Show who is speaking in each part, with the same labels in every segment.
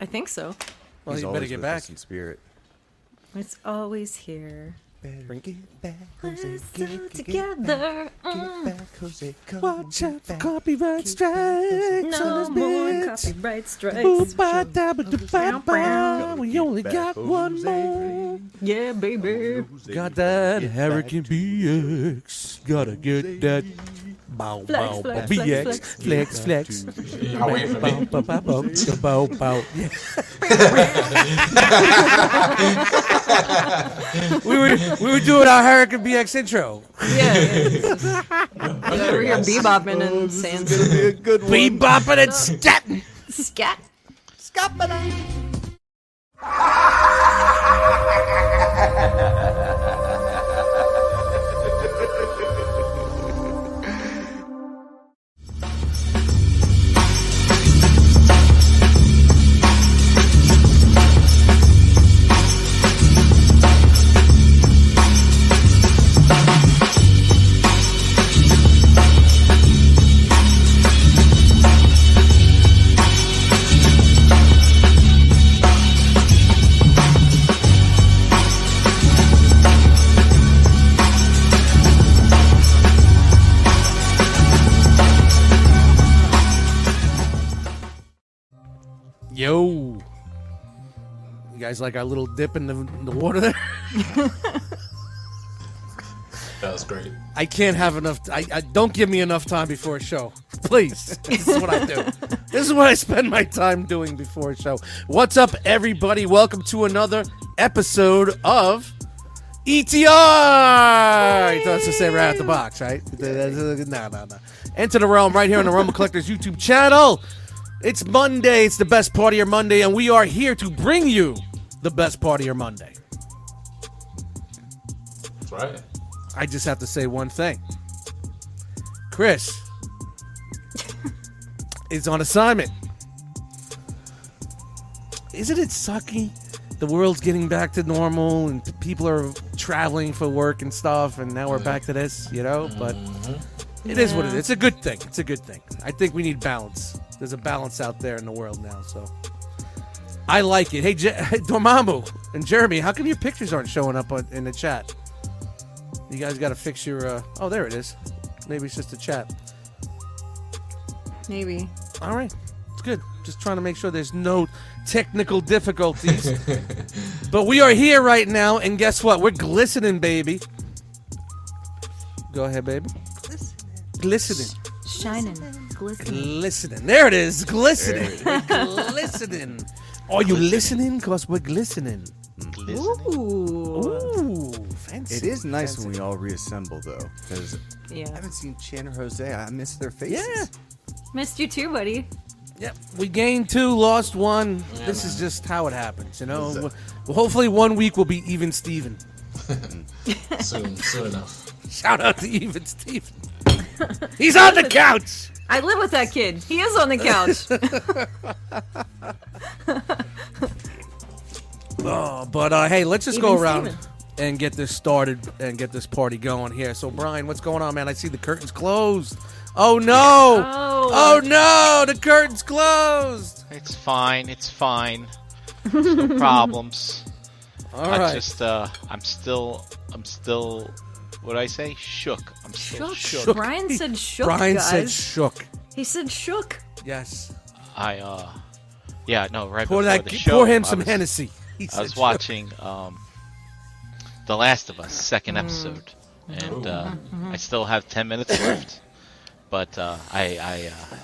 Speaker 1: I think so.
Speaker 2: Well,
Speaker 3: He's
Speaker 2: you better
Speaker 3: always
Speaker 2: get
Speaker 3: with
Speaker 2: back.
Speaker 3: us in spirit.
Speaker 1: It's always here.
Speaker 3: Better get back, Jose.
Speaker 1: We're still together. Mm.
Speaker 3: back, Jose. Come
Speaker 2: Watch out for
Speaker 3: back.
Speaker 2: copyright strikes on
Speaker 1: No
Speaker 2: this
Speaker 1: more
Speaker 2: bitch.
Speaker 1: copyright strikes.
Speaker 2: Ooh-ba-da-ba-da-ba-ba. We only got one more.
Speaker 1: Yeah, baby.
Speaker 2: Got that Hurricane BX. Gotta get that. Bow, bow, bow,
Speaker 1: flex,
Speaker 2: BX.
Speaker 1: flex,
Speaker 2: Flex, flex.
Speaker 4: Away from
Speaker 2: Bow,
Speaker 4: me.
Speaker 2: bow, bow, bow, bow, bow. We were we were doing our Hurricane BX intro.
Speaker 1: Yeah. yeah. Over here, bebopping
Speaker 3: Oh,
Speaker 1: and saying
Speaker 3: Be a good one.
Speaker 2: Bebopping and scatting.
Speaker 1: scat.
Speaker 2: Yo. You guys like our little dip in the, in the water there?
Speaker 4: That was great.
Speaker 2: I can't have enough. I, I don't give me enough time before a show, please. This is what I do. this is what I spend my time doing before a show. What's up, everybody? Welcome to another episode of E ETR. That's to say right out the box, right? No, no, no. Enter the realm right here on the Rumble Collectors YouTube channel. It's Monday. It's the best part of your Monday, and we are here to bring you the best part of your Monday.
Speaker 4: That's right.
Speaker 2: I just have to say one thing. Chris is on assignment. Isn't it sucky? The world's getting back to normal and p- people are traveling for work and stuff, and now we're back to this, you know? But it is what it is.
Speaker 1: Yeah.
Speaker 2: It's a good thing. It's a good thing. I think we need balance. There's a balance out there in the world now, so. I like it. Hey, Je- Dormammu and Jeremy, how come your pictures aren't showing up on, in the chat? You guys got to fix your. Uh, oh, there it is. Maybe it's just a chat.
Speaker 1: Maybe.
Speaker 2: All right, it's good. Just trying to make sure there's no technical difficulties. but we are here right now, and guess what? We're glistening, baby. Go ahead, baby. Glistening,
Speaker 1: Shining. Glistening.
Speaker 2: glistening. There it is, glistening, We're glistening. Are you listening? Cause we're glistening.
Speaker 1: Ooh.
Speaker 2: Ooh, fancy.
Speaker 3: It is nice
Speaker 2: fancy.
Speaker 3: when we all reassemble, though, because I
Speaker 1: Yeah.
Speaker 3: haven't seen Chan or Jose. I miss their faces.
Speaker 2: Yeah.
Speaker 1: Missed you too, buddy.
Speaker 2: Yep, we gained two, lost one. this is just how it happens, you know. Well, hopefully, one week will be even Steven.
Speaker 4: Soon, soon enough.
Speaker 2: Shout out to even Steven. He's on the couch.
Speaker 1: I live with that kid. He is on the couch.
Speaker 2: Oh, but uh, hey, let's just go
Speaker 1: Even
Speaker 2: around
Speaker 1: Steven.
Speaker 2: and get this started and get this party going here. So, Brian, what's going on, man? I see the curtains closed. Oh no!
Speaker 1: Oh.
Speaker 2: no! The curtains closed.
Speaker 5: It's fine. It's fine. No problems.
Speaker 2: All
Speaker 5: I
Speaker 2: right.
Speaker 5: just uh, I'm still I'm still what did I say? Shook. I'm still shook.
Speaker 2: Shook.
Speaker 1: Brian said shook.
Speaker 2: Brian
Speaker 1: guys.
Speaker 2: said shook.
Speaker 1: he said shook.
Speaker 2: Yes.
Speaker 5: I uh yeah, no, right
Speaker 2: Pour
Speaker 5: before
Speaker 2: that.
Speaker 5: the show.
Speaker 2: Pour him
Speaker 5: I
Speaker 2: some
Speaker 5: was,
Speaker 2: Hennessy. He
Speaker 5: I was
Speaker 2: said
Speaker 5: watching um The Last of Us second episode and uh, I still have 10 minutes left. But uh, I I uh,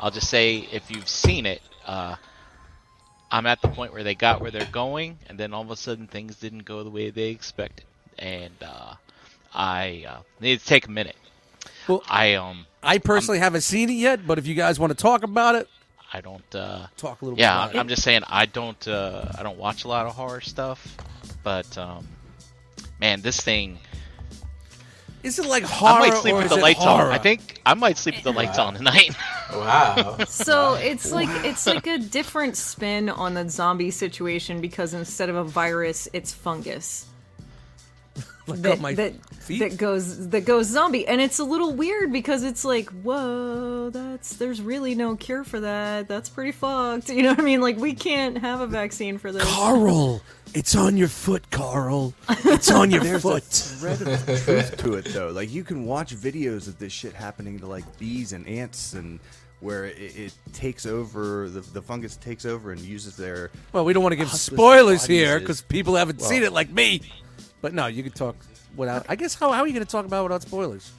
Speaker 5: I'll just say if you've seen it uh I'm at the point where they got where they're going, and then all of a sudden things didn't go the way they expected, and uh, I uh, need to take a minute.
Speaker 2: Well-
Speaker 5: I um
Speaker 2: I personally haven't seen it yet, but if you guys want to talk about it,
Speaker 5: I don't uh,
Speaker 2: talk a little
Speaker 5: yeah
Speaker 2: bit.
Speaker 5: I'm, I'm just saying I don't uh, I don't watch a lot of horror stuff, but um, man this thing
Speaker 2: Is it like horror
Speaker 5: I might sleep
Speaker 2: or
Speaker 5: with
Speaker 2: is
Speaker 5: the
Speaker 2: it
Speaker 5: lights
Speaker 2: horror?
Speaker 5: on. I think I might sleep with the lights on tonight.
Speaker 4: Wow.
Speaker 1: So it's like it's like a different spin on the zombie situation because instead of a virus, it's fungus.
Speaker 2: Look
Speaker 1: that
Speaker 2: up my
Speaker 1: that,
Speaker 2: feet.
Speaker 1: that goes that goes zombie and it's a little weird because it's like whoa that's there's really no cure for that that's pretty fucked you know what i mean like we can't have a vaccine for this
Speaker 2: Carl, it's on your foot, Carl. It's on your
Speaker 3: There's a
Speaker 2: foot.
Speaker 3: thread of truth to it, though. Like you can watch videos of this shit happening to like bees and ants, and where it, it takes over the, the fungus takes over and uses their.
Speaker 2: Well, we don't want to give
Speaker 3: Hustlers
Speaker 2: spoilers here
Speaker 3: audiences.
Speaker 2: because people haven't
Speaker 3: Well-
Speaker 2: seen it like me. But no, you can talk without. I guess how, how are you going to talk about it without spoilers?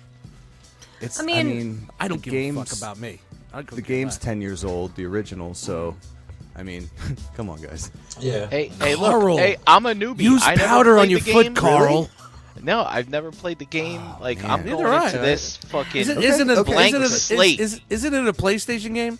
Speaker 3: It's.
Speaker 1: I
Speaker 3: I
Speaker 1: mean-
Speaker 3: mean,
Speaker 2: I don't
Speaker 3: the
Speaker 2: give
Speaker 3: games,
Speaker 2: a fuck about me. I don't
Speaker 3: the
Speaker 2: give a
Speaker 3: game's
Speaker 2: fuck.
Speaker 3: ten years old, the original. So, I mean, come on, guys.
Speaker 4: Yeah.
Speaker 5: Hey, hey, look,
Speaker 2: Carl,
Speaker 5: hey, I'm a newbie.
Speaker 2: Use
Speaker 5: I never
Speaker 2: powder on
Speaker 5: played
Speaker 2: your
Speaker 5: the
Speaker 2: foot,
Speaker 5: game.
Speaker 2: Carl.
Speaker 5: No, I've never played the game. like I'm
Speaker 3: man.
Speaker 5: going
Speaker 2: Neither
Speaker 5: into
Speaker 2: I.
Speaker 5: this fucking
Speaker 2: Isn't, isn't, it,
Speaker 3: okay.
Speaker 5: blank
Speaker 2: isn't, it, is,
Speaker 5: slate.
Speaker 2: is- isn't it a PlayStation game?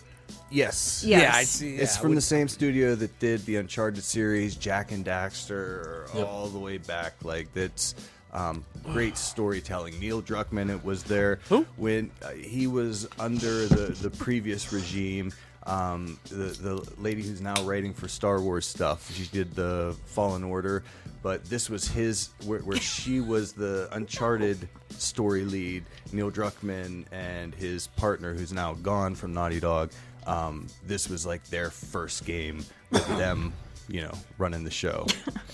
Speaker 3: Yes.
Speaker 1: Yes.
Speaker 2: Yeah, I see.
Speaker 3: It's
Speaker 2: yeah,
Speaker 3: from
Speaker 2: we-
Speaker 3: the same studio that did the Uncharted series, Jack and Daxter,
Speaker 4: Yep.
Speaker 3: all the way back. Like that's um, great storytelling. Neil Druckmann it was there
Speaker 2: Who?
Speaker 3: when uh, he was under the the previous regime. Um, the the lady who's now writing for Star Wars stuff, she did the Fallen Order, but this was his where, where she was the Uncharted story lead. Neil Druckmann and his partner, who's now gone from Naughty Dog, um, this was like their first game with them, you know, running the show.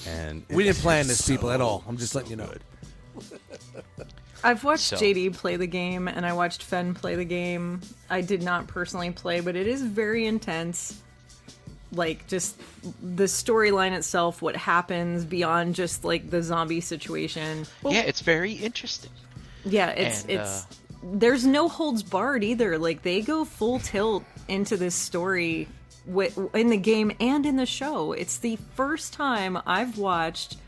Speaker 3: And
Speaker 2: We
Speaker 3: it
Speaker 2: didn't
Speaker 3: was
Speaker 2: plan this, people, at
Speaker 3: so
Speaker 2: all. I'm just letting you know.
Speaker 3: good.
Speaker 1: I've watched
Speaker 5: So-
Speaker 1: JD play the game and I watched Fenn play the game. I did not personally play, but it is very intense. Like just the storyline itself, what happens beyond just like the zombie situation.
Speaker 5: yeah, it's very interesting.
Speaker 1: Yeah, it's
Speaker 5: And,
Speaker 1: it's
Speaker 5: uh,
Speaker 1: there's no holds barred either. Like they go full tilt into this story wi- in the game and in the show. It's the first time I've watched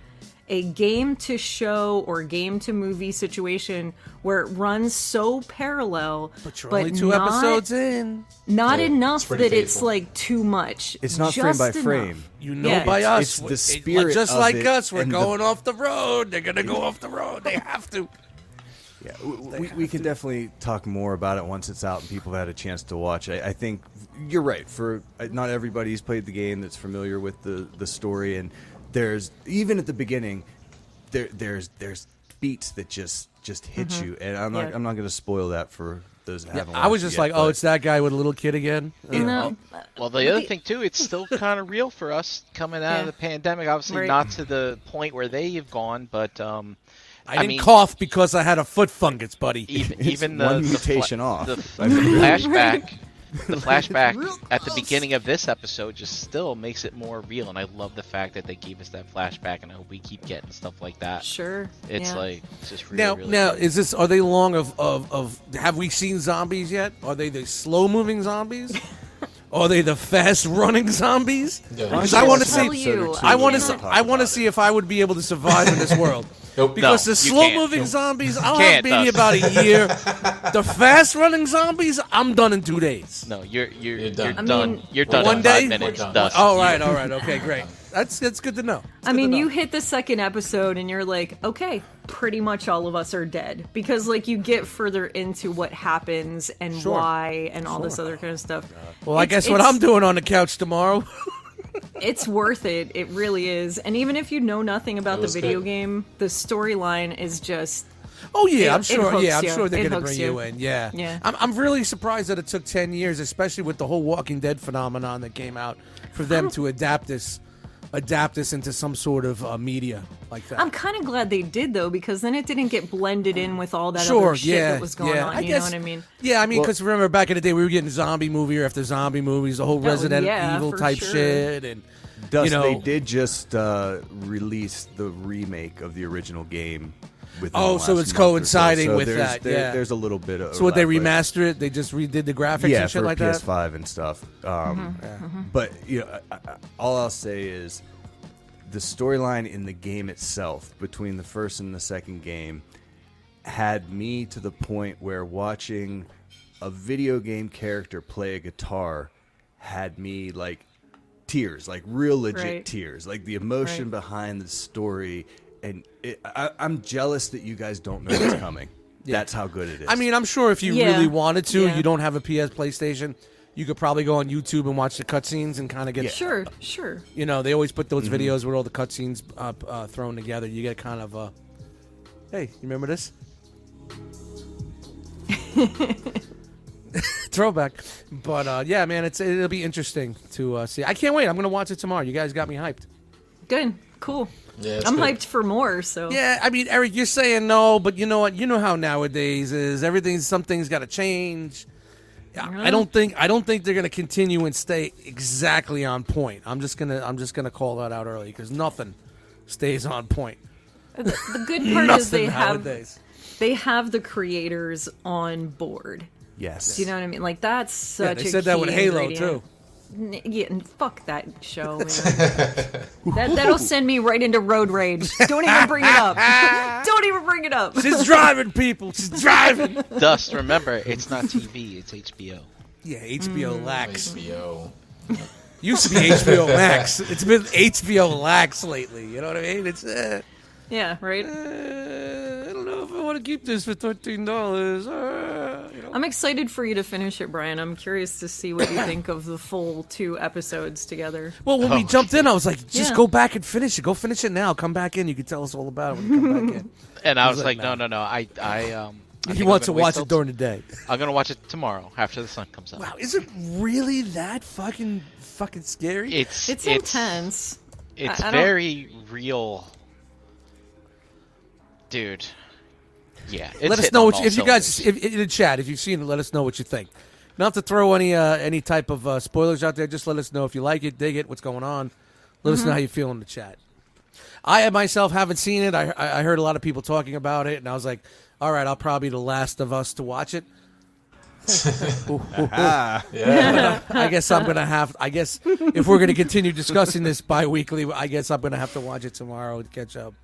Speaker 1: a game to show or game to movie situation where it runs so parallel
Speaker 2: But you're only two
Speaker 1: not,
Speaker 2: episodes in.
Speaker 1: not
Speaker 4: Yeah, it's
Speaker 1: enough
Speaker 4: pretty
Speaker 1: that it's
Speaker 4: faithful.
Speaker 1: like too much
Speaker 3: It's not frame
Speaker 1: Just
Speaker 3: by
Speaker 1: enough.
Speaker 3: frame.
Speaker 2: You know
Speaker 1: Yeah.
Speaker 2: by us.
Speaker 3: It's- it's the
Speaker 2: we- it-
Speaker 3: spirit
Speaker 2: just
Speaker 3: of
Speaker 2: like
Speaker 3: it
Speaker 2: us, we're
Speaker 3: and the-
Speaker 2: going off the road. They're going to go off the road. They have to.
Speaker 3: Yeah, w- w- we, we can definitely talk more about it once it's out and people have had a chance to watch. I, I think you're right. For uh, not everybody's played the game that's familiar with the, the story, and there's even at the beginning, there there's there's beats that just just hit you, and I'm not
Speaker 1: Yeah.
Speaker 3: I'm not going to spoil that for those that haven't.
Speaker 2: I was
Speaker 3: watched it
Speaker 2: just
Speaker 3: yet,
Speaker 2: like, oh,
Speaker 3: but-
Speaker 2: it's that guy with a little kid again. Oh,
Speaker 1: You know,
Speaker 5: Well, the other
Speaker 1: the-
Speaker 5: thing too, it's still kind of real for us coming out
Speaker 1: Yeah.
Speaker 5: of the pandemic. Obviously,
Speaker 1: Right.
Speaker 5: not to the point where they have gone, but um,
Speaker 2: I didn't
Speaker 5: mean-
Speaker 2: cough because I had a foot fungus, buddy.
Speaker 5: even
Speaker 3: It's
Speaker 5: even the
Speaker 3: one
Speaker 5: the fla-
Speaker 3: mutation off.
Speaker 5: the,
Speaker 3: I mean,
Speaker 5: the flashback, the flashback at the beginning of this episode just still makes it more real, and I love the fact that they gave us that flashback, and I hope we keep getting stuff like that.
Speaker 1: sure.
Speaker 5: It's
Speaker 1: yeah.
Speaker 5: like it's just really
Speaker 2: now,
Speaker 5: really
Speaker 2: now
Speaker 5: cool.
Speaker 2: is this? Are they long of, of of? Have we seen zombies yet? Are they the slow moving zombies? are they the fast running zombies?
Speaker 4: Yeah.
Speaker 2: Because I want to
Speaker 1: Tell
Speaker 2: see.
Speaker 1: you,
Speaker 2: I want to.
Speaker 1: cannot-
Speaker 2: See, I want to see if I would be able to survive in this world.
Speaker 4: Nope.
Speaker 2: Because
Speaker 5: No,
Speaker 2: the
Speaker 5: you
Speaker 2: slow
Speaker 5: can't.
Speaker 2: moving zombies, I'll have
Speaker 5: Can't,
Speaker 2: maybe
Speaker 5: Dustin.
Speaker 2: about a year. the fast running zombies, I'm done in two days.
Speaker 5: no, you're you're
Speaker 4: You're
Speaker 5: you're
Speaker 4: done.
Speaker 5: done.
Speaker 4: I
Speaker 1: mean-
Speaker 5: you're done
Speaker 2: One
Speaker 5: in
Speaker 2: day?
Speaker 5: five minutes.
Speaker 4: We're done.
Speaker 5: Dust.
Speaker 2: All right, all right, okay, great. That's that's good to know. It's
Speaker 1: I
Speaker 2: good
Speaker 1: mean,
Speaker 2: to know.
Speaker 1: you hit the second episode and you're like, okay, pretty much all of us are dead because like you get further into what happens and
Speaker 2: Sure.
Speaker 1: why and all this other kind of stuff.
Speaker 2: Well, I
Speaker 1: It's-
Speaker 2: guess what
Speaker 1: it's-
Speaker 2: I'm doing on the couch tomorrow.
Speaker 1: It's worth it. It really is. And even if you know nothing about
Speaker 4: It
Speaker 1: the
Speaker 4: was
Speaker 1: video
Speaker 4: good.
Speaker 1: game, the storyline is just
Speaker 2: Oh yeah,
Speaker 1: It-
Speaker 2: I'm
Speaker 1: it
Speaker 2: sure.
Speaker 1: hooks
Speaker 2: Yeah, I'm
Speaker 1: you.
Speaker 2: sure they're
Speaker 1: It
Speaker 2: gonna
Speaker 1: hooks
Speaker 2: bring you.
Speaker 1: you.
Speaker 2: in. Yeah,
Speaker 1: Yeah.
Speaker 2: I'm, I'm really surprised that it took ten years, especially with the whole Walking Dead phenomenon that came out, for them to adapt this, adapt this into some sort of uh, media like that.
Speaker 1: I'm kind of glad they did though because then it didn't get blended in with all that
Speaker 2: sure.
Speaker 1: other shit
Speaker 2: yeah,
Speaker 1: that was going
Speaker 2: yeah.
Speaker 1: on,
Speaker 2: I
Speaker 1: you
Speaker 2: guess,
Speaker 1: know what I mean?
Speaker 2: Yeah, I mean, because remember back in the day, we were getting zombie movie after zombie movies, the whole Resident
Speaker 1: Oh, yeah,
Speaker 2: Evil
Speaker 1: for
Speaker 2: type
Speaker 1: sure.
Speaker 2: shit, and
Speaker 3: Dust,
Speaker 2: you know,
Speaker 3: they did just uh, release the remake of the original game. within
Speaker 2: Oh, so
Speaker 3: the last
Speaker 2: it's
Speaker 3: month or so.
Speaker 2: coinciding
Speaker 3: So
Speaker 2: with
Speaker 3: there's-
Speaker 2: that,
Speaker 3: there-
Speaker 2: yeah.
Speaker 3: there's a little bit of.
Speaker 2: So what they
Speaker 3: overlap, but-
Speaker 2: remastered it, they just redid the graphics
Speaker 3: yeah,
Speaker 2: and shit
Speaker 3: for
Speaker 2: like that. Mm-hmm,
Speaker 3: PS5 and stuff. Um, But you know, I, I, all I'll say is the storyline in the game itself between the first and the second game had me to the point where watching a video game character play a guitar had me like tears, like real legit
Speaker 1: Right.
Speaker 3: tears, like the emotion
Speaker 1: Right.
Speaker 3: behind the story. And it, I, I'm jealous that you guys don't know what's coming. That's how good it is.
Speaker 2: I mean, I'm sure if you
Speaker 1: Yeah.
Speaker 2: really wanted to,
Speaker 1: Yeah.
Speaker 2: you don't have a PS PlayStation, you could probably go on YouTube and watch the cutscenes and kind of get.
Speaker 1: Sure, sure.
Speaker 2: You know, they always put those videos with all the cutscenes uh, uh, thrown together. You get kind of a hey, you remember this? Throwback. But uh, yeah, man, it's it'll be interesting to uh, see. I can't wait. I'm gonna watch it tomorrow. You guys got me hyped.
Speaker 1: Good. Cool.
Speaker 4: Yeah, it's
Speaker 1: I'm
Speaker 4: good.
Speaker 1: hyped for more, so
Speaker 2: Yeah, I mean, Eric, you're saying no, but you know what? You know how nowadays is everything. Something's got to change. I I don't think I don't think they're gonna continue and stay exactly on point. I'm just gonna I'm just gonna call that out early because nothing stays on point.
Speaker 1: the good part is they
Speaker 2: Nothing
Speaker 1: have
Speaker 2: nowadays.
Speaker 1: they have the creators on board.
Speaker 3: Yes.
Speaker 1: Do you know what I mean? Like that's such
Speaker 2: Yeah, they
Speaker 1: a
Speaker 2: said that
Speaker 1: key
Speaker 2: with Halo
Speaker 1: ingredient.
Speaker 2: too.
Speaker 1: N- yeah, and fuck that show, man. that that'll send me right into road rage. Don't even bring it up. don't even bring it up.
Speaker 2: She's driving, people. She's driving.
Speaker 5: Dust, remember, it's not TV, it's HBO.
Speaker 2: Yeah,
Speaker 1: Mm.
Speaker 2: HBO Lax.
Speaker 4: HBO.
Speaker 2: Used to be HBO Max. It's been HBO Lax lately. You know what I mean? It's. Uh,
Speaker 1: Yeah, right?
Speaker 2: uh, I don't know if I want to keep this for thirteen dollars. Uh, you know.
Speaker 1: I'm excited for you to finish it, Brian. I'm curious to see what you think of the full two episodes together.
Speaker 2: Well, when we jumped in, I was like, "Just
Speaker 1: Yeah.
Speaker 2: go back and finish it. Go finish it now. Come back in. You can tell us all about it when you come back in."
Speaker 5: And I was
Speaker 2: that
Speaker 5: like, no,
Speaker 2: matter?
Speaker 5: no, no. I, I, um. I
Speaker 2: he
Speaker 5: think I'm
Speaker 2: wants to
Speaker 5: gonna
Speaker 2: watch
Speaker 5: wait
Speaker 2: it
Speaker 5: till-
Speaker 2: during the day.
Speaker 5: I'm gonna watch it tomorrow after the sun comes up.
Speaker 2: Wow, is it really that fucking fucking scary?
Speaker 5: It's
Speaker 1: It's, intense.
Speaker 5: It's
Speaker 1: I- I don't-
Speaker 5: very real, dude. Yeah. It's
Speaker 2: let us
Speaker 5: hitting
Speaker 2: know
Speaker 5: on
Speaker 2: what
Speaker 5: all
Speaker 2: you, if you guys
Speaker 5: cylinders.
Speaker 2: if, in the chat if you've seen it. Let us know what you think. Not to throw any uh, any type of uh, spoilers out there. Just let us know if you like it, dig it, what's going on. Let us know how you feel in the chat. I myself haven't seen it. I I I heard a lot of people talking about it, and I was like, all right, I'll probably be the last of us to watch it. uh,
Speaker 4: Yeah.
Speaker 2: I guess I'm gonna have. I guess if we're gonna continue discussing this bi-weekly, I guess I'm gonna have to watch it tomorrow to catch up.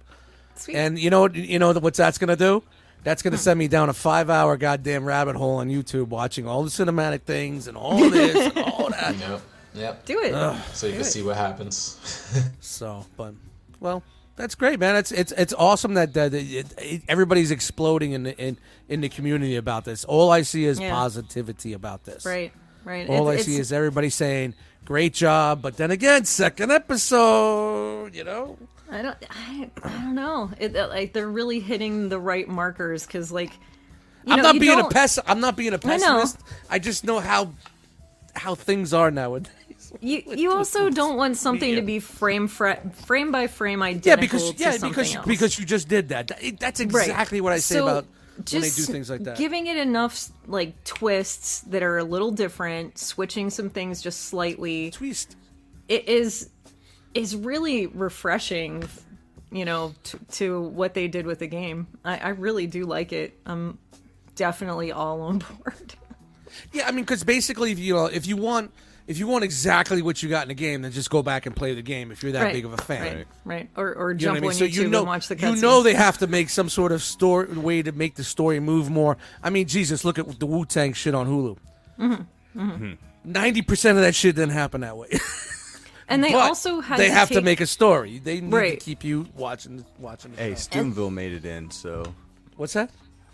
Speaker 1: Sweet.
Speaker 2: And you know, what- you know what that's gonna do? That's
Speaker 1: Hmm.
Speaker 2: gonna send me down a five-hour goddamn rabbit hole on YouTube, watching all the cinematic things and all this, and all that.
Speaker 4: yep. Yep.
Speaker 1: Do it.
Speaker 4: So you can see what happens.
Speaker 2: So, but well, that's great, man. It's it's it's awesome that, that it, it, everybody's exploding in the in, in the community about this. All I see is
Speaker 1: Yeah.
Speaker 2: positivity about this.
Speaker 1: Right, right.
Speaker 2: All
Speaker 1: It's-
Speaker 2: I see
Speaker 1: it's-
Speaker 2: is everybody saying, "Great job," but then again, second episode, you know.
Speaker 1: I don't. I, I don't know. It, uh, like they're really hitting the right markers because, like, you
Speaker 2: I'm
Speaker 1: know,
Speaker 2: not
Speaker 1: you
Speaker 2: being a
Speaker 1: don't-
Speaker 2: pess. I'm not being
Speaker 1: know.
Speaker 2: a pessimist. I, just know how how things are nowadays.
Speaker 1: You you also don't want something to be frame fra- frame by frame identical.
Speaker 2: Yeah, because
Speaker 1: to
Speaker 2: yeah,
Speaker 1: something
Speaker 2: because
Speaker 1: else.
Speaker 2: because you just did that. That- That's
Speaker 1: Right.
Speaker 2: exactly what I say
Speaker 1: So,
Speaker 2: about when they do
Speaker 1: just
Speaker 2: things like that.
Speaker 1: Giving it enough like twists that are a little different, switching some things just slightly.
Speaker 2: twist.
Speaker 1: it is is really refreshing you know t- to what they did with the game I, I really do like it i'm definitely all on board
Speaker 2: Yeah, I mean, because basically, if you know, if you want if you want exactly what you got in the game, then just go back and play the game. If you're that big of a fan,
Speaker 1: right, right. or or
Speaker 2: You know
Speaker 1: jump
Speaker 2: what I mean?
Speaker 1: on
Speaker 2: So
Speaker 1: youtube
Speaker 2: you know,
Speaker 1: and watch the
Speaker 2: you
Speaker 1: cutscenes.
Speaker 2: know they have to make some sort of story way to make the story move more. I mean, Jesus, look at the Wu Tang shit on Hulu.
Speaker 1: Mm-hmm,
Speaker 2: 90 percent of that shit didn't happen that way.
Speaker 1: and they
Speaker 2: But
Speaker 1: also had
Speaker 2: they
Speaker 1: to
Speaker 2: have to
Speaker 1: take-
Speaker 2: make a story. They need
Speaker 1: Right.
Speaker 2: to keep you watching, watching. The
Speaker 3: Hey,
Speaker 2: show.
Speaker 3: Steubenville made it in, so
Speaker 2: what's that?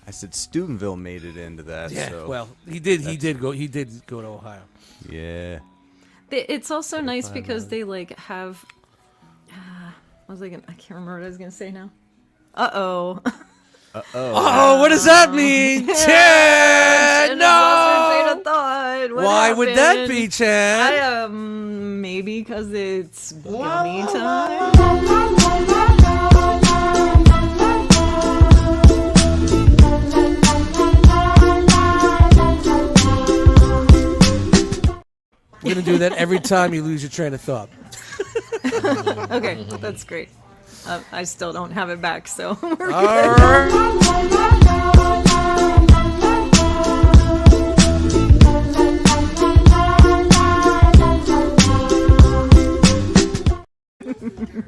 Speaker 3: I said Steubenville made it into that.
Speaker 2: Yeah,
Speaker 3: so,
Speaker 2: well, he did. He did go. He did go to Ohio.
Speaker 3: yeah.
Speaker 1: Th- It's also nice because they like have. Uh, what was I gonna? I can't remember what I was gonna say now. Uh oh.
Speaker 2: Oh, what does that mean, Chad? No. Why would that be,
Speaker 1: I
Speaker 2: Chad?
Speaker 1: um maybe because it's gummy time.
Speaker 2: We're gonna do that every time you lose your train of thought.
Speaker 1: Okay,
Speaker 2: Mm-hmm.
Speaker 1: that's great. Uh, I still don't have it back, so we're
Speaker 2: All right.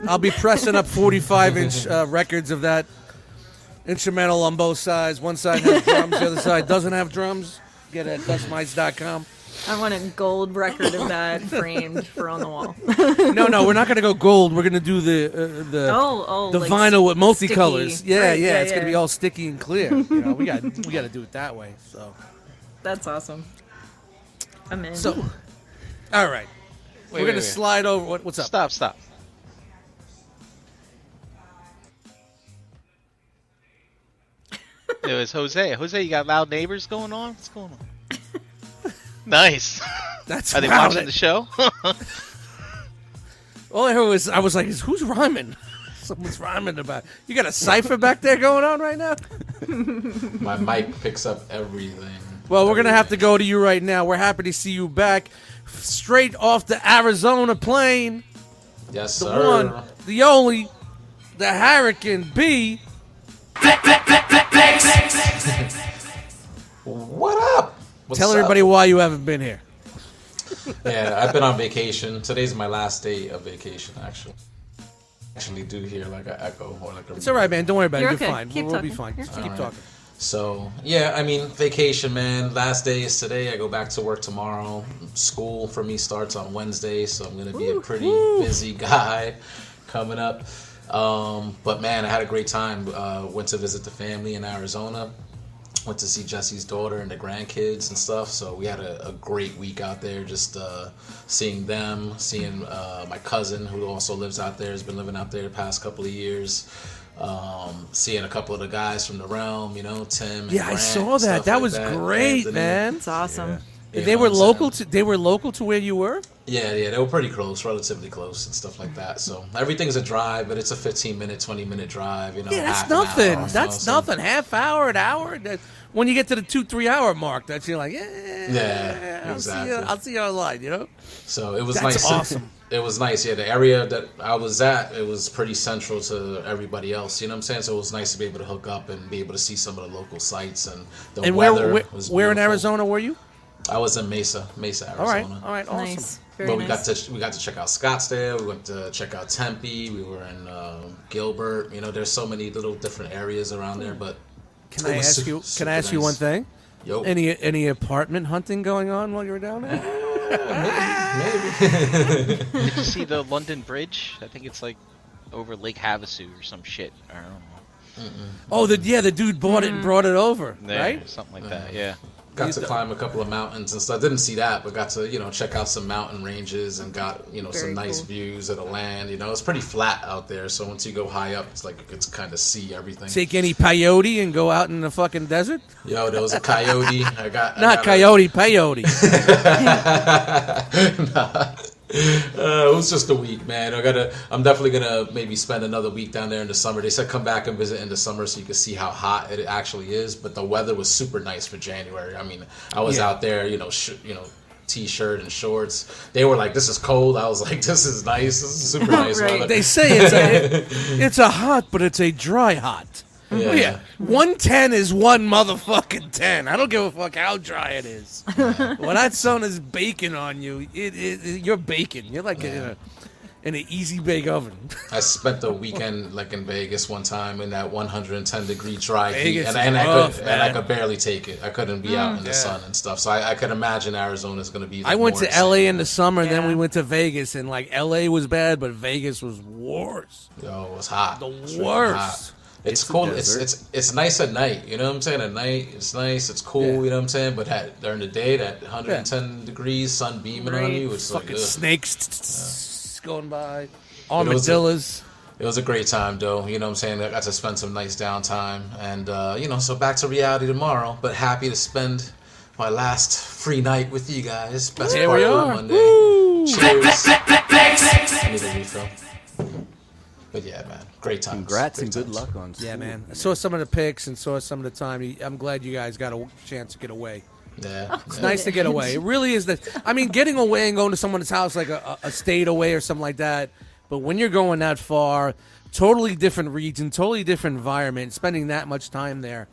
Speaker 2: I'll be pressing up 45 inch uh, records of that instrumental on both sides. One side has drums, the other side doesn't have drums. Get it at dustmites.com.
Speaker 1: I want a gold record of that framed for on the wall.
Speaker 2: No, no, we're not going to go gold. We're going to do the uh, the
Speaker 1: Oh, oh,
Speaker 2: the
Speaker 1: like
Speaker 2: vinyl with multicolors.
Speaker 1: sticky.
Speaker 2: Yeah,
Speaker 1: Right,
Speaker 2: yeah,
Speaker 1: yeah,
Speaker 2: it's going to
Speaker 1: yeah.
Speaker 2: be all sticky and clear. You know, we got we got to do it that way. So
Speaker 1: That's awesome. I'm in.
Speaker 2: so all right.
Speaker 5: Wait,
Speaker 2: we're
Speaker 5: wait,
Speaker 2: going to
Speaker 5: wait.
Speaker 2: slide over what, what's up?
Speaker 5: Stop! Stop! It was Jose. Jose, you got loud neighbors going on? What's going on? nice.
Speaker 2: That's
Speaker 5: Are they
Speaker 2: about
Speaker 5: watching
Speaker 2: it.
Speaker 5: the show?
Speaker 2: All I heard was I was like, "Is- "Who's rhyming? Someone's rhyming about. You got a cipher back there going on right now."
Speaker 4: My mic picks up everything.
Speaker 2: Well, we're gonna have to go to you right now. We're happy to see you back, straight off the Arizona plane.
Speaker 4: Yes,
Speaker 2: The
Speaker 4: sir.
Speaker 2: one, the only, the Hurricane B.
Speaker 4: What up? What's
Speaker 2: Tell
Speaker 4: up?
Speaker 2: everybody why you haven't been here.
Speaker 4: Yeah, I've been on vacation. Today's my last day of vacation, actually. Actually, do hear like an echo or like a.
Speaker 2: It's all right, man. Don't worry about
Speaker 1: You're
Speaker 2: it. You're
Speaker 1: okay.
Speaker 2: fine.
Speaker 1: Keep
Speaker 2: we'll, we'll be fine.
Speaker 1: talking. You're
Speaker 2: Just keep talking.
Speaker 4: So yeah, I mean, vacation, man. Last day is today. I go back to work tomorrow. School for me starts on Wednesday, so I'm gonna be a pretty busy guy coming up. Um, but man, I had a great time. Uh, went to visit the family in Arizona. Went to see Jesse's daughter and the grandkids and stuff. So we had a, a great week out there, just uh, seeing them, seeing uh, my cousin who also lives out there, has been living out there the past couple of years. Um, seeing a couple of the guys from the realm, you know, Tim. And
Speaker 2: Yeah, I
Speaker 4: Grant,
Speaker 2: saw that.
Speaker 4: stuff
Speaker 2: That
Speaker 4: like
Speaker 2: was great,
Speaker 4: Anthony.
Speaker 2: man.
Speaker 1: It's awesome.
Speaker 4: You
Speaker 2: they
Speaker 4: know
Speaker 2: were
Speaker 4: what I'm saying?
Speaker 2: local to they were local to where you were.
Speaker 4: Yeah, yeah, they were pretty close, relatively close, and stuff like that. So everything's a drive, but it's a 15 minute, 20 minute drive. You know,
Speaker 2: Yeah, that's
Speaker 4: half an hour,
Speaker 2: nothing.
Speaker 4: you know,
Speaker 2: that's
Speaker 4: so-
Speaker 2: nothing. Half hour, an hour. That, when you get to the two, three hour mark, that's you're like, yeah,
Speaker 4: Yeah,
Speaker 2: I'll
Speaker 4: exactly.
Speaker 2: see you. I'll see you online. You know,
Speaker 4: So it was
Speaker 2: That's
Speaker 4: nice.
Speaker 2: awesome.
Speaker 4: It was nice. Yeah, the area that I was at, it was pretty central to everybody else. You know what I'm saying? So it was nice to be able to hook up and be able to see some of the local sites and the
Speaker 2: and where
Speaker 4: weather.
Speaker 2: where,
Speaker 4: was
Speaker 2: where in
Speaker 4: beautiful.
Speaker 2: Arizona were you?
Speaker 4: I was in Mesa, Mesa, Arizona.
Speaker 2: All right, all right, awesome.
Speaker 1: Nice. Very
Speaker 4: but we
Speaker 1: nice.
Speaker 4: got to we got to check out Scottsdale. We went to check out Tempe. We were in uh, Gilbert. You know, there's so many little different areas around
Speaker 2: Hmm.
Speaker 4: there. But
Speaker 2: Can
Speaker 4: it
Speaker 2: I
Speaker 4: was
Speaker 2: ask
Speaker 4: su-
Speaker 2: you? Can
Speaker 4: super
Speaker 2: I ask you one
Speaker 4: nice.
Speaker 2: thing?
Speaker 4: Yo,
Speaker 2: Any any apartment hunting going on while you were down there?
Speaker 5: Did you see the London Bridge? I think it's like over Lake Havasu or some shit. I don't know.
Speaker 2: oh, the yeah, the dude bought it and brought it over,
Speaker 5: There,
Speaker 2: right? Uh,
Speaker 5: Something like that. Yeah.
Speaker 4: got to climb a couple of mountains and stuff. Didn't see that, but got to you know check out some mountain ranges and got you know
Speaker 1: Very
Speaker 4: some nice
Speaker 1: cool.
Speaker 4: views of the land. You know, it's pretty flat out there, so once you go high up, it's like you could kind of see everything.
Speaker 2: Take any peyote and go out in the fucking desert?
Speaker 4: Yo, there was a coyote. I got I
Speaker 2: Not
Speaker 4: got a-
Speaker 2: coyote, peyote.
Speaker 4: Uh, it was just a week, man. I gotta. I'm definitely gonna maybe spend another week down there in the summer. They said come back and visit in the summer so you can see how hot it actually is. But the weather was super nice for January. I mean, I was
Speaker 2: Yeah.
Speaker 4: out there, you know, sh- you know, t-shirt and shorts. They were like, "This is cold." I was like, "This is nice. This is super nice
Speaker 1: Right.
Speaker 4: weather."
Speaker 2: they say it's a it's a hot, but it's a dry hot.
Speaker 4: yeah.
Speaker 2: Oh, yeah. 110 is one motherfucking 10. I don't give a fuck how dry it is. when that sun is baking on you, it, it, it- you're baking. You're like in, a, in an easy bake oven.
Speaker 4: I spent the weekend like in Vegas one time in that 110 degree dry heat,
Speaker 2: Vegas
Speaker 4: and,
Speaker 2: is
Speaker 4: and I
Speaker 2: rough,
Speaker 4: could and I
Speaker 2: man. Mm,
Speaker 4: could barely take it. I couldn't be out in the sun and stuff. So I, I could imagine Arizona's going to be.
Speaker 2: I went
Speaker 4: more
Speaker 2: to
Speaker 4: insane.
Speaker 2: LA in the summer, then we
Speaker 1: Yeah.
Speaker 2: went to Vegas, and like LA was bad, but Vegas was worse.
Speaker 4: Yo, it was hot.
Speaker 2: The
Speaker 4: It was freaking
Speaker 2: worst.
Speaker 4: hot. It's,
Speaker 3: It's a
Speaker 4: cool. It's
Speaker 3: desert.
Speaker 4: it's it's nice at night. You know what I'm saying? At night, it's nice. It's cool.
Speaker 2: Yeah.
Speaker 4: You know what I'm saying? But at, during the day, that 110 degrees, sun beaming on
Speaker 1: Right.
Speaker 4: you, it's like
Speaker 2: Fucking
Speaker 4: ugh.
Speaker 2: snakes tss, tss, going by,
Speaker 4: it was a-
Speaker 2: armadillos.
Speaker 4: it was a great time though. You know what I'm saying? I got to spend some nice downtime, and uh, you know, so back to reality tomorrow. But happy to spend my last free night with you guys. Best
Speaker 2: Here
Speaker 4: part
Speaker 2: we
Speaker 4: of
Speaker 2: are.
Speaker 4: Monday. Cheers. I need a refill. But yeah, man, great times.
Speaker 3: Congrats and
Speaker 4: Great
Speaker 3: good
Speaker 4: times.
Speaker 3: luck on school.
Speaker 2: Yeah, man. I saw some of the pics and saw some of the time. I'm glad you guys got a chance to get away.
Speaker 4: Yeah, yeah.
Speaker 2: It's nice to get away. It really is. That I mean, getting away and going to someone's house, like a, a state away or something like that. But when you're going that far, totally different region, totally different environment, spending that much time there,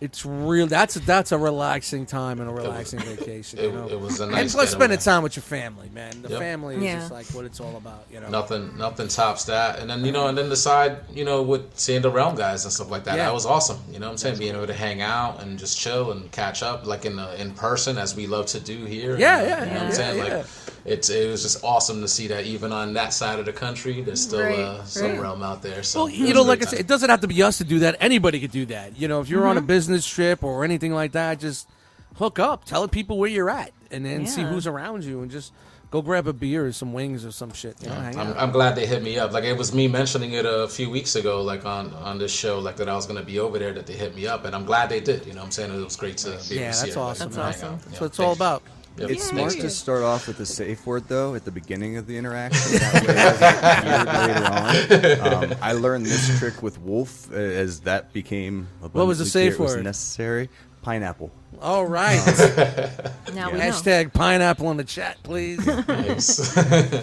Speaker 2: it's real. That's that's a relaxing time and a relaxing vacation.
Speaker 4: It,
Speaker 2: you know?
Speaker 4: it was a nice.
Speaker 2: and plus, spending
Speaker 4: getaway.
Speaker 2: time with your family, man. The
Speaker 4: Yep.
Speaker 2: family is
Speaker 1: Yeah.
Speaker 2: just like what it's all about, you know.
Speaker 4: Nothing, nothing tops that. And then you know, and then decide you know with seeing the realm guys and stuff like that.
Speaker 2: Yeah.
Speaker 4: That was awesome. You know, what I'm saying being able to hang out and just chill and catch up like in the, in person as we love to do here.
Speaker 2: Yeah,
Speaker 4: And,
Speaker 2: yeah,
Speaker 4: You know what I'm
Speaker 2: yeah,
Speaker 4: saying?
Speaker 2: yeah.
Speaker 4: Like it's it was just awesome to see that even on that side of the country, there's still
Speaker 1: Right,
Speaker 4: uh, some
Speaker 1: right.
Speaker 4: realm out there. So
Speaker 2: Well,
Speaker 4: it was
Speaker 2: you
Speaker 4: a
Speaker 2: know,
Speaker 4: great
Speaker 2: like I
Speaker 4: time.
Speaker 2: said, it doesn't have to be us to do that. Anybody could do that. You know, if you're on a business trip or anything like that, just hook up, tell people where you're at, and then see
Speaker 1: Yeah.
Speaker 2: who's around you, and just Go grab a beer or some wings or some shit. You know, hang
Speaker 4: I'm,
Speaker 2: out.
Speaker 4: I'm glad they hit me up. Like it was me mentioning it a few weeks ago, like on on this show, like that I was gonna be over there. That they hit me up, and I'm glad they did. You know, what I'm saying it was great to be
Speaker 2: Yeah,
Speaker 4: able to see
Speaker 2: that's
Speaker 4: everybody
Speaker 2: awesome,
Speaker 4: and
Speaker 1: man.
Speaker 4: hang out.
Speaker 1: That's
Speaker 2: That's
Speaker 4: Yeah,
Speaker 2: what it's all
Speaker 4: thanks.
Speaker 2: about.
Speaker 4: Yep,
Speaker 3: It's
Speaker 4: thanks.
Speaker 3: smart
Speaker 1: yeah.
Speaker 3: to start off with the safe word though at the beginning of the interaction. That way it doesn't get weird later on. Um, I learned this trick with Wolf uh, as that became
Speaker 2: What was the
Speaker 3: abundantly
Speaker 2: safe
Speaker 3: clear it was
Speaker 2: word?
Speaker 3: necessary. Pineapple.
Speaker 2: All right.
Speaker 1: Now we know.
Speaker 2: Hashtag pineapple in the chat, please.
Speaker 4: Thanks.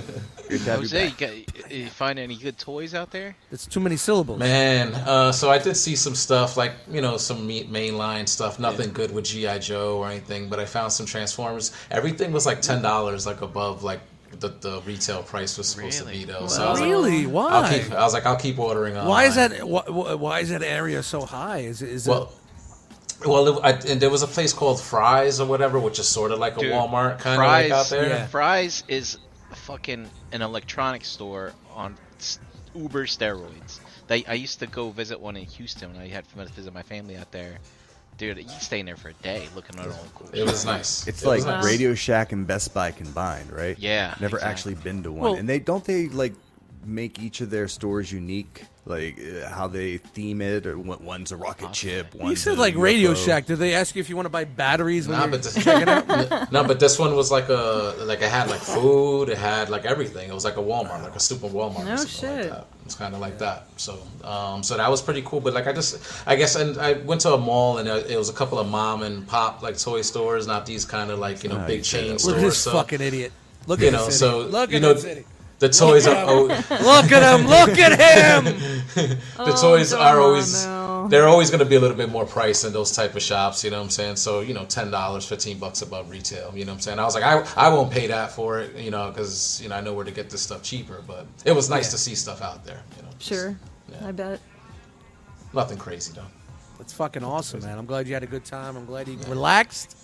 Speaker 3: Good to have you
Speaker 5: Jose, you,
Speaker 3: back.
Speaker 5: got, you find any good toys out there?
Speaker 2: It's too many syllables.
Speaker 4: Man, uh, so I did see some stuff like you know some me- mainline stuff. Nothing good with GI Joe or anything, but I found some Transformers. Everything was like ten dollars, like above like the, the retail price was supposed
Speaker 5: Really?
Speaker 4: to be though. So I was like,
Speaker 2: really?
Speaker 4: I'll
Speaker 2: Why?
Speaker 4: keep. I was like, I'll keep ordering. Online.
Speaker 2: Why is that? Why, why is that area so high? Is it- is it?
Speaker 4: Well, well, it, I, and there was a place called Fry's or whatever, which is sort of like a
Speaker 5: Dude,
Speaker 4: Walmart kind
Speaker 5: Fry's,
Speaker 4: of like out there.
Speaker 2: yeah.
Speaker 5: Fry's is fucking an electronics store on s- uber steroids. They, I used to go visit one in Houston when I had to visit my family out there. Dude, you stay in there for a day looking at all the cool
Speaker 4: It was nice.
Speaker 3: It's
Speaker 4: It was
Speaker 3: like
Speaker 4: nice.
Speaker 3: Radio Shack and Best Buy combined, right?
Speaker 5: Yeah,
Speaker 3: Never
Speaker 5: exactly.
Speaker 3: actually been to one.
Speaker 2: Well-
Speaker 3: and they don't they like make each of their stores unique, like uh, how they theme it, or one- one's a rocket chip. One's
Speaker 2: you said
Speaker 3: a
Speaker 2: like Radio
Speaker 3: UFO.
Speaker 2: Shack. Did they ask you if you want to buy batteries? When
Speaker 4: Nah,
Speaker 2: you're
Speaker 4: but this,
Speaker 2: checking out?
Speaker 4: no, but this one was like a like it had like food, it had like everything. It was like a Walmart, like a super Walmart.
Speaker 1: No
Speaker 4: or something
Speaker 1: shit.
Speaker 4: Like that. It's kind of like that. So, um, so that was pretty cool. But like I just, I guess, and I went to a mall and it was a couple of mom and pop like toy stores, not these kind of like you know big chain
Speaker 2: Look
Speaker 4: stores.
Speaker 2: at this
Speaker 4: so,
Speaker 2: fucking idiot. Look
Speaker 4: you
Speaker 2: at
Speaker 4: know,
Speaker 2: this
Speaker 4: so
Speaker 2: idiot. Look
Speaker 4: you
Speaker 2: at
Speaker 4: know,
Speaker 2: this idiot.
Speaker 4: the toys are. Oh,
Speaker 2: Look at him. Look at him.
Speaker 4: the toys
Speaker 1: Oh, don't
Speaker 4: are always
Speaker 1: know.
Speaker 4: they're always going to be a little bit more priced in those type of shops you know what i'm saying so you know $10 15 bucks above retail you know what i'm saying i was like i, I won't pay that for it you know because you know i know where to get this stuff cheaper but it was nice
Speaker 2: Yeah.
Speaker 4: to see stuff out there you know just
Speaker 1: Sure.
Speaker 4: Yeah.
Speaker 1: I bet.
Speaker 4: nothing crazy though
Speaker 2: That's fucking awesome, man. I'm glad you had a good time. I'm glad you relaxed,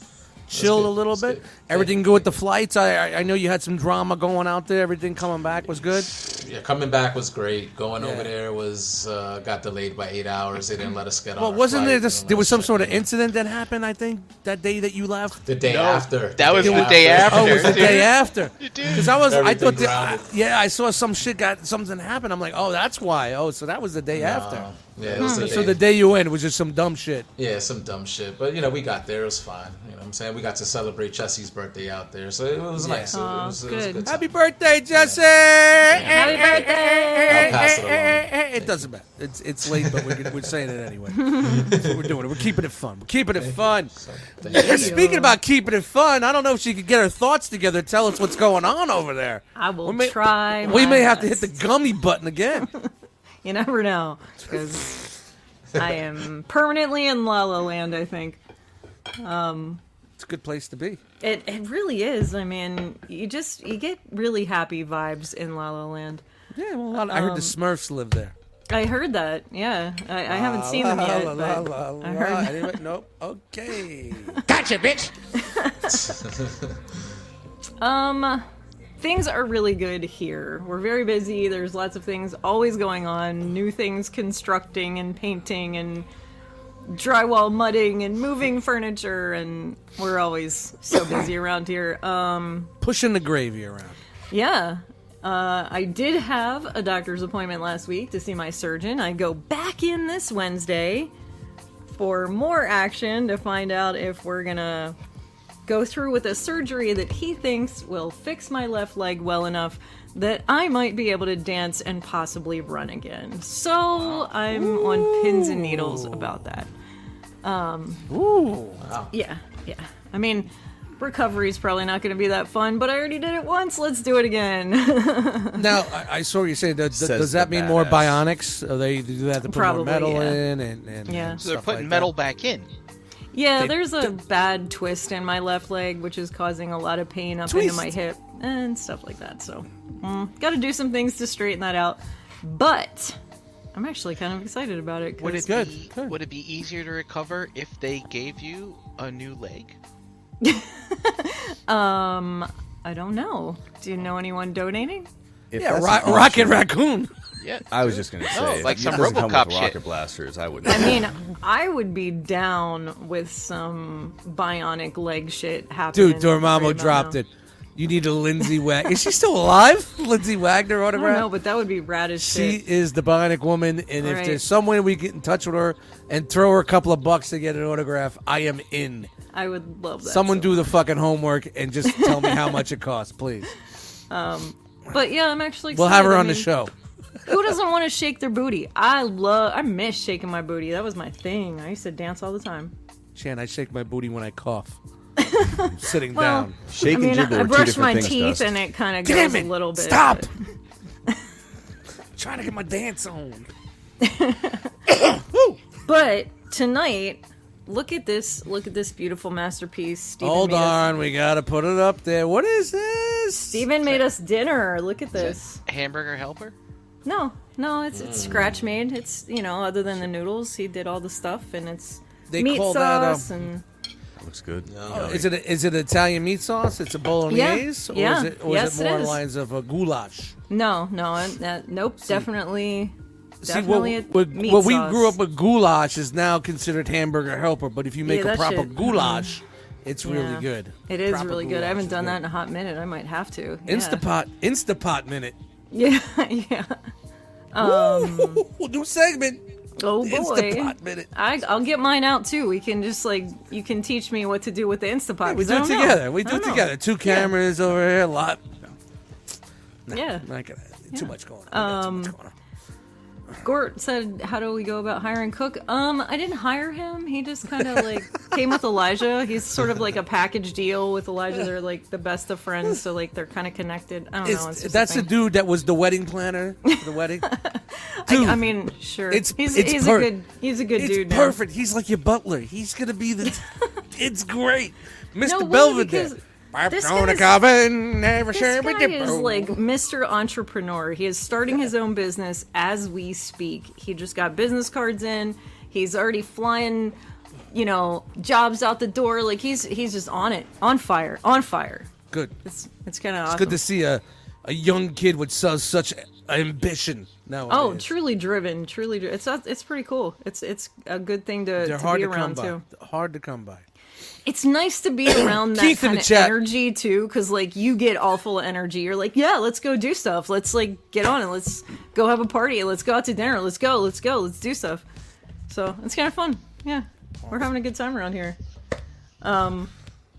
Speaker 2: chilled
Speaker 4: good.
Speaker 2: a little
Speaker 4: That's
Speaker 2: bit.
Speaker 4: good.
Speaker 2: Everything good with the flights? I, I I know you had some drama going out there. Everything coming back was good.
Speaker 4: yeah coming back was great going
Speaker 2: Yeah.
Speaker 4: over there was uh, got delayed by eight hours they didn't let us get on
Speaker 2: Well,
Speaker 4: our
Speaker 2: wasn't there
Speaker 4: flight. uh, They
Speaker 2: this,
Speaker 4: didn't
Speaker 2: there
Speaker 4: let
Speaker 2: was
Speaker 4: us
Speaker 2: some
Speaker 4: check
Speaker 2: sort of
Speaker 4: in.
Speaker 2: incident that happened? I think that day that you left.
Speaker 4: the day after
Speaker 5: that was the day after.
Speaker 2: Oh, it was the
Speaker 5: dude.
Speaker 2: day after. Because I was, I
Speaker 4: Everything
Speaker 2: thought, that,
Speaker 4: grounded.
Speaker 2: yeah, I saw some shit got something happened. I'm like, oh, that's why. Oh, so that was the day
Speaker 4: Uh,
Speaker 2: after.
Speaker 4: yeah it was
Speaker 1: Hmm.
Speaker 4: the
Speaker 2: So
Speaker 4: day
Speaker 2: the day you went was just some dumb shit.
Speaker 4: Yeah, some dumb shit. But, you know, we got there. It was fine. You know what I'm saying? We got to celebrate Jesse's birthday out there. So it was nice. It,
Speaker 1: Aw,
Speaker 4: was, it was a
Speaker 1: good.
Speaker 4: good time.
Speaker 2: Happy birthday, Jesse! Eh,
Speaker 1: Happy birthday!
Speaker 4: I'll pass it along.
Speaker 2: It doesn't matter. It's it's late, but we're, we're saying it anyway. That's what we're doing. We're keeping it fun. We're keeping it fun.
Speaker 4: So, thank you.
Speaker 2: Speaking about keeping it fun, I don't know if she could get her thoughts together. and Tell us what's going on over there.
Speaker 1: I will
Speaker 2: We may-
Speaker 1: try.
Speaker 2: We
Speaker 1: my
Speaker 2: may have to hit
Speaker 1: best.
Speaker 2: the gummy button again.
Speaker 1: You never know, because I am permanently in La La Land. I think
Speaker 2: It's a good place to be.
Speaker 1: it it really is. I mean, you just you get really happy vibes in La La Land.
Speaker 2: Yeah, well, a lot- I heard
Speaker 1: um,
Speaker 2: the Smurfs live there.
Speaker 1: I heard that. Yeah, I, I haven't seen them
Speaker 2: La,
Speaker 1: yet.
Speaker 2: la, la,
Speaker 1: but
Speaker 2: la, la.
Speaker 1: I heard that.
Speaker 2: Anyway, nope. Okay.
Speaker 1: Um, things are really good here. We're very busy. There's lots of things always going on. New things constructing and painting and drywall mudding and moving furniture and we're always so busy around here. Um,
Speaker 2: Pushing the gravy around.
Speaker 1: yeah. Uh, I did have a doctor's appointment last week to see my surgeon. I go back in this Wednesday for more action to find out if we're gonna go through with a surgery that he thinks will fix my left leg well enough that I might be able to dance and possibly run again. So I'm on pins and needles about that. Um,
Speaker 2: Ooh.
Speaker 1: Yeah, yeah. I mean, recovery's probably not gonna be that fun, but I already did it once. Let's do it again.
Speaker 2: Now I, I saw you say that.
Speaker 3: Says
Speaker 2: does that
Speaker 3: the
Speaker 2: mean more
Speaker 3: badass.
Speaker 2: bionics? Are they do that to put
Speaker 1: Probably,
Speaker 2: more metal
Speaker 1: yeah.
Speaker 2: in and, and
Speaker 1: Yeah.
Speaker 2: and
Speaker 5: So they're
Speaker 2: stuff
Speaker 5: putting
Speaker 2: like
Speaker 5: metal
Speaker 2: That.
Speaker 5: back in.
Speaker 1: Yeah,
Speaker 2: They-
Speaker 1: there's a bad twist in my left leg, which is causing a lot of pain up into
Speaker 2: Twist.
Speaker 1: my hip and stuff like that. So, mm, got to do some things to straighten that out. But I'm actually kind of excited about it. 'cause-
Speaker 5: Would it
Speaker 2: Good,
Speaker 5: be
Speaker 2: good.
Speaker 5: would it be easier to recover if they gave you a new leg?
Speaker 1: I don't know. Do you know anyone donating?
Speaker 3: If
Speaker 2: Yeah,
Speaker 3: that's
Speaker 2: ro-
Speaker 3: an
Speaker 2: Rocket
Speaker 3: option-
Speaker 2: Raccoon.
Speaker 5: Yeah.
Speaker 3: I was just gonna
Speaker 5: No,
Speaker 3: say,
Speaker 5: like
Speaker 3: if it
Speaker 5: some
Speaker 3: doesn't come with
Speaker 5: RoboCop shit.
Speaker 3: rocket blasters. I would.
Speaker 1: I mean, I would be down with some bionic leg shit happening.
Speaker 2: Dude, Dormammu dropped it. You need a Lindsay Wagner. Is she still alive? Lindsay Wagner
Speaker 1: I don't
Speaker 2: autograph?
Speaker 1: know, but that would be rad as
Speaker 2: She
Speaker 1: shit.
Speaker 2: is the bionic woman, and if
Speaker 1: Right.
Speaker 2: there's some way we get in touch with her and throw her a couple of bucks to get an autograph, I am in.
Speaker 1: I would love that.
Speaker 2: Someone
Speaker 1: so
Speaker 2: do the fucking homework and just tell me how much it costs, please.
Speaker 1: But yeah, I'm actually.
Speaker 2: We'll have
Speaker 1: excited.
Speaker 2: her
Speaker 1: I
Speaker 2: on the
Speaker 1: mean,
Speaker 2: show.
Speaker 1: Who doesn't want to shake their booty? I love. I miss shaking my booty. That was my thing. I used to dance all the time.
Speaker 2: Shan, I shake my booty when I cough. I'm sitting
Speaker 1: Well,
Speaker 2: down.
Speaker 3: Shake
Speaker 1: I mean,
Speaker 3: and jiggle
Speaker 1: I
Speaker 3: are two
Speaker 1: brushed
Speaker 3: different
Speaker 1: my
Speaker 3: things,
Speaker 1: teeth
Speaker 3: Dust.
Speaker 1: and it kind of
Speaker 2: Damn
Speaker 1: goes
Speaker 2: it!
Speaker 1: a little bit.
Speaker 2: Stop!
Speaker 1: but-
Speaker 2: Trying to get my dance on.
Speaker 1: But tonight, look at this. Look at this beautiful masterpiece. Steven
Speaker 2: Hold
Speaker 1: made Us,
Speaker 2: on, we gotta put it up there. What is this?
Speaker 1: Steven made us dinner. Look at this.
Speaker 5: Hamburger helper?
Speaker 1: No, no, it's it's
Speaker 2: Mm.
Speaker 1: scratch made. It's you know, other than the noodles, he did all the stuff, and it's
Speaker 2: They
Speaker 1: meat
Speaker 2: call that, um,
Speaker 1: sauce and
Speaker 3: Looks good.
Speaker 2: Oh, Is it is it Italian meat sauce? It's a bolognese, or
Speaker 1: yeah.
Speaker 2: is it or
Speaker 1: Yes,
Speaker 2: is it
Speaker 1: it
Speaker 2: more
Speaker 1: is.
Speaker 2: lines of a goulash?
Speaker 1: no, no, and that, nope, definitely, definitely
Speaker 2: See,
Speaker 1: a
Speaker 2: what, what,
Speaker 1: meat
Speaker 2: what we
Speaker 1: sauce.
Speaker 2: grew up with goulash is now considered hamburger helper, but if you make
Speaker 1: Yeah,
Speaker 2: a
Speaker 1: that
Speaker 2: proper
Speaker 1: shit-
Speaker 2: goulash, it's really
Speaker 1: Yeah.
Speaker 2: good.
Speaker 1: It is
Speaker 2: Proper
Speaker 1: really good. I
Speaker 2: goulash
Speaker 1: haven't
Speaker 2: is
Speaker 1: done
Speaker 2: good.
Speaker 1: that in a hot minute. I might have to. Yeah.
Speaker 2: Instapot, Instapot minute.
Speaker 1: Yeah, yeah. Um,
Speaker 2: Ooh, new segment.
Speaker 1: Oh boy.
Speaker 2: Instapot minute.
Speaker 1: I, I'll get mine out too. We can just like you can teach me what to do with the Instapot.
Speaker 2: We
Speaker 1: 'cause
Speaker 2: do
Speaker 1: I
Speaker 2: it
Speaker 1: don't know.
Speaker 2: together. We
Speaker 1: I
Speaker 2: do
Speaker 1: don't
Speaker 2: it
Speaker 1: know.
Speaker 2: together. Two cameras over here. A lot.
Speaker 1: Yeah. Um,
Speaker 2: Not gonna. Too much going on. We got too much going on.
Speaker 1: Gort said, "How do we go about hiring Cook?" Um, I didn't hire him. He just kind of like came with Elijah. He's sort of like a package deal with Elijah. They're like the best of friends, so like they're kind of connected. I don't know. It's
Speaker 2: Is,
Speaker 1: just
Speaker 2: that's
Speaker 1: a
Speaker 2: the
Speaker 1: thing.
Speaker 2: dude that was the wedding planner for the wedding. dude,
Speaker 1: I mean, sure.
Speaker 2: It's-
Speaker 1: he's
Speaker 2: it's
Speaker 1: he's
Speaker 2: per-
Speaker 1: a good he's a good
Speaker 2: it's
Speaker 1: dude. now.
Speaker 2: perfect. He's like your butler. He's gonna be the. it's great, Mr.
Speaker 1: No way,
Speaker 2: Belvedere.
Speaker 1: because
Speaker 2: I'm
Speaker 1: this
Speaker 2: gonna
Speaker 1: guy's-
Speaker 2: come and never share
Speaker 1: This
Speaker 2: with
Speaker 1: guy
Speaker 2: you.
Speaker 1: is like Mr. Entrepreneur. He is starting his own business as we speak. He just got business cards in. He's already flying, you know, jobs out the door. Like he's he's just on it, on fire, on fire.
Speaker 2: good. It's
Speaker 1: It's it's kind of awesome.
Speaker 2: good to see a a young kid with such such ambition. Now,
Speaker 1: oh, truly driven, truly. Dri- it's not- it's pretty cool. It's it's a good thing to,
Speaker 2: They're
Speaker 1: to
Speaker 2: hard
Speaker 1: be
Speaker 2: to come
Speaker 1: around
Speaker 2: by.
Speaker 1: too.
Speaker 2: Hard to come by.
Speaker 1: It's nice to be around that
Speaker 2: Keith in
Speaker 1: kind
Speaker 2: the
Speaker 1: of
Speaker 2: chat.
Speaker 1: energy too, because like you get all full of energy. You're like, yeah, let's go do stuff. Let's like get on it. Let's go have a party. Let's go out to dinner. Let's go. Let's go. Let's do stuff. So it's kind of fun. Yeah, we're having a good time around here. Um,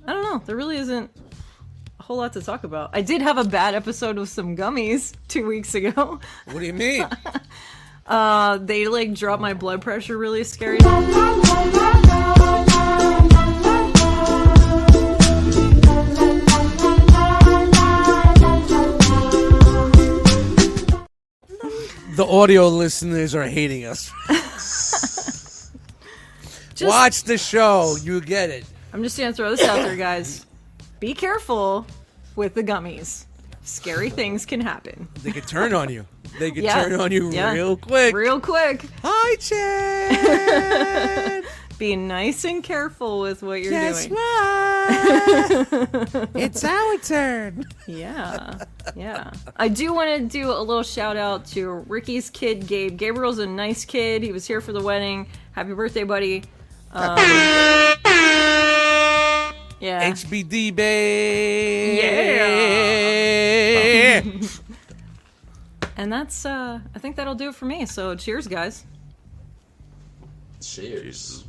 Speaker 1: I don't know. There really isn't a whole lot to talk about. I did have a bad episode with some gummies two weeks ago.
Speaker 2: What do you mean?
Speaker 1: Uh, they like dropped my blood pressure really scary.
Speaker 2: the audio listeners are hating us.
Speaker 1: Just-
Speaker 2: Watch the show. You get it.
Speaker 1: I'm just gonna throw this out there, guys. Be careful with the gummies. Scary things can happen.
Speaker 2: They could turn on you. They could
Speaker 1: Yeah.
Speaker 2: turn on you
Speaker 1: Yeah.
Speaker 2: real quick.
Speaker 1: Real quick,
Speaker 2: Hi, Chad.
Speaker 1: be nice and careful with what you're
Speaker 2: Guess
Speaker 1: doing.
Speaker 2: what? it's our turn.
Speaker 1: Yeah, yeah. I do want to do a little shout out to Ricky's kid, Gabe. Gabriel's a nice kid. He was here for the wedding. Happy birthday, buddy. Um, yeah.
Speaker 2: HBD, babe.
Speaker 1: Yeah. And that's, uh, I think that'll do it for me. So cheers, guys.
Speaker 4: Cheers.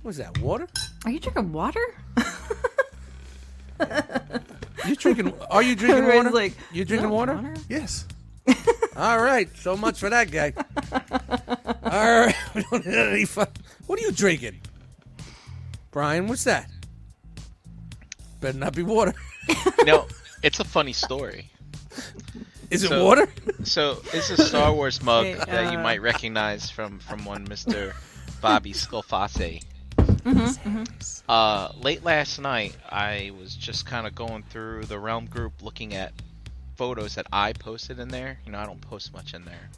Speaker 2: What's that, water?
Speaker 1: Are you drinking water?
Speaker 2: You drinking? Are you drinking
Speaker 1: Everybody's
Speaker 2: water?
Speaker 1: like,
Speaker 2: you drinking
Speaker 1: "No,
Speaker 2: water?
Speaker 3: Yes.
Speaker 2: All right. So much for that guy. All right. We don't need any fun. What are you drinking, Brian? What's that? Better not be water.
Speaker 5: No, it's a funny story.
Speaker 2: Is it
Speaker 5: So-
Speaker 2: water?
Speaker 5: So it's a Star Wars mug
Speaker 1: Hey,
Speaker 5: that you
Speaker 1: uh,
Speaker 5: might recognize from from one Mister Bobby Scolfase.
Speaker 1: Mm-hmm,
Speaker 5: Uh, late last night, I was just kind of going through the Realm group, looking at photos that I posted in there. You know, I don't post much in there,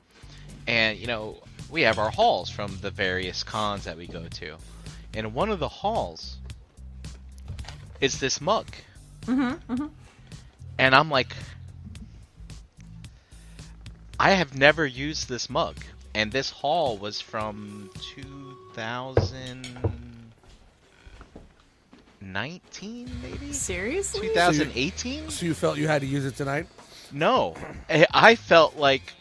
Speaker 5: and you know, we have our halls from the various cons that we go to, and one of the halls is this mug. Mm-hmm, And I'm like, I have never used this mug, and this haul was from 2009, 2019, maybe
Speaker 1: Seriously?
Speaker 5: 2018.
Speaker 2: So you felt you had to use it tonight?
Speaker 5: No, I I felt like,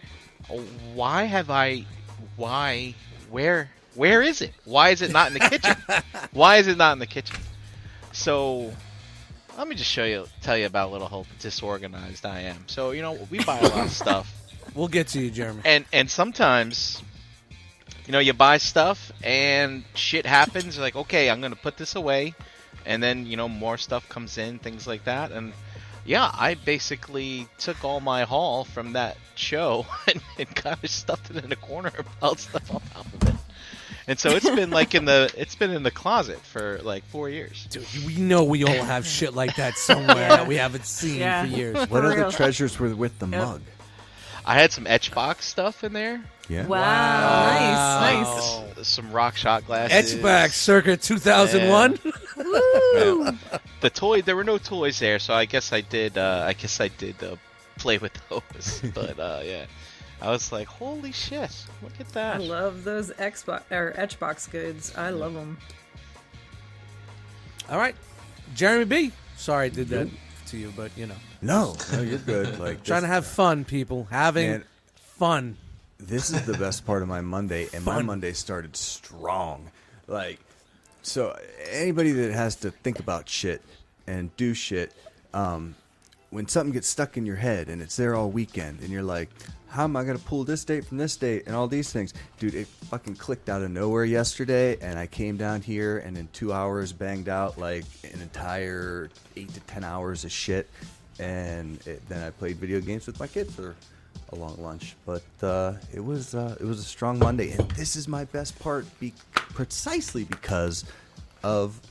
Speaker 5: why have I, why, where, where is it? Why is it not in the kitchen? why is it not in the kitchen? So, let me just show you, tell you about a little how disorganized I am. So you know, we buy a lot of stuff,
Speaker 2: We'll get to you, Jeremy.
Speaker 5: and and sometimes, you know, you buy stuff and shit happens. You're like, okay, I'm gonna put this away, and then you know more stuff comes in, things like that, and yeah, I basically took all my haul from that show and, and kind of stuffed it in a corner and piled stuff on top of it. And so it's been like in the it's been in the closet for like four years.
Speaker 2: Dude, we know we all have shit like that somewhere that we haven't seen
Speaker 1: Yeah.
Speaker 2: for years.
Speaker 3: What
Speaker 1: For
Speaker 3: other
Speaker 1: real.
Speaker 3: treasures were with the
Speaker 1: Yep.
Speaker 3: mug?
Speaker 5: I had some Etchbox stuff in there,
Speaker 3: Yeah.
Speaker 1: Wow. Nice. Nice.
Speaker 2: Oh.
Speaker 5: s- some rock shot glasses,
Speaker 2: Etchback circa 2001.
Speaker 5: the toy there were no toys there so i guess i did uh i guess i did uh, play with those but uh yeah i was like holy shit look at
Speaker 1: I
Speaker 5: that
Speaker 1: love those Xbox or Xbox goods. I love them.
Speaker 2: All right. Jeremy B. Sorry I did that to you, but you know.
Speaker 3: No, no, you're good. Like
Speaker 2: Trying to
Speaker 3: this-
Speaker 2: have fun, people. Having
Speaker 3: Man.
Speaker 2: fun.
Speaker 3: this is the best part of my Monday, and my
Speaker 2: Fun.
Speaker 3: Monday started strong. Like, so anybody that has to think about shit and do shit, um, when something gets stuck in your head and it's there all weekend, and you're like, how am I going to pull this date from this date and all these things? Dude, it fucking clicked out of nowhere yesterday, and I came down here and in two hours banged out like an entire eight to ten hours of shit. And it, then I played video games with my kids for a long lunch, but uh, it was uh, it was a strong Monday, and this is my best part, be- precisely because of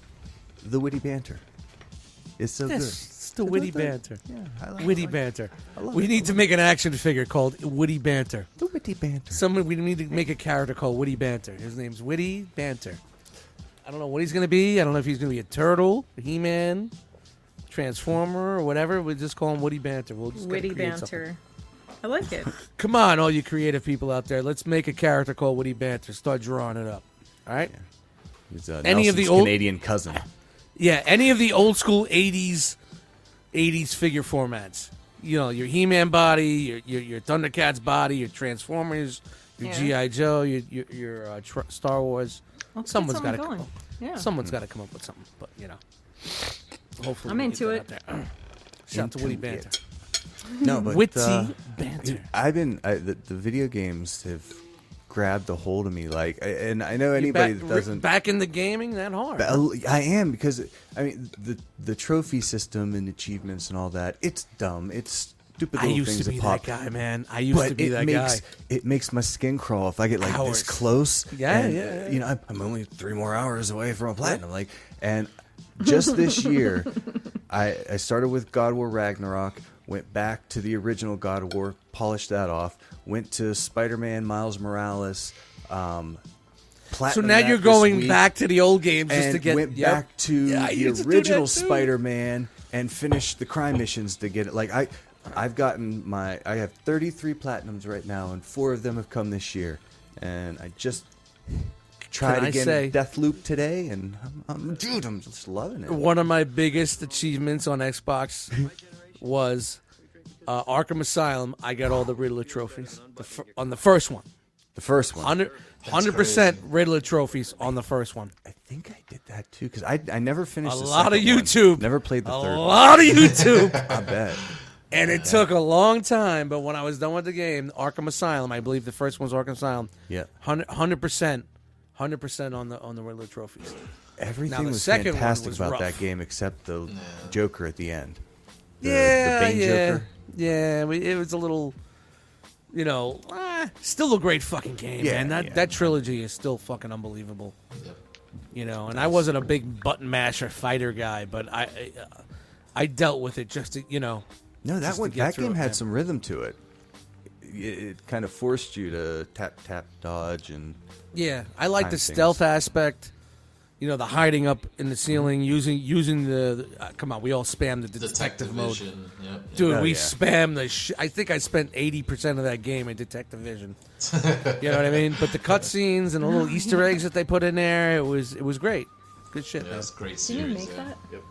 Speaker 3: the witty banter. It's so
Speaker 2: Yes,
Speaker 3: good.
Speaker 2: it's the witty banter.
Speaker 3: Yeah, I like,
Speaker 2: Witty
Speaker 3: I like
Speaker 2: banter.
Speaker 3: I love
Speaker 2: We
Speaker 3: it.
Speaker 2: need to make an action figure called Woody Banter.
Speaker 3: the witty banter.
Speaker 2: Someone we need to make a character called Woody Banter. His name's Woody Banter. I don't know what he's gonna be. I don't know if he's gonna be a turtle, He Man, Transformer, or whatever. We just call him Woody Banter. We'll just gotta
Speaker 1: Witty
Speaker 2: create
Speaker 1: banter.
Speaker 2: something.
Speaker 1: I like it.
Speaker 2: Come on, all you creative people out there. Let's make a character called Woody Banter. Start drawing it up. All right.
Speaker 3: It's, uh,
Speaker 2: Any of
Speaker 3: Nelson's
Speaker 2: the old-
Speaker 3: Canadian cousin.
Speaker 2: Yeah, any of the old school '80s '80s figure formats. You know, your He-Man body, your your, your Thundercats body, your Transformers, your
Speaker 1: Yeah.
Speaker 2: GI Joe, your your, your uh, tr- Star Wars.
Speaker 1: Let's get
Speaker 2: Someone's got
Speaker 1: something
Speaker 2: to come.
Speaker 1: going.
Speaker 2: Up.
Speaker 1: Yeah.
Speaker 2: Someone's got to come up with something, but you know. Hopefully,
Speaker 1: I'm
Speaker 2: we
Speaker 1: into
Speaker 2: get that out there. Shout out to Woody
Speaker 3: Into
Speaker 2: Banter.
Speaker 3: it. No, but
Speaker 2: Witty
Speaker 3: uh,
Speaker 2: Banter.
Speaker 3: I've been I, the, the video games have grabbed a hold of me. Like, I- and I know
Speaker 2: You
Speaker 3: anybody
Speaker 2: back,
Speaker 3: that
Speaker 2: re-
Speaker 3: doesn't.
Speaker 2: back in the gaming that hard.
Speaker 3: But uh, I I am because I mean the the trophy system and achievements and all that. It's dumb. It's stupid.
Speaker 2: I
Speaker 3: Little
Speaker 2: used
Speaker 3: things
Speaker 2: to be
Speaker 3: pop,
Speaker 2: that guy, man. I used
Speaker 3: But
Speaker 2: to be
Speaker 3: it
Speaker 2: that
Speaker 3: makes
Speaker 2: guy.
Speaker 3: it makes my skin crawl if I get like
Speaker 2: Hours.
Speaker 3: this close.
Speaker 2: Yeah,
Speaker 3: and,
Speaker 2: yeah,
Speaker 3: uh,
Speaker 2: yeah.
Speaker 3: You know, I'm, I'm only three more hours away from a platinum. Like, and just this year, I I started with God of War Ragnarok. Went back to the original God of War, polished that off. Went to Spider-Man Miles Morales. Um,
Speaker 2: So
Speaker 3: platinum
Speaker 2: now
Speaker 3: that
Speaker 2: you're
Speaker 3: this
Speaker 2: going
Speaker 3: week
Speaker 2: back to the old games
Speaker 3: and
Speaker 2: just to get
Speaker 3: went
Speaker 2: yep.
Speaker 3: back to
Speaker 2: Yeah, I
Speaker 3: the
Speaker 2: used to do that
Speaker 3: original
Speaker 2: too.
Speaker 3: Spider-Man and finished the crime missions to get it. Like I, I've gotten my I have 33 platinums right now, and four of them have come this year. And I just tried
Speaker 2: Can I
Speaker 3: again
Speaker 2: say-
Speaker 3: Death Loop today, and I'm, I'm, dude, I'm just loving it.
Speaker 2: one of my biggest achievements on Xbox was uh, Arkham Asylum. I got all the Riddler trophies the fir- on the first one.
Speaker 3: The first one,
Speaker 2: 100 percent Riddler trophies on the first one.
Speaker 3: I think I did that too because I I never
Speaker 2: A
Speaker 3: finished the
Speaker 2: lot of
Speaker 3: second one.
Speaker 2: YouTube.
Speaker 3: Never played the
Speaker 2: a
Speaker 3: third. one.
Speaker 2: lot of YouTube,
Speaker 3: I bet.
Speaker 2: and it took a long time. But when I was done with the game, Arkham Asylum, I believe the first one's Arkham Asylum.
Speaker 3: Yeah.
Speaker 2: 100 percent, hundred percent on the on the Riddler trophies.
Speaker 3: Everything
Speaker 2: the
Speaker 3: was
Speaker 2: second one
Speaker 3: fantastic
Speaker 2: was
Speaker 3: about
Speaker 2: rough.
Speaker 3: that game except the Joker at the end. The,
Speaker 2: yeah,
Speaker 3: the Bane
Speaker 2: yeah,
Speaker 3: Joker.
Speaker 2: yeah. we- It was a little, you know, ah, still a great fucking game,
Speaker 3: Yeah,
Speaker 2: man. That
Speaker 3: yeah.
Speaker 2: that trilogy is still fucking unbelievable. You know, and I wasn't a big button masher fighter guy, but I, I, uh, I dealt with it just to, you know, just
Speaker 3: No, that
Speaker 2: to
Speaker 3: one,
Speaker 2: get
Speaker 3: that
Speaker 2: through
Speaker 3: game
Speaker 2: it, man.
Speaker 3: had some rhythm to it. It, it kind of forced you to tap, tap, dodge, and
Speaker 2: Yeah, I like the
Speaker 3: time things.
Speaker 2: stealth aspect. You know, the hiding up in the ceiling,
Speaker 3: Mm-hmm.
Speaker 2: using using the. the- uh, come on, we all spam the detective,
Speaker 4: Detective
Speaker 2: mode.
Speaker 4: Vision. Yep.
Speaker 2: Dude,
Speaker 3: Oh,
Speaker 2: we
Speaker 3: yeah.
Speaker 2: spam the. Sh- I think I spent eighty percent of that game in Detective Vision. you know what I mean? But the cutscenes and the little Easter eggs that they put in there, it was it was great. Good shit,
Speaker 4: Yeah,
Speaker 2: man.
Speaker 4: it's a great
Speaker 1: you
Speaker 4: series.
Speaker 1: make
Speaker 4: yeah.
Speaker 1: that?
Speaker 4: Yep.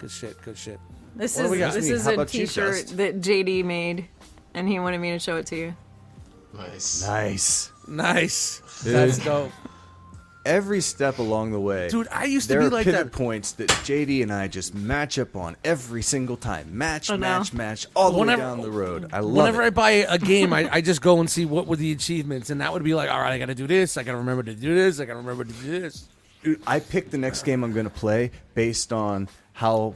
Speaker 2: Good shit. Good shit.
Speaker 1: This
Speaker 2: What do
Speaker 1: is
Speaker 2: we got?
Speaker 1: this
Speaker 3: Sneak,
Speaker 1: is
Speaker 3: how
Speaker 1: a
Speaker 3: about you,
Speaker 1: T-shirt
Speaker 3: Dust?
Speaker 1: that JD made, and he wanted me to show it to you.
Speaker 4: Nice.
Speaker 3: Nice.
Speaker 2: Nice.
Speaker 3: Dude.
Speaker 2: That's dope.
Speaker 3: Every step along the way,
Speaker 2: Dude, I used to
Speaker 3: there
Speaker 2: be
Speaker 3: are
Speaker 2: like that.
Speaker 3: pivot points that JD and I just match up on every single time. Match,
Speaker 1: Oh, no.
Speaker 3: match, match, all the
Speaker 2: Whenever-
Speaker 3: way down the road. I love
Speaker 2: Whenever
Speaker 3: it.
Speaker 2: I buy a game, I, I just go and see what were the achievements, and that would be like, all right, I got to do this. I got to remember to do this. I got to remember to do this.
Speaker 3: Dude, I pick the next game I'm going to play based on how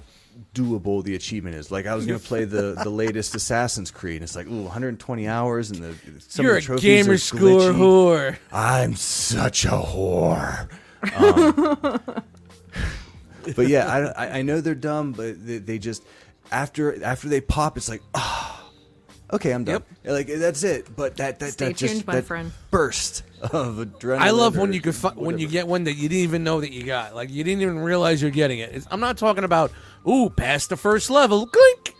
Speaker 3: doable the achievement is. Like I was going to play the the latest Assassin's Creed. And it's like ooh, 120 hours, and the some
Speaker 2: You're
Speaker 3: of
Speaker 2: a
Speaker 3: the trophies
Speaker 2: gamer
Speaker 3: are
Speaker 2: score
Speaker 3: glitchy.
Speaker 2: whore.
Speaker 3: I'm such a whore. Um, but yeah, I, I- I know they're dumb, but they, they just after after they pop, it's like ah, okay, I'm done. Like that's it. But that that,
Speaker 1: Stay
Speaker 3: that just
Speaker 1: tuned, my
Speaker 3: that
Speaker 1: friend.
Speaker 3: burst of adrenaline.
Speaker 2: I love when
Speaker 3: or
Speaker 2: you can fi- when you
Speaker 3: whatever.
Speaker 2: get one that you didn't even know that you got. Like you didn't even realize you're getting it. It's, I'm not talking about ooh, past the first level, clink.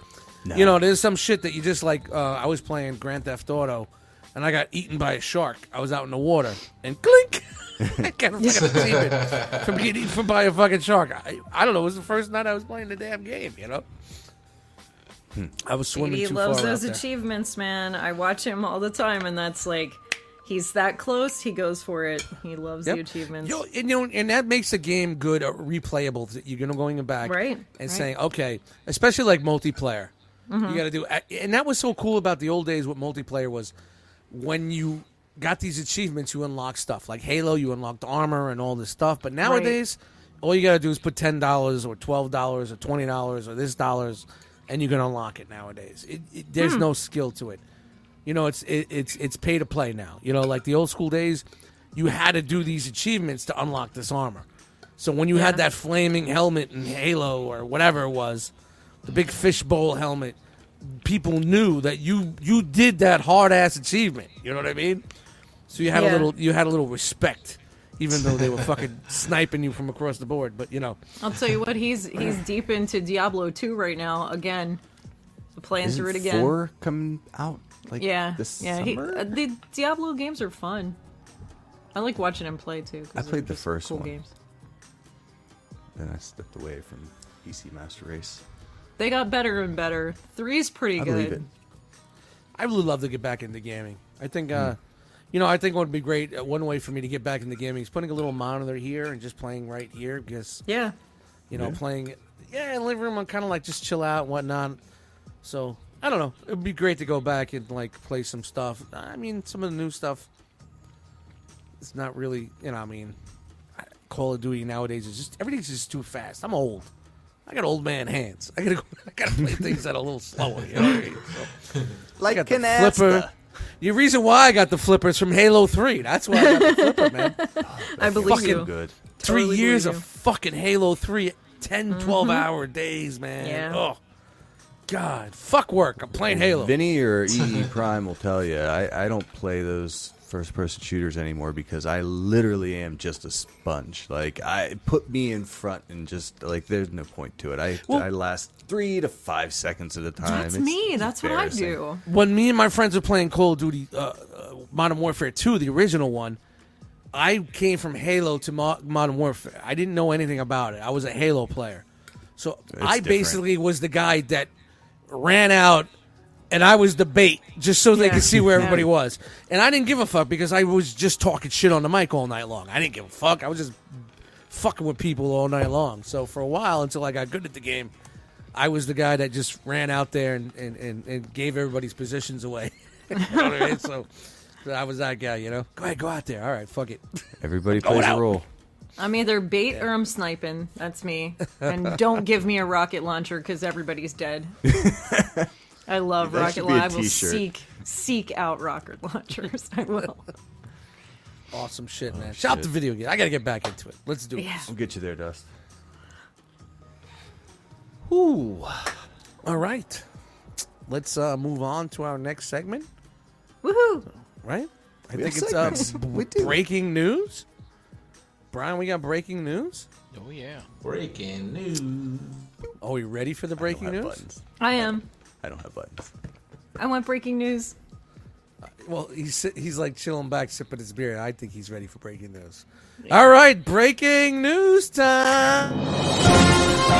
Speaker 2: You know, there's some shit that you just like. Uh, I was playing Grand Theft Auto, and I got eaten by a shark. I was out in the water, and clink. I got a fucking achievement from getting eaten from by a fucking shark. I, I don't know. It was the first night I was playing the damn game. You know, I was swimming
Speaker 1: JD
Speaker 2: too
Speaker 1: loves
Speaker 2: far out
Speaker 1: those
Speaker 2: there.
Speaker 1: achievements, man. I watch him all the time, and that's like, he's that close. He goes for it. He loves the
Speaker 2: Yep.
Speaker 1: achievements.
Speaker 2: Yo, and, you know, and that makes the game good, uh, replayable. that You're gonna going back,
Speaker 1: Right,
Speaker 2: and
Speaker 1: right. Mm-hmm.
Speaker 2: saying, okay, especially like multiplayer. You got to do, and that was so cool about the old days. What multiplayer was, when you got these achievements, you unlock stuff like Halo. You unlocked armor and all this stuff. But nowadays, all you got to do is put ten dollars or twelve dollars or twenty dollars or this dollars, and you can unlock it nowadays. It, it, there's no skill to it. You know, it's it, it's it's pay to play now. You know, like the old school days, you had to do these achievements to unlock this armor. So when you had
Speaker 1: Yeah.
Speaker 2: that flaming helmet in Halo or whatever it was, the big fishbowl helmet, people knew that you you did that hard ass achievement. You know what I mean? So you had a
Speaker 1: Yeah.
Speaker 2: little you had a little respect, even though they were fucking sniping you from across the board. But you know,
Speaker 1: I'll tell you what, he's he's deep into Diablo 2 right now again. Playing
Speaker 3: Isn't
Speaker 1: through it again.
Speaker 3: Four coming out like
Speaker 1: Yeah,
Speaker 3: this
Speaker 1: yeah. He,
Speaker 3: summer?
Speaker 1: uh, the Diablo games are fun. I like watching him play too. 'cause
Speaker 3: I
Speaker 1: they're
Speaker 3: played the
Speaker 1: just
Speaker 3: first
Speaker 1: cool
Speaker 3: one.
Speaker 1: games.
Speaker 3: then I stepped away from PC Master Race.
Speaker 1: They got better and better. Three's pretty
Speaker 3: I
Speaker 1: good.
Speaker 3: believe it.
Speaker 2: I really love to get back into gaming. I think, uh, you know, I think what would be great uh, one way for me to get back into gaming is putting a little monitor here and just playing right here because
Speaker 1: Yeah,
Speaker 2: you know playing. Yeah, in the living room, I'm kind of like just chill out and whatnot. So I don't know. It'd be great to go back and like play some stuff. I mean, some of the new stuff. It's not really, you know. I mean, I- Call of Duty nowadays is just everything's just too fast. I'm old. I got old man hands. I gotta go, I gotta play things that are a little slower. You know what I mean? So-
Speaker 3: Like
Speaker 2: got the flipper. The reason why I got the flippers from Halo Three. That's why I got the flipper, man.
Speaker 1: I believe
Speaker 2: fucking
Speaker 1: you.
Speaker 3: good.
Speaker 2: Three
Speaker 1: Totally
Speaker 2: years
Speaker 1: believe
Speaker 2: of
Speaker 1: you. Mm-hmm.
Speaker 2: fucking Halo Three, 10, 12 hour days, man.
Speaker 1: Yeah.
Speaker 2: Oh, God, fuck work. I'm playing Halo.
Speaker 3: Vinny or EE Prime will tell you I, I don't play those first person shooters anymore because I literally am just a sponge. Like I put me in front and just like there's no point to it. I
Speaker 2: Well-
Speaker 3: I last three to five seconds at a time.
Speaker 1: That's
Speaker 3: It's
Speaker 1: me. That's what I
Speaker 3: embarrassing.
Speaker 1: do.
Speaker 2: when me and my friends were playing Call of Duty uh, uh, Modern Warfare 2, the original one, I came from Halo to Mo- Modern Warfare. I didn't know anything about it. I was a Halo player. So I
Speaker 3: different.
Speaker 2: basically was the guy that ran out and I was the bait just so they
Speaker 1: Yeah.
Speaker 2: could see where
Speaker 1: Yeah.
Speaker 2: everybody was. And I didn't give a fuck because I was just talking shit on the mic all night long. I didn't give a fuck. I was just fucking with people all night long. So for a while, until I got good at the game, I was the guy that just ran out there and, and, and, and gave everybody's positions away. You know what I mean? So so I was that guy, you know? Go ahead, go out there. All right, fuck it.
Speaker 3: Everybody
Speaker 2: Going
Speaker 3: plays
Speaker 2: out.
Speaker 3: a role.
Speaker 1: I'm either bait or I'm sniping. That's me. And don't give me a rocket launcher because everybody's dead. I love
Speaker 3: That
Speaker 1: rocket
Speaker 3: should be a
Speaker 1: launchers. I will
Speaker 3: t-shirt.
Speaker 1: seek seek out rocket launchers. I will.
Speaker 2: Awesome shit, man. Shout out to video game. I got to get back into it. Let's do it.
Speaker 1: Yeah.
Speaker 3: I'll get you there, Dust.
Speaker 2: Ooh. All right. Let's uh, move on to our next segment,
Speaker 1: Woohoo!
Speaker 2: right? I
Speaker 3: We have
Speaker 2: think it's uh,
Speaker 3: segments. We do.
Speaker 2: breaking news. Brian, we got breaking news.
Speaker 5: Oh yeah.
Speaker 4: Breaking news.
Speaker 2: Are we ready for the
Speaker 3: I don't
Speaker 2: breaking
Speaker 3: have
Speaker 2: news?
Speaker 3: buttons.
Speaker 1: I am.
Speaker 3: I don't have buttons.
Speaker 1: I want breaking news.
Speaker 2: Well, he's he's like chilling back, sipping his beer. I think he's ready for breaking news. All right, breaking news time.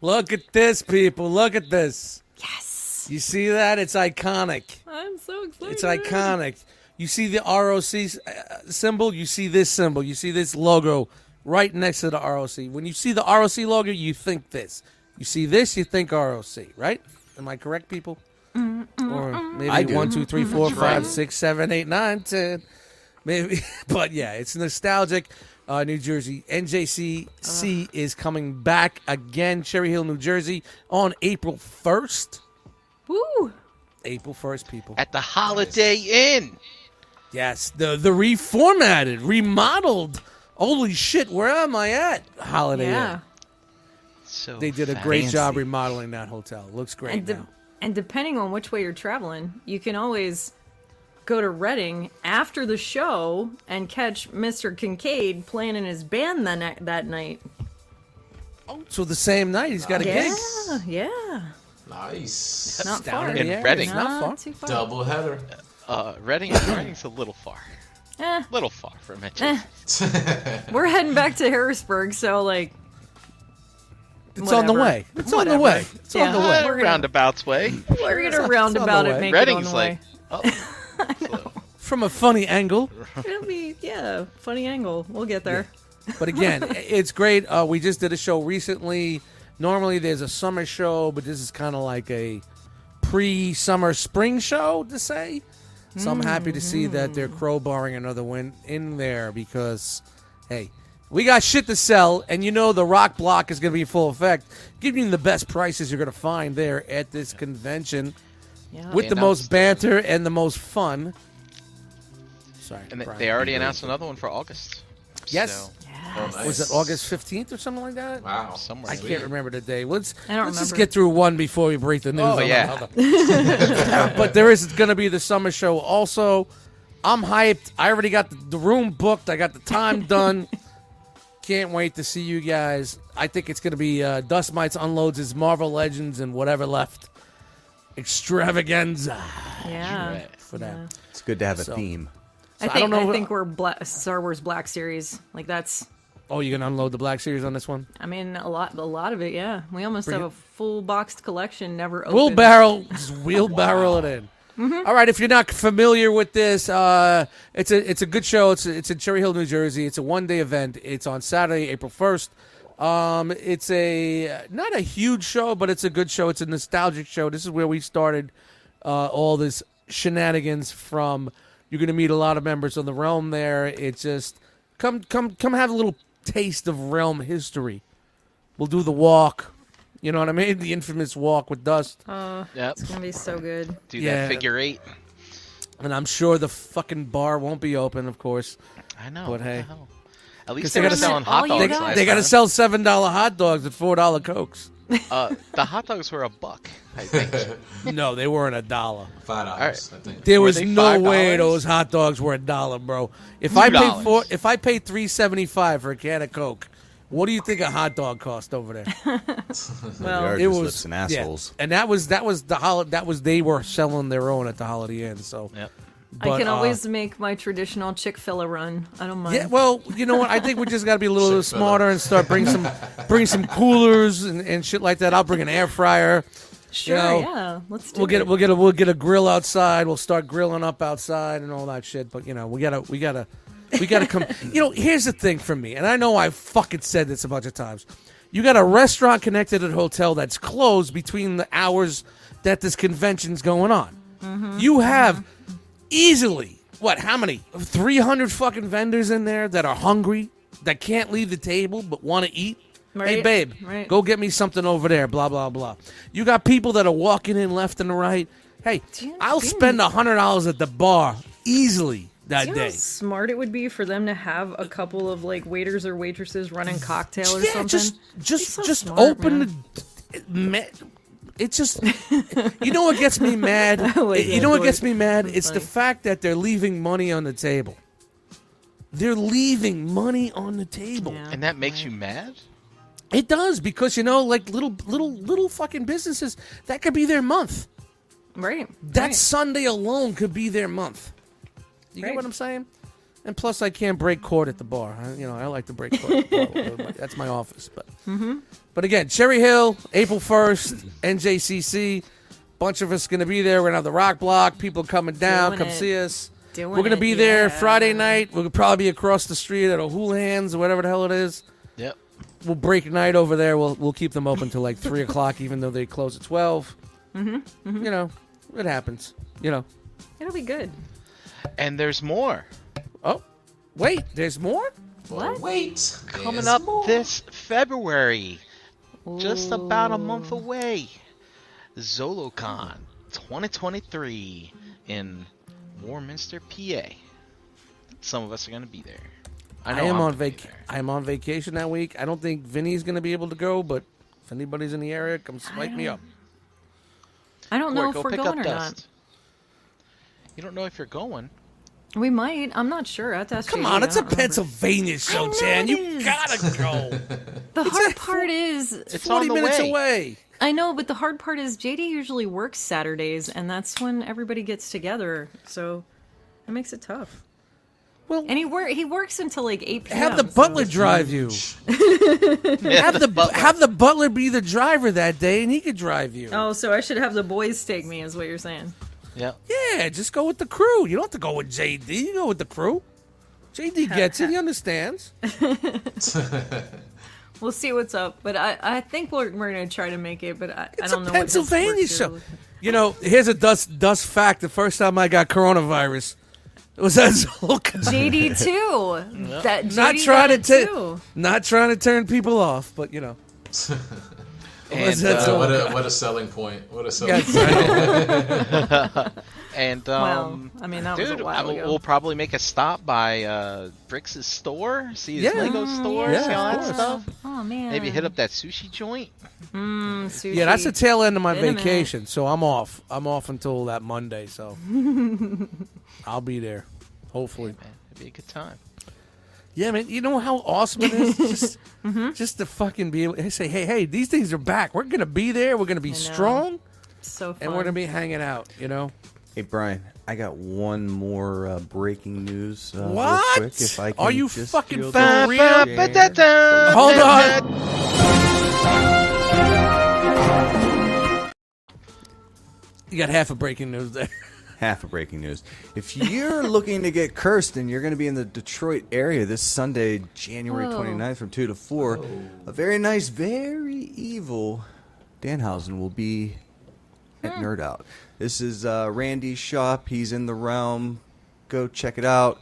Speaker 2: Look at this, people. Look at this.
Speaker 1: Yes.
Speaker 2: You see that? It's iconic.
Speaker 1: I'm so excited.
Speaker 2: It's iconic. You see the ROC uh, symbol, you see this symbol, you see this logo right next to the ROC. When you see the ROC logo, you think this. You see this, you think ROC, right? Am I correct, people? Or
Speaker 3: I
Speaker 2: maybe
Speaker 3: do.
Speaker 2: one, two, three, four, five, six, seven, eight, nine, ten. Maybe, but yeah, it's nostalgic. Uh, New Jersey NJCC is coming back again, Cherry Hill, New Jersey, on April first.
Speaker 1: Woo.
Speaker 2: April first, people.
Speaker 5: At the Holiday Inn.
Speaker 2: Yes, the the reformatted, remodeled. Holy shit, where am I at? Holiday
Speaker 1: Yeah.
Speaker 2: Inn.
Speaker 5: So
Speaker 2: They did a great
Speaker 5: fancy.
Speaker 2: job remodeling that hotel. Looks great
Speaker 1: And, de-
Speaker 2: now.
Speaker 1: and depending on which way you're traveling, you can always go to Reading after the show and catch Mr. Kincaid playing in his band that, ni- that night.
Speaker 2: So the same night, he's got a
Speaker 1: Yeah,
Speaker 2: gig.
Speaker 1: yeah.
Speaker 4: Nice.
Speaker 1: Not
Speaker 2: down
Speaker 1: far.
Speaker 2: in the
Speaker 5: In
Speaker 2: area.
Speaker 5: Reading.
Speaker 2: It's
Speaker 1: Not
Speaker 2: not far.
Speaker 1: too far.
Speaker 4: Double header.
Speaker 5: Uh, Reading, Reading's a little far.
Speaker 1: Eh,
Speaker 5: little far from Manchester.
Speaker 1: we're heading back to Harrisburg, so like
Speaker 2: It's on the
Speaker 1: Whatever.
Speaker 2: way. It's on the way. It's on the
Speaker 1: Yeah.
Speaker 2: way.
Speaker 1: we're gonna-
Speaker 5: roundabouts way.
Speaker 1: we're
Speaker 2: on
Speaker 1: gonna
Speaker 2: the
Speaker 1: roundabout
Speaker 2: way.
Speaker 1: it, make
Speaker 5: Reading's
Speaker 1: it on the
Speaker 5: like,
Speaker 1: way.
Speaker 5: oh, so-
Speaker 2: From a funny angle.
Speaker 1: It'll be yeah, funny angle. We'll get there.
Speaker 2: But again, it's great. Uh, we just did a show recently. Normally there's a summer show, but this is kind of like a pre-summer spring show to say. So I'm happy to see that they're
Speaker 5: Hmm.
Speaker 2: crowbarring another win in there because, hey, we got shit to sell, and you know the rock block is going to be in full effect, giving you the best prices you're going to find there at this convention
Speaker 1: Yeah.
Speaker 2: with
Speaker 5: They
Speaker 2: the most
Speaker 5: announced-
Speaker 2: banter and the most fun. Sorry,
Speaker 5: and they-
Speaker 2: Brian.
Speaker 5: they already announced another one for August.
Speaker 2: Yes.
Speaker 5: So,
Speaker 4: Oh, nice.
Speaker 2: was it August 15th or something like that?
Speaker 4: Wow.
Speaker 5: somewhere.
Speaker 2: I
Speaker 5: sweet.
Speaker 2: can't remember the day. Let's
Speaker 1: I don't
Speaker 2: let's just
Speaker 1: remember.
Speaker 2: get through one before we break the news.
Speaker 5: Oh,
Speaker 2: on
Speaker 5: yeah.
Speaker 2: another. but there is going to be the summer show. Also, I'm hyped. I already got the, the room booked. I got the time done. Can't wait to see you guys. I think it's going to be uh, Dust Mites unloads his Marvel Legends and whatever left extravaganza
Speaker 1: yeah.
Speaker 5: Right.
Speaker 2: for that.
Speaker 3: It's good to have a
Speaker 2: So-
Speaker 3: theme.
Speaker 1: I
Speaker 2: I
Speaker 1: think I,
Speaker 2: don't know-
Speaker 1: think we're Bla- Star Wars Black Series. Like that's
Speaker 2: Oh, you're going to unload the Black Series on this one?
Speaker 1: I mean a lot a lot of it, yeah. We almost
Speaker 2: Bring
Speaker 1: have
Speaker 2: it.
Speaker 1: a full boxed collection never opened.
Speaker 2: We'll barrel, just wheelbarrow it in. All right, if you're not familiar with this, uh, it's a it's a good show. It's it's in Cherry Hill, New Jersey. It's a one day event. It's on Saturday, April first. Um, it's a not a huge show, but it's a good show. It's a nostalgic show. This is where we started uh, all this shenanigans from. You're going to meet a lot of members of the realm there. It's just come come come have a little taste of realm history. We'll do the walk. You know what I mean? The infamous walk with dust.
Speaker 5: Yep.
Speaker 1: It's gonna be so good.
Speaker 5: Do
Speaker 2: Yeah.
Speaker 5: that figure eight.
Speaker 2: And I'm sure the fucking bar won't be open, of course.
Speaker 5: I know.
Speaker 2: But
Speaker 5: what the
Speaker 2: hey.
Speaker 5: hell. At least
Speaker 2: they
Speaker 5: they were
Speaker 2: gotta sell
Speaker 5: selling
Speaker 1: all
Speaker 5: hot
Speaker 3: Oh,
Speaker 1: you
Speaker 5: dogs.
Speaker 1: got.
Speaker 5: last
Speaker 2: They got to
Speaker 5: time.
Speaker 2: sell $7 hot dogs at $4 Cokes.
Speaker 5: Uh, the hot dogs were a buck. I think.
Speaker 2: no, they weren't a dollar.
Speaker 4: Five dollars, I think.
Speaker 2: There
Speaker 5: Were
Speaker 2: was
Speaker 5: they
Speaker 2: no way
Speaker 5: $5?
Speaker 2: those hot dogs were a dollar, bro. If I paid
Speaker 5: $2.
Speaker 2: four, if I paid 3.75 for a can of Coke, what do you think a hot dog cost over there?
Speaker 3: They are
Speaker 1: Well,
Speaker 2: it
Speaker 3: just
Speaker 2: was
Speaker 3: lips and
Speaker 2: yeah.
Speaker 3: assholes.
Speaker 2: And that was that was the hol- that was they were selling their own at the Holiday Inn, so
Speaker 5: yep.
Speaker 1: I
Speaker 2: but,
Speaker 1: can
Speaker 2: uh,
Speaker 1: always make my traditional Chick-fil-A run. I don't mind.
Speaker 2: Yeah, well, you know what? I think we just got to be a little
Speaker 4: Shit,
Speaker 2: smarter and start bring some bring some coolers and, and shit like that. I'll bring an air fryer.
Speaker 1: sure,
Speaker 2: know,
Speaker 1: yeah. Let's do
Speaker 2: We'll get
Speaker 1: it.
Speaker 2: we'll get a we'll get a grill outside. We'll start grilling up outside and all that shit. But you know, we gotta we gotta we gotta come. you know, here's the thing for me, and I know I fucking said this a bunch of times. You got a restaurant connected to the hotel that's closed between the hours that this convention's going on.
Speaker 1: Mm-hmm.
Speaker 2: You have easily what? How many? Three hundred fucking vendors in there that are hungry that can't leave the table but want to eat. Hey,
Speaker 1: Right,
Speaker 2: babe,
Speaker 1: right.
Speaker 2: go get me something over there. Blah blah blah. You got people that are walking in left and right. Hey,
Speaker 1: you-
Speaker 2: I'll
Speaker 1: do you-
Speaker 2: spend a hundred dollars at the bar easily that
Speaker 1: Do you know how
Speaker 2: day.
Speaker 1: smart it would be for them to have a couple of like waiters or waitresses running cocktail or
Speaker 2: yeah,
Speaker 1: something?
Speaker 2: just just
Speaker 1: so
Speaker 2: just
Speaker 1: smart,
Speaker 2: open
Speaker 1: man.
Speaker 2: the. ma- It's just, you know what gets me mad?
Speaker 1: Wait,
Speaker 2: you
Speaker 1: yeah,
Speaker 2: know what
Speaker 1: go
Speaker 2: gets
Speaker 1: ahead.
Speaker 2: me mad?
Speaker 1: That's
Speaker 2: It's the
Speaker 1: funny.
Speaker 2: fact that they're leaving money on the table. They're leaving money on the table.
Speaker 1: Yeah.
Speaker 5: And that makes you mad?
Speaker 2: It does because you know, like little, little, little fucking businesses that could be their month.
Speaker 1: Right.
Speaker 2: That
Speaker 1: right.
Speaker 2: Sunday alone could be their month. You get
Speaker 1: Right.
Speaker 2: what I'm saying? And plus, I can't break court at the bar. I, you know, I like to break court. At the bar. with everybody. That's my office. But
Speaker 1: Mm-hmm.
Speaker 2: but again, Cherry Hill, April 1st, NJCC. Bunch of us going to be there. We're going to have the rock block. People coming down.
Speaker 1: Doing
Speaker 2: come
Speaker 1: it.
Speaker 2: see us.
Speaker 1: Doing
Speaker 2: We're going to
Speaker 1: it,
Speaker 2: be there
Speaker 1: yeah.
Speaker 2: Friday night. We'll probably be across the street at O'Houlihan's or whatever the hell it is
Speaker 5: Yep.
Speaker 2: we'll break night over there. We'll we'll keep them open till like three o'clock, even though they close at 12 You know, it happens. You know.
Speaker 1: It'll be good.
Speaker 5: And there's more.
Speaker 2: Oh, wait, there's more.
Speaker 1: What?
Speaker 4: Wait,
Speaker 5: Coming
Speaker 4: there's
Speaker 5: up
Speaker 4: more.
Speaker 5: this February, just about a month away, Zolocon 2023 in Warminster, PA. Some of us are going to be there.
Speaker 2: I,
Speaker 5: know
Speaker 2: am
Speaker 5: I'm
Speaker 2: on
Speaker 5: gonna be
Speaker 2: vac.
Speaker 5: there.
Speaker 2: I am on vacation that week. I don't think Vinny's gonna be able to go, but if anybody's in the area, come swipe me up.
Speaker 1: I don't know
Speaker 5: Or go
Speaker 1: if we're
Speaker 5: pick
Speaker 1: going
Speaker 5: up
Speaker 1: or
Speaker 5: dust. You don't know if you're going.
Speaker 1: not. We might. I'm not sure. I have to ask
Speaker 2: Come
Speaker 1: JD.
Speaker 2: on,
Speaker 1: I
Speaker 2: it's a
Speaker 1: don't remember.
Speaker 2: Pennsylvania show,
Speaker 1: know
Speaker 2: Jan.
Speaker 1: it
Speaker 2: You
Speaker 1: is.
Speaker 2: gotta go.
Speaker 1: The hard
Speaker 2: a-
Speaker 1: part is
Speaker 5: It's
Speaker 2: Forty
Speaker 5: on the
Speaker 2: minutes
Speaker 5: way.
Speaker 2: away.
Speaker 1: I know, but the hard part is JD usually works Saturdays, and that's when everybody gets together. So it makes it tough.
Speaker 2: Well-
Speaker 1: and he wor- he works until like eight p.m.
Speaker 2: Have the
Speaker 1: so-
Speaker 2: butler drive you. have the
Speaker 5: butler.
Speaker 2: have the butler be the driver that day, and he could drive you.
Speaker 1: Oh, so I should have the boys take me, is what you're saying?
Speaker 5: Yeah.
Speaker 2: Yeah, just go with the crew. You don't have to go with JD. You go with the crew. JD gets it. He understands.
Speaker 1: We'll see what's up, but I, I think we're, we're gonna try to make it, but I, I
Speaker 2: It's
Speaker 1: don't
Speaker 2: a
Speaker 1: know.
Speaker 2: Pennsylvania
Speaker 1: what his work
Speaker 2: show. You know, here's a dust dust fact. The first time I got coronavirus, it was at Zolka.
Speaker 1: JD too. That JD
Speaker 2: Not trying to
Speaker 1: got it,
Speaker 2: ta-
Speaker 1: too.
Speaker 2: not trying to turn people off, but you know.
Speaker 5: And,
Speaker 2: that
Speaker 5: uh,
Speaker 2: song?
Speaker 4: What a what a selling point. What a selling
Speaker 2: Yes, I know.
Speaker 5: and
Speaker 1: Well,
Speaker 5: um,
Speaker 1: I mean that was
Speaker 5: dude,
Speaker 1: a
Speaker 5: I-
Speaker 1: while
Speaker 5: we'll,
Speaker 1: ago.
Speaker 5: probably make a stop by uh, Brix's store, see his
Speaker 2: Yeah.
Speaker 5: Lego
Speaker 2: Mm,
Speaker 5: store,
Speaker 2: yeah,
Speaker 5: see all
Speaker 2: of
Speaker 5: that
Speaker 2: course.
Speaker 5: stuff.
Speaker 1: oh man,
Speaker 5: Maybe hit up that sushi joint.
Speaker 1: Mm, sushi.
Speaker 2: yeah, that's the tail end of my
Speaker 1: Wait a minute.
Speaker 2: vacation, so I'm off. I'm off until that Monday, so I'll be there, hopefully.
Speaker 5: Man, it'd be a good time.
Speaker 2: Yeah, man. You know how awesome it is just, just to fucking be able to say, hey, hey, these things are back. We're gonna be there. We're gonna be strong,
Speaker 1: so fun.
Speaker 2: and we're gonna be hanging out. You know,
Speaker 3: Hey Brian, I got one more uh, breaking news. Uh, real
Speaker 2: What?
Speaker 3: quick, if I
Speaker 2: Are
Speaker 3: can
Speaker 2: you
Speaker 3: just
Speaker 2: fucking
Speaker 3: feel the
Speaker 2: For real?
Speaker 5: Ba-ba-da-da,
Speaker 2: Hold
Speaker 5: ba-da-da.
Speaker 2: you got half a breaking news there.
Speaker 3: half of breaking news. If you're looking to get cursed and you're going to be in the Detroit area this Sunday, January
Speaker 1: Whoa.
Speaker 3: 29th from 2 to 4, a very nice, very evil Danhausen will be at Nerd Out. This is uh, Randy's shop. He's in the realm. Go check it out.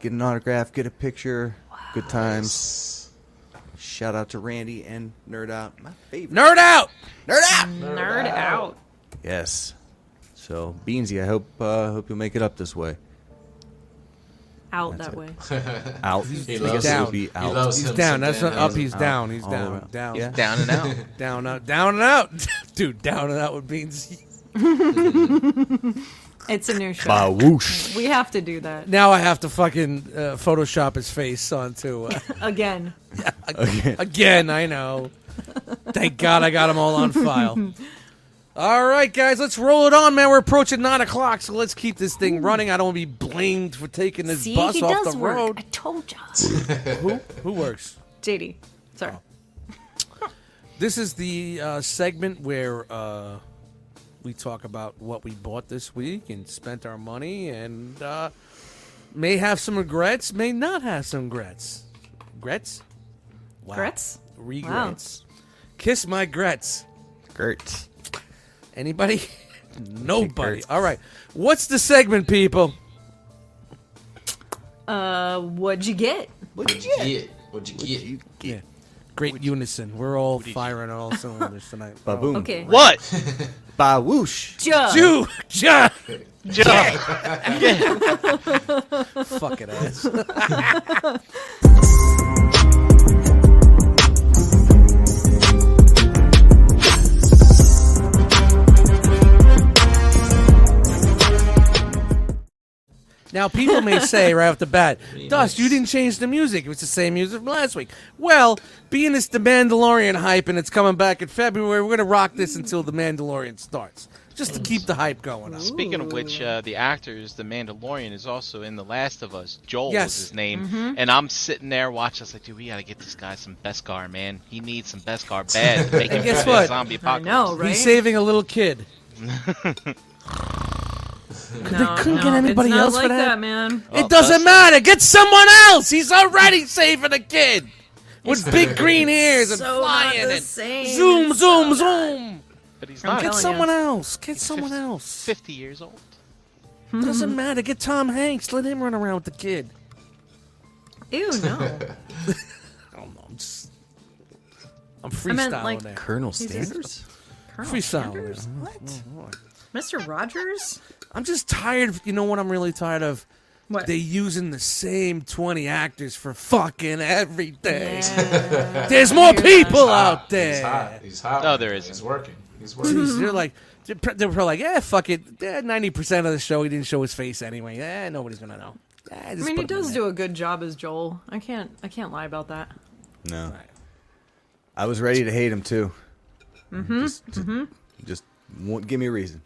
Speaker 3: Get an autograph, get a picture. Good times.
Speaker 4: points.
Speaker 3: Shout out to Randy and Nerd Out. My favorite.
Speaker 2: Nerd out.
Speaker 3: Nerd Out!
Speaker 1: nerd out.
Speaker 3: Yes. So, Beansy, I hope uh, hope you'll make it up this way.
Speaker 1: Out
Speaker 3: That's
Speaker 1: that
Speaker 3: it.
Speaker 1: way.
Speaker 3: Out.
Speaker 4: He
Speaker 3: Because
Speaker 4: loves
Speaker 3: it'll
Speaker 2: it.
Speaker 3: be
Speaker 4: He
Speaker 3: out.
Speaker 4: loves
Speaker 2: He's
Speaker 4: him
Speaker 2: down.
Speaker 4: some
Speaker 2: That's not
Speaker 4: Dan
Speaker 2: up.
Speaker 4: Hausen.
Speaker 2: He's
Speaker 3: Out.
Speaker 2: down. He's
Speaker 3: All
Speaker 2: down.
Speaker 3: around.
Speaker 2: Down.
Speaker 3: Yeah.
Speaker 5: Down and out.
Speaker 2: Down. Out. Down and out. Dude, down and out with beans.
Speaker 1: It's a new show.
Speaker 3: whoosh.
Speaker 1: We have to do that
Speaker 2: Now I have to fucking uh, Photoshop his face onto uh,
Speaker 1: again.
Speaker 2: again. I know. Thank God I got them all on file. All right, guys, let's roll it on, man. We're approaching nine o'clock, so let's keep this thing running. I don't want to be blamed for taking this
Speaker 1: See,
Speaker 2: bus
Speaker 1: he
Speaker 2: off
Speaker 1: does
Speaker 2: the
Speaker 1: work.
Speaker 2: road.
Speaker 1: I told ya.
Speaker 2: Who works?
Speaker 1: JD, sorry.
Speaker 2: This is the uh, segment where uh, we talk about what we bought this week and spent our money, and uh, may have some regrets, may not have some regrets. Regrets? Wow.
Speaker 1: Grets?
Speaker 2: Regrets. Kiss my grets.
Speaker 3: Gert.
Speaker 2: Anybody? Nobody.
Speaker 3: Regrets.
Speaker 2: All right. What's the segment, people? Oh.
Speaker 1: Uh, what'd you get?
Speaker 3: What did
Speaker 4: What'd you get? What'd you get?
Speaker 2: Yeah. Great unison. We're all firing on all cylinders tonight.
Speaker 3: Ba boom.
Speaker 1: Okay.
Speaker 5: What?
Speaker 3: Ba whoosh.
Speaker 1: Jug.
Speaker 2: Jew, John.
Speaker 5: Jeff.
Speaker 2: Fuck it, ass. Now, people may say right off the bat, Dust, you didn't change the music. It was the same music from last week. Well, being it's the Mandalorian hype and it's coming back in February, we're going to rock this until the Mandalorian starts, just to keep the hype going up.
Speaker 5: Speaking of which, uh, the actors, the Mandalorian is also in The Last of Us. Joel
Speaker 2: Yes.
Speaker 5: is his name,
Speaker 1: Mm-hmm.
Speaker 5: and I'm sitting there watching. I was like, dude, we gotta get this guy some Beskar, man. He needs some Beskar bad. to Make him
Speaker 2: guess
Speaker 5: through
Speaker 2: what?
Speaker 5: The
Speaker 1: I
Speaker 5: zombie apocalypse.
Speaker 1: know, right?
Speaker 2: He's saving a little kid.
Speaker 1: No,
Speaker 2: couldn't
Speaker 1: no,
Speaker 2: get anybody
Speaker 1: it's not
Speaker 2: else for
Speaker 1: like
Speaker 2: that.
Speaker 1: man.
Speaker 5: Oh,
Speaker 2: it doesn't
Speaker 5: Dustin.
Speaker 2: matter. Get someone else. He's already saving a kid with big green ears and
Speaker 1: so not
Speaker 2: flying
Speaker 1: the
Speaker 2: and
Speaker 1: same.
Speaker 2: zoom,
Speaker 1: It's so
Speaker 2: zoom, zoom.
Speaker 5: But he's
Speaker 1: I'm
Speaker 5: not.
Speaker 2: Get
Speaker 1: telling
Speaker 2: someone else. Get someone else.
Speaker 5: Fifty years old.
Speaker 1: Mm-hmm.
Speaker 2: Doesn't matter. Get Tom Hanks. Let him run around with the kid.
Speaker 1: Ew, no.
Speaker 2: I don't know. I'm just. I'm
Speaker 1: I
Speaker 2: freestyling
Speaker 1: meant, like,
Speaker 2: there.
Speaker 3: Colonel
Speaker 1: just-
Speaker 3: Sanders?
Speaker 1: Colonel Sanders?
Speaker 2: Freestyling. there.
Speaker 1: What? Mr. Rogers?
Speaker 2: I'm just tired. Of, you know what? I'm really tired of.
Speaker 1: What?
Speaker 2: They using the same 20 actors for fucking everything.
Speaker 1: Yeah.
Speaker 2: There's more
Speaker 1: You're
Speaker 2: people
Speaker 4: hot.
Speaker 2: out
Speaker 4: He's
Speaker 2: there.
Speaker 4: hot. He's hot.
Speaker 5: No,
Speaker 4: right
Speaker 5: there
Speaker 4: now.
Speaker 5: isn't.
Speaker 4: He's working. He's
Speaker 2: Jeez,
Speaker 4: working.
Speaker 1: Mm-hmm.
Speaker 2: they're like, they're pr- they were like, yeah, fuck it. Eh, 90% of the show, he didn't show his face anyway. Eh, nobody's going to know. Eh,
Speaker 1: I mean, he does do a good job as Joel. I can't. I can't lie about that.
Speaker 3: No. I was ready to hate him too. Mm-hmm. Just, just won't give me a reason.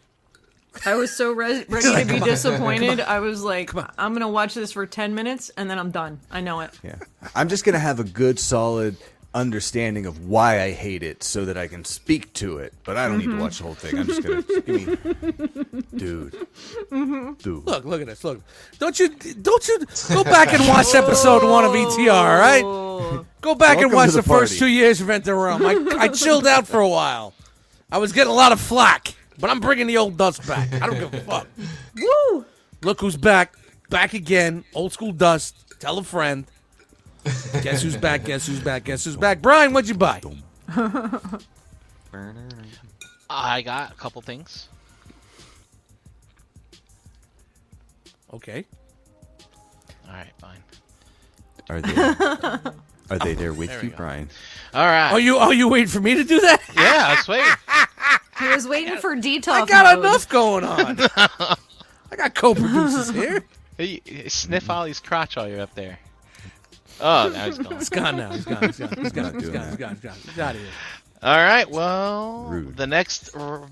Speaker 1: I was so re- ready to be disappointed. I was like, I'm gonna watch this for ten minutes and then I'm done. I know it.
Speaker 3: Yeah. I'm just gonna have a good, solid understanding of why I hate it, so that I can speak to it. But I don't need to watch the whole thing. I'm just gonna, just give me, dude, dude.
Speaker 2: Look, look at this. Look, don't you, don't you go back and watch episode one of ETR, all right?
Speaker 1: Oh,
Speaker 2: Go back and
Speaker 3: Welcome
Speaker 2: watch
Speaker 3: to
Speaker 2: the,
Speaker 3: the
Speaker 2: first
Speaker 3: party.
Speaker 2: two years of Enter Realm. I, I chilled out for a while. I was getting a lot of flack, but I'm bringing the old dust back. I don't give a fuck.
Speaker 1: woo!
Speaker 2: Look who's back. Back again. Old school dust. Tell a friend. Guess who's back? Guess who's back? Guess who's back? Brian, what'd you buy?
Speaker 5: I got a couple things.
Speaker 2: Okay.
Speaker 5: All right, fine.
Speaker 3: Are they? Are they there with
Speaker 5: There we
Speaker 3: you,
Speaker 5: go.
Speaker 3: Brian?
Speaker 5: All right.
Speaker 2: Are you are you waiting for me to do that?
Speaker 5: Yeah, I was waiting.
Speaker 1: He was waiting for detox.
Speaker 2: I got
Speaker 1: mode.
Speaker 2: enough going on. I got co-producers here.
Speaker 5: Hey, you- Sniff Ollie's crotch while you're up there. Oh, now he's gone.
Speaker 2: He's gone now. He's gone. He's gone. He's gone.
Speaker 3: not
Speaker 2: He's
Speaker 3: doing
Speaker 2: gone. He's
Speaker 3: that.
Speaker 2: gone. He's gone. He's out of here.
Speaker 5: All right. Well,
Speaker 3: Rude.
Speaker 5: the next r-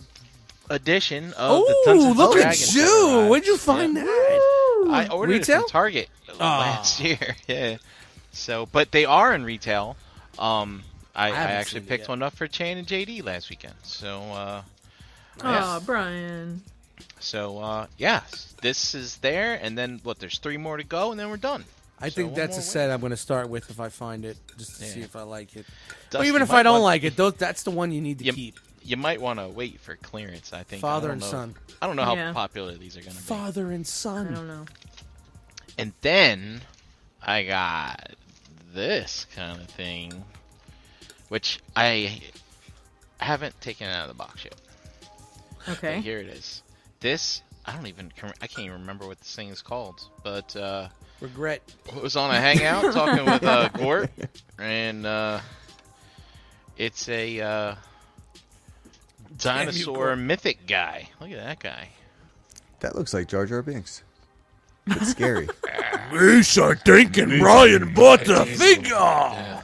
Speaker 5: edition of the Dungeons
Speaker 2: Oh,
Speaker 5: and
Speaker 2: look
Speaker 5: Dragons
Speaker 2: at
Speaker 5: has
Speaker 2: you!
Speaker 5: arrived.
Speaker 2: Where'd you find
Speaker 5: Yeah.
Speaker 2: that?
Speaker 5: I ordered it
Speaker 2: Retail? Ah.
Speaker 5: from Target last year. Yeah. So, but they are in retail. Um, I, I,
Speaker 2: haven't
Speaker 5: actually
Speaker 2: seen it
Speaker 5: picked
Speaker 2: yet.
Speaker 5: one up for Chan and JD last weekend. So, uh,
Speaker 1: Oh, Brian.
Speaker 5: so uh, yeah, this is there, and then what? There's three more to go, and then we're done.
Speaker 2: I
Speaker 5: So
Speaker 2: think
Speaker 5: one
Speaker 2: that's
Speaker 5: more
Speaker 2: a
Speaker 5: week.
Speaker 2: set I'm going to start with if I find it, just to see
Speaker 5: Yeah.
Speaker 2: if I like it. or
Speaker 5: Dusty,
Speaker 2: even if
Speaker 5: might
Speaker 2: I don't
Speaker 5: want-
Speaker 2: like it, those, that's the one you need to
Speaker 5: You,
Speaker 2: keep.
Speaker 5: you might want to wait for clearance. I think. I
Speaker 2: Father
Speaker 5: don't
Speaker 2: and
Speaker 5: know-
Speaker 2: son.
Speaker 5: I don't know how
Speaker 1: Yeah.
Speaker 5: popular these are going to be.
Speaker 2: Father and
Speaker 1: I don't
Speaker 2: son.
Speaker 1: know.
Speaker 5: And then I got this kind of thing, which I haven't taken out of the box yet. But
Speaker 1: Okay.
Speaker 5: here it is. This I don't even com- I can't even remember what this thing is called, but uh,
Speaker 2: Regret.
Speaker 5: I was on a hangout talking with uh, Gort, and uh, it's a uh, dinosaur
Speaker 2: Gort.
Speaker 5: mythic guy. Look at that guy.
Speaker 3: That looks like Jar Jar Binks. It's scary.
Speaker 2: These are thinking Ryan bought the
Speaker 4: Yeah,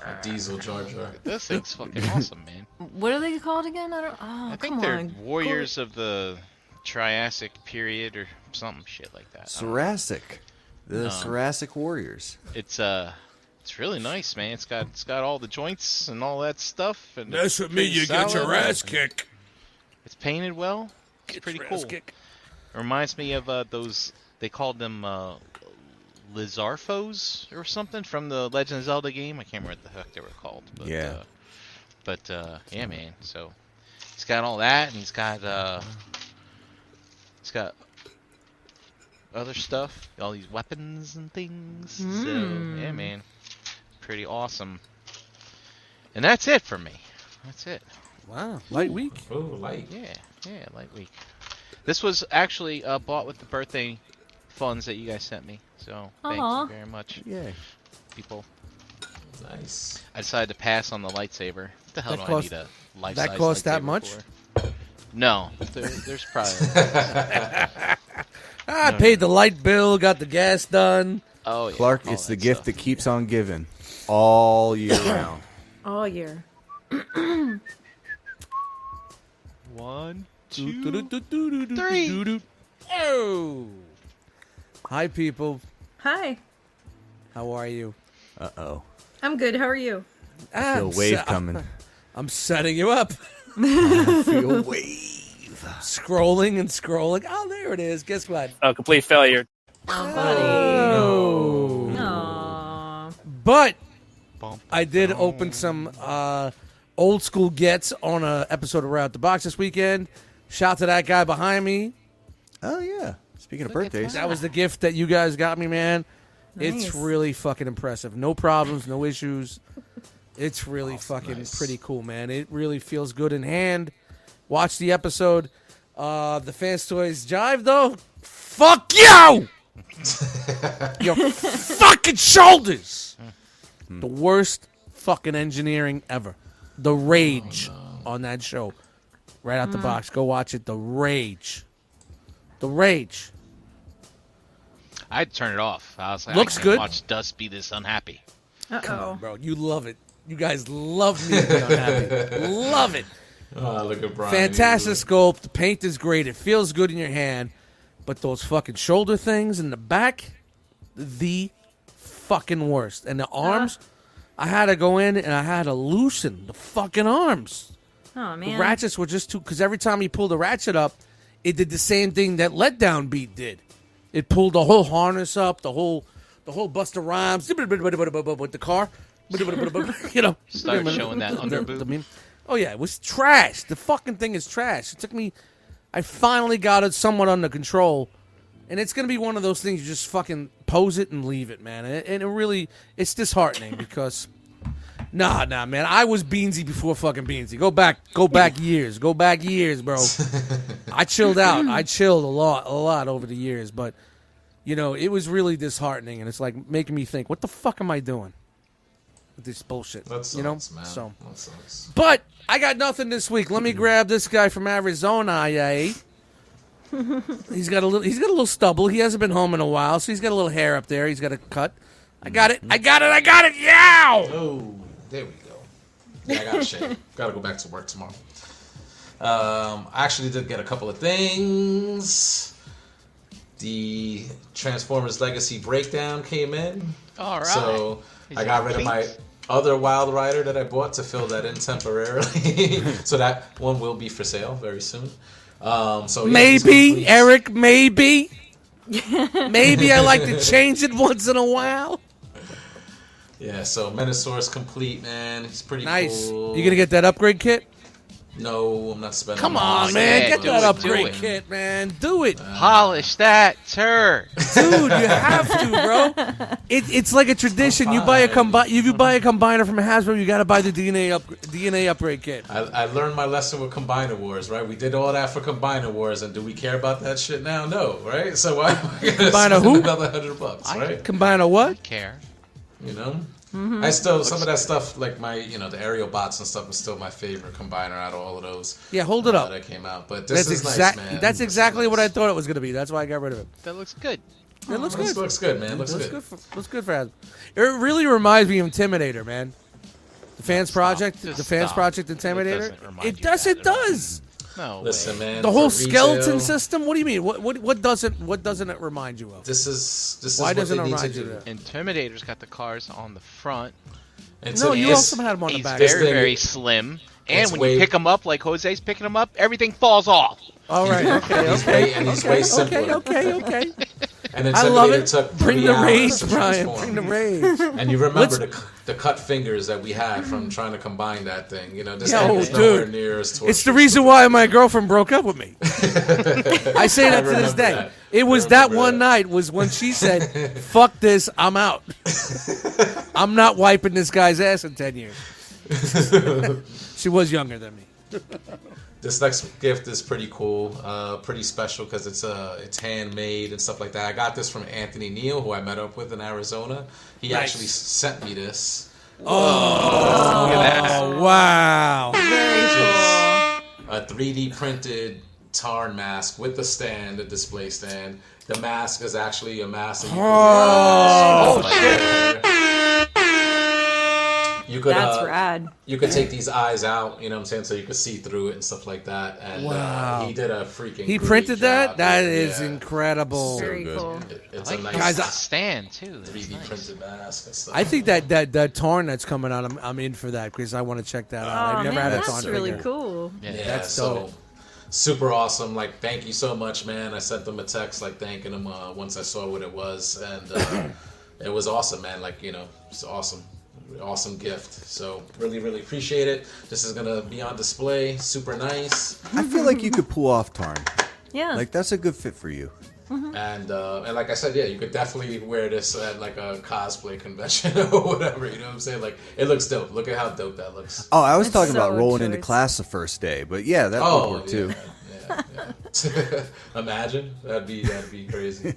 Speaker 4: Oh, a diesel Jar Jar.
Speaker 5: This thing's fucking awesome, man.
Speaker 1: What are they called again? I don't. Oh,
Speaker 5: I
Speaker 1: come
Speaker 5: think they're
Speaker 1: on.
Speaker 5: warriors of the Triassic period or something shit like that. I don't know.
Speaker 3: Thoracic. The Thoracic Warriors.
Speaker 5: It's uh it's really nice, man. It's got it's got all the joints and all that stuff and
Speaker 2: Mess with me,
Speaker 5: pretty
Speaker 2: you get your
Speaker 5: solid.
Speaker 2: ass kicked.
Speaker 5: It's painted well. It's pretty cool. Reminds me of uh, those they called them uh Lizarfos or something from the Legend of Zelda game. I can't remember what the heck they were called, but
Speaker 3: Yeah.
Speaker 5: uh, but uh yeah, man. So he's got all that and he's got uh he's got other stuff, all these weapons and things. So yeah, man. Pretty awesome. And that's it for me. That's it.
Speaker 2: Wow, light week.
Speaker 4: Oh, light.
Speaker 5: Yeah, yeah, light week. This was actually uh, bought with the birthday funds that you guys sent me. So thank
Speaker 1: Aw.
Speaker 5: you very much,
Speaker 3: Yeah.
Speaker 5: people.
Speaker 4: Nice.
Speaker 5: I decided to pass on the lightsaber. What the hell
Speaker 2: That
Speaker 5: do
Speaker 2: cost-
Speaker 5: I need a life size
Speaker 2: cost that
Speaker 5: lightsaber
Speaker 2: much?
Speaker 5: for? No, there, there's probably.
Speaker 2: Ah, I paid the light bill, got the gas done.
Speaker 5: Oh, yeah,
Speaker 3: Clark,
Speaker 5: all
Speaker 3: it's the
Speaker 5: that
Speaker 3: gift
Speaker 5: stuff.
Speaker 3: that keeps on giving all year round.
Speaker 1: All year.
Speaker 5: One, two,
Speaker 2: Three. Oh. Hi, people.
Speaker 1: Hi,
Speaker 2: How are you?
Speaker 3: Uh oh.
Speaker 1: I'm good. How are you?
Speaker 3: Feel
Speaker 2: I'm
Speaker 3: wave
Speaker 2: se-
Speaker 3: coming.
Speaker 2: I'm setting you up.
Speaker 3: Feel wave.
Speaker 2: Scrolling and scrolling. Oh, there it is. Guess what?
Speaker 6: Uh,
Speaker 7: A complete failure.
Speaker 2: Oh.
Speaker 1: Aww.
Speaker 2: But
Speaker 5: Bump.
Speaker 2: I did open some uh, old school gets on a episode of Route the Box this weekend. Shout to that guy behind me.
Speaker 3: Oh yeah. Speaking of birthdays,
Speaker 2: That was the gift that you guys got me, man.
Speaker 1: Nice.
Speaker 2: It's really fucking impressive. No problems, no issues. It's really fucking
Speaker 4: nice.
Speaker 2: pretty cool, man. It really feels good in hand. Watch the episode. Uh the fans toys jive though. Fuck you! Your fucking shoulders. The worst fucking engineering ever. The rage on that show. Right out the box. Go watch it. The rage. The rage.
Speaker 5: I had to turn it off. I was like,
Speaker 2: Looks
Speaker 5: I can't
Speaker 2: good.
Speaker 5: Watch Dust be this unhappy.
Speaker 1: Uh oh.
Speaker 2: bro. You love it. You guys love me. being unhappy. love it.
Speaker 4: Oh, look at Brian.
Speaker 2: Fantastic sculpt. The paint is great. It feels good in your hand. But those fucking shoulder things in the back, the fucking worst. And the arms, I had to go in and I had to loosen the fucking arms.
Speaker 1: Oh
Speaker 2: The
Speaker 1: man.
Speaker 2: ratchets were just too because every time he pulled the ratchet up, it did the same thing that Letdown Beat did. It pulled the whole harness up, the whole the whole Buster Rhymes with the car, you know.
Speaker 5: Start showing that underboob.
Speaker 2: I mean, oh yeah, it was trash. The fucking thing is trash. It took me. I finally got it somewhat under control, and it's gonna be one of those things you just fucking pose it and leave it, man. And it, and it really, it's disheartening because. Nah, nah, man. I was Beansy before fucking Beansy. Go back, go back years, go back years, bro. I chilled out. I chilled a lot, a lot over the years, but you know, it was really disheartening, and it's like making me think, what the fuck am I doing with this bullshit?
Speaker 4: That sucks,
Speaker 2: you know,
Speaker 4: man.
Speaker 2: so.
Speaker 4: That sucks.
Speaker 2: But I got nothing this week. Let me
Speaker 5: Mm-hmm.
Speaker 2: grab this guy from Arizona. Yeah. he's got a little. He's got a little stubble. He hasn't been home in a while, so he's got a little hair up there. He's got a cut. I got it. I got it. I got it. Yeah.
Speaker 4: Oh, there we go. Yeah, I got to shave. got to go back to work tomorrow. Um, I actually did get a couple of things. The Transformers Legacy breakdown came in.
Speaker 5: All right.
Speaker 4: So
Speaker 5: He's
Speaker 4: I got
Speaker 5: a
Speaker 4: rid of my
Speaker 5: beast.
Speaker 4: other Wild Rider that I bought to fill that in temporarily. so that one will be for sale very soon. Um, so yeah, these
Speaker 2: Maybe
Speaker 4: complete-
Speaker 2: Eric. Maybe. maybe I like to change it once in a while.
Speaker 4: Yeah, so Menosaur's complete, man. He's pretty
Speaker 2: Nice.
Speaker 4: cool.
Speaker 2: You gonna get that upgrade kit?
Speaker 4: No, I'm not spending.
Speaker 2: Come
Speaker 4: my
Speaker 2: on,
Speaker 4: money.
Speaker 2: man.
Speaker 5: Oh, yeah,
Speaker 2: Get
Speaker 5: do
Speaker 2: that
Speaker 5: it,
Speaker 2: upgrade
Speaker 5: do it.
Speaker 2: kit, man. Do it.
Speaker 5: Polish that turd.
Speaker 2: dude. You have to, bro. It, it's like a tradition. You buy a combi- if you buy a combiner from Hasbro, you gotta buy the DNA up DNA upgrade kit.
Speaker 4: I, I learned my lesson with Combiner Wars, right? We did all that for Combiner Wars, and do we care about that shit now? No, right? So why am I gonna
Speaker 2: Combiner
Speaker 4: spend
Speaker 2: who?
Speaker 4: another hundred bucks, right?
Speaker 2: Combiner what?
Speaker 5: Care.
Speaker 4: You know,
Speaker 2: Mm-hmm.
Speaker 4: I still some of that stuff, like my, you know, the aerial bots and stuff, is still my favorite combiner out of all of those.
Speaker 2: Yeah, hold it
Speaker 4: uh,
Speaker 2: up.
Speaker 4: That came out, but this
Speaker 2: That's
Speaker 4: is
Speaker 2: exactly
Speaker 4: nice, man.
Speaker 2: that's
Speaker 4: This is
Speaker 2: exactly what I
Speaker 4: nice.
Speaker 2: thought it was gonna be. That's why I got rid of it.
Speaker 5: That looks good.
Speaker 2: It looks
Speaker 4: This
Speaker 2: good.
Speaker 4: looks good, man. Looks,
Speaker 2: Looks
Speaker 4: good.
Speaker 2: good. For, looks good for Hasbro. It really reminds me of Intimidator, man. The fans project,
Speaker 5: Just
Speaker 2: the fans
Speaker 5: stop.
Speaker 2: project
Speaker 5: It
Speaker 2: Intimidator.
Speaker 5: doesn't remind
Speaker 2: It
Speaker 5: you
Speaker 2: does.
Speaker 5: that
Speaker 2: It
Speaker 5: at all.
Speaker 2: does.
Speaker 5: No
Speaker 4: Listen,
Speaker 5: way.
Speaker 4: man.
Speaker 2: The whole
Speaker 4: for
Speaker 2: skeleton
Speaker 4: retail,
Speaker 2: system. What do you mean? What what what doesn't what doesn't it remind you of?
Speaker 4: This is this is
Speaker 2: Why
Speaker 4: what
Speaker 2: doesn't
Speaker 4: they
Speaker 2: it
Speaker 4: need to
Speaker 2: remind you
Speaker 4: do.
Speaker 2: of
Speaker 5: Intimidator's got the cars on the front.
Speaker 4: And
Speaker 2: No,
Speaker 4: so
Speaker 2: you
Speaker 4: this-
Speaker 2: also had him on the
Speaker 5: He's
Speaker 2: back.
Speaker 5: very,
Speaker 4: This thing-
Speaker 5: very slim. And
Speaker 4: it's
Speaker 5: when
Speaker 4: way-
Speaker 5: you pick him up, like Jose's picking him up, everything falls off.
Speaker 2: All right. Okay.
Speaker 4: He's
Speaker 2: Okay.
Speaker 4: way- and he's
Speaker 2: okay,
Speaker 4: way
Speaker 2: okay.
Speaker 4: simpler.
Speaker 2: Okay. Okay.
Speaker 4: And
Speaker 2: I
Speaker 4: Intimidator
Speaker 2: love it.
Speaker 4: took
Speaker 2: Bring
Speaker 4: three
Speaker 2: the
Speaker 4: hours
Speaker 2: rage,
Speaker 4: to
Speaker 2: Brian.
Speaker 4: transform.
Speaker 2: Bring the rage.
Speaker 4: And you remember
Speaker 2: Let's-
Speaker 4: the, c- the cut fingers that we had from trying to combine that thing. You know, this
Speaker 2: Yo,
Speaker 4: thing is nowhere
Speaker 2: oh, dude.
Speaker 4: near as torturous.
Speaker 2: it's the reason why my girlfriend broke up with me. I say that to this
Speaker 4: remember
Speaker 2: day.
Speaker 4: that.
Speaker 2: It was
Speaker 4: I
Speaker 2: that
Speaker 4: remember
Speaker 2: one
Speaker 4: that.
Speaker 2: night was when she said, "Fuck this, I'm out. I'm not wiping this guy's ass in ten years." she was younger than me.
Speaker 4: This next gift is pretty cool, uh, pretty special because it's uh, it's handmade and stuff like that. I got this from Anthony Neal, who I met up with in Arizona. He
Speaker 2: Nice.
Speaker 4: actually s- sent me this.
Speaker 2: Oh wow!
Speaker 4: It's a 3D printed Tarn mask with the stand, the display stand. The mask is actually a mask. That
Speaker 2: Oh,
Speaker 4: you could, you could
Speaker 1: That's
Speaker 4: uh,
Speaker 1: rad.
Speaker 4: you could take these eyes out, you know what I'm saying, so you could see through it and stuff like that. And
Speaker 2: Wow.
Speaker 4: uh, he did a freaking.
Speaker 2: He
Speaker 4: great
Speaker 2: printed that.
Speaker 4: job.
Speaker 2: That is
Speaker 4: Yeah.
Speaker 2: incredible.
Speaker 1: Very
Speaker 3: good.
Speaker 1: cool.
Speaker 4: It- It's
Speaker 5: I
Speaker 4: a
Speaker 5: like
Speaker 4: nice
Speaker 5: guys,
Speaker 2: Guys, I-
Speaker 5: stand too. That's
Speaker 4: 3D
Speaker 5: nice.
Speaker 4: printed mask and stuff.
Speaker 2: I think that that that Tarn that's coming out, I'm, I'm in for that because I want to check that out.
Speaker 1: Oh
Speaker 2: I've never
Speaker 1: man,
Speaker 2: had a
Speaker 1: that's
Speaker 2: Tarn
Speaker 1: really
Speaker 2: figure.
Speaker 1: cool.
Speaker 5: Yeah.
Speaker 4: yeah,
Speaker 2: that's dope.
Speaker 4: so super awesome. Like, thank you so much, man. I sent them a text like thanking them uh, once I saw what it was, and uh, it was awesome, man. Like, you know, it's awesome. Awesome gift. So really, really appreciate it. This is gonna be on display. Super nice.
Speaker 2: Mm-hmm.
Speaker 3: I feel like you could pull off Tarn.
Speaker 1: Yeah.
Speaker 3: Like that's a good fit for you.
Speaker 4: And uh, and like I said, yeah, you could definitely wear this at like a cosplay convention or whatever. You know what I'm saying? Like it looks dope. Look at how dope that looks.
Speaker 3: Oh, I was
Speaker 1: That's
Speaker 3: talking
Speaker 1: so
Speaker 3: about rolling into
Speaker 1: choice.
Speaker 3: class the first day, but yeah, that would
Speaker 4: Oh,
Speaker 3: work
Speaker 4: yeah,
Speaker 3: too.
Speaker 4: Yeah, yeah. Imagine that'd be that'd be crazy.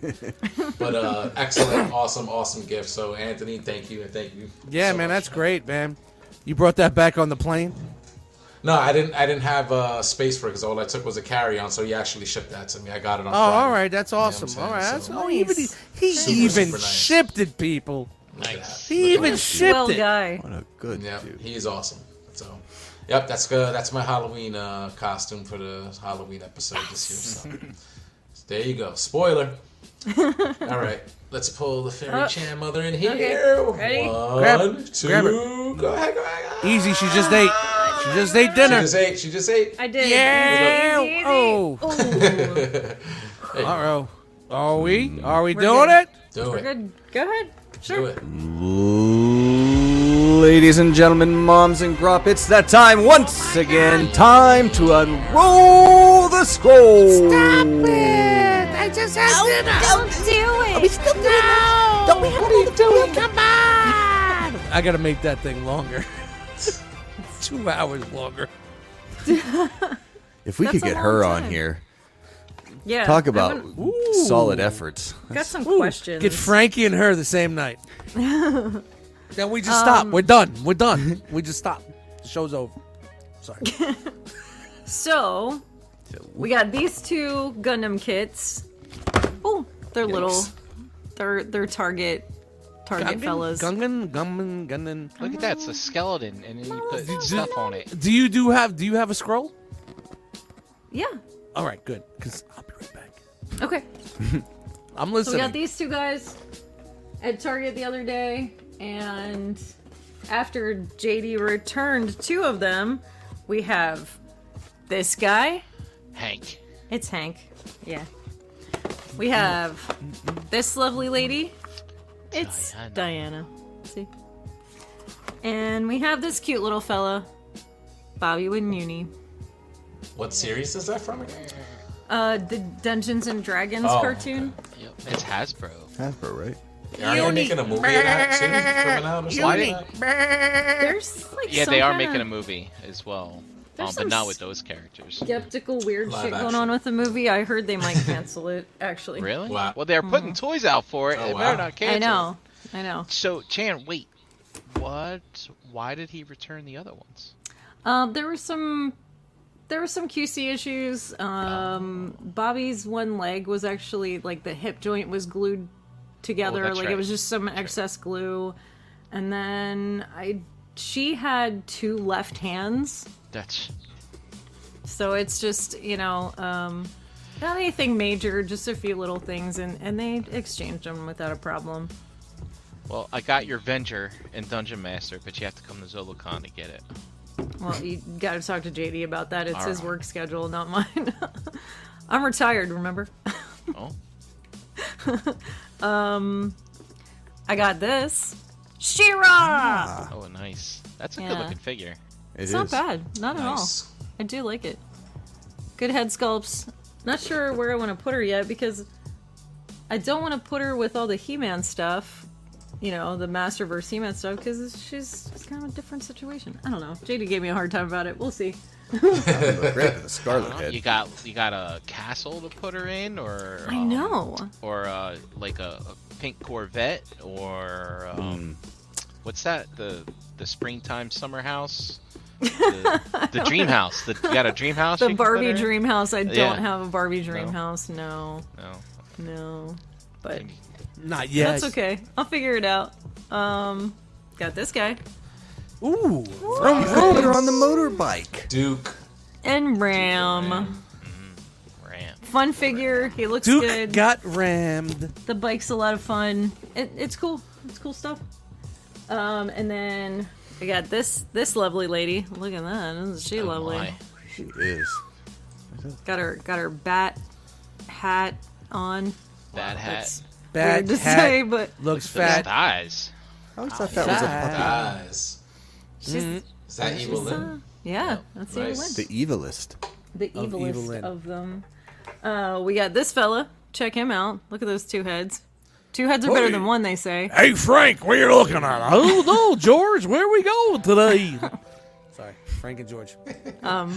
Speaker 4: But uh, excellent, awesome, awesome gift. So Anthony, thank you and thank you.
Speaker 2: Yeah,
Speaker 4: so
Speaker 2: man,
Speaker 4: much.
Speaker 2: that's great, man. You brought that back on the plane.
Speaker 4: No, I didn't. I didn't have uh, space for it because all I took was a carry on. So he actually shipped that to me. I got it on.
Speaker 2: Oh, all right, that's awesome.
Speaker 4: saying?
Speaker 2: all right, that's
Speaker 4: So-
Speaker 2: oh, he even,
Speaker 1: Nice.
Speaker 2: he
Speaker 4: Super,
Speaker 2: even
Speaker 4: super nice.
Speaker 2: shipped it, people.
Speaker 5: Nice.
Speaker 2: He even shipped
Speaker 1: well
Speaker 2: it.
Speaker 1: guy.
Speaker 3: What a good
Speaker 4: Yeah,
Speaker 3: dude.
Speaker 4: he is awesome. So, yep, that's good. That's my Halloween uh, costume for the Halloween episode this year. So, there you go. Spoiler. All right, let's pull the fairy
Speaker 1: Oh.
Speaker 4: chan mother in here.
Speaker 1: Ready?
Speaker 4: One,
Speaker 2: Grab-
Speaker 4: two,
Speaker 2: grab her.
Speaker 4: go ahead, go ahead. go ahead.
Speaker 2: Easy, she just ate. She just ate
Speaker 4: She
Speaker 2: dinner.
Speaker 4: just ate. She just ate.
Speaker 1: I did.
Speaker 2: Yeah.
Speaker 1: Easy, easy.
Speaker 2: Oh.
Speaker 1: Ooh.
Speaker 2: Uh oh. Are we? Are we
Speaker 1: We're
Speaker 2: doing
Speaker 1: good.
Speaker 2: it?
Speaker 4: Do
Speaker 1: We're
Speaker 4: it.
Speaker 1: good. Go ahead.
Speaker 4: Do
Speaker 1: Sure.
Speaker 4: it.
Speaker 3: Ladies and gentlemen, moms and grop, it's that time once again. Time to unroll the scroll. Stop it!
Speaker 7: I just had dinner. Don't do it. Are we still doing no.
Speaker 3: Don't we have
Speaker 7: What are you doing? Come on.
Speaker 2: I gotta make that thing longer. Two hours longer.
Speaker 3: If we
Speaker 1: That's
Speaker 3: could get
Speaker 1: a
Speaker 3: her
Speaker 1: long
Speaker 3: on
Speaker 1: time.
Speaker 3: here,
Speaker 1: Yeah.
Speaker 3: talk
Speaker 1: I
Speaker 3: about
Speaker 1: wanna-
Speaker 3: solid efforts.
Speaker 1: Got some
Speaker 2: Ooh,
Speaker 1: questions.
Speaker 2: Get Frankie and her the same night. then we just
Speaker 1: Um,
Speaker 2: stop. We're done. We're done. we just stop. The show's over. Sorry.
Speaker 1: So, we got these two Gundam kits. Oh, they're little. They're they're target target fellas.
Speaker 2: Gungan, Gungan, Gungan.
Speaker 5: Look at that. It's a skeleton, and then you put stuff on it.
Speaker 2: Do you do have do you have a scroll?
Speaker 1: yeah.
Speaker 2: All right, good. Cuz I'll be right back.
Speaker 1: Okay.
Speaker 2: I'm
Speaker 1: So we
Speaker 2: listening.
Speaker 1: got these two guys at Target the other day, and after JD returned two of them, we have this guy.
Speaker 5: Hank.
Speaker 1: It's Hank. Yeah. We have this lovely lady. It's
Speaker 5: Diana.
Speaker 1: Diana. See? And we have this cute little fella, Bobby Winuni.
Speaker 4: What series is that from again?
Speaker 1: Uh, the Dungeons and Dragons
Speaker 4: Oh,
Speaker 1: cartoon.
Speaker 5: Yep. It's Hasbro.
Speaker 3: Hasbro, right?
Speaker 4: Are they making a movie of that too? Coming out or something?
Speaker 5: Why
Speaker 4: like that?
Speaker 1: There's like
Speaker 5: Yeah,
Speaker 1: some
Speaker 5: they are
Speaker 1: kinda
Speaker 5: making a movie as well,
Speaker 1: There's
Speaker 5: um,
Speaker 1: some
Speaker 5: but not with
Speaker 1: s-
Speaker 5: those characters.
Speaker 1: skeptical weird
Speaker 4: Live
Speaker 1: shit going
Speaker 4: action.
Speaker 1: on with the movie. I heard they might cancel it. Actually,
Speaker 5: Really?
Speaker 4: Wow.
Speaker 5: Well, they're putting toys out for it.
Speaker 4: Oh,
Speaker 5: they
Speaker 4: wow.
Speaker 5: better not cancel.
Speaker 1: Mm-hmm. I know. I
Speaker 5: it.
Speaker 1: know.
Speaker 5: So, Chan, wait. What? Why did he return the other ones?
Speaker 1: Um, there were some there were some QC issues. Um, Bobby's one leg was actually like the hip joint was glued together,
Speaker 5: Oh, that's
Speaker 1: like it
Speaker 5: right.
Speaker 1: was just some excess glue. And then I she had two left hands,
Speaker 5: That's
Speaker 1: so it's just you know um, not anything major, just a few little things, and and they exchanged them without a problem.
Speaker 5: well. I got your Venger and Dungeon Master, but you have to come to Zolocon to get it.
Speaker 1: Well, you got to talk to JD about that. It's
Speaker 5: All
Speaker 1: his
Speaker 5: right.
Speaker 1: work schedule, not mine. I'm retired, remember?
Speaker 5: Oh,
Speaker 1: I got this. Shira.
Speaker 5: oh, nice. That's a
Speaker 1: Yeah.
Speaker 5: good-looking figure.
Speaker 3: It
Speaker 1: It's
Speaker 3: is.
Speaker 1: not bad, not at
Speaker 4: Nice.
Speaker 1: all. I do like it. Good head sculpts. Not sure where I want to put her yet because I don't want to put her with all the He-Man stuff. You know, the Masterverse He-Man stuff because she's it's kind of a different situation. I don't know. JD gave me a hard time about it. We'll see.
Speaker 3: But great with the Scarlet
Speaker 5: You
Speaker 3: Head.
Speaker 5: got you got a castle to put her in, or
Speaker 1: I
Speaker 5: um,
Speaker 1: know.
Speaker 5: or uh, like a, a pink Corvette, or um, what's that? The the springtime summer house the, the dream house. The, you got a dream house?
Speaker 1: The
Speaker 5: you can put her
Speaker 1: Barbie
Speaker 5: in?
Speaker 1: dream house. I don't
Speaker 5: Yeah.
Speaker 1: have a Barbie dream
Speaker 5: No.
Speaker 1: house. No,
Speaker 5: No.
Speaker 1: no. But
Speaker 2: Not yet.
Speaker 1: that's okay. I'll figure it out. Um, got this guy
Speaker 2: Ooh.
Speaker 3: You could put her on the motorbike.
Speaker 4: Duke.
Speaker 1: and Ram.
Speaker 5: Ram.
Speaker 1: Fun figure. He looks
Speaker 2: Duke
Speaker 1: good.
Speaker 2: got rammed.
Speaker 1: the bike's a lot of fun. It, it's cool. It's cool stuff. Um, and then I got this this lovely lady. Look at that. Isn't she
Speaker 5: Oh,
Speaker 1: lovely?
Speaker 5: my.
Speaker 3: She is.
Speaker 1: Got her got her bat hat on.
Speaker 5: Bad hat.
Speaker 1: That's
Speaker 2: Bad
Speaker 1: weird to
Speaker 2: hat.
Speaker 1: say, but
Speaker 2: Looks
Speaker 5: Those
Speaker 2: fat.
Speaker 5: thighs.
Speaker 3: I always thought that was a puppy.
Speaker 4: Eyes.
Speaker 1: she's
Speaker 2: Mm-hmm.
Speaker 4: Is that evil
Speaker 1: uh,
Speaker 4: then?
Speaker 1: yeah, that's the
Speaker 4: Nice.
Speaker 1: one.
Speaker 3: The evilist.
Speaker 1: the
Speaker 2: Of
Speaker 1: evilest
Speaker 2: Evelyn.
Speaker 1: of them. Uh, we got this fella. Check him out. Look at those two heads. Two heads are better than one, they say.
Speaker 2: Hey Frank, where you looking at? Oh no, George, where we going today? Sorry, Frank and George.
Speaker 1: Yeah,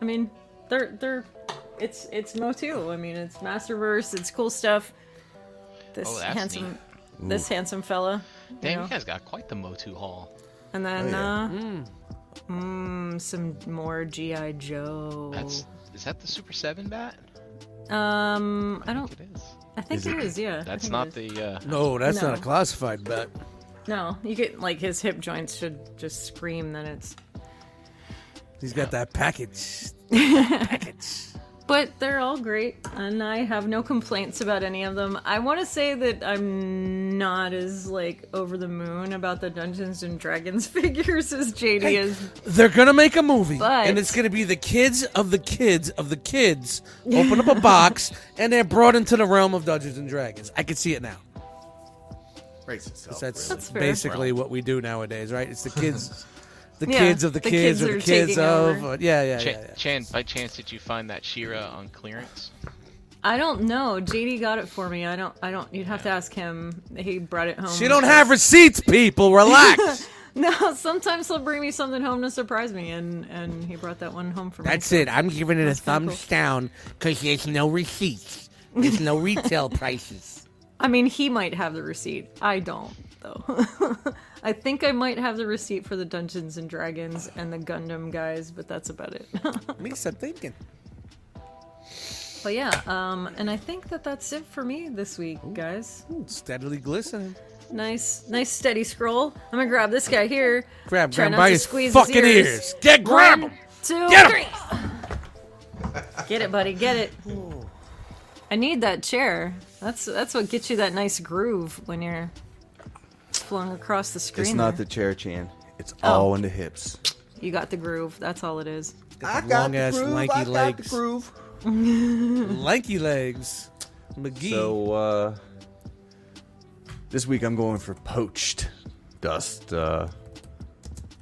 Speaker 1: I mean, they're they're it's it's Motu. I mean, it's Masterverse. It's cool stuff. This
Speaker 5: Oh, that's
Speaker 1: handsome, this handsome fella,
Speaker 5: Damn,
Speaker 1: know.
Speaker 5: you guys got quite the Motu haul.
Speaker 1: and then
Speaker 3: Oh, yeah.
Speaker 1: uh, mm, some more GI Joe.
Speaker 5: That's
Speaker 1: Oh.
Speaker 5: is that the Super Seven bat?
Speaker 1: um, I don't.
Speaker 5: It is.
Speaker 1: I think it is. Yeah, I
Speaker 5: That's
Speaker 1: think it
Speaker 5: not
Speaker 1: is.
Speaker 5: the. Uh,
Speaker 2: No, that's
Speaker 1: No.
Speaker 2: not a classified bet.
Speaker 1: No, you get like his hip joints should just scream that it's
Speaker 2: He's got that package. package.
Speaker 1: But they're all great, and I have no complaints about any of them. I want to say that I'm not as like over the moon about the Dungeons and Dragons figures as JD is.
Speaker 2: They're gonna make a movie,
Speaker 1: But-
Speaker 2: and it's gonna be the kids of the kids of the kids open up a box, and they're brought into the realm of Dungeons and Dragons. I can see it now.
Speaker 3: Race itself.
Speaker 2: That's,
Speaker 1: That's fair.
Speaker 2: basically what we do nowadays, right? It's the kids, the
Speaker 1: Yeah,
Speaker 2: kids of the,
Speaker 1: the
Speaker 2: kids,
Speaker 1: kids
Speaker 2: or the
Speaker 1: are
Speaker 2: kids
Speaker 1: taking
Speaker 2: of.
Speaker 1: over.
Speaker 2: uh, yeah, yeah,
Speaker 5: Chan,
Speaker 2: yeah. yeah.
Speaker 5: Chan, by chance, did you find that Shira on clearance?
Speaker 1: I don't know. JD got it for me. I don't. I don't. You'd have to ask him. He brought it home.
Speaker 2: She don't have receipts, people. Relax.
Speaker 1: No. Sometimes he'll bring me something home to surprise me, and and he brought that one home for me.
Speaker 2: That's it. I'm giving it a thumbs
Speaker 1: cool.
Speaker 2: down because there's no receipts. There's no retail prices.
Speaker 1: I mean, he might have the receipt. I don't, though. I think I might have the receipt for the Dungeons and Dragons and the Gundam guys, but that's about it.
Speaker 2: Makes I'm thinking.
Speaker 1: but yeah, um, and I think that that's it for me this week, guys.
Speaker 2: Steadily glistening.
Speaker 1: Nice, nice steady scroll. I'm gonna grab this guy here.
Speaker 2: Grab,
Speaker 1: Try
Speaker 2: grab
Speaker 1: not
Speaker 2: by
Speaker 1: to
Speaker 2: his
Speaker 1: squeeze his
Speaker 2: fucking
Speaker 1: ears.
Speaker 2: ears. Get grab
Speaker 1: One,
Speaker 2: him.
Speaker 1: two,
Speaker 2: Get 'em!
Speaker 1: three. Get it, buddy. Get it. I need that chair. That's that's what gets you that nice groove when you're flung across the screen.
Speaker 3: It's not
Speaker 1: there.
Speaker 3: the chair, Chan. It's
Speaker 1: Oh.
Speaker 3: all in the hips.
Speaker 1: You got the groove. That's all it is.
Speaker 2: I long ass lanky legs. lanky legs. McGee.
Speaker 3: So uh, this week I'm going for poached dust. Uh,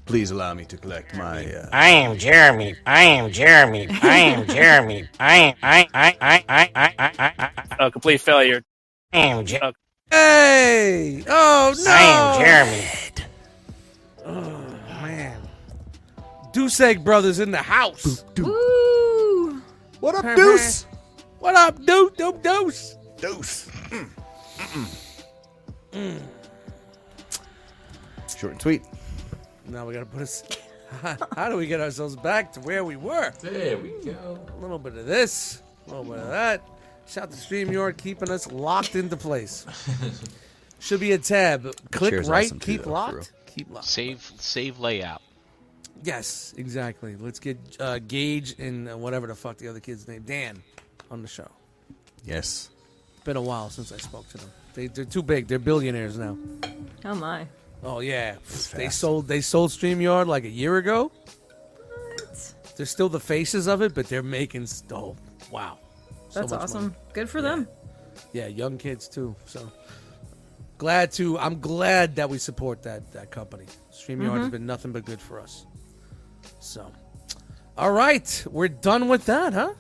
Speaker 3: please allow me to collect my. Uh,
Speaker 6: I am Jeremy. I am Jeremy. I am Jeremy. I am I I I I I I I I I
Speaker 8: A complete failure.
Speaker 6: am Je-
Speaker 2: hey! Oh no!
Speaker 6: I am Jeremy.
Speaker 2: Man. Duseg brothers in the house.
Speaker 1: Woo!
Speaker 3: what up,
Speaker 2: Deuce? What up, dude? Dope dose.
Speaker 3: Deuce. Mm. Mm. Short and sweet.
Speaker 2: Now we gotta put us. How do we get ourselves back to where we were?
Speaker 4: There we go.
Speaker 2: A little bit of this, a little bit of that. Shout to StreamYard keeping us locked into place. Should be a tab. Click
Speaker 3: Chair's
Speaker 2: right,
Speaker 3: awesome too,
Speaker 2: keep
Speaker 3: though, for
Speaker 2: locked. Keep locked.
Speaker 5: Save save layout.
Speaker 2: Yes, exactly. Let's get uh, Gage and uh, whatever the fuck the other kid's name, Dan, on the show.
Speaker 3: Yes.
Speaker 2: Been a while since I spoke to them. They, they're too big. They're billionaires now.
Speaker 1: Oh my.
Speaker 2: Oh yeah, they sold they sold Streamyard like a year ago. They're still the faces of it, but they're making s- oh wow, So
Speaker 1: That's
Speaker 2: much
Speaker 1: awesome.
Speaker 2: money.
Speaker 1: Good for them.
Speaker 2: Yeah, young kids too. So glad to. I'm glad that we support that that company. Streamyard
Speaker 1: Mm-hmm.
Speaker 2: has been nothing but good for us. So, all right, we're done with that, huh?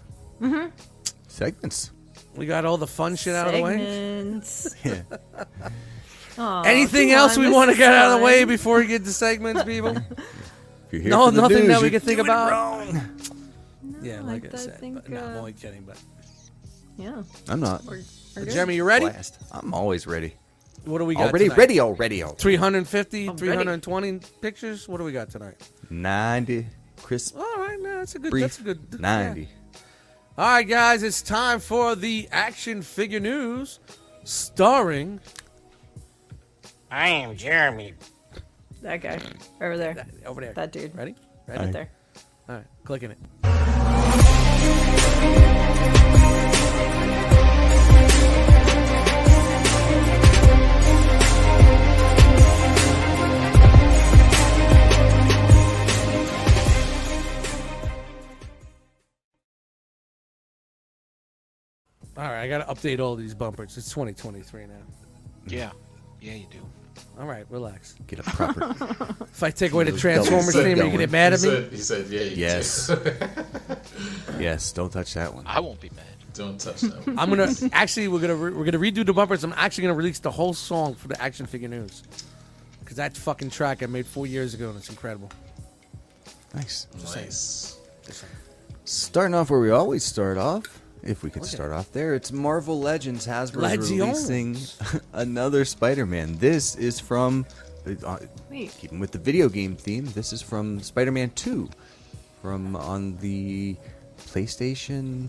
Speaker 3: Segments.
Speaker 2: We got all the fun shit out of the way.
Speaker 1: Segments.
Speaker 3: Yeah.
Speaker 1: Aw,
Speaker 2: Anything
Speaker 1: come
Speaker 2: else
Speaker 1: on,
Speaker 2: we
Speaker 1: this
Speaker 2: want to
Speaker 1: is
Speaker 2: get out of the way
Speaker 1: fun.
Speaker 2: before we get to segments, people?
Speaker 3: If you're here
Speaker 2: no,
Speaker 3: for the
Speaker 2: nothing
Speaker 3: news,
Speaker 2: that we
Speaker 3: you're
Speaker 2: can think
Speaker 3: doing it
Speaker 2: about.
Speaker 3: wrong.
Speaker 2: Yeah,
Speaker 1: No,
Speaker 2: like
Speaker 1: I
Speaker 2: I, said,
Speaker 1: think,
Speaker 2: but, no, I'm
Speaker 1: uh,
Speaker 2: only kidding. But
Speaker 1: Yeah.
Speaker 3: I'm not.
Speaker 1: We're, we're good.
Speaker 2: Jeremy, you ready?
Speaker 3: Blast. I'm always ready.
Speaker 2: What do we got?
Speaker 3: Already,
Speaker 2: tonight?
Speaker 3: ready, already, already.
Speaker 2: 350,
Speaker 1: ready.
Speaker 2: 320 pictures. What do we got tonight?
Speaker 3: Ninety crisp,
Speaker 2: All right, nah, that's a good.
Speaker 3: brief,
Speaker 2: That's a good.
Speaker 3: ninety.
Speaker 2: yeah. All right, guys, it's time for the action figure news, starring
Speaker 6: I am Jeremy.
Speaker 1: That guy over there.
Speaker 2: over there.
Speaker 1: That dude.
Speaker 2: Ready? Ready?
Speaker 1: Right there.
Speaker 2: All right, clicking it. All right, I gotta update all these bumpers. It's 2023 now.
Speaker 5: Yeah. Yeah, you do.
Speaker 2: All right, relax.
Speaker 3: Get a proper.
Speaker 2: If I take away the
Speaker 3: Those
Speaker 2: Transformers
Speaker 3: doubles.
Speaker 2: theme, are you gonna get mad
Speaker 4: He
Speaker 2: at me?
Speaker 4: said, he said, yeah, you
Speaker 3: yes.
Speaker 4: do.
Speaker 3: yes. Don't touch that one.
Speaker 5: I won't be mad.
Speaker 4: Don't touch that one.
Speaker 2: I'm gonna actually we're gonna re- we're gonna redo the bumpers. I'm actually gonna release the whole song for the action figure news because that fucking track I made four years ago and it's incredible.
Speaker 3: Nice.
Speaker 4: Nice.
Speaker 3: Starting off where we always start off, if we could start off there, it's Marvel Legends Hasbro
Speaker 2: Oh, Legends.
Speaker 3: releasing another Spider-Man. This is from, uh,
Speaker 1: Wait.
Speaker 3: keeping with the video game theme, this is from Spider-Man 2, from on the PlayStation.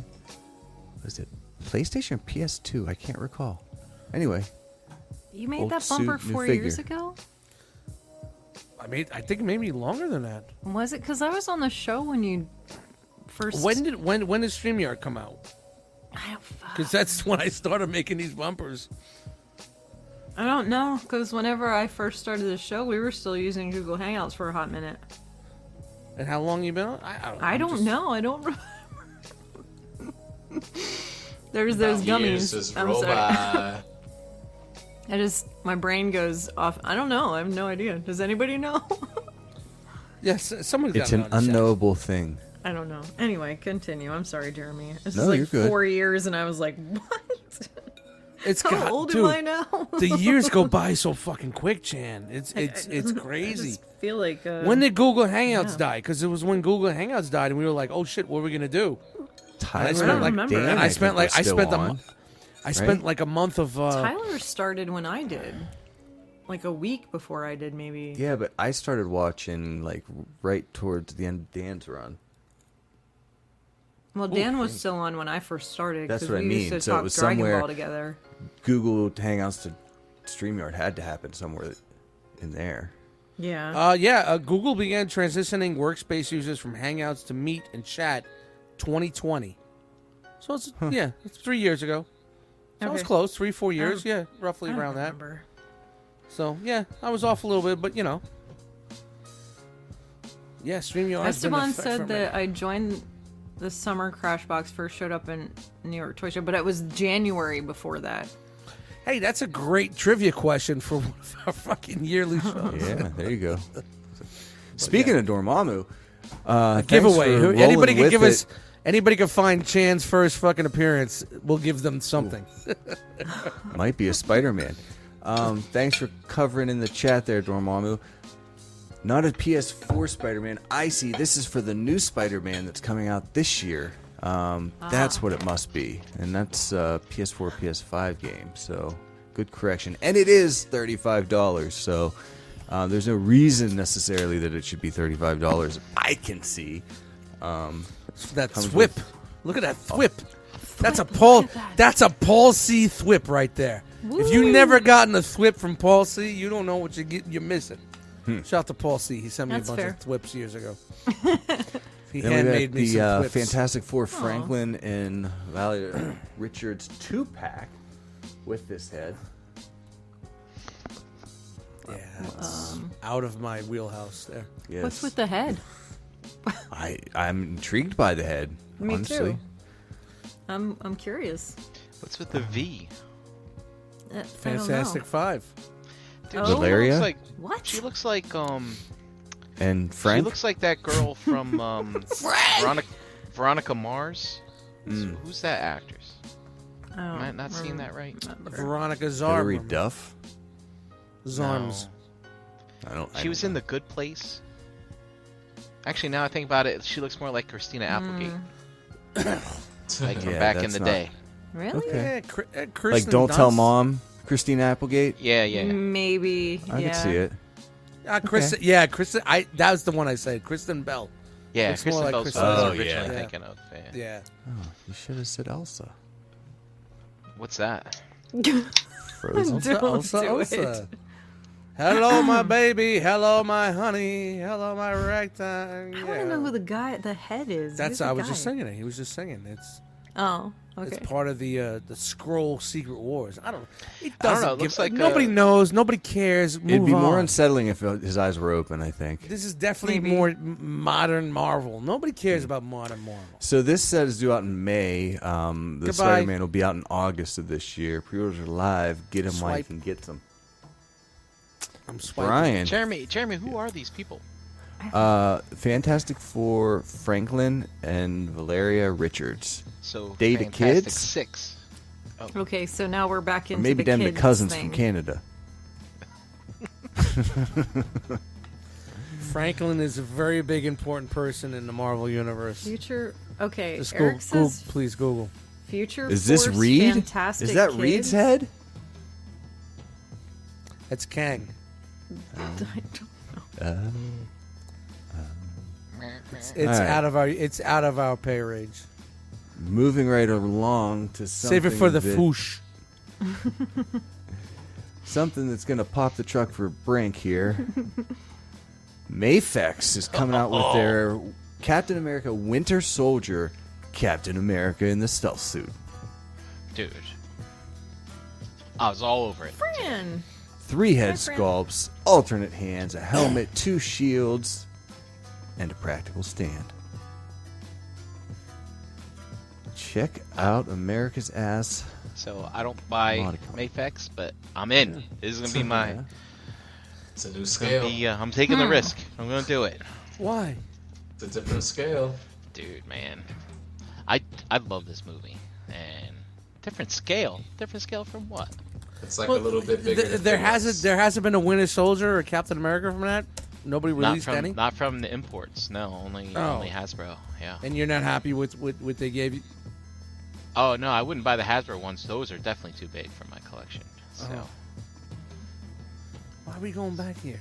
Speaker 3: Was it PlayStation or PS2? I can't recall. Anyway,
Speaker 1: You made
Speaker 3: Old
Speaker 1: that bumper
Speaker 3: suit, new
Speaker 1: four years
Speaker 3: figure.
Speaker 1: ago?
Speaker 2: I made I think maybe longer than that.
Speaker 1: Was it? Because I was on the show when you first.
Speaker 2: When did when when did Streamyard come out?
Speaker 1: I don't, fuck.
Speaker 2: Because that's when I started making these bumpers.
Speaker 1: I don't know. Because whenever I first started the show, we were still using Google Hangouts for a hot minute.
Speaker 2: And how long you been? on? I, I don't.
Speaker 1: I don't
Speaker 2: just-
Speaker 1: know. I don't remember. There's those
Speaker 4: He is
Speaker 1: gummies.
Speaker 4: just
Speaker 1: I'm sorry.
Speaker 4: robot.
Speaker 1: I just my brain goes off. I don't know. I have no idea. Does anybody know?
Speaker 2: Yes, uh, someone.
Speaker 3: it's an unknowable thing.
Speaker 1: I don't know. Anyway, continue. I'm sorry, Jeremy. This
Speaker 3: No,
Speaker 1: is like
Speaker 3: you're good.
Speaker 1: four years, and I was like, what?
Speaker 2: It's
Speaker 1: How
Speaker 2: got-
Speaker 1: old
Speaker 2: dude,
Speaker 1: am I now?
Speaker 2: the years go by so fucking quick, Chan. It's it's
Speaker 1: I-
Speaker 2: it's
Speaker 1: I
Speaker 2: crazy.
Speaker 1: just feel like uh,
Speaker 2: When did Google Hangouts
Speaker 1: yeah.
Speaker 2: die? Because it was when Google Hangouts died, and we were like, "Oh shit, what are we gonna do?"
Speaker 3: Tyler,
Speaker 2: spent
Speaker 1: like-
Speaker 3: Dan,
Speaker 1: remember.
Speaker 2: And I,
Speaker 3: think,
Speaker 2: spent like
Speaker 3: was
Speaker 2: I
Speaker 3: still
Speaker 2: spent a
Speaker 3: on.
Speaker 2: mo- I spent like a month of uh,
Speaker 1: Tyler started when I did, like a week before I did, maybe.
Speaker 3: Yeah, but I started watching like right towards the end of Dan's run.
Speaker 1: Well, Dan was still on when I first started.
Speaker 3: That's
Speaker 1: 'cause
Speaker 3: what I
Speaker 1: we Used
Speaker 3: mean.
Speaker 1: to
Speaker 3: So it
Speaker 1: talk
Speaker 3: was
Speaker 1: Dragon
Speaker 3: somewhere-
Speaker 1: Ball together.
Speaker 3: Google Hangouts to StreamYard had to happen somewhere in there.
Speaker 1: Yeah.
Speaker 2: uh, yeah. Uh, Google began transitioning workspace users from Hangouts to Meet and Chat, 2020. So it's yeah, it's three years ago. So it was
Speaker 1: Okay. Oh.
Speaker 2: close, three four years, yeah, roughly
Speaker 1: I don't
Speaker 2: around that.
Speaker 1: remember.
Speaker 2: So yeah, I was off a little bit, but you know. Yeah, StreamYard. has been
Speaker 1: Esteban
Speaker 2: the fa- for a
Speaker 1: said
Speaker 2: minute.
Speaker 1: that I joined the summer Crashbox first showed up in New York Toy Show, but it was January before that.
Speaker 2: Hey, that's a great trivia question for one of our fucking yearly shows.
Speaker 3: Yeah, there you go. Speaking of Dormammu, uh, thanks
Speaker 2: giveaway.
Speaker 3: for
Speaker 2: Who,
Speaker 3: rolling
Speaker 2: anybody can
Speaker 3: with
Speaker 2: give
Speaker 3: it.
Speaker 2: us. Anybody can find Chan's first fucking appearance. We'll give them something.
Speaker 3: might be a Spider-Man. Um, thanks for covering in the chat there, Dormammu. Not a PS4 Spider-Man. I see. This is for the new Spider-Man that's coming out this year. Um, That's what it must be, and that's uh, PS4, PS5 game. So good correction, and it is thirty-five dollars. So uh, there's no reason necessarily that it should be thirty-five dollars. I can see.
Speaker 2: That
Speaker 3: Comes
Speaker 2: thwip.
Speaker 3: with-
Speaker 2: Look at that thwip. That's a Paul. That's a Paul C. thwip right there. If you never gotten a thwip from Paul C, you don't know what you get. You're missing.
Speaker 3: Hmm.
Speaker 2: Shout out to Paul C. He sent me
Speaker 1: That's
Speaker 2: a bunch
Speaker 1: fair.
Speaker 2: of thwips years ago. he
Speaker 3: Then we
Speaker 2: handmade
Speaker 3: got
Speaker 2: me
Speaker 3: the
Speaker 2: some
Speaker 3: uh,
Speaker 2: thwips.
Speaker 3: Fantastic Four Franklin and Valley Richards two pack with this head.
Speaker 2: Yeah, that's
Speaker 1: Um,
Speaker 2: out of my wheelhouse there.
Speaker 3: Yes.
Speaker 1: What's with the head?
Speaker 3: I I'm intrigued by the head.
Speaker 1: Me
Speaker 3: honestly.
Speaker 1: too. I'm I'm curious.
Speaker 5: What's with the V?
Speaker 1: Uh,
Speaker 2: Fantastic Five.
Speaker 5: Dude,
Speaker 1: Oh.
Speaker 5: she
Speaker 3: Valeria?
Speaker 5: looks like
Speaker 1: What?
Speaker 5: she looks like um
Speaker 3: And
Speaker 5: she
Speaker 3: Frank,
Speaker 5: looks like that girl from um Veronica Veronica Mars.
Speaker 3: Mm.
Speaker 5: Who's that actress?
Speaker 1: I don't
Speaker 5: Am I not seeing that right?
Speaker 1: Oh, remember.
Speaker 2: Veronica
Speaker 3: Hillary
Speaker 2: Zarm.
Speaker 3: Duff.
Speaker 2: Zarms.
Speaker 3: I don't. I
Speaker 5: She was in the Good Place. Actually, now I think about it, she looks more like Christina Applegate.
Speaker 1: Mm.
Speaker 5: like from
Speaker 3: Yeah,
Speaker 5: back in
Speaker 3: that's
Speaker 5: the
Speaker 3: not-
Speaker 5: day.
Speaker 1: Really?
Speaker 3: Okay.
Speaker 2: Yeah, Cr- uh,
Speaker 3: like
Speaker 2: Kirsten
Speaker 3: don't tell
Speaker 2: Dunst.
Speaker 3: mom. Christine Applegate.
Speaker 5: Yeah, yeah.
Speaker 1: Mm-hmm. Maybe.
Speaker 3: I
Speaker 1: yeah.
Speaker 3: could see it.
Speaker 2: Uh, Chris, yeah, Chris. I that was the one I said. Kristen Bell.
Speaker 5: Yeah,
Speaker 2: Looks more
Speaker 5: Kristen
Speaker 2: like
Speaker 5: Bell's
Speaker 2: Kristen
Speaker 5: what I
Speaker 3: Bell.
Speaker 5: was originally
Speaker 2: Yeah.
Speaker 5: thinking of. Yeah.
Speaker 2: Yeah.
Speaker 3: You should have said Elsa.
Speaker 5: What's that?
Speaker 3: Frozen.
Speaker 1: Don't
Speaker 2: Elsa,
Speaker 1: do
Speaker 2: Elsa. Hello, my baby. Hello, my honey. Hello, my ragtime.
Speaker 1: I want to know who the guy, the head is. Who's
Speaker 2: That's.
Speaker 1: the
Speaker 2: I was
Speaker 1: guy?
Speaker 2: just singing it. He was just singing. It's.
Speaker 1: Oh, okay.
Speaker 2: It's part of the uh, the scroll secret wars. I don't. It
Speaker 5: I don't
Speaker 2: doesn't
Speaker 5: know, it looks
Speaker 2: give-
Speaker 5: like,
Speaker 2: nobody
Speaker 5: uh,
Speaker 2: knows. Nobody cares. Move
Speaker 3: It'd be more
Speaker 2: on.
Speaker 3: unsettling if uh, his eyes were open. I think.
Speaker 2: This is definitely
Speaker 1: Maybe. Hmm.
Speaker 2: more m- modern Marvel. Nobody cares about modern Marvel.
Speaker 3: So this set is due out in May. Um, the
Speaker 2: Goodbye.
Speaker 3: Spider-Man will be out in August of this year. Pre-orders are live. Get them while you
Speaker 2: Swipe.
Speaker 3: can get them.
Speaker 2: I'm swiping.
Speaker 3: Brian,
Speaker 5: Jeremy, Jeremy, who are these people?
Speaker 3: uh, Fantastic Four, Franklin and Valeria Richards.
Speaker 5: So
Speaker 3: Data
Speaker 5: Fantastic
Speaker 3: Kids?
Speaker 5: Six.
Speaker 1: okay, so now we're back
Speaker 3: Or
Speaker 1: into
Speaker 3: maybe
Speaker 1: the
Speaker 3: them the
Speaker 1: kids
Speaker 3: cousins
Speaker 1: thing.
Speaker 3: from Canada.
Speaker 2: Franklin is a very big important person in the Marvel universe.
Speaker 1: Future. Okay,
Speaker 2: Just Google,
Speaker 1: Eric says
Speaker 2: Google- please Google.
Speaker 1: future.
Speaker 3: Is this
Speaker 1: Force
Speaker 3: Reed?
Speaker 1: Fantastic
Speaker 3: is that
Speaker 1: kids?
Speaker 3: Reed's head?
Speaker 2: That's Kang.
Speaker 1: I don't-
Speaker 2: It's
Speaker 3: All right.
Speaker 2: out of our it's out of our pay range.
Speaker 3: Moving right along to something
Speaker 2: Save it for the
Speaker 3: that-
Speaker 2: foosh.
Speaker 3: something that's gonna pop the truck for Brink here. Mayfex is coming out with their Captain America Winter Soldier, Captain America in the stealth suit.
Speaker 5: Dude. I was all over it.
Speaker 1: Man,
Speaker 3: Three head
Speaker 1: Hi, Brent.
Speaker 3: sculpts, alternate hands, a helmet, two shields, and a practical stand. Check out America's ass.
Speaker 5: So I don't buy
Speaker 3: Modicum.
Speaker 5: Mafex, but I'm in. This is gonna be my.
Speaker 4: It's a new
Speaker 5: It's gonna
Speaker 4: scale.
Speaker 5: be. Uh, I'm taking the risk. I'm gonna do it,
Speaker 2: Why?
Speaker 4: It's a different scale.
Speaker 5: dude, man. I I love this movie and different scale. Different scale from what?
Speaker 4: It's like
Speaker 2: Well,
Speaker 4: a little bit
Speaker 2: th-
Speaker 4: bigger. than
Speaker 2: there
Speaker 4: it
Speaker 2: hasn't
Speaker 4: was.
Speaker 2: there hasn't been a Winter Soldier or Captain America from that. Nobody
Speaker 5: Not
Speaker 2: released
Speaker 5: from
Speaker 2: any.
Speaker 5: not from the imports. No, only
Speaker 2: Oh.
Speaker 5: only Hasbro. Yeah.
Speaker 2: and you're not happy with with what they gave you.
Speaker 5: Oh no, I wouldn't buy the Hasbro ones. Those are definitely too big for my collection. So
Speaker 2: Oh. Why are we going back here?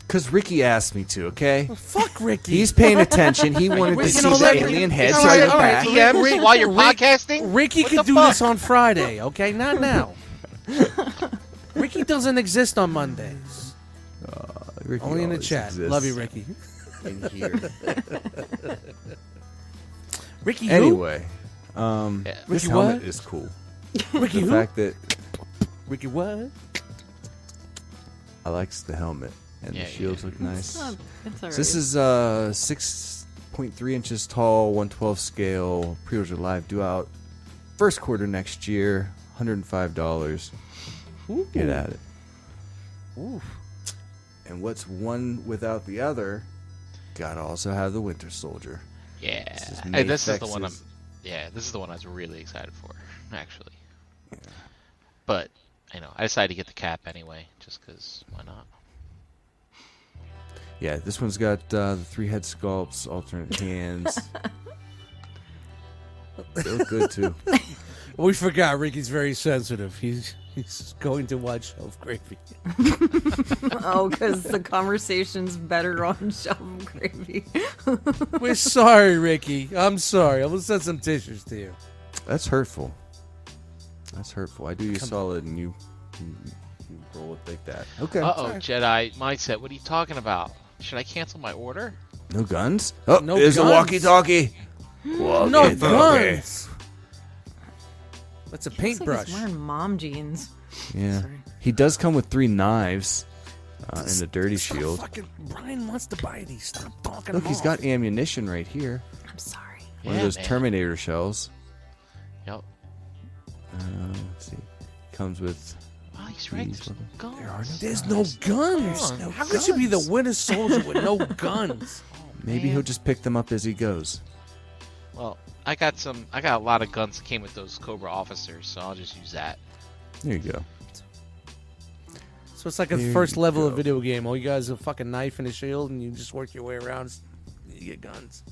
Speaker 3: Because Ricky asked me to, okay?
Speaker 2: Fuck Ricky.
Speaker 3: He's paying attention. He wanted to
Speaker 2: Ricky,
Speaker 3: see
Speaker 2: no,
Speaker 3: the
Speaker 2: Ricky.
Speaker 3: alien head,
Speaker 2: All
Speaker 3: so I
Speaker 2: right,
Speaker 3: went
Speaker 2: all right,
Speaker 3: back.
Speaker 2: so
Speaker 5: DM Rick while you're
Speaker 2: Rick-
Speaker 5: podcasting.
Speaker 2: Ricky
Speaker 5: What
Speaker 2: could
Speaker 5: the
Speaker 2: do
Speaker 5: fuck?
Speaker 2: this on Friday, okay? Not now. Ricky doesn't exist on Mondays.
Speaker 3: Ricky
Speaker 2: Only in the
Speaker 3: always
Speaker 2: chat.
Speaker 3: exists
Speaker 2: Love you, Ricky.
Speaker 3: in here.
Speaker 2: Ricky who?
Speaker 3: anyway, um,
Speaker 5: Yeah.
Speaker 3: this
Speaker 2: Ricky
Speaker 3: helmet
Speaker 2: what?
Speaker 3: is cool.
Speaker 2: Ricky
Speaker 3: The
Speaker 2: who?
Speaker 3: fact that
Speaker 2: Ricky what?
Speaker 3: I likes the helmet and
Speaker 5: Yeah,
Speaker 3: the shields look nice.
Speaker 1: it's not- it's oh, all
Speaker 3: So this
Speaker 1: right.
Speaker 3: is uh, six point three inches tall, one twelve scale. Pre-orders are live, due out first quarter next year. One hundred and five dollars. Get at it.
Speaker 2: Oof.
Speaker 3: And what's one without the other? Gotta also have the Winter Soldier.
Speaker 5: Yeah.
Speaker 3: This is
Speaker 5: hey, this is the
Speaker 3: Mayfex's-
Speaker 5: one I'm. Yeah, this is the one I was really excited for, actually. But I know I decided to get the cap anyway, just because why not?
Speaker 3: Yeah, this one's got uh, the three head sculpts, alternate hands. they look good too.
Speaker 2: We forgot Ricky's very sensitive. He's he's going to watch Shelf Gravy.
Speaker 1: oh, because the conversation's better on shelf gravy.
Speaker 2: We're sorry, Ricky. I'm sorry. I will send some tissues to you.
Speaker 3: That's hurtful. That's hurtful. I do you solid, and you, you you roll it like that. Okay.
Speaker 5: Uh oh, Jedi mindset. What are you talking about? Should I cancel my order?
Speaker 3: No guns? Oh,
Speaker 2: No
Speaker 3: there's
Speaker 2: guns.
Speaker 3: a walkie-talkie.
Speaker 2: No
Speaker 3: Walkie-talkie.
Speaker 2: guns. That's a
Speaker 1: Looks like
Speaker 2: paintbrush.
Speaker 1: he's wearing mom jeans.
Speaker 3: Yeah.
Speaker 1: Sorry.
Speaker 3: He does come with three knives uh, and a dirty shield.
Speaker 2: Fucking Brian wants to buy these. Stop talking.
Speaker 3: Look,
Speaker 2: him
Speaker 3: he's
Speaker 2: off.
Speaker 3: got ammunition right here.
Speaker 1: I'm sorry.
Speaker 3: One
Speaker 5: Yeah,
Speaker 3: of those
Speaker 5: man.
Speaker 3: Terminator shells.
Speaker 5: Yep.
Speaker 3: Uh, let's see. Comes with...
Speaker 5: Wow, Oh, he's right. There's no guns.
Speaker 2: There's no guns.
Speaker 5: There's no
Speaker 2: How could you be the winter soldier with no guns?
Speaker 3: Maybe he'll just pick them up as he goes.
Speaker 5: Well, I got some. I got a lot of guns that came with those Cobra officers, so I'll just use that.
Speaker 3: There you go.
Speaker 2: So it's like a
Speaker 3: There
Speaker 2: first
Speaker 3: you
Speaker 2: level of
Speaker 3: go.
Speaker 2: video game. All you guys have a fucking knife and a shield, and you just work your way around. You get guns.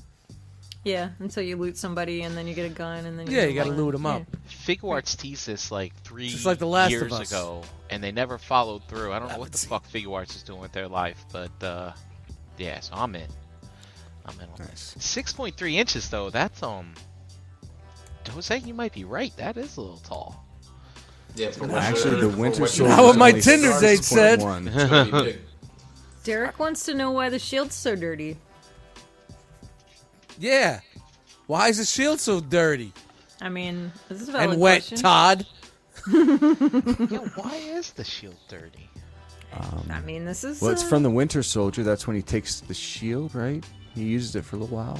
Speaker 1: Yeah, until you loot somebody and then you get a gun and then you
Speaker 2: Yeah,
Speaker 1: get
Speaker 2: you gotta
Speaker 1: one.
Speaker 2: loot 'em up.
Speaker 1: Yeah.
Speaker 5: Figure Arts thesis like three
Speaker 2: Just like The Last of
Speaker 5: years
Speaker 2: Us.
Speaker 5: ago, and they never followed through. I don't know what
Speaker 2: would
Speaker 5: the
Speaker 2: seem-
Speaker 5: fuck Figure Arts is doing with their life, but uh, yeah, so I'm in. I'm in. on that.
Speaker 3: Nice.
Speaker 5: 6.3 inches though. That's um. Jose, you might be right. That is a little tall.
Speaker 4: Yeah, for
Speaker 3: Actually, the
Speaker 4: for
Speaker 3: winter
Speaker 4: what you-
Speaker 3: soldier.
Speaker 2: Now uh, what my
Speaker 3: only
Speaker 2: Tinder date said.
Speaker 3: 6.1.
Speaker 4: It's gonna be big.
Speaker 1: Derek wants to know why the shield's so dirty.
Speaker 2: Yeah. Why is the shield so dirty
Speaker 1: I mean, this is a valid
Speaker 2: and wet,
Speaker 1: question.
Speaker 2: Todd?
Speaker 5: Yeah, why is the shield dirty?
Speaker 1: I mean, this is
Speaker 3: Well, it's
Speaker 1: uh,
Speaker 3: from the Winter Soldier. That's when he takes the shield, right? He uses it for a little while.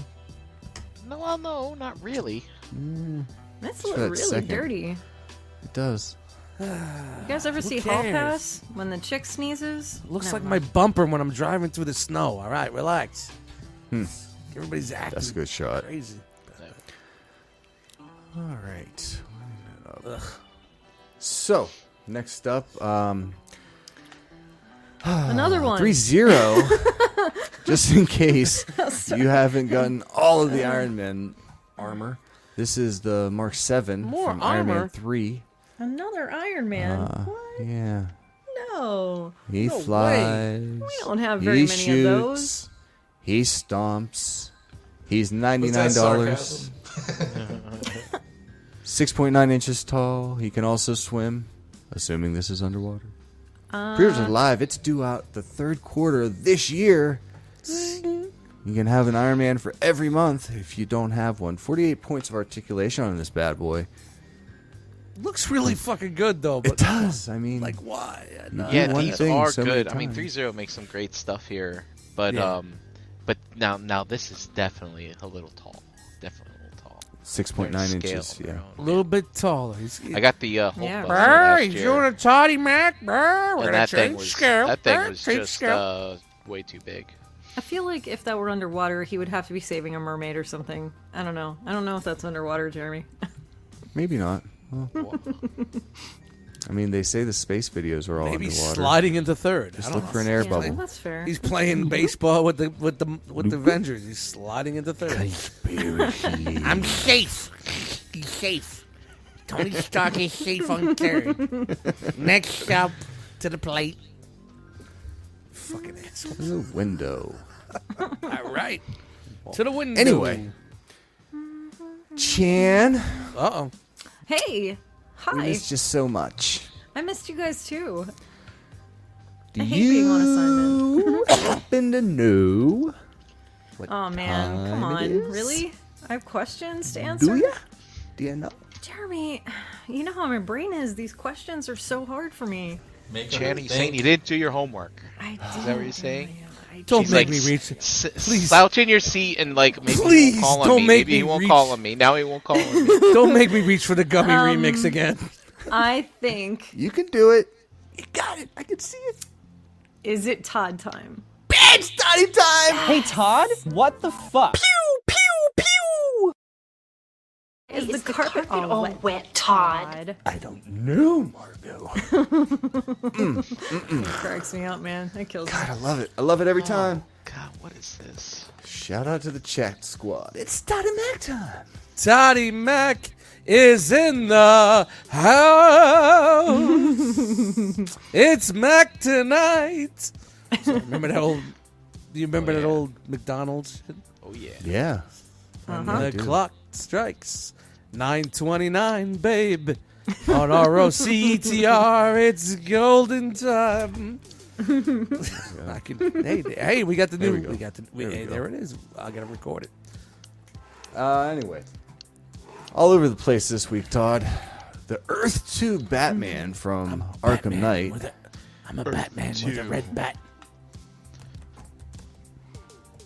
Speaker 5: No, well, no, not really.
Speaker 1: That's
Speaker 3: for
Speaker 1: look
Speaker 3: that
Speaker 1: really
Speaker 3: second.
Speaker 1: dirty.
Speaker 3: It does.
Speaker 1: You guys ever see Hall
Speaker 2: cares?
Speaker 1: Pass when the chick sneezes?
Speaker 2: Looks
Speaker 1: Never
Speaker 2: like my
Speaker 1: mind.
Speaker 2: bumper when I'm driving through the snow. All right, relax.
Speaker 5: Hmm.
Speaker 2: Everybody's acting
Speaker 3: That's a good shot.
Speaker 2: crazy.
Speaker 3: All right. So, next up, um,
Speaker 1: another one.
Speaker 3: 3 0, just in case
Speaker 2: Oh,
Speaker 3: you haven't gotten all of the
Speaker 2: Uh.
Speaker 3: Iron Man armor. This is the Mark 7
Speaker 2: More
Speaker 3: from Iron Man
Speaker 2: armor?
Speaker 3: 3.
Speaker 1: Another Iron Man.
Speaker 3: Uh,
Speaker 1: what?
Speaker 3: yeah.
Speaker 1: No,
Speaker 3: He
Speaker 2: No way.
Speaker 3: flies.
Speaker 1: we don't have
Speaker 3: He
Speaker 1: very many
Speaker 3: shoots.
Speaker 1: of those.
Speaker 3: He stomps. He's
Speaker 4: Was
Speaker 3: ninety-nine
Speaker 4: that
Speaker 3: dollars,
Speaker 4: sarcasm?
Speaker 3: six point nine inches tall. He can also swim, assuming this is underwater. Creators
Speaker 1: Uh,
Speaker 3: Alive, it's due out the third quarter of this year. You can have an Iron Man for every month if you don't have one. Forty-eight points of articulation on this bad boy.
Speaker 2: Looks really
Speaker 5: Hmm.
Speaker 2: fucking good though.
Speaker 3: It
Speaker 2: But
Speaker 3: does. I mean,
Speaker 2: like, why?
Speaker 3: No.
Speaker 5: Yeah,
Speaker 3: do Uh, one
Speaker 5: these
Speaker 3: thing
Speaker 5: are
Speaker 3: so many
Speaker 5: good. I mean,
Speaker 3: times.
Speaker 5: three zero makes some great stuff here, but
Speaker 2: Yeah.
Speaker 5: um, but now now this is definitely a little tall. Definitely a little tall.
Speaker 3: six
Speaker 5: They're
Speaker 3: point nine
Speaker 5: scale
Speaker 3: inches.
Speaker 5: of their
Speaker 3: Yeah.
Speaker 5: own.
Speaker 2: A little bit taller. He's,
Speaker 5: I got the uh, Hulk
Speaker 1: Yeah.
Speaker 5: Buster last
Speaker 2: Hey,
Speaker 5: year,
Speaker 2: you want a toddy, Mac? Brr, We're
Speaker 5: and
Speaker 2: gonna
Speaker 5: that
Speaker 2: change
Speaker 5: thing was
Speaker 2: scale.
Speaker 5: that thing
Speaker 2: Brr,
Speaker 5: was
Speaker 2: change
Speaker 5: just
Speaker 2: scale.
Speaker 5: uh, way too big.
Speaker 1: I feel like if that were underwater, he would have to be saving a mermaid or something. I don't know. I don't know if that's underwater, Jeremy.
Speaker 3: Maybe not. Well, I mean, they say the space videos are all
Speaker 2: Maybe
Speaker 3: underwater.
Speaker 2: sliding into third.
Speaker 3: Just
Speaker 2: I don't
Speaker 3: look
Speaker 2: know.
Speaker 3: for an air
Speaker 1: Yeah,
Speaker 3: bubble.
Speaker 1: that's fair.
Speaker 2: He's playing baseball with the with the with the Avengers. He's sliding into third.
Speaker 8: I'm safe. He's safe. Tony Stark is safe on third. Next up to the plate.
Speaker 2: Fucking asshole.
Speaker 3: There's a window.
Speaker 2: All right. To the window.
Speaker 3: Anyway. Chan,
Speaker 2: Uh oh.
Speaker 1: hey,
Speaker 3: we
Speaker 1: hi.
Speaker 3: missed you so much.
Speaker 1: I missed you guys too.
Speaker 3: Do
Speaker 1: I hate being on assignment.
Speaker 3: you happen to know? What
Speaker 1: Oh man, come
Speaker 3: time it
Speaker 1: on,
Speaker 3: is?
Speaker 1: really? I have questions to answer.
Speaker 3: Do ya? Do you know?
Speaker 1: Jeremy, you know how my brain is. These questions are so hard for me.
Speaker 4: Make
Speaker 5: Chan,
Speaker 4: Channing
Speaker 5: you saying you didn't do your homework?
Speaker 1: I
Speaker 5: Is that what
Speaker 2: Oh,
Speaker 5: you're saying?
Speaker 2: Don't
Speaker 5: He's
Speaker 2: make
Speaker 5: like,
Speaker 2: me reach.
Speaker 5: S-
Speaker 2: Please.
Speaker 5: slouch in your seat and like maybe he
Speaker 2: Please
Speaker 5: won't call on
Speaker 2: don't
Speaker 5: me.
Speaker 2: make
Speaker 5: maybe he
Speaker 2: me
Speaker 5: won't
Speaker 2: reach.
Speaker 5: call on me. Now he won't call on me.
Speaker 2: Don't make me reach for the gummy
Speaker 8: Um,
Speaker 2: remix again.
Speaker 1: I think
Speaker 3: You can do it. You got it. I can see it.
Speaker 1: is it Todd time?
Speaker 3: It's Toddy time.
Speaker 9: Hey, Todd, what the fuck?
Speaker 3: Pew pew pew.
Speaker 1: Is the, carpet, all, wet?
Speaker 7: Todd.
Speaker 1: Todd
Speaker 3: I don't know, Margot.
Speaker 1: cracks me up, man. That kills me.
Speaker 3: God, I love it. I love it every time.
Speaker 5: God, what is this?
Speaker 3: Shout out to the chat squad. It's Toddy Mac time.
Speaker 2: Toddy Mac is in the house. it's Mac tonight. So remember that old? Do you remember that
Speaker 5: yeah.
Speaker 2: old McDonald's? shit?
Speaker 5: Oh yeah.
Speaker 3: Yeah.
Speaker 2: Uh-huh. The
Speaker 3: do.
Speaker 2: clock strikes nine twenty nine, babe. On R O C E T R, it's golden time. I can, hey, hey, we got the new.
Speaker 3: we
Speaker 2: We,
Speaker 3: go.
Speaker 2: got the. We,
Speaker 3: There we
Speaker 2: hey,
Speaker 3: go.
Speaker 2: there it is. I gotta record it.
Speaker 3: Uh, anyway, all over the place this week, Todd. The Earth 2 Batman from Arkham Knight.
Speaker 8: With a, I'm a Batman with a red bat.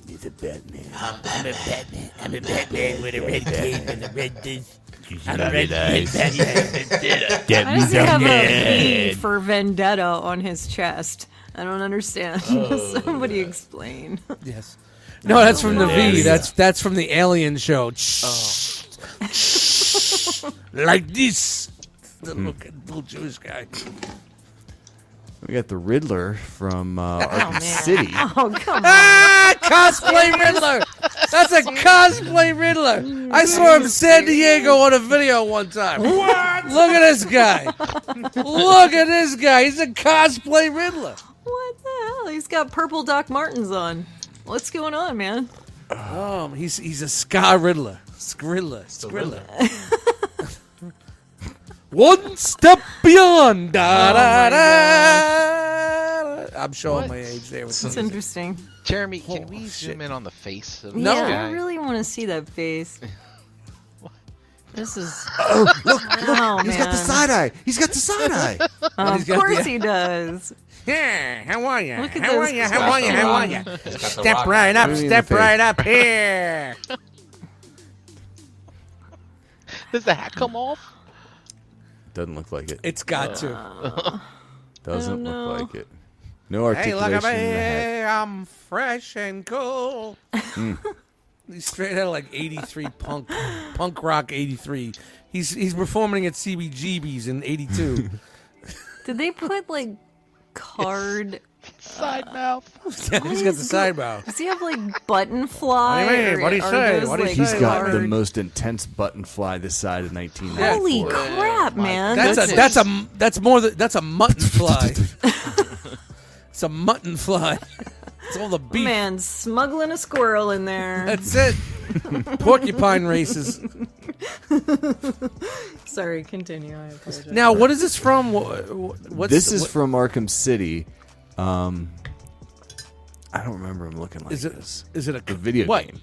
Speaker 8: He's a Batman. I'm, a Batman. I'm a Batman with a red cape and a red this. I'm a red, red Batman.
Speaker 1: Why does he have a V for vendetta on his chest? I don't understand. Somebody explain.
Speaker 2: Yes. No, that's from the V. That's that's from the Alien show.
Speaker 8: Oh. Like this.
Speaker 2: The
Speaker 3: Hmm.
Speaker 2: little, little Jewish guy.
Speaker 3: We got the
Speaker 2: Oh,
Speaker 3: Riddler from uh, Arkham
Speaker 1: man.
Speaker 3: City.
Speaker 1: Oh come on!
Speaker 2: Ah, cosplay Riddler. That's a cosplay Riddler. I saw him in San Diego on a video one time. What? Look at this guy. Look at this guy. He's a cosplay Riddler.
Speaker 1: What the hell? He's got purple Doc Martens on. What's going on, man?
Speaker 2: Um, he's he's a ska Riddler. Skrilla. Skrilla. One step beyond. Da, da, da, da. I'm showing my age there. With
Speaker 1: It's
Speaker 2: music.
Speaker 1: interesting.
Speaker 5: Jeremy, can we
Speaker 2: Holy
Speaker 5: zoom
Speaker 2: shit.
Speaker 5: in on the face of
Speaker 1: No,
Speaker 5: this
Speaker 1: yeah, I
Speaker 5: guy?
Speaker 1: really want to see that face. This is
Speaker 3: Look,
Speaker 1: oh man.
Speaker 3: he's got the side eye. He's got the side eye.
Speaker 1: Of
Speaker 2: He's got the-
Speaker 1: course he does.
Speaker 8: Yeah, how are you?
Speaker 1: Look at
Speaker 8: How
Speaker 1: those
Speaker 8: are you? How are you? How are you?
Speaker 4: He's got the
Speaker 8: Step
Speaker 4: rock.
Speaker 8: right up,
Speaker 3: Really in
Speaker 8: step
Speaker 3: the face.
Speaker 8: right up here.
Speaker 5: Does the hat come off?
Speaker 3: Doesn't look like it.
Speaker 2: It's got to. Oh,
Speaker 3: Doesn't
Speaker 1: know.
Speaker 3: look like it. No
Speaker 2: Hey,
Speaker 3: articulation.
Speaker 2: look at
Speaker 3: in the head. Hmm.
Speaker 2: me. I'm fresh and cool. He's straight out of like '83 punk, punk rock '83. He's he's performing at CBGB's in '82.
Speaker 1: Did they put like card?
Speaker 5: Side
Speaker 2: Uh,
Speaker 5: mouth.
Speaker 2: yeah, he's got the side bow.
Speaker 1: Does he have like button fly?
Speaker 8: What do you mean?
Speaker 1: or
Speaker 8: What do you
Speaker 1: are
Speaker 8: say?
Speaker 1: those,
Speaker 8: What do you
Speaker 1: like,
Speaker 8: say?
Speaker 3: He's got the
Speaker 1: card-
Speaker 3: most intense button fly this side of 1994.
Speaker 1: Holy crap, man!
Speaker 2: That's, a that's a that's more than that's a mutton fly. it's a mutton fly. It's all the beef.
Speaker 1: man smuggling a squirrel in there.
Speaker 2: That's it. Porcupine races.
Speaker 1: Sorry, continue. I apologize.
Speaker 2: Now, what is this from? Wha- wha- What's
Speaker 3: This is
Speaker 2: what-
Speaker 3: from Arkham City. Um, I don't remember him looking like
Speaker 2: Is it
Speaker 3: this.
Speaker 2: is it a
Speaker 3: The video
Speaker 2: what?
Speaker 3: game.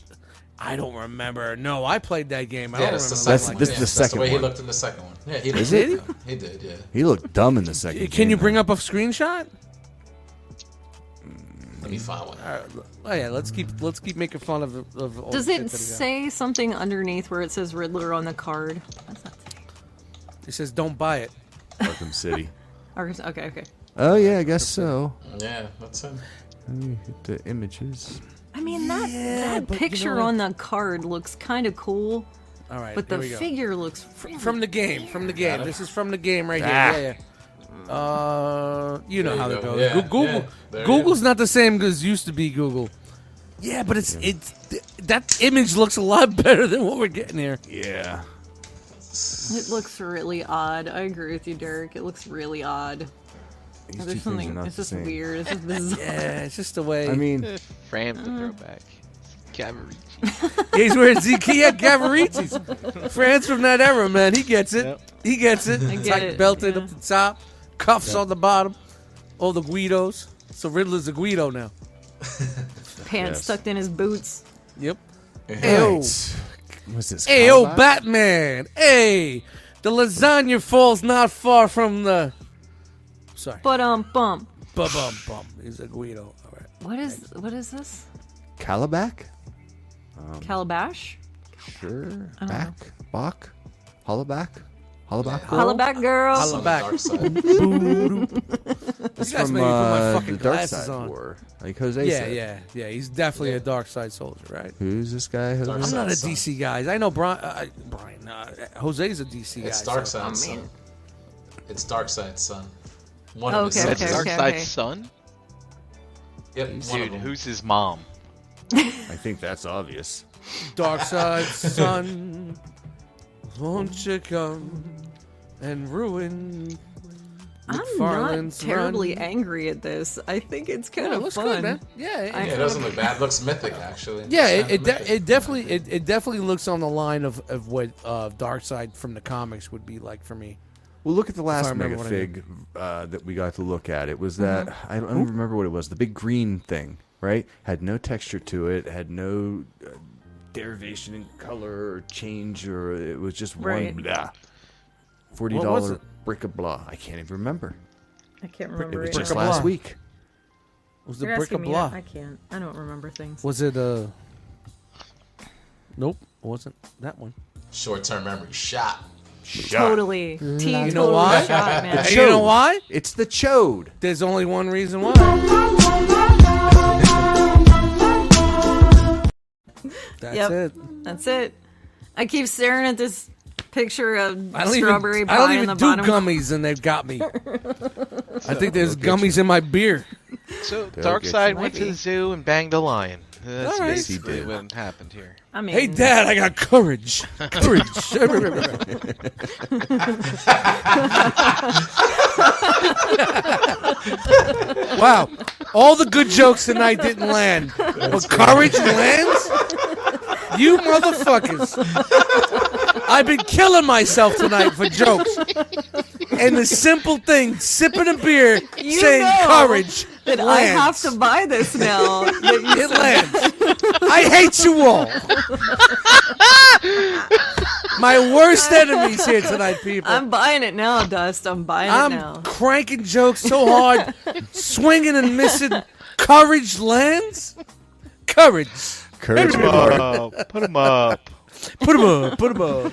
Speaker 2: I don't remember. No, I played that game. I
Speaker 4: Yeah,
Speaker 2: don't remember.
Speaker 4: that's the
Speaker 3: That's-
Speaker 4: second one.
Speaker 3: this
Speaker 4: yeah,
Speaker 3: is the
Speaker 4: that's
Speaker 3: second
Speaker 4: the way he
Speaker 3: one.
Speaker 4: looked in the second one. Yeah, he
Speaker 3: Is
Speaker 4: looked- He did, yeah.
Speaker 3: He looked dumb in the second.
Speaker 2: Can you
Speaker 3: game,
Speaker 2: bring
Speaker 3: though.
Speaker 2: up a screenshot?
Speaker 4: Let me find one.
Speaker 2: Oh yeah, let's keep let's keep making fun of. of all
Speaker 1: Does
Speaker 2: the shit
Speaker 1: it
Speaker 2: that he got.
Speaker 1: say something underneath where it says Riddler on the card? That's not
Speaker 2: It says don't buy it.
Speaker 3: Arkham City?
Speaker 1: or- Okay, okay.
Speaker 3: Oh yeah, I guess so.
Speaker 4: Yeah, that's him.
Speaker 3: Let me hit the images.
Speaker 1: I mean that that
Speaker 2: but you know
Speaker 1: picture
Speaker 2: what?
Speaker 1: on the card looks kind of cool,
Speaker 2: All right,
Speaker 1: but
Speaker 2: here
Speaker 1: the
Speaker 2: we go.
Speaker 1: figure looks really
Speaker 2: from the game, from the game. This is from the game right here.
Speaker 8: Ah.
Speaker 2: Yeah, yeah. Uh, you know
Speaker 4: There
Speaker 2: how
Speaker 4: you
Speaker 2: that
Speaker 4: go.
Speaker 2: goes.
Speaker 4: Yeah,
Speaker 2: Goo- Google,
Speaker 4: yeah. There you
Speaker 2: Google's not the same as used to be Google. Yeah, but it's it's th- that image looks a lot better than what we're getting here.
Speaker 3: Yeah.
Speaker 1: it looks really odd. I agree with you, Derek. It looks really odd.
Speaker 3: These two
Speaker 1: There's
Speaker 3: things are
Speaker 1: something.
Speaker 3: not
Speaker 1: It's
Speaker 3: the
Speaker 1: just
Speaker 3: same.
Speaker 1: weird. It's just bizarre.
Speaker 2: Yeah, it's just the way
Speaker 3: I mean,
Speaker 5: Framed
Speaker 2: uh.
Speaker 5: the throwback. Cavalry.
Speaker 2: he's wearing Zekia Gavariti's. France from that era, man. He gets it. He gets it.
Speaker 1: get
Speaker 2: Tight
Speaker 1: it,
Speaker 2: belted
Speaker 1: yeah.
Speaker 2: up the top, cuffs on the bottom. All the Guidos. So Riddler's a Guido now.
Speaker 1: Pants
Speaker 3: Yes.
Speaker 1: tucked in his boots.
Speaker 2: Yep.
Speaker 3: right.
Speaker 2: Ew.
Speaker 3: what's this?
Speaker 2: Hey, oh,
Speaker 3: combat?
Speaker 2: Batman! Hey, the lasagna falls not far from the. Sorry,
Speaker 1: But um, bump.
Speaker 2: bum bum bum. He's a Guido. All right.
Speaker 1: What is what is this?
Speaker 3: Calabac? Um,
Speaker 1: Calabash?
Speaker 3: Sure. Back? Bach? Hollaback? Hollaback?
Speaker 1: Hollaback girl.
Speaker 2: Holla
Speaker 4: On the
Speaker 2: back.
Speaker 4: dark side.
Speaker 3: It's
Speaker 2: You guys made me put my fucking
Speaker 3: uh, the Dark
Speaker 2: glasses
Speaker 3: Side
Speaker 2: on.
Speaker 3: War. Like Jose
Speaker 2: Yeah,
Speaker 3: said.
Speaker 2: yeah, yeah. He's definitely a dark side soldier, right?
Speaker 3: Who's this guy? Jose?
Speaker 4: Dark
Speaker 2: I'm not a
Speaker 1: uh,
Speaker 4: Son.
Speaker 2: DC guy. I know Brian. Uh, I- Brian, uh, Jose's a DC guy.
Speaker 4: It's Dark
Speaker 2: so-
Speaker 4: Side
Speaker 1: I mean-
Speaker 4: Sun. It's Dark Side Sun. One of
Speaker 1: Okay,
Speaker 4: his
Speaker 5: That's
Speaker 1: okay,
Speaker 4: sons.
Speaker 5: Dark
Speaker 1: okay,
Speaker 5: Side's
Speaker 1: okay.
Speaker 5: son?
Speaker 4: Yep, one of
Speaker 5: Dude,
Speaker 4: them.
Speaker 5: who's his mom?
Speaker 3: I think that's obvious.
Speaker 2: Dark side sun, won't you come and ruin?
Speaker 1: I'm not
Speaker 2: McFarlane's
Speaker 1: terribly
Speaker 2: run.
Speaker 1: angry at this. I think it's kind
Speaker 2: Yeah,
Speaker 1: of
Speaker 2: it looks
Speaker 1: fun.
Speaker 2: good, man. Yeah, it-
Speaker 1: I-
Speaker 4: Yeah, it doesn't look bad. It looks mythic, actually.
Speaker 2: Yeah,
Speaker 4: It's
Speaker 2: it
Speaker 4: kinda
Speaker 2: it, de-
Speaker 4: mythic.
Speaker 2: it definitely it, it definitely looks on the line of, of what uh, Darkseid from the comics would be like for me.
Speaker 3: Well, look at the last
Speaker 2: remember
Speaker 3: mega
Speaker 2: what I Mm-hmm.
Speaker 3: fig uh, that we got to look at. It was that I don't I don't remember what it was. The big green thing, right? Had no texture to it. Had no uh, derivation in color or change, or it was just
Speaker 1: Right.
Speaker 3: one blah. Forty
Speaker 2: What was
Speaker 3: dollar
Speaker 2: it?
Speaker 3: brick of blah. I can't even remember.
Speaker 1: I can't
Speaker 3: It
Speaker 1: remember
Speaker 3: was
Speaker 1: it.
Speaker 3: just
Speaker 2: Brick-a-blah.
Speaker 3: last week.
Speaker 2: It was the
Speaker 1: You're
Speaker 2: brick
Speaker 1: asking
Speaker 2: of
Speaker 1: me
Speaker 2: blah.
Speaker 1: that. I can't. I don't remember things.
Speaker 2: Was it uh Nope, it wasn't that one.
Speaker 4: Short-term memory shot.
Speaker 1: Totally. T totally
Speaker 2: know why?
Speaker 1: shot, man.
Speaker 2: Hey, you know why?
Speaker 3: It's the chode.
Speaker 2: There's only one reason why. That's
Speaker 1: Yep.
Speaker 2: it.
Speaker 1: That's it. I keep staring at this picture of
Speaker 2: I don't
Speaker 1: strawberry
Speaker 2: even,
Speaker 1: pie
Speaker 2: I don't
Speaker 1: in
Speaker 2: even
Speaker 1: the
Speaker 2: do
Speaker 1: bottom.
Speaker 2: gummies and they've got me. I think there's gummies in my beer.
Speaker 5: So Dark
Speaker 3: get
Speaker 5: Side
Speaker 1: you.
Speaker 5: went to
Speaker 1: Maybe.
Speaker 5: the zoo and banged a lion. That's
Speaker 2: All right.
Speaker 5: basically
Speaker 3: He did.
Speaker 5: what happened here.
Speaker 1: I mean,
Speaker 2: Hey, Dad, I got courage. Courage. wow. All the good jokes tonight didn't land. But courage lands? You motherfuckers. I've been killing myself tonight for jokes. And the simple thing, sipping a beer,
Speaker 1: You
Speaker 2: saying
Speaker 1: know
Speaker 2: courage.
Speaker 1: that
Speaker 2: lands.
Speaker 1: I have to buy this now. that you
Speaker 2: It lands. I hate you all. My worst enemies here tonight, people.
Speaker 1: I'm buying it now, Dust. I'm buying
Speaker 2: I'm
Speaker 1: it now.
Speaker 2: cranking jokes so hard, swinging and missing. Courage lands. Courage.
Speaker 3: Courage.
Speaker 5: up. Put him up.
Speaker 2: Put 'em up. Put 'em up.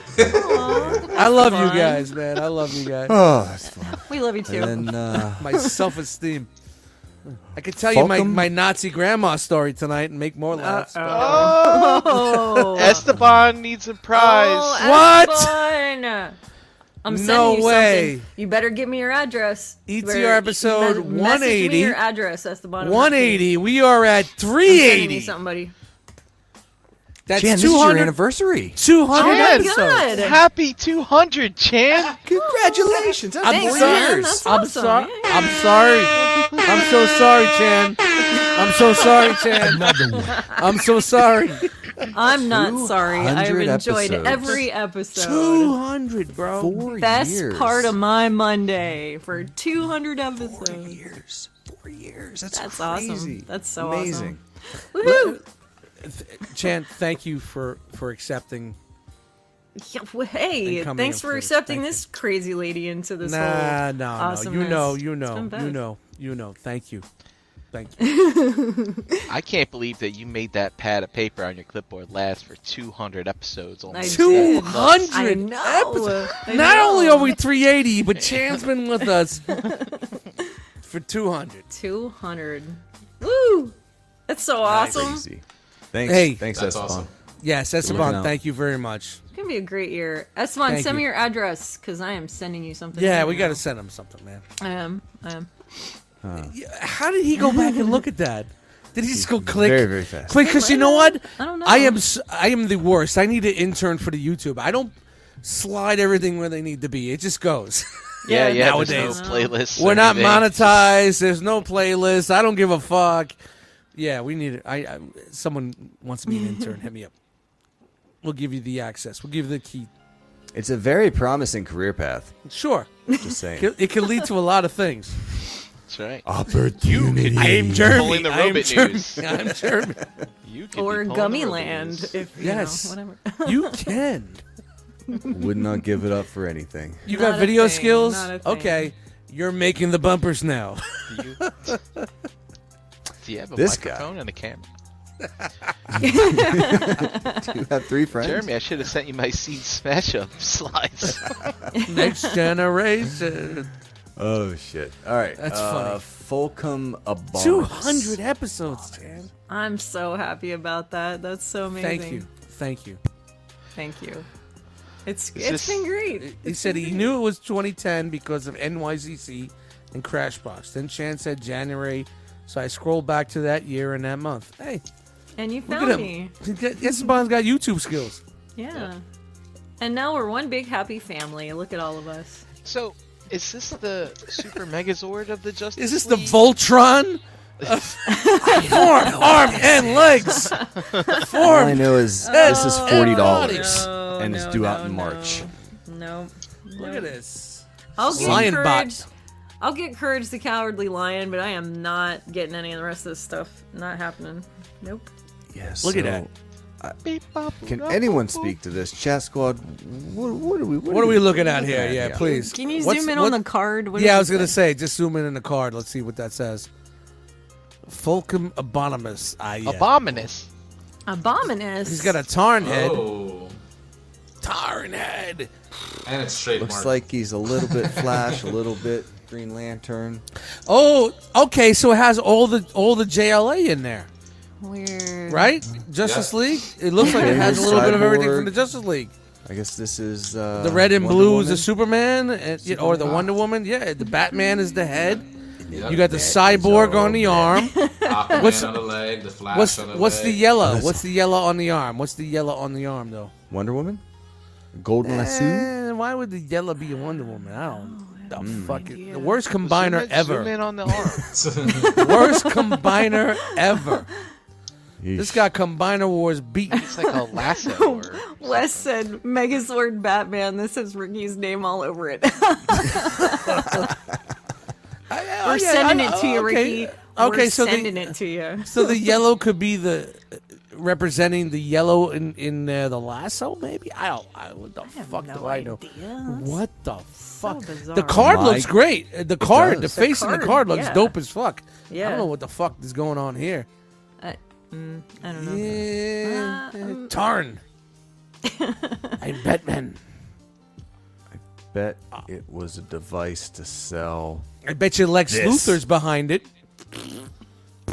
Speaker 2: I love you guys, man. I love you guys.
Speaker 3: Oh, that's fun.
Speaker 1: We love you too.
Speaker 3: And then, uh,
Speaker 2: My self-esteem. I could tell you my,
Speaker 3: Fulcum?
Speaker 2: my Nazi grandma story tonight and make more laughs.
Speaker 1: Uh, oh,
Speaker 5: Esteban needs a prize.
Speaker 2: What?
Speaker 1: Esteban. I'm sending
Speaker 2: No
Speaker 1: you
Speaker 2: way.
Speaker 1: something. You better give me your address. You
Speaker 2: ETR
Speaker 1: better- you better
Speaker 2: episode
Speaker 1: message me
Speaker 2: 180.
Speaker 1: Your address, Esteban. I'm sending
Speaker 2: 180. We are at
Speaker 1: you- uh, I'm sending you
Speaker 2: 380.
Speaker 1: something, buddy.
Speaker 2: That's
Speaker 3: Jan, this is your
Speaker 2: 200
Speaker 3: anniversary.
Speaker 2: 200
Speaker 1: Oh my
Speaker 2: episodes.
Speaker 1: god!
Speaker 5: Happy 200, Chan.
Speaker 3: Congratulations. That's
Speaker 2: I'm
Speaker 1: Thanks,
Speaker 2: sorry.
Speaker 1: man. That's
Speaker 2: I'm
Speaker 1: awesome.
Speaker 2: sorry.
Speaker 1: Yeah.
Speaker 2: I'm sorry. I'm so sorry, Chan. I'm so sorry, Chan. I'm so sorry.
Speaker 1: I'm not sorry. I've
Speaker 3: 200
Speaker 1: enjoyed
Speaker 3: episodes.
Speaker 1: every episode.
Speaker 2: 200, bro.
Speaker 3: Four
Speaker 1: Best
Speaker 3: years.
Speaker 1: part of my Monday for 200 episodes.
Speaker 3: years. Four years. That's,
Speaker 1: That's
Speaker 3: crazy.
Speaker 1: awesome. That's so
Speaker 3: amazing.
Speaker 1: Woohoo!
Speaker 2: Chan, thank you for for accepting.
Speaker 1: Yeah, well, hey,
Speaker 2: And coming
Speaker 1: thanks
Speaker 2: in
Speaker 1: for
Speaker 2: first.
Speaker 1: accepting
Speaker 2: Thank
Speaker 1: this crazy lady into this
Speaker 2: Nah,
Speaker 1: whole
Speaker 2: no, no. You
Speaker 1: awesomeness.
Speaker 2: know, you
Speaker 1: It's
Speaker 2: know,
Speaker 1: been best.
Speaker 2: you know, you know. Thank you, thank you.
Speaker 5: I can't believe that you made that pad of paper on your clipboard last for 200 episodes.
Speaker 1: I
Speaker 5: Almost.
Speaker 1: did.
Speaker 2: Two
Speaker 1: I
Speaker 2: hundred.
Speaker 1: know. I
Speaker 2: Not
Speaker 1: know.
Speaker 2: only are we 380, but Chan's been with us for 200.
Speaker 1: 200. Woo! That's so awesome. It's
Speaker 3: Crazy. Thanks.
Speaker 2: Hey.
Speaker 3: thanks,
Speaker 4: That's
Speaker 3: Esteban.
Speaker 4: awesome.
Speaker 2: Yes,
Speaker 3: Looking
Speaker 2: Esteban,
Speaker 3: out.
Speaker 2: thank you very much.
Speaker 1: gonna be a great year. Esteban,
Speaker 2: Thank
Speaker 1: send me
Speaker 2: you.
Speaker 1: your address because I am sending you something.
Speaker 2: Yeah,
Speaker 1: right
Speaker 2: we got to
Speaker 1: now.
Speaker 2: send him something, man.
Speaker 1: I am. I am.
Speaker 2: How did he go back and look at that? Did he just go click?
Speaker 3: Very, very fast.
Speaker 2: Click, because you know what?
Speaker 1: I don't know.
Speaker 2: I am s- I am the worst. I need an intern for the YouTube. I don't slide everything where they need to be. It just goes.
Speaker 5: Yeah, yeah.
Speaker 2: nowadays.
Speaker 5: There's no playlists.
Speaker 2: We're
Speaker 5: or
Speaker 2: not
Speaker 5: anything.
Speaker 2: monetized. There's no playlist. I don't give a fuck. Yeah, we need it. I, I someone wants to be an intern. Hit me up. We'll give you the access. We'll give you the key.
Speaker 3: It's a very promising career path.
Speaker 2: Sure,
Speaker 3: Just saying.
Speaker 2: It- it can lead to a lot of things.
Speaker 5: That's right.
Speaker 3: Opportunity.
Speaker 2: I'm Jeremy.
Speaker 5: Pulling the
Speaker 2: I'm
Speaker 5: robot
Speaker 2: Jeremy.
Speaker 5: news.
Speaker 2: I'm Jeremy.
Speaker 5: You could
Speaker 1: Or
Speaker 5: be pulling the
Speaker 1: Gummy
Speaker 5: robot
Speaker 1: Land,
Speaker 5: news.
Speaker 1: if you
Speaker 2: Yes.
Speaker 1: know, whatever.
Speaker 2: You can.
Speaker 3: Would not give it up for anything.
Speaker 2: You
Speaker 1: Not
Speaker 2: got
Speaker 1: a
Speaker 2: video
Speaker 1: thing,
Speaker 2: skills?
Speaker 1: not a thing.
Speaker 2: Okay. You're making the bumpers now.
Speaker 5: Do you, do you have a
Speaker 3: This guy.
Speaker 5: microphone and a camera?
Speaker 3: You have three friends.
Speaker 5: Jeremy, I should have sent you my seed smash up slides.
Speaker 2: Next generation.
Speaker 3: Oh shit! All right,
Speaker 2: That's
Speaker 3: uh,
Speaker 2: funny.
Speaker 3: Fulcum Abonis.
Speaker 2: 200 episodes, Chan.
Speaker 1: I'm so happy about that. That's so amazing.
Speaker 2: Thank you. Thank you.
Speaker 1: Thank you. It's
Speaker 5: Is
Speaker 1: it's
Speaker 5: this-
Speaker 1: been great.
Speaker 2: He said he knew it was 2010 because of NYCC and Crashbox. Then Chan said January, so I scrolled back to that year and that month. Hey,
Speaker 1: And you
Speaker 2: look
Speaker 1: found
Speaker 2: at
Speaker 1: me.
Speaker 2: him. Esteban's got YouTube skills.
Speaker 1: Yeah. And now we're one big happy family. Look at all of us.
Speaker 5: so, is this the Super Megazord of the Justice
Speaker 2: Is this the
Speaker 5: League?
Speaker 2: Voltron? Form, arm, and legs.
Speaker 3: All I
Speaker 2: Form,
Speaker 3: know is
Speaker 2: Oh,
Speaker 3: this is forty dollars
Speaker 1: no,
Speaker 3: and it's
Speaker 1: no,
Speaker 3: due
Speaker 1: no,
Speaker 3: out in
Speaker 1: no.
Speaker 3: March.
Speaker 1: No.
Speaker 2: Look at this.
Speaker 1: I'll get
Speaker 2: Lion
Speaker 1: courage.
Speaker 2: bot.
Speaker 1: I'll get courage the cowardly lion, but I am not getting any of the rest of this stuff. Not happening. Nope.
Speaker 3: Yes.
Speaker 2: Look at that.
Speaker 3: Can anyone speak to this chat squad? What, what are we?
Speaker 2: What are we looking at here? Yeah, please.
Speaker 1: Can you
Speaker 2: What's-
Speaker 1: zoom in
Speaker 2: what-
Speaker 1: on the card? What
Speaker 2: yeah, I was
Speaker 1: does it
Speaker 2: gonna
Speaker 1: say?
Speaker 2: say, just zoom in on the card. Let's see what that says. Fulcum abominus. Ah, yeah.
Speaker 5: Abominus.
Speaker 1: Abominus.
Speaker 2: He's got a tarn head.
Speaker 4: Oh,
Speaker 2: Tarn head.
Speaker 4: and it's trademark.
Speaker 3: Looks like he's a little bit Flash, a little bit Green Lantern.
Speaker 2: Oh, okay. So it has all the all the JLA in there,
Speaker 1: weird.
Speaker 2: right? Justice
Speaker 4: Yeah.
Speaker 2: League. It looks like it has a little bit of everything from
Speaker 3: Cyborg.
Speaker 2: the Justice League.
Speaker 3: I guess this is uh,
Speaker 2: The red and
Speaker 3: Wonder
Speaker 2: blue is
Speaker 3: Woman.
Speaker 2: the Superman, and, yeah, or the Wonder Woman. Yeah, the Batman is the head.
Speaker 4: Yep.
Speaker 2: You got the
Speaker 3: That is
Speaker 2: cyborg
Speaker 3: all
Speaker 2: on the
Speaker 3: red.
Speaker 2: arm.
Speaker 4: Aquaman
Speaker 2: What's-
Speaker 4: on the leg, the Flash
Speaker 2: What's
Speaker 4: on the
Speaker 2: what's the
Speaker 4: leg.
Speaker 2: yellow? What's the yellow on the arm? What's the yellow on the arm though?
Speaker 3: Wonder Woman, Golden Lasso.
Speaker 2: Eh, why would the yellow be a Wonder Woman? I don't. The
Speaker 3: Mm.
Speaker 2: fuck it- the worst combiner
Speaker 5: Zoom in-
Speaker 2: ever.
Speaker 5: Zoom in on the arm.
Speaker 2: worst combiner ever. This
Speaker 3: Yeesh.
Speaker 2: got combiner wars beat.
Speaker 5: It's like a lasso. Or
Speaker 1: Wes said Megazord Batman. This has Ricky's name all over it.
Speaker 2: Oh,
Speaker 1: We're sending it to you,
Speaker 2: okay.
Speaker 1: Ricky.
Speaker 2: Okay,
Speaker 1: We're
Speaker 2: so the-
Speaker 1: sending it to you.
Speaker 2: So the yellow could be the representing the yellow in in uh, the lasso, maybe. I don't. I, what the fuck
Speaker 1: no
Speaker 2: do I know?
Speaker 1: idea.
Speaker 2: What the fuck?
Speaker 1: bizarre.
Speaker 2: the card
Speaker 3: My-
Speaker 2: looks great. Uh, The card, the
Speaker 3: does.
Speaker 2: face, in the
Speaker 1: card,
Speaker 2: card looks
Speaker 1: yeah.
Speaker 2: dope as fuck. I
Speaker 1: Yeah.
Speaker 2: don't know what the fuck is going on here.
Speaker 1: I, mm, I don't know.
Speaker 2: Yeah,
Speaker 1: um,
Speaker 2: Tarn. I'm Batman.
Speaker 3: Bet it was a device to sell.
Speaker 2: I bet you Lex
Speaker 3: This.
Speaker 2: Luthor's behind it.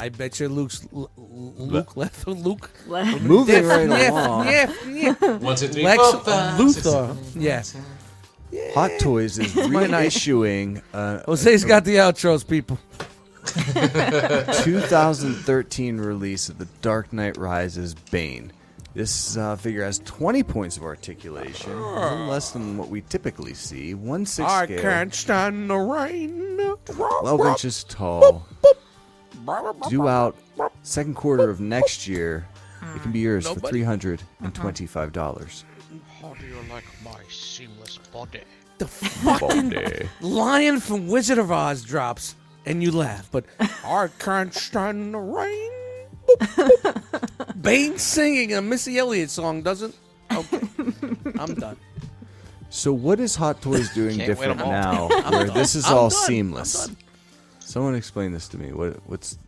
Speaker 2: I bet you Luke's L- L- Luke left Luke.
Speaker 1: Le-
Speaker 3: Moving right along.
Speaker 2: Yeah, yeah, yeah.
Speaker 4: One, two, three,
Speaker 2: Lex
Speaker 4: four, five, six,
Speaker 2: Luthor. Yeah.
Speaker 3: Hot Toys is reissuing a
Speaker 2: Jose's got the outros, people.
Speaker 3: 2013 release of The Dark Knight Rises Bane. This uh, figure has 20 points of articulation, a little less than what we typically see. One six
Speaker 2: I
Speaker 3: scale,
Speaker 2: can't stand the rain.
Speaker 3: 12 inches tall. Due out second quarter of next year. It can be yours for $325.
Speaker 5: How do you like my seamless body?
Speaker 2: The fucking lion from Wizard of Oz drops, and you laugh. But I can't stand the rain. Boop, boop. Bane singing a Missy Elliott song doesn't. Okay, I'm done.
Speaker 3: So what is Hot Toys doing
Speaker 5: Can't win 'em
Speaker 3: different
Speaker 5: all.
Speaker 3: now where this is
Speaker 2: I'm
Speaker 3: all
Speaker 2: done. I'm
Speaker 3: seamless?
Speaker 2: done.
Speaker 3: Someone explain this to me. What what's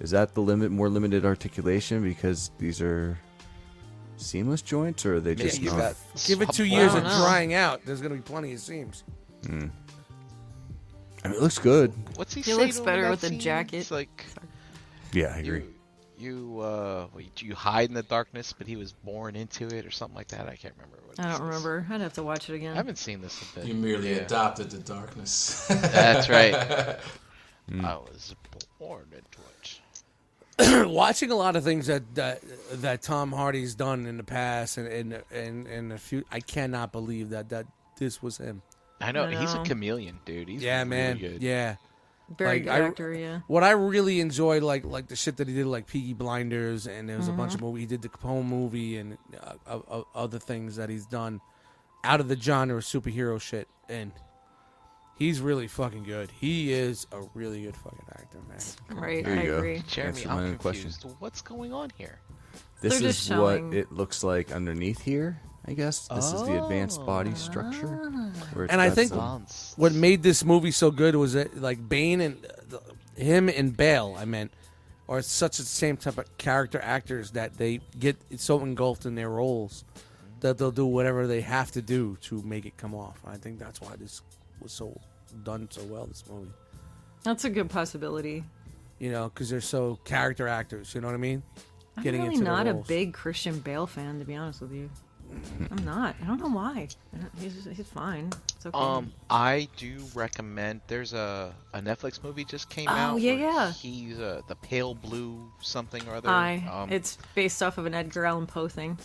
Speaker 3: is that the limit more limited articulation because these are seamless joints or are they just
Speaker 2: you
Speaker 3: not-
Speaker 2: got- Give it two
Speaker 5: Wow.
Speaker 2: years of drying out. There's gonna be plenty of seams.
Speaker 3: I mean, it looks good.
Speaker 5: What's he?
Speaker 1: He
Speaker 5: say
Speaker 1: looks
Speaker 5: to him
Speaker 1: better
Speaker 5: in that
Speaker 1: with a
Speaker 5: scene?
Speaker 1: jacket.
Speaker 5: It's like
Speaker 3: Yeah, I
Speaker 5: you, you, uh, well, you- you hide in the darkness, but he was born into it or something like that. I can't remember. What it
Speaker 1: I don't
Speaker 5: says.
Speaker 1: remember. I'd have to watch it
Speaker 5: I
Speaker 1: again.
Speaker 5: haven't seen this in a
Speaker 4: You
Speaker 5: bit.
Speaker 4: merely adopted the darkness.
Speaker 5: That's right. I was born into it.
Speaker 2: watching a lot of things that that, that Tom Hardy's done in the past and and and and a few. I cannot believe that that this was him.
Speaker 5: I know he's a
Speaker 1: know.
Speaker 5: chameleon, dude. He's
Speaker 2: Yeah,
Speaker 5: really
Speaker 2: man.
Speaker 5: Good.
Speaker 2: Yeah.
Speaker 1: Very
Speaker 2: Like,
Speaker 1: good
Speaker 2: I-
Speaker 1: actor, yeah.
Speaker 2: What I really enjoyed, like like the shit that he did, like Peaky Blinders, and there was a bunch of movies. He did the Capone movie and uh, uh, uh, other things that he's done out of the genre of superhero shit. And he's really fucking good. He is a really good fucking actor, man.
Speaker 1: Right,
Speaker 3: There you
Speaker 1: I
Speaker 3: go.
Speaker 1: agree.
Speaker 5: Jeremy,
Speaker 3: Answer my
Speaker 5: I'm
Speaker 3: own question.
Speaker 5: confused. What's going on here?
Speaker 3: This
Speaker 1: They're
Speaker 3: is
Speaker 1: just showing-
Speaker 3: what it looks like underneath here, I guess. This is the advanced
Speaker 1: Oh.
Speaker 3: body structure. where it's
Speaker 2: And I
Speaker 3: got
Speaker 2: think-
Speaker 3: some-
Speaker 5: Nonsense.
Speaker 2: what made this movie so good was that like Bane and uh, the, him and Bale, I meant, are such the same type of character actors that they get so engulfed in their roles that they'll do whatever they have to do to make it come off. I think that's why this was so done so well. This movie,
Speaker 1: That's a good possibility.
Speaker 2: you know, because they're so character actors. You know what I mean?
Speaker 1: I'm really not a big Christian Bale fan, to be honest with you. I'm not. I don't know why. I don't- He's he's fine. It's okay.
Speaker 5: Um, I do recommend. There's a a Netflix movie just came
Speaker 1: Oh,
Speaker 5: out.
Speaker 1: yeah,
Speaker 5: where
Speaker 1: yeah.
Speaker 5: He's uh, the pale blue something or other.
Speaker 1: I.
Speaker 5: um,
Speaker 1: it's based off of an Edgar Allan Poe thing.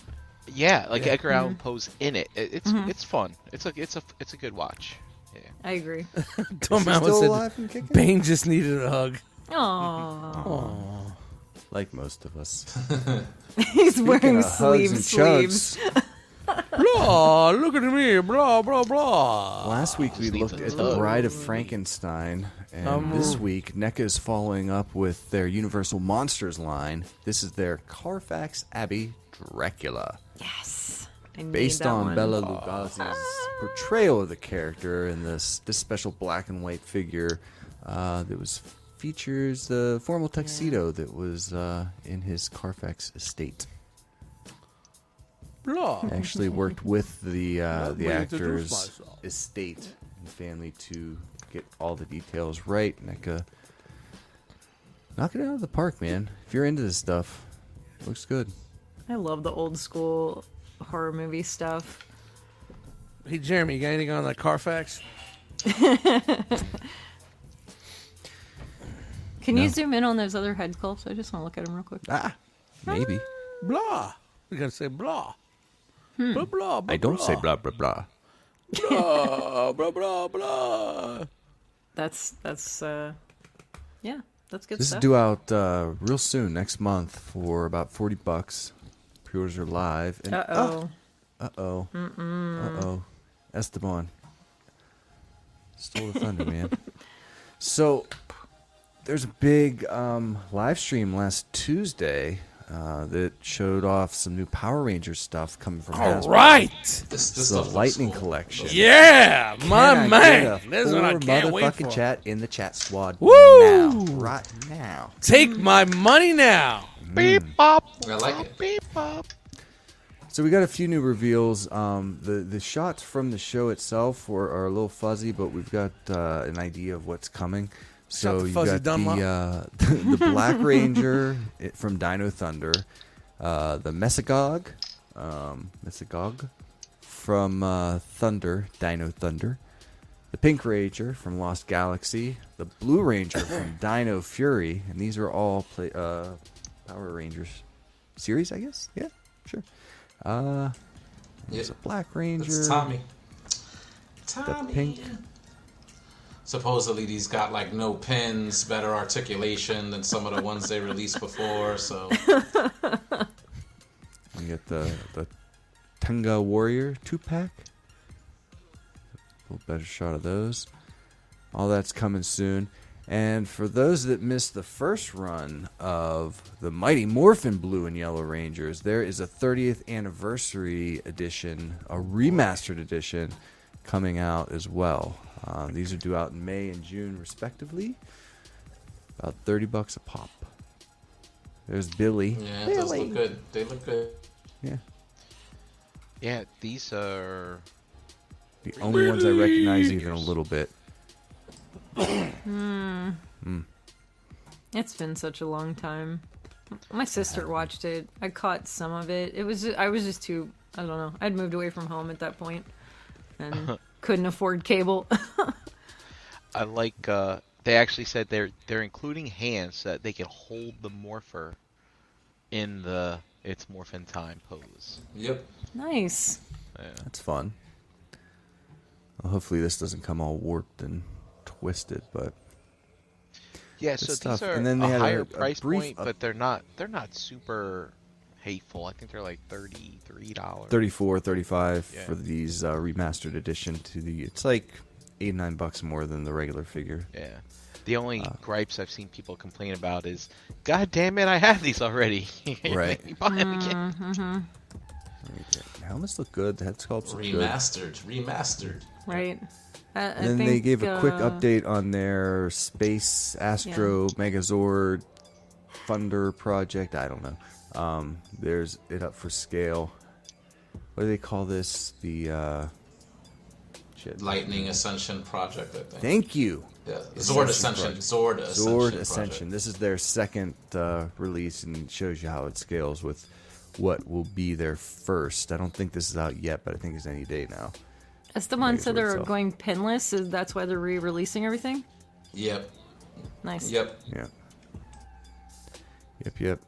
Speaker 5: yeah, like Edgar Allan
Speaker 1: Mm-hmm.
Speaker 5: Poe's in it. it it's it's fun. It's a it's a it's a good watch. Yeah.
Speaker 1: I agree.
Speaker 2: Tom
Speaker 3: Is he
Speaker 2: Allen
Speaker 3: still
Speaker 2: said
Speaker 3: alive and kicking?
Speaker 2: Bane just needed a hug.
Speaker 1: Oh,
Speaker 3: Like most of us.
Speaker 1: he's wearing
Speaker 3: Kinda hugs
Speaker 1: sleeve
Speaker 3: and
Speaker 1: sleeves.
Speaker 3: chugs.
Speaker 2: blah, look at me, blah blah blah.
Speaker 3: Last week we
Speaker 5: Just needs
Speaker 3: looked
Speaker 5: a
Speaker 3: at the
Speaker 5: tug.
Speaker 3: Bride of Frankenstein, and
Speaker 1: Um,
Speaker 3: this week NECA is following up with their Universal Monsters line. This is their Carfax Abbey Dracula,
Speaker 1: Yes. I need
Speaker 3: based
Speaker 1: that
Speaker 3: on
Speaker 1: one.
Speaker 3: Bella Lugosi's portrayal of the character in this this special black and white figure uh, that was features the formal tuxedo that was uh, in his Carfax estate.
Speaker 2: Blah.
Speaker 3: Actually worked with the uh,
Speaker 2: Let
Speaker 3: the
Speaker 2: me introduce
Speaker 3: actor's
Speaker 2: myself.
Speaker 3: estate and family to get all the details right. NECA, knock it out of the park, man. If you're into this stuff, looks good.
Speaker 1: I love the old school horror movie stuff.
Speaker 2: Hey Jeremy, you got anything on that Carfax?
Speaker 1: Can Can you
Speaker 10: No.
Speaker 1: zoom in on those other head sculpts? I just want to look at them real quick.
Speaker 3: Ah,
Speaker 10: Maybe.
Speaker 2: Blah. You gotta say blah. Blah, blah, blah.
Speaker 10: I don't say blah, blah, blah.
Speaker 2: Blah, blah, blah, blah.
Speaker 1: That's that's uh, yeah, that's good
Speaker 3: This
Speaker 1: stuff.
Speaker 3: is due out uh, real soon, next month, for about forty bucks. Pre-orders are live.
Speaker 1: Uh oh.
Speaker 3: Uh oh. Uh oh. Esteban stole the thunder, man. So there's a big um, live stream last Tuesday uh, that showed off some new Power Ranger stuff coming from
Speaker 2: All
Speaker 3: Hasbro.
Speaker 2: right.
Speaker 4: This,
Speaker 3: It's
Speaker 4: this
Speaker 3: the
Speaker 4: stuff looks
Speaker 3: Lightning
Speaker 4: cool.
Speaker 3: Collection.
Speaker 2: Yeah, my
Speaker 3: Can I
Speaker 2: man.
Speaker 3: get a
Speaker 2: This one I
Speaker 3: full
Speaker 2: can't wait
Speaker 3: motherfucking
Speaker 2: for.
Speaker 3: chat in the chat squad
Speaker 2: Woo!
Speaker 3: now, right now.
Speaker 2: Take my money now.
Speaker 5: Beep bop.
Speaker 4: I like it.
Speaker 5: Beep bop.
Speaker 3: So we got a few new reveals. Um, the the shots from the show itself are, are a little fuzzy, but we've got uh, an idea of what's coming.
Speaker 2: Shout
Speaker 3: So
Speaker 2: to
Speaker 3: you
Speaker 2: Fuzzy
Speaker 3: got
Speaker 2: Dunlop.
Speaker 3: the uh, the Black Ranger it- from Dino Thunder, uh, the Mesagog, um, Mesagog from uh, Thunder Dino Thunder, the Pink Ranger from Lost Galaxy, the Blue Ranger from Dino Fury, and these are all play, uh, Power Rangers series, I guess. Yeah, sure. Uh,
Speaker 4: Yeah,
Speaker 3: there's a Black Ranger.
Speaker 4: it's Tommy.
Speaker 3: The
Speaker 4: Tommy.
Speaker 3: pink.
Speaker 4: Supposedly these got like no pins, better articulation than some of the ones they released before. So
Speaker 3: We got the the Tunga Warrior two pack. A little better shot of those. All that's coming soon. And for those that missed the first run of the Mighty Morphin Blue and Yellow Rangers, there is a 30th anniversary edition, a remastered edition, coming out as well. Uh, these are due out in May and June, respectively. About 30 bucks a pop. There's Billy.
Speaker 4: yeah, it does look good. They look good.
Speaker 3: Yeah.
Speaker 5: Yeah, these are.
Speaker 3: The only ones I recognize even a little bit.
Speaker 1: It's been such a long time. My sister watched it. I caught some of it. It was I was just too I don't know. I'd moved away from home at that point and couldn't afford cable.
Speaker 5: I like. Uh, they actually said they're they're including hands so that they can hold the morpher in the it's morphin time pose.
Speaker 4: Yep.
Speaker 1: nice.
Speaker 3: That's fun. Well, hopefully this doesn't come all warped and twisted, but
Speaker 5: Yeah,
Speaker 3: Good
Speaker 5: so
Speaker 3: stuff.
Speaker 5: these are
Speaker 3: And then they
Speaker 5: a
Speaker 3: had a-
Speaker 5: higher
Speaker 3: a
Speaker 5: price
Speaker 3: brief
Speaker 5: point,
Speaker 3: up-
Speaker 5: but they're not they're not super hateful. I think they're like thirty three dollars.
Speaker 3: 34, 35
Speaker 5: Yeah.
Speaker 3: for these uh, remastered edition to the it's like 8 9 bucks more than the regular figure.
Speaker 5: Yeah. The only
Speaker 3: Ah.
Speaker 5: gripes I've seen people complain about is, God damn it, I have these already. You
Speaker 3: Right.
Speaker 5: make me buy 'em again.
Speaker 3: The helmets look good, the head sculpts look good.
Speaker 4: Remastered. Remastered.
Speaker 1: Right. I, I
Speaker 3: And then they
Speaker 1: think,
Speaker 3: gave a quick
Speaker 1: uh,
Speaker 3: update on their Space Astro Megazord Thunder project. I don't know. Um, there's it up for scale. What do they call this? The uh, shit.
Speaker 4: Lightning Ascension Project. I think.
Speaker 3: Thank you.
Speaker 4: Yeah. Zord Ascension. Zord Ascension.
Speaker 3: Zord
Speaker 4: Project.
Speaker 3: Ascension. This is their second uh, release and it shows you how it scales with what will be their first. I don't think this is out yet, but I think it's any day now.
Speaker 1: Esteban
Speaker 3: Megazord
Speaker 1: said they're
Speaker 3: itself.
Speaker 1: going pinless, so that's why they're re-releasing everything.
Speaker 4: Yep.
Speaker 1: Nice.
Speaker 4: Yep.
Speaker 3: Yeah. Yep, yep.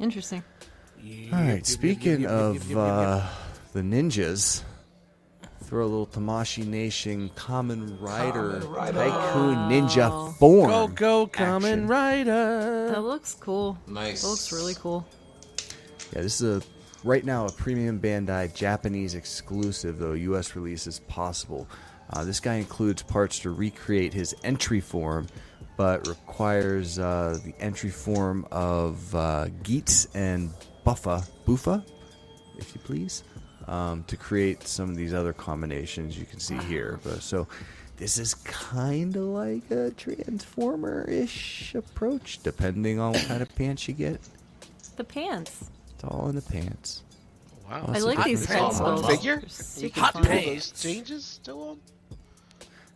Speaker 1: Interesting.
Speaker 3: All right. Speaking of uh, the ninjas, throw a little Tamashi Nation Common Rider
Speaker 4: Kamen Rider.
Speaker 3: Tycoon Ninja form.
Speaker 2: Go, go, Common
Speaker 3: action.
Speaker 2: Rider.
Speaker 1: That looks cool.
Speaker 4: Nice.
Speaker 1: That looks really cool.
Speaker 3: Yeah, this is a right now a premium Bandai Japanese exclusive, though U.S. release is possible. Uh, this guy includes parts to recreate his entry form, but requires uh, the entry form of uh, Geats and Buffa, Buffa, if you please, um, to create some of these other combinations you can see here. But so. This is kind of like a Transformer-ish approach, depending on what kind of pants you get.
Speaker 1: The pants.
Speaker 3: It's all in the pants.
Speaker 5: Wow.
Speaker 1: I like these
Speaker 5: It's all
Speaker 1: head
Speaker 5: one
Speaker 1: sculpts.
Speaker 5: figure?
Speaker 1: They're super
Speaker 5: Hot
Speaker 1: fun.
Speaker 5: pants. Those changes still on?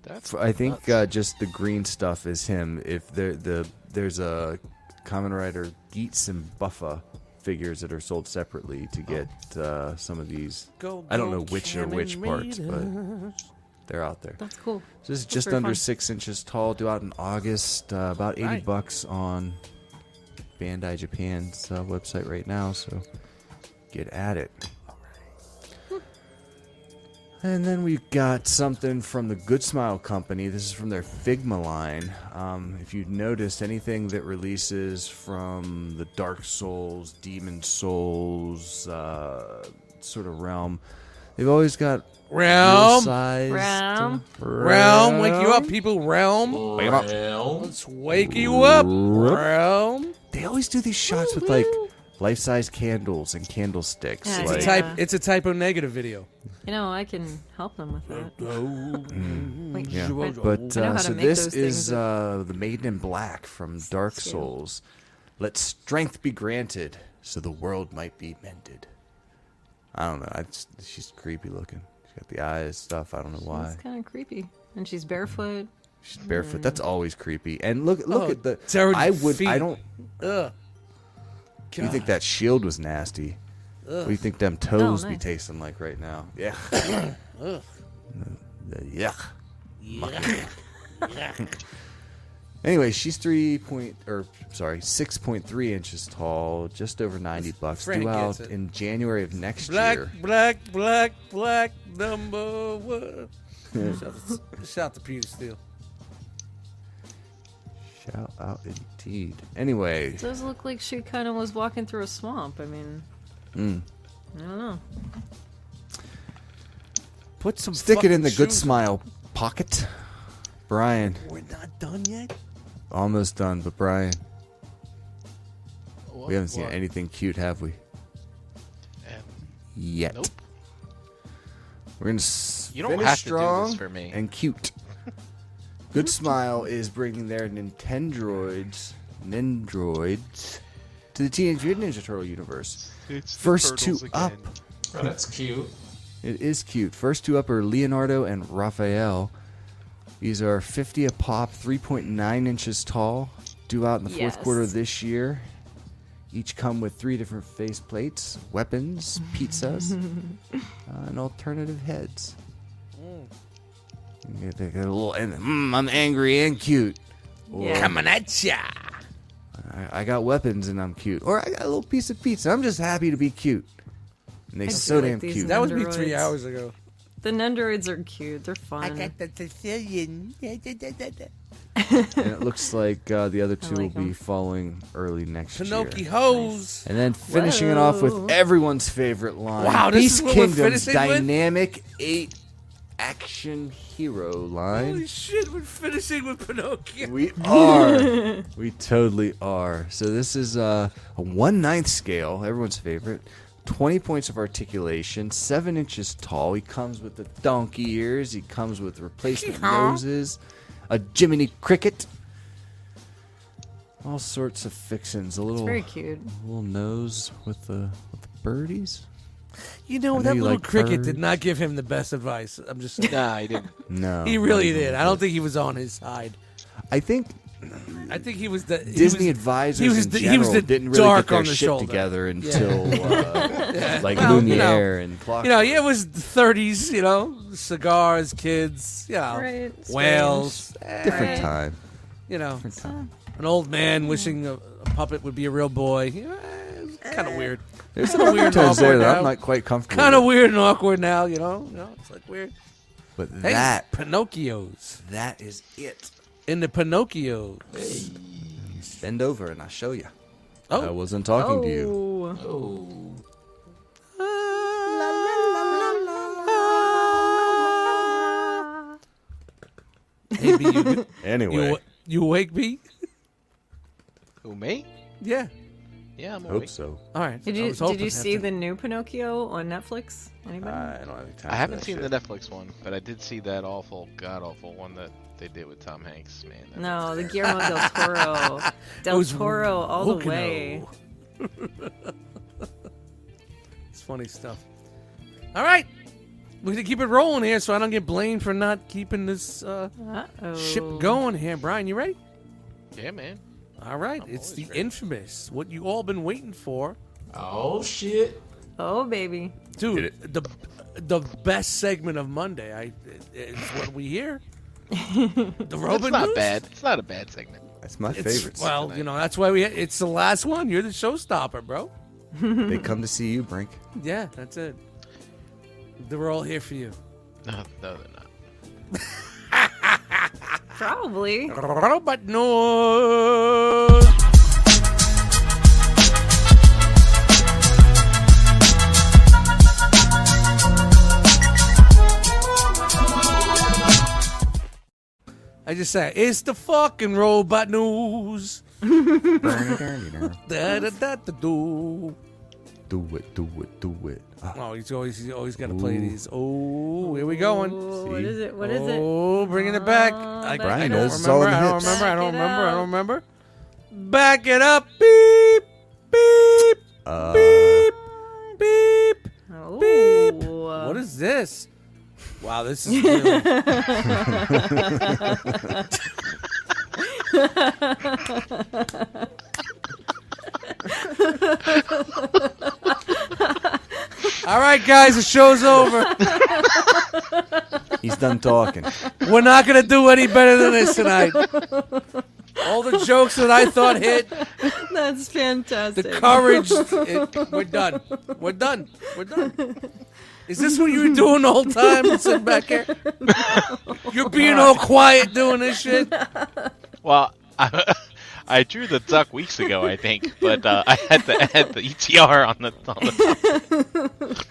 Speaker 5: That's
Speaker 3: F- I think
Speaker 5: nuts.
Speaker 3: uh, just the green stuff is him. If there the there's a Common Rider Geats and Buffa figures that are sold
Speaker 5: Oh.
Speaker 3: separately to get uh, some of these.
Speaker 2: Go,
Speaker 3: I don't
Speaker 2: go,
Speaker 3: know which are which
Speaker 2: Kamen
Speaker 3: parts, but
Speaker 2: Rider.
Speaker 3: They're out there.
Speaker 1: That's cool.
Speaker 3: So this is just
Speaker 1: very
Speaker 3: under
Speaker 1: fun.
Speaker 3: six inches tall. Due out in August. Uh, about eighty
Speaker 2: Right.
Speaker 3: bucks on Bandai Japan's uh, website right now. So get at it. And then we've got something from the Good Smile Company. This is from their Figma line. Um, if you've noticed anything that releases from the Dark Souls, Demon Souls uh, sort of realm, they've always got
Speaker 2: Realm.
Speaker 3: sized
Speaker 1: Realm.
Speaker 2: Realm. Wake you up, people. Realm.
Speaker 4: Well,
Speaker 2: Let's wake you up. Realm.
Speaker 3: They always do these shots with like life-size candles and candlesticks.
Speaker 1: Yeah,
Speaker 3: like,
Speaker 1: it's
Speaker 2: It's a
Speaker 1: Yeah.
Speaker 2: type. It's a typo negative video.
Speaker 1: You know, I can help them with that.
Speaker 2: Oh, Mm,
Speaker 1: Wait,
Speaker 3: Yeah.
Speaker 1: I-
Speaker 3: But
Speaker 1: I know how
Speaker 3: uh,
Speaker 1: to
Speaker 3: so
Speaker 1: make
Speaker 3: this
Speaker 1: those things,
Speaker 3: is
Speaker 1: but-
Speaker 3: uh, the Maiden in Black from Dark
Speaker 1: cute.
Speaker 3: Souls. Let strength be granted, so the world might be mended. I don't know. I just, she's creepy looking. She's got the eyes and stuff. I don't know why.
Speaker 1: That's kind of creepy. And she's barefoot.
Speaker 3: She's barefoot. That's always creepy. And look, look
Speaker 2: Mm. Oh,
Speaker 3: at the.
Speaker 2: dirty
Speaker 3: I would. I
Speaker 2: feet.
Speaker 3: don't.
Speaker 2: Ugh.
Speaker 3: You think that shield was nasty? What do you think
Speaker 2: Oh,
Speaker 3: them toes be
Speaker 1: nice.
Speaker 3: tasting like right now? Yeah. yeah. anyway, she's three point or sorry, six point three inches tall, just over ninety bucks.
Speaker 2: Frank
Speaker 3: Due
Speaker 2: gets
Speaker 3: out
Speaker 2: it.
Speaker 3: in January of next
Speaker 2: Black,
Speaker 3: year.
Speaker 2: black, black, black, number one. shout, to, shout to Peter Steele.
Speaker 3: Shout out indeed. Anyway,
Speaker 1: Does look like she kind of was walking through a swamp. I mean,
Speaker 2: Put some.
Speaker 3: stick it
Speaker 2: fucking
Speaker 3: in the good
Speaker 2: shoes-
Speaker 3: smile pocket. Brian,
Speaker 2: We're not done yet.
Speaker 3: almost done, but Brian,
Speaker 5: What?
Speaker 3: we haven't seen
Speaker 5: What?
Speaker 3: anything cute, have we?
Speaker 5: Um,
Speaker 3: Yet.
Speaker 5: Nope.
Speaker 3: We're gonna s-
Speaker 5: You don't
Speaker 3: finish
Speaker 5: have to do this
Speaker 3: strong
Speaker 5: for me.
Speaker 3: and cute. Good Smile is bringing their Nintendroids, Nindroids, to the Teenage Mutant Ninja Turtle universe.
Speaker 10: It's the
Speaker 3: First two
Speaker 10: turtles
Speaker 3: up.
Speaker 10: again.
Speaker 4: that's cute.
Speaker 3: It is cute. First two up are Leonardo and Raphael. These are 50 a pop, 3.9 inches tall, due out in the fourth
Speaker 1: Yes.
Speaker 3: quarter of this year. Each come with three different face plates, weapons, pizzas, uh, and alternative heads. Yeah, they got a little, and, mm, I'm angry and cute.
Speaker 2: Oh.
Speaker 1: yeah.
Speaker 8: Coming at ya.
Speaker 3: I, I got weapons and I'm cute. Or I got a little piece of pizza. I'm just happy to be cute. And they
Speaker 1: do
Speaker 3: so
Speaker 1: like
Speaker 3: damn
Speaker 1: these
Speaker 3: cute.
Speaker 2: That was me three
Speaker 1: Androids.
Speaker 2: hours ago.
Speaker 1: the Nendoroids are cute. They're
Speaker 8: I
Speaker 1: fun.
Speaker 8: got the Sicilian. Da, da, da, da, da.
Speaker 3: and it looks like uh, the other two
Speaker 1: like
Speaker 3: will be
Speaker 1: 'em.
Speaker 3: following early next
Speaker 2: Pinocchio
Speaker 3: year.
Speaker 2: hose.
Speaker 3: And then finishing it off with everyone's favorite line.
Speaker 2: Wow, this
Speaker 3: Beast
Speaker 2: is what we're
Speaker 3: Kingdom's
Speaker 2: finishing with?
Speaker 3: dynamic eight action hero
Speaker 2: Holy
Speaker 3: line.
Speaker 2: shit, we're finishing with Pinocchio.
Speaker 3: We are. we totally are. So this is uh, a one ninth scale, everyone's favorite. Twenty points of articulation, seven inches tall. He comes with the donkey ears. He comes with replacement noses, a Jiminy cricket, all sorts of fixins. A little,
Speaker 1: Very cute.
Speaker 3: little nose with the with the birdies.
Speaker 2: You know,
Speaker 3: know
Speaker 2: that
Speaker 3: you
Speaker 2: little
Speaker 3: like
Speaker 2: cricket
Speaker 3: birds.
Speaker 2: did not give him the best advice. I'm just saying.
Speaker 5: Nah, I didn't.
Speaker 3: No,
Speaker 2: He really did. I don't think he was on his side.
Speaker 3: I think
Speaker 2: I think he was the he
Speaker 3: Disney
Speaker 2: was-
Speaker 3: advisors
Speaker 2: he was
Speaker 3: in
Speaker 2: the- he
Speaker 3: general
Speaker 2: was the
Speaker 3: didn't really
Speaker 2: dark
Speaker 3: get their
Speaker 2: on the
Speaker 3: shit
Speaker 2: shoulder.
Speaker 3: together until uh, like
Speaker 2: Well, you
Speaker 3: Lumiere
Speaker 2: know,
Speaker 3: and Clock.
Speaker 2: You know, yeah, it was the 30s. You know, cigars, kids. You know,
Speaker 1: Right,
Speaker 2: whales. eh,
Speaker 3: different
Speaker 1: Right.
Speaker 3: time.
Speaker 2: You know,
Speaker 3: Different time.
Speaker 2: an old man wishing a, a puppet would be a real boy. You know, eh, it's kind of weird.
Speaker 3: There's
Speaker 2: Kinda
Speaker 3: some
Speaker 2: weird and
Speaker 3: tones there
Speaker 2: awkward
Speaker 3: that
Speaker 2: now.
Speaker 3: I'm not quite comfortable.
Speaker 2: Kind of
Speaker 3: with.
Speaker 2: weird and awkward now. You know, you know, it's like weird.
Speaker 3: But
Speaker 2: Hey,
Speaker 3: that
Speaker 2: Pinocchios
Speaker 3: that is it.
Speaker 2: in the Pinocchio.
Speaker 3: Bend over and I'll show you. I
Speaker 2: Oh,
Speaker 3: wasn't talking to you.
Speaker 1: Oh,
Speaker 4: Oh,
Speaker 2: hey, B, you, good-
Speaker 3: Anyway,
Speaker 2: Oh. you you awake, B?
Speaker 5: Who me?
Speaker 2: Yeah.
Speaker 5: Yeah, I'm
Speaker 3: uh, hope
Speaker 5: awake.
Speaker 3: so.
Speaker 2: All right.
Speaker 1: did
Speaker 2: I
Speaker 1: you
Speaker 2: was hoping
Speaker 1: did you
Speaker 2: that Uh,
Speaker 1: see
Speaker 2: to-
Speaker 1: the new Pinocchio on Netflix? Anybody?
Speaker 3: I don't have any time.
Speaker 5: I haven't seen the Netflix one, but I did see that awful, god awful one that they did with Tom Hanks. Man, that
Speaker 1: no,
Speaker 5: was
Speaker 1: the
Speaker 5: terrible.
Speaker 1: Guillermo del Toro.
Speaker 2: It
Speaker 1: del
Speaker 2: was
Speaker 1: Toro all the
Speaker 2: Volcano.
Speaker 1: way.
Speaker 2: It's funny stuff. All right. We're going to keep it rolling here so I don't get blamed for not keeping this uh,
Speaker 1: Uh-oh.
Speaker 2: ship going here. Brian, you ready?
Speaker 5: Yeah, man.
Speaker 2: All right. it's the infamous, what you all been waiting for.
Speaker 4: oh shit!
Speaker 1: Oh baby.
Speaker 2: dude. The the best segment of Monday. I it's what we hear. the
Speaker 5: It's
Speaker 2: Roman
Speaker 5: not
Speaker 2: news?
Speaker 5: bad. It's not a bad segment.
Speaker 3: That's my
Speaker 2: It's-
Speaker 3: favorite.
Speaker 2: Well, you know that's why we. It's the last one. You're the showstopper, bro.
Speaker 3: they come to see you, Brink.
Speaker 2: Yeah, that's it. They were all here for you.
Speaker 5: No, no, they're not.
Speaker 1: Probably.
Speaker 2: Robot news. I just said it's the fucking robot news. Da da da da do.
Speaker 3: do it, do it, do it. Ah,
Speaker 2: Oh, he's always he's always got to play these. Oh, here we going.
Speaker 1: Oh, what is it? What is it?
Speaker 2: Oh, bringing it back. I,
Speaker 1: back
Speaker 2: I
Speaker 1: it
Speaker 2: don't
Speaker 1: up.
Speaker 3: It's all
Speaker 2: remember.
Speaker 3: in the
Speaker 2: I don't
Speaker 3: hips.
Speaker 1: Back it
Speaker 2: remember. I don't remember. I
Speaker 1: up.
Speaker 2: don't remember. Back it up. Beep. Beep.
Speaker 3: uh,
Speaker 2: Beep. Beep.
Speaker 1: Oh.
Speaker 2: Beep.
Speaker 1: Uh.
Speaker 2: What is this? Wow, this is really. All right, guys, the show's over.
Speaker 3: he's done talking.
Speaker 2: We're not gonna do any better than this tonight. All the jokes that I thought hit,
Speaker 1: That's fantastic.
Speaker 2: the courage. It, we're done. We're done. We're done. Is this what you were doing the whole time? Sitting back here, you're being all quiet doing this shit.
Speaker 5: Well, I, I drew the duck weeks ago, I think, but uh, I had to add the ETR on the on the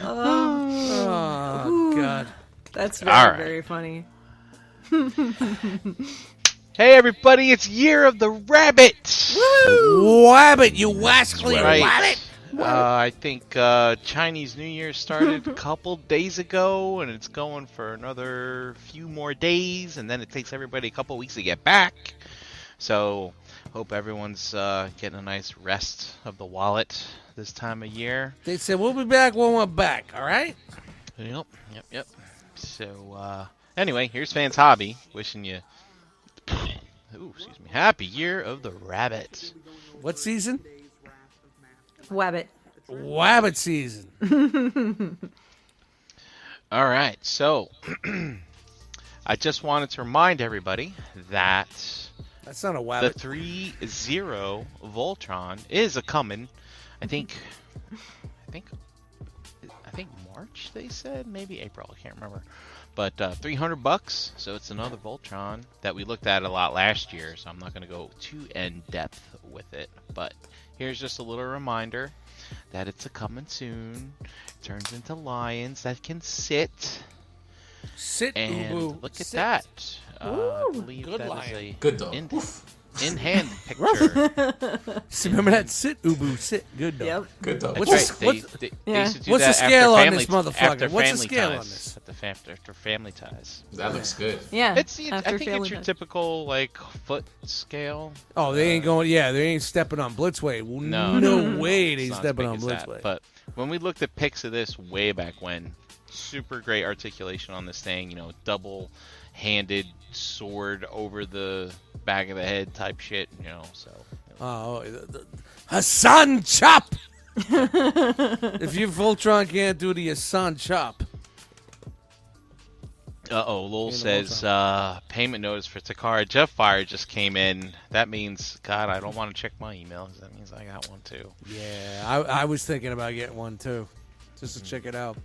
Speaker 5: top.
Speaker 2: Oh God!
Speaker 1: That's very,
Speaker 5: All right.
Speaker 1: very funny.
Speaker 5: Hey, everybody! It's year of the rabbit.
Speaker 2: Wabbit, you wascally
Speaker 5: Right.
Speaker 2: wabbit!
Speaker 5: Uh, I think uh, Chinese New Year started a couple days ago, and it's going for another few more days, and then it takes everybody a couple weeks to get back. So, hope everyone's uh, getting a nice rest of the wallet this time of year.
Speaker 2: They said we'll be back when we're back. All right.
Speaker 5: Yep, yep, yep. So, uh, anyway, here's Fan's Hobby wishing you. Ooh, excuse me. Happy Year of the Rabbit.
Speaker 2: What season?
Speaker 1: Wabbit.
Speaker 2: Wabbit season.
Speaker 5: All right, so I just wanted to remind everybody that
Speaker 2: That's not a
Speaker 5: the
Speaker 2: wabbit.
Speaker 5: three zero Voltron is a coming. I think, I think, I think March they said maybe April. I can't remember. But uh, 300 bucks, so it's another Voltron that we looked at a lot last year. So I'm not going to go too in depth with it. But here's just a little reminder that it's a coming soon. Turns into lions that can sit.
Speaker 2: Sit,
Speaker 5: And
Speaker 2: boo boo.
Speaker 5: look at
Speaker 2: Sit.
Speaker 5: that. Uh, I believe
Speaker 2: Good
Speaker 5: that is
Speaker 2: lion.
Speaker 5: a
Speaker 4: Good dog.
Speaker 5: in-
Speaker 4: Oof.
Speaker 5: in hand picture.
Speaker 2: Remember that? Sit, ubu, sit. Good dog.
Speaker 1: Yep.
Speaker 4: Good dog.
Speaker 5: That's
Speaker 2: What's
Speaker 5: right.
Speaker 2: the-
Speaker 5: They-
Speaker 2: what's-
Speaker 5: they- they
Speaker 1: Yeah.
Speaker 5: used to do
Speaker 2: What's the
Speaker 5: that after
Speaker 2: scale on
Speaker 5: family-
Speaker 2: this motherfucker?
Speaker 5: after
Speaker 2: What's the
Speaker 5: family
Speaker 2: scale on
Speaker 5: ties.
Speaker 2: this? Uh,
Speaker 5: At the fam- after family ties.
Speaker 4: That looks good.
Speaker 1: Yeah.
Speaker 5: It's the, I
Speaker 1: after
Speaker 5: think it's
Speaker 1: Family
Speaker 5: your
Speaker 1: Ties.
Speaker 5: typical like foot scale.
Speaker 2: Oh, they ain't going. Yeah, they ain't stepping on Blitzway. Well, no,
Speaker 5: No,
Speaker 2: way they
Speaker 5: It's not as
Speaker 2: stepping
Speaker 5: big
Speaker 2: on
Speaker 5: as that,
Speaker 2: Blitzway.
Speaker 5: But when we looked at pics of this way back when, super great articulation on this thing. You know, double-handed sword over the back of the head type shit. You know, so
Speaker 2: oh, the- the- Hassan chop. if your Voltron can't do the Hassan chop,
Speaker 5: Uh oh, Lowell
Speaker 2: the
Speaker 5: says uh, payment notice for Takara Jeff Fire just came in. That means, God, I don't want to check my email 'cause that means I got one too.
Speaker 2: yeah, I, I was thinking about getting one too, just to check it
Speaker 5: Uh,
Speaker 2: out.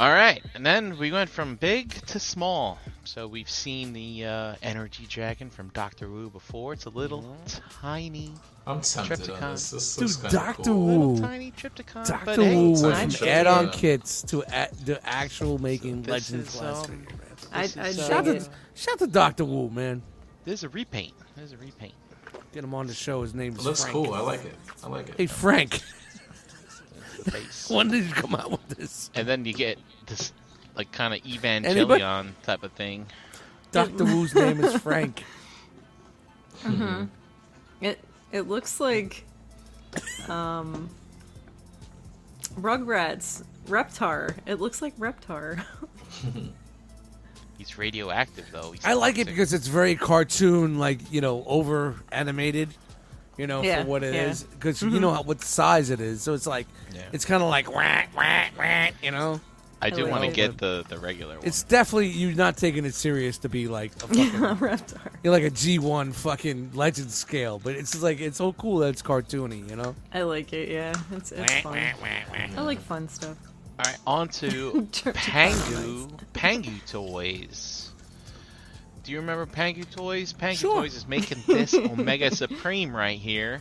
Speaker 5: All right, and then we went from big to small. So we've seen the uh, Energy Dragon from Doctor Who before. It's a little tiny,
Speaker 4: I'm tempted
Speaker 5: Triptychon.
Speaker 4: on this. This
Speaker 2: Dude,
Speaker 4: looks kind of
Speaker 2: Doctor
Speaker 4: cool.
Speaker 5: little
Speaker 2: Wu,
Speaker 5: tiny Triptychon. but
Speaker 2: Doctor
Speaker 5: hey,
Speaker 2: Wu
Speaker 4: it's
Speaker 2: went
Speaker 4: not
Speaker 2: from
Speaker 4: sure.
Speaker 2: add-on
Speaker 4: Yeah.
Speaker 2: kits to a the actual making
Speaker 5: uh, this
Speaker 2: Legends
Speaker 5: is,
Speaker 2: class.
Speaker 5: um,
Speaker 2: figure, man.
Speaker 1: I'd,
Speaker 5: This
Speaker 1: I'd
Speaker 5: is,
Speaker 1: dig
Speaker 2: Shout
Speaker 5: uh,
Speaker 2: out
Speaker 1: it.
Speaker 2: to, shout out to Doctor Wu, man.
Speaker 5: There's a repaint. There's a repaint.
Speaker 2: Get him on the show. His name's
Speaker 4: Looks
Speaker 2: Frank.
Speaker 4: cool. I like it. I like it.
Speaker 2: Hey Frank,
Speaker 5: The face.
Speaker 2: when did you come out with this?
Speaker 5: and then you get this, like, kind of Evangelion
Speaker 2: Anybody-
Speaker 5: type of thing.
Speaker 2: Doctor Wu's name is Frank.
Speaker 1: It it looks like um Rugrats Reptar. It looks like Reptar.
Speaker 5: He's radioactive though. He's
Speaker 2: I like it
Speaker 5: toxic.
Speaker 2: because it's very cartoon, like you know, over animated, you know,
Speaker 1: Yeah,
Speaker 2: for what it
Speaker 1: yeah. Mm-hmm.
Speaker 2: is, because you know how, what size it is. So it's like,
Speaker 5: Yeah.
Speaker 2: it's kind of like, wah, wah, wah, you know.
Speaker 5: I do
Speaker 1: like
Speaker 5: want to
Speaker 1: it.
Speaker 5: get the the regular one.
Speaker 2: It's definitely you not taking it serious to be like a fucking,
Speaker 1: Reptar.
Speaker 2: you're like a G1 fucking legend scale, but it's just like it's so cool that it's cartoony, you know.
Speaker 1: I like it. Yeah, it's, it's fun. I like fun stuff.
Speaker 5: All right, on to
Speaker 1: Church of
Speaker 5: Pangu Pangu Toys. Do you remember Pangu Toys? Pangu
Speaker 2: Sure.
Speaker 5: Toys is making this Omega Supreme right here.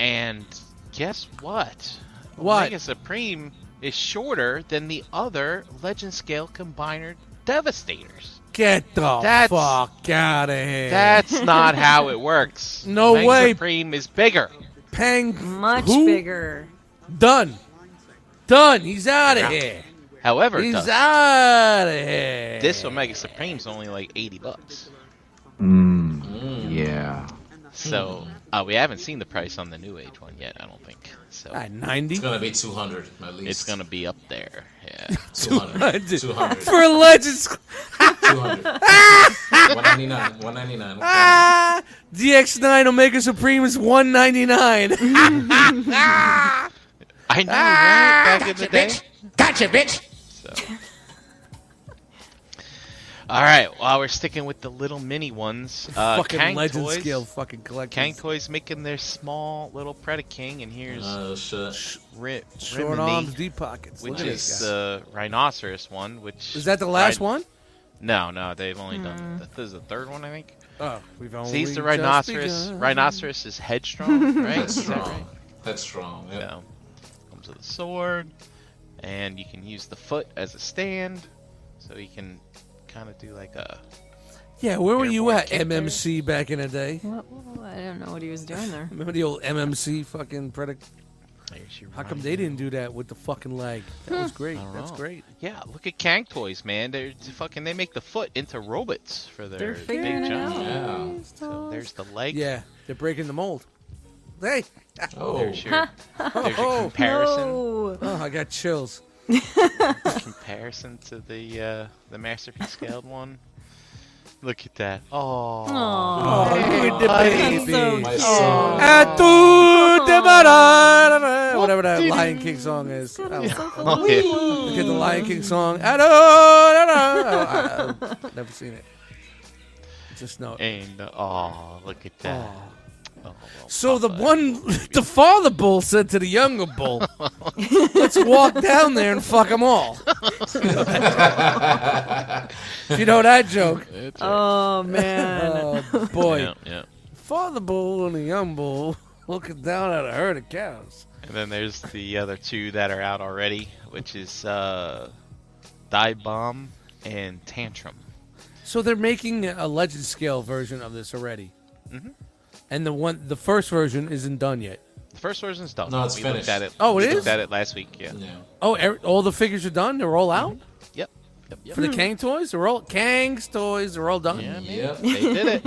Speaker 5: And guess what?
Speaker 2: What?
Speaker 5: Omega Supreme is shorter than the other Legend Scale Combiner Devastators.
Speaker 2: Get the
Speaker 5: That's-
Speaker 2: fuck out of here.
Speaker 5: That's not how it works.
Speaker 2: No
Speaker 5: Omega
Speaker 2: way.
Speaker 5: Supreme is bigger.
Speaker 2: Pang
Speaker 1: Much
Speaker 2: who?
Speaker 1: bigger.
Speaker 2: Done. Done. He's out of here.
Speaker 5: However,
Speaker 2: He's
Speaker 5: Dustin,
Speaker 2: out of here.
Speaker 5: this Omega Supreme's only like 80 bucks.
Speaker 2: Mm.
Speaker 3: Yeah.
Speaker 5: So uh, we haven't seen the price on the new age one yet. I don't think. So
Speaker 2: at 90
Speaker 4: It's gonna be 200 at least.
Speaker 5: it's gonna be up there. Yeah.
Speaker 4: 200. 200.
Speaker 2: for a legend. sc-
Speaker 4: 200. 199. 199. okay.
Speaker 2: Ah, DX9 Omega Supreme is 199.
Speaker 5: I know.
Speaker 2: Ah,
Speaker 5: right? Back in the day.
Speaker 8: Bitch! Gotcha, bitch!
Speaker 5: So. All right. While we're sticking with the little mini ones, uh,
Speaker 2: fucking
Speaker 5: Kang
Speaker 2: legend
Speaker 5: Toys.
Speaker 2: scale fucking collection.
Speaker 5: Kang Toys making their small little Predaking, and here's
Speaker 4: Oh shit.
Speaker 5: Ri-
Speaker 2: Uh, Short
Speaker 5: Rimini,
Speaker 2: arms, deep pockets. Look
Speaker 5: which
Speaker 2: at
Speaker 5: is uh,
Speaker 2: this guy.
Speaker 5: the rhinoceros one. Which
Speaker 2: Is that the last
Speaker 5: Rhin-
Speaker 2: one?
Speaker 5: No, no. They've only
Speaker 1: Hmm.
Speaker 5: done. This is the third one, I think.
Speaker 2: Oh, we've only
Speaker 5: Sees the
Speaker 2: just
Speaker 5: rhinoceros.
Speaker 2: begun.
Speaker 5: Rhinoceros is headstrong, right?
Speaker 4: That's
Speaker 5: Is that right?
Speaker 4: strong. That's strong. Yep.
Speaker 5: So, comes with a sword, and you can use the foot as a stand, so you can kind of do like a.
Speaker 2: Yeah, where were you
Speaker 5: Airborne
Speaker 2: at, MMC, back in the day?
Speaker 1: What, what- what- I don't know what he was doing there.
Speaker 2: Remember the old MMC fucking Predator?
Speaker 5: There's your
Speaker 2: How come
Speaker 5: running
Speaker 2: they didn't do that with the fucking leg? That was great.
Speaker 5: around.
Speaker 2: That's great.
Speaker 5: Yeah, look at Kang Toys, man. They're t- fucking. They make the foot into robots for their
Speaker 1: They're figuring
Speaker 5: big
Speaker 1: it
Speaker 5: jump.
Speaker 1: out.
Speaker 4: Yeah.
Speaker 5: So there's the leg.
Speaker 2: Yeah, they're breaking the mold. Hey,
Speaker 4: Oh.
Speaker 5: There's your, there's your
Speaker 2: Oh.
Speaker 5: comparison.
Speaker 1: No.
Speaker 2: oh, I got chills.
Speaker 5: Comparison to the uh, the masterpiece scaled one. Look at that. Oh.
Speaker 1: Aw,
Speaker 2: Look at the
Speaker 1: that's so
Speaker 2: baby.
Speaker 4: My son.
Speaker 2: Atu te marara- Whatever that Lion King song is. I don't know.
Speaker 5: Look at-
Speaker 2: Look at the Lion King song. Atu- I- I've never seen it. Just know. it.
Speaker 5: And oh, look at that. Oh, well,
Speaker 2: So the
Speaker 5: Papa.
Speaker 2: one, the father bull said to the younger bull, "Let's walk down there and fuck them all." If you know that joke.
Speaker 1: Oh man.
Speaker 2: Oh boy.
Speaker 5: Yeah, yeah.
Speaker 2: Father bull and the young bull looking down at a herd of cows.
Speaker 5: And then there's the other two that are out already, which is uh, Dive Bomb and Tantrum.
Speaker 2: So they're making a legend scale version of this already.
Speaker 5: Mm-hmm.
Speaker 2: And the one, the first version isn't done yet.
Speaker 5: The first version's done.
Speaker 4: No, it's
Speaker 5: we
Speaker 4: finished.
Speaker 5: Looked at it.
Speaker 2: Oh, it
Speaker 5: we
Speaker 2: is?
Speaker 5: Looked at it last week. Yeah.
Speaker 4: Yeah.
Speaker 2: Oh, er, all the figures are done. They're all out
Speaker 5: Yep. Yep. Yep.
Speaker 2: for the Kang toys. They're all Kang's toys. They're all done.
Speaker 5: Yeah, man.
Speaker 4: Yep.
Speaker 5: They did it.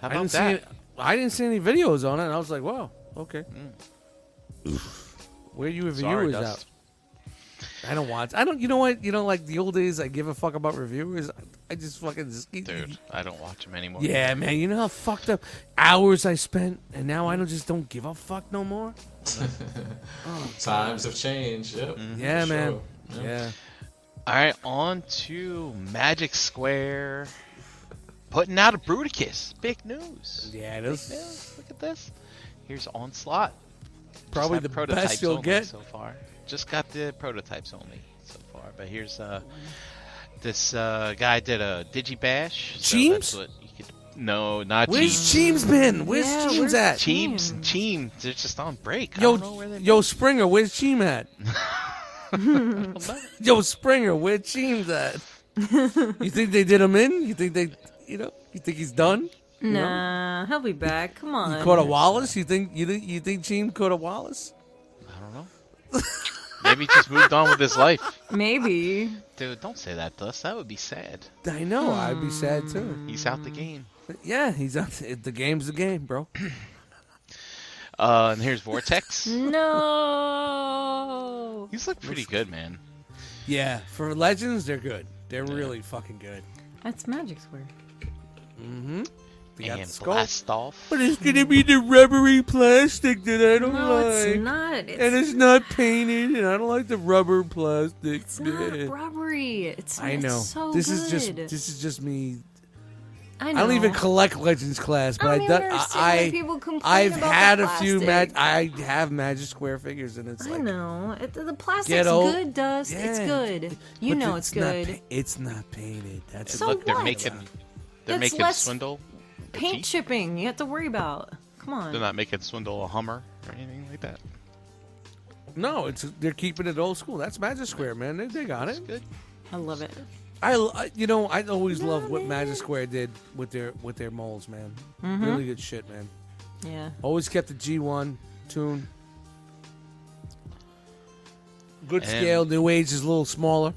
Speaker 5: How
Speaker 2: I didn't
Speaker 5: about
Speaker 2: see. Any,
Speaker 5: that?
Speaker 2: I didn't see any videos on it. And I was like, wow, okay. Where you
Speaker 5: Mm. Sorry,
Speaker 2: reviewers out?
Speaker 5: Dust.
Speaker 2: I don't watch. I don't. You know what? You know, like the old days, I give a fuck about reviewers. I, I just fucking.
Speaker 5: Dude, I don't watch them anymore.
Speaker 2: Yeah, man. You know how fucked up hours I spent, and now I don't just don't give a fuck no more.
Speaker 4: Times have changed. Yep.
Speaker 1: Mm-hmm.
Speaker 2: Yeah,
Speaker 4: Mm-hmm.
Speaker 2: man.
Speaker 4: For sure.
Speaker 2: Yeah.
Speaker 5: All right, on to Magic Square. Putting out a Bruticus. Big news.
Speaker 2: Yeah, it
Speaker 5: Big
Speaker 2: is
Speaker 5: news. Look at this. Here's Onslaught. Just
Speaker 2: probably
Speaker 5: have
Speaker 2: the
Speaker 5: prototypes
Speaker 2: best you'll
Speaker 5: only
Speaker 2: get.
Speaker 5: so far. Just got the prototypes only so far. But here's uh, this uh, guy did a digibash. So
Speaker 2: Cheems?
Speaker 5: that's what you could. No, not
Speaker 2: Where's
Speaker 5: Cheems.
Speaker 2: Cheems been? Where's
Speaker 1: Yeah,
Speaker 2: Cheems
Speaker 1: where's
Speaker 2: at?
Speaker 5: Cheems and Cheems. They're just on break. I don't know
Speaker 2: Yo,
Speaker 5: where they.
Speaker 2: yo, Springer, where's Cheem at? yo, Springer, where Cheem's at? you think they did him in? You think they, you know, you think he's done?
Speaker 1: Nah, he'll be back. Come on.
Speaker 2: Caught a Wallace? You think you think you think Cheem caught a Wallace?
Speaker 5: I don't know. Maybe he just moved on with his life.
Speaker 1: Maybe.
Speaker 5: Dude, don't say that, Dust. That would be sad.
Speaker 2: I know. I'd be sad too.
Speaker 5: He's out the game.
Speaker 2: But yeah, he's out. The game's the game, bro.
Speaker 5: Uh, and here's Vortex.
Speaker 1: No.
Speaker 5: He's looked pretty good, man.
Speaker 2: Yeah, for legends, they're good. They're really fucking good.
Speaker 1: That's magic square.
Speaker 2: They got
Speaker 5: and
Speaker 2: skull.
Speaker 5: blast off.
Speaker 2: But it's gonna be the rubbery plastic that I don't
Speaker 1: No,
Speaker 2: like.
Speaker 1: it's not. It's,
Speaker 2: and it's not painted, and I don't like the rubber plastic.
Speaker 1: it's not robbery. It's
Speaker 2: I
Speaker 1: it's
Speaker 2: know.
Speaker 1: so
Speaker 2: this
Speaker 1: good.
Speaker 2: is just this is just me.
Speaker 1: I,
Speaker 2: I,
Speaker 1: know.
Speaker 2: don't even collect Legends class, but
Speaker 1: I
Speaker 2: I,
Speaker 1: don't
Speaker 2: do-
Speaker 1: even understand why
Speaker 2: I-
Speaker 1: people complain
Speaker 2: I've
Speaker 1: about the
Speaker 2: had a few mag.
Speaker 1: plastic.
Speaker 2: I have Magic Square figures, and it's
Speaker 1: I
Speaker 2: like
Speaker 1: know. It, the plastic's
Speaker 2: Get old-
Speaker 1: good, Dust. It's
Speaker 2: Yeah.
Speaker 1: good. You
Speaker 2: but
Speaker 1: know it's,
Speaker 2: not
Speaker 1: good.
Speaker 2: pa- it's not painted. That's
Speaker 1: So
Speaker 5: Look, they're
Speaker 1: what?
Speaker 5: making they're
Speaker 1: That's
Speaker 5: making
Speaker 1: less-
Speaker 5: Swindle.
Speaker 1: Paint
Speaker 5: cheap.
Speaker 1: chipping, you have to worry about. Come on.
Speaker 5: They're not making Swindle a Hummer or anything like that.
Speaker 2: no. It's they're keeping it old school. That's Magic Square, man. They, they got
Speaker 5: That's
Speaker 2: it.
Speaker 5: good.
Speaker 1: I love it.
Speaker 2: I, I- you know, I always loved what Magic Square did with their with their molds, man.
Speaker 1: Mm-hmm.
Speaker 2: Really good shit, man.
Speaker 1: Yeah.
Speaker 2: Always kept the G1 tune. Good
Speaker 5: And-
Speaker 2: scale. New Age is a little smaller.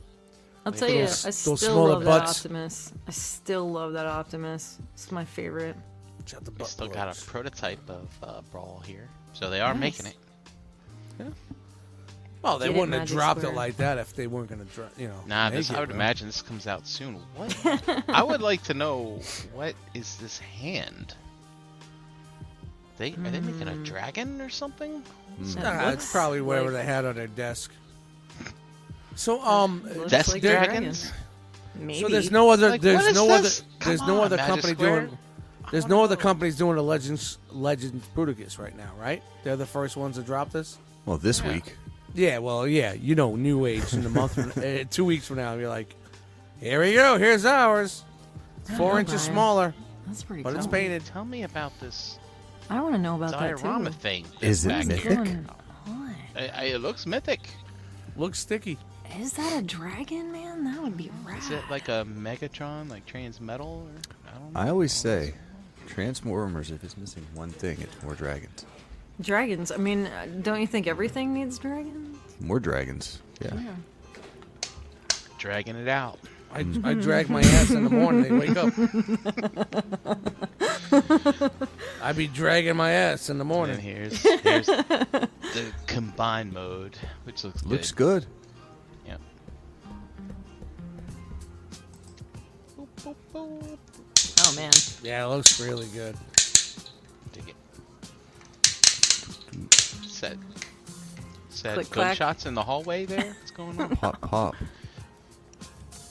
Speaker 1: I'll tell you, I
Speaker 2: Those-
Speaker 1: still
Speaker 2: those smaller
Speaker 1: love that
Speaker 2: butts.
Speaker 1: Optimus. I still love that Optimus. It's my favorite.
Speaker 2: Shut the
Speaker 5: We
Speaker 2: butt
Speaker 5: still got
Speaker 2: blokes.
Speaker 5: a prototype of uh, Brawl here, so they are
Speaker 1: Nice.
Speaker 5: making it.
Speaker 2: Well, they
Speaker 1: Get it,
Speaker 2: wouldn't have
Speaker 1: Magic
Speaker 2: dropped
Speaker 1: Square.
Speaker 2: it like that if they weren't going to drop. You know.
Speaker 5: Nah,
Speaker 2: make
Speaker 5: this,
Speaker 2: it,
Speaker 5: I would
Speaker 2: bro.
Speaker 5: imagine this comes out soon. What? I would like to know what is this hand? They are they making
Speaker 1: Hmm.
Speaker 5: a dragon or something?
Speaker 1: It
Speaker 2: Nah, it's
Speaker 1: looks
Speaker 2: probably whatever
Speaker 1: like-
Speaker 2: they had on their desk. So um,
Speaker 1: Looks
Speaker 5: Desk
Speaker 1: like a dragon.
Speaker 5: dragons?
Speaker 1: Maybe.
Speaker 2: so there's no other,
Speaker 5: Like, what
Speaker 2: there's
Speaker 5: is
Speaker 2: no
Speaker 5: this?
Speaker 2: other, there's
Speaker 5: Come
Speaker 2: no
Speaker 5: on,
Speaker 2: other
Speaker 5: Magic
Speaker 2: company
Speaker 5: Square.
Speaker 2: doing, there's no other companies doing a Legends Legends Bruticus right now, right? They're the first ones to drop this.
Speaker 3: Well, this week.
Speaker 2: Yeah, well, yeah, you know, New Age in a month, from, uh, two weeks from now, you're like, here we go, here's ours, four
Speaker 1: know,
Speaker 2: inches
Speaker 1: Brian.
Speaker 2: smaller,
Speaker 1: That's pretty
Speaker 2: but
Speaker 1: cool.
Speaker 2: it's painted.
Speaker 5: Tell me about this
Speaker 1: I want to know Oh. about that
Speaker 5: diorama
Speaker 1: too.
Speaker 5: thing.
Speaker 3: Is
Speaker 5: that's
Speaker 3: it
Speaker 5: back
Speaker 3: mythic?
Speaker 5: here.
Speaker 1: Going on.
Speaker 5: I, I, it looks mythic.
Speaker 2: Looks sticky.
Speaker 1: Is that a dragon, man? That would be rad.
Speaker 5: Is it like a
Speaker 1: Ah.
Speaker 5: Megatron, like trans metal? Or, I don't know.
Speaker 3: I always say, Transformers, if it's missing one thing, it's more dragons.
Speaker 1: dragons? I mean, uh, don't you think everything needs dragons?
Speaker 3: More dragons. Yeah.
Speaker 5: dragging it out.
Speaker 2: I, I drag my ass in the morning. They wake up. I be dragging my ass in the
Speaker 5: And
Speaker 2: morning.
Speaker 5: here's, here's the combined mode, which looks good.
Speaker 3: Looks good.
Speaker 5: Yeah.
Speaker 1: Oh man,
Speaker 2: Yeah, it looks really good.
Speaker 5: Dig it. Set. Set
Speaker 1: Click, clack.
Speaker 5: gunshots in the hallway there? What's going on?
Speaker 3: Pop, pop.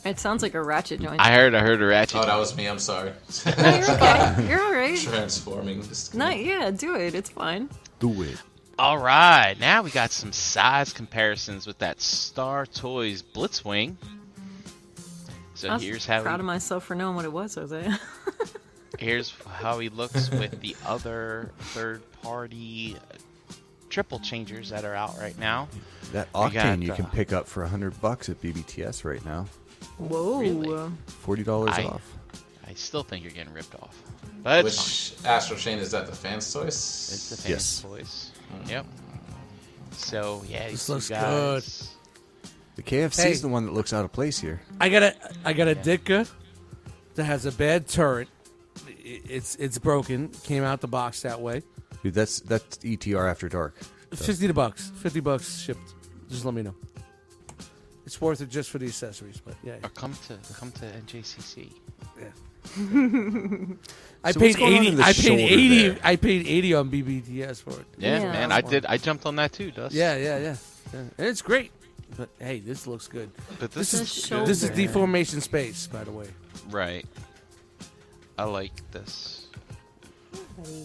Speaker 1: it sounds like a ratchet joint.
Speaker 5: I heard I heard a ratchet.
Speaker 4: Oh, that was me. I'm sorry.
Speaker 1: No, you're okay. You're all right.
Speaker 4: Transforming. Just
Speaker 1: No, yeah, do it. It's fine.
Speaker 3: Do it.
Speaker 5: All right, now we got some size comparisons with that Star Toys Blitzwing. So
Speaker 1: I was
Speaker 5: here's
Speaker 1: proud
Speaker 5: how
Speaker 1: of
Speaker 5: he,
Speaker 1: myself for knowing what it was, Jose.
Speaker 5: here's how he looks with the other third party triple changers that are out right now.
Speaker 3: That
Speaker 5: got,
Speaker 3: octane you can
Speaker 5: uh,
Speaker 3: pick up for hundred bucks at BBTS right now.
Speaker 1: Whoa.
Speaker 5: Really?
Speaker 3: Forty dollars
Speaker 5: I-
Speaker 3: off.
Speaker 5: I still think you're getting ripped off, but it's fine.
Speaker 4: Which Astral Chain is that the fans' choice?
Speaker 5: It's the fans'
Speaker 3: Yes.
Speaker 5: voice. Yep. So yeah,
Speaker 2: This
Speaker 5: these two
Speaker 2: looks
Speaker 5: guys-
Speaker 3: The KFC
Speaker 2: Hey.
Speaker 3: is the one that looks out of place here.
Speaker 2: I got a I got a Ditka that has a bad turret. I- It's it's broken. Came out the box that way.
Speaker 3: Dude, that's that's ETR after dark.
Speaker 2: Fifty bucks. Fifty bucks shipped. Just let me know. It's worth it just for the accessories. But yeah,
Speaker 5: Or come to come to NJCC.
Speaker 2: I
Speaker 3: So what's
Speaker 2: paid
Speaker 3: going on in
Speaker 2: eighty.
Speaker 3: the
Speaker 2: I paid
Speaker 3: shoulder
Speaker 2: eighty.
Speaker 3: there?
Speaker 2: I paid eighty on BBTS for it.
Speaker 5: Yeah,
Speaker 1: Yeah.
Speaker 5: man, I did. I jumped on that too, Dust.
Speaker 2: Yeah, yeah, yeah. yeah. And it's great. But hey, this looks good.
Speaker 5: but this,
Speaker 1: The
Speaker 5: is
Speaker 1: shoulder.
Speaker 2: This is deformation space, by the way,
Speaker 5: right. I like this,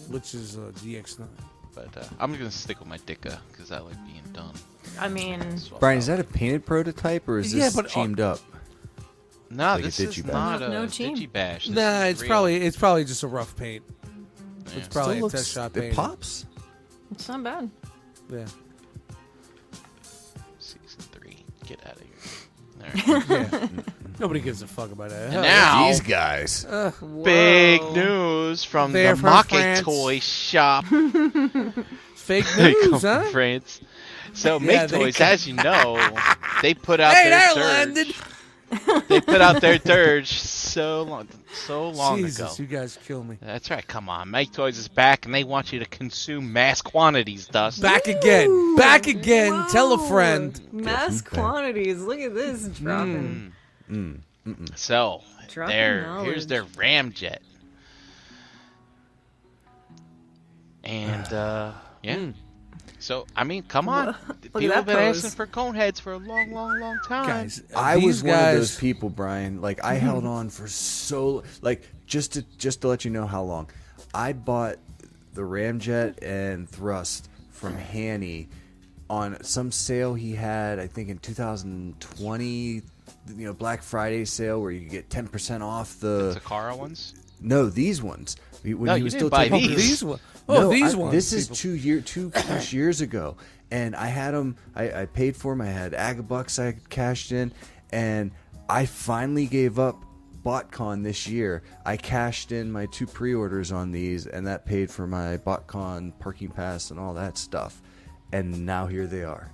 Speaker 2: which is uh, DX9.
Speaker 5: but uh, I'm gonna stick with my Dicka because I like being done.
Speaker 1: I mean,
Speaker 5: Swap
Speaker 3: Brian,
Speaker 5: out.
Speaker 3: is that a painted prototype or is
Speaker 2: Yeah,
Speaker 3: this
Speaker 2: but, uh,
Speaker 3: teamed up?
Speaker 5: no?
Speaker 3: like a
Speaker 5: this is
Speaker 3: digibash?
Speaker 5: not
Speaker 1: No,
Speaker 5: a
Speaker 1: no team.
Speaker 5: digibash. This
Speaker 2: Nah,
Speaker 5: is
Speaker 2: it's
Speaker 5: real.
Speaker 2: probably it's probably just a rough paint.
Speaker 5: Yeah.
Speaker 2: It's probably
Speaker 3: Still
Speaker 2: a
Speaker 3: looks,
Speaker 2: test shot
Speaker 3: it
Speaker 2: paint.
Speaker 3: pops.
Speaker 1: it's not bad.
Speaker 2: Yeah.
Speaker 5: season three. Get out of here. All right.
Speaker 2: Nobody gives a fuck about that.
Speaker 5: And now,
Speaker 3: These guys.
Speaker 5: big
Speaker 1: Whoa.
Speaker 5: news from
Speaker 2: They're
Speaker 5: the
Speaker 2: from
Speaker 5: Mocket
Speaker 2: France.
Speaker 5: Toy Shop.
Speaker 2: Fake
Speaker 5: they come
Speaker 2: news,
Speaker 5: from
Speaker 2: huh?
Speaker 5: France. So
Speaker 2: Yeah,
Speaker 5: Make
Speaker 2: they
Speaker 5: Toys,
Speaker 2: come-
Speaker 5: as you know, they put out
Speaker 2: Hey, they're
Speaker 5: their dirge.
Speaker 2: landed.
Speaker 5: They put out their dirge so long, so long
Speaker 2: Jesus,
Speaker 5: ago.
Speaker 2: you guys kill me.
Speaker 5: That's right. Come on, Make Toys is back, and they want you to consume mass quantities, Dust.
Speaker 2: Back again. Back again. Tell a
Speaker 1: Whoa.
Speaker 2: friend.
Speaker 1: Mass quantities. Look at this dropping.
Speaker 5: So
Speaker 1: Dropping
Speaker 5: there,
Speaker 1: knowledge.
Speaker 5: here's their ramjet. And uh, yeah.
Speaker 2: Hmm.
Speaker 5: So I mean, come on. People
Speaker 1: that
Speaker 5: have been
Speaker 1: pose.
Speaker 5: asking for coneheads for a long, long, long time.
Speaker 2: guys. uh,
Speaker 3: I
Speaker 2: these
Speaker 3: was
Speaker 2: guys,
Speaker 3: one of those people, Brian. Like I held on for so like just to just to let you know how long. I bought the Ramjet and Thrust from Hanny on some sale he had, I think in 2020, you know, Black Friday sale where you could get 10% off
Speaker 2: uh,
Speaker 3: the
Speaker 5: Takara ones.
Speaker 3: No, these ones. When
Speaker 5: No,
Speaker 3: he
Speaker 5: you
Speaker 3: was
Speaker 5: didn't
Speaker 3: still
Speaker 5: buy
Speaker 3: taking-
Speaker 5: these.
Speaker 2: These one- oh,
Speaker 3: No,
Speaker 2: these
Speaker 3: I-
Speaker 2: ones.
Speaker 3: This is
Speaker 2: people.
Speaker 3: two year two plus years ago, and I had them. I, I paid for them. I had Agabucks I cashed in, and I finally gave up BotCon this year. I cashed in my two pre-orders on these, and that paid for my BotCon parking pass and all that stuff. And now here they are.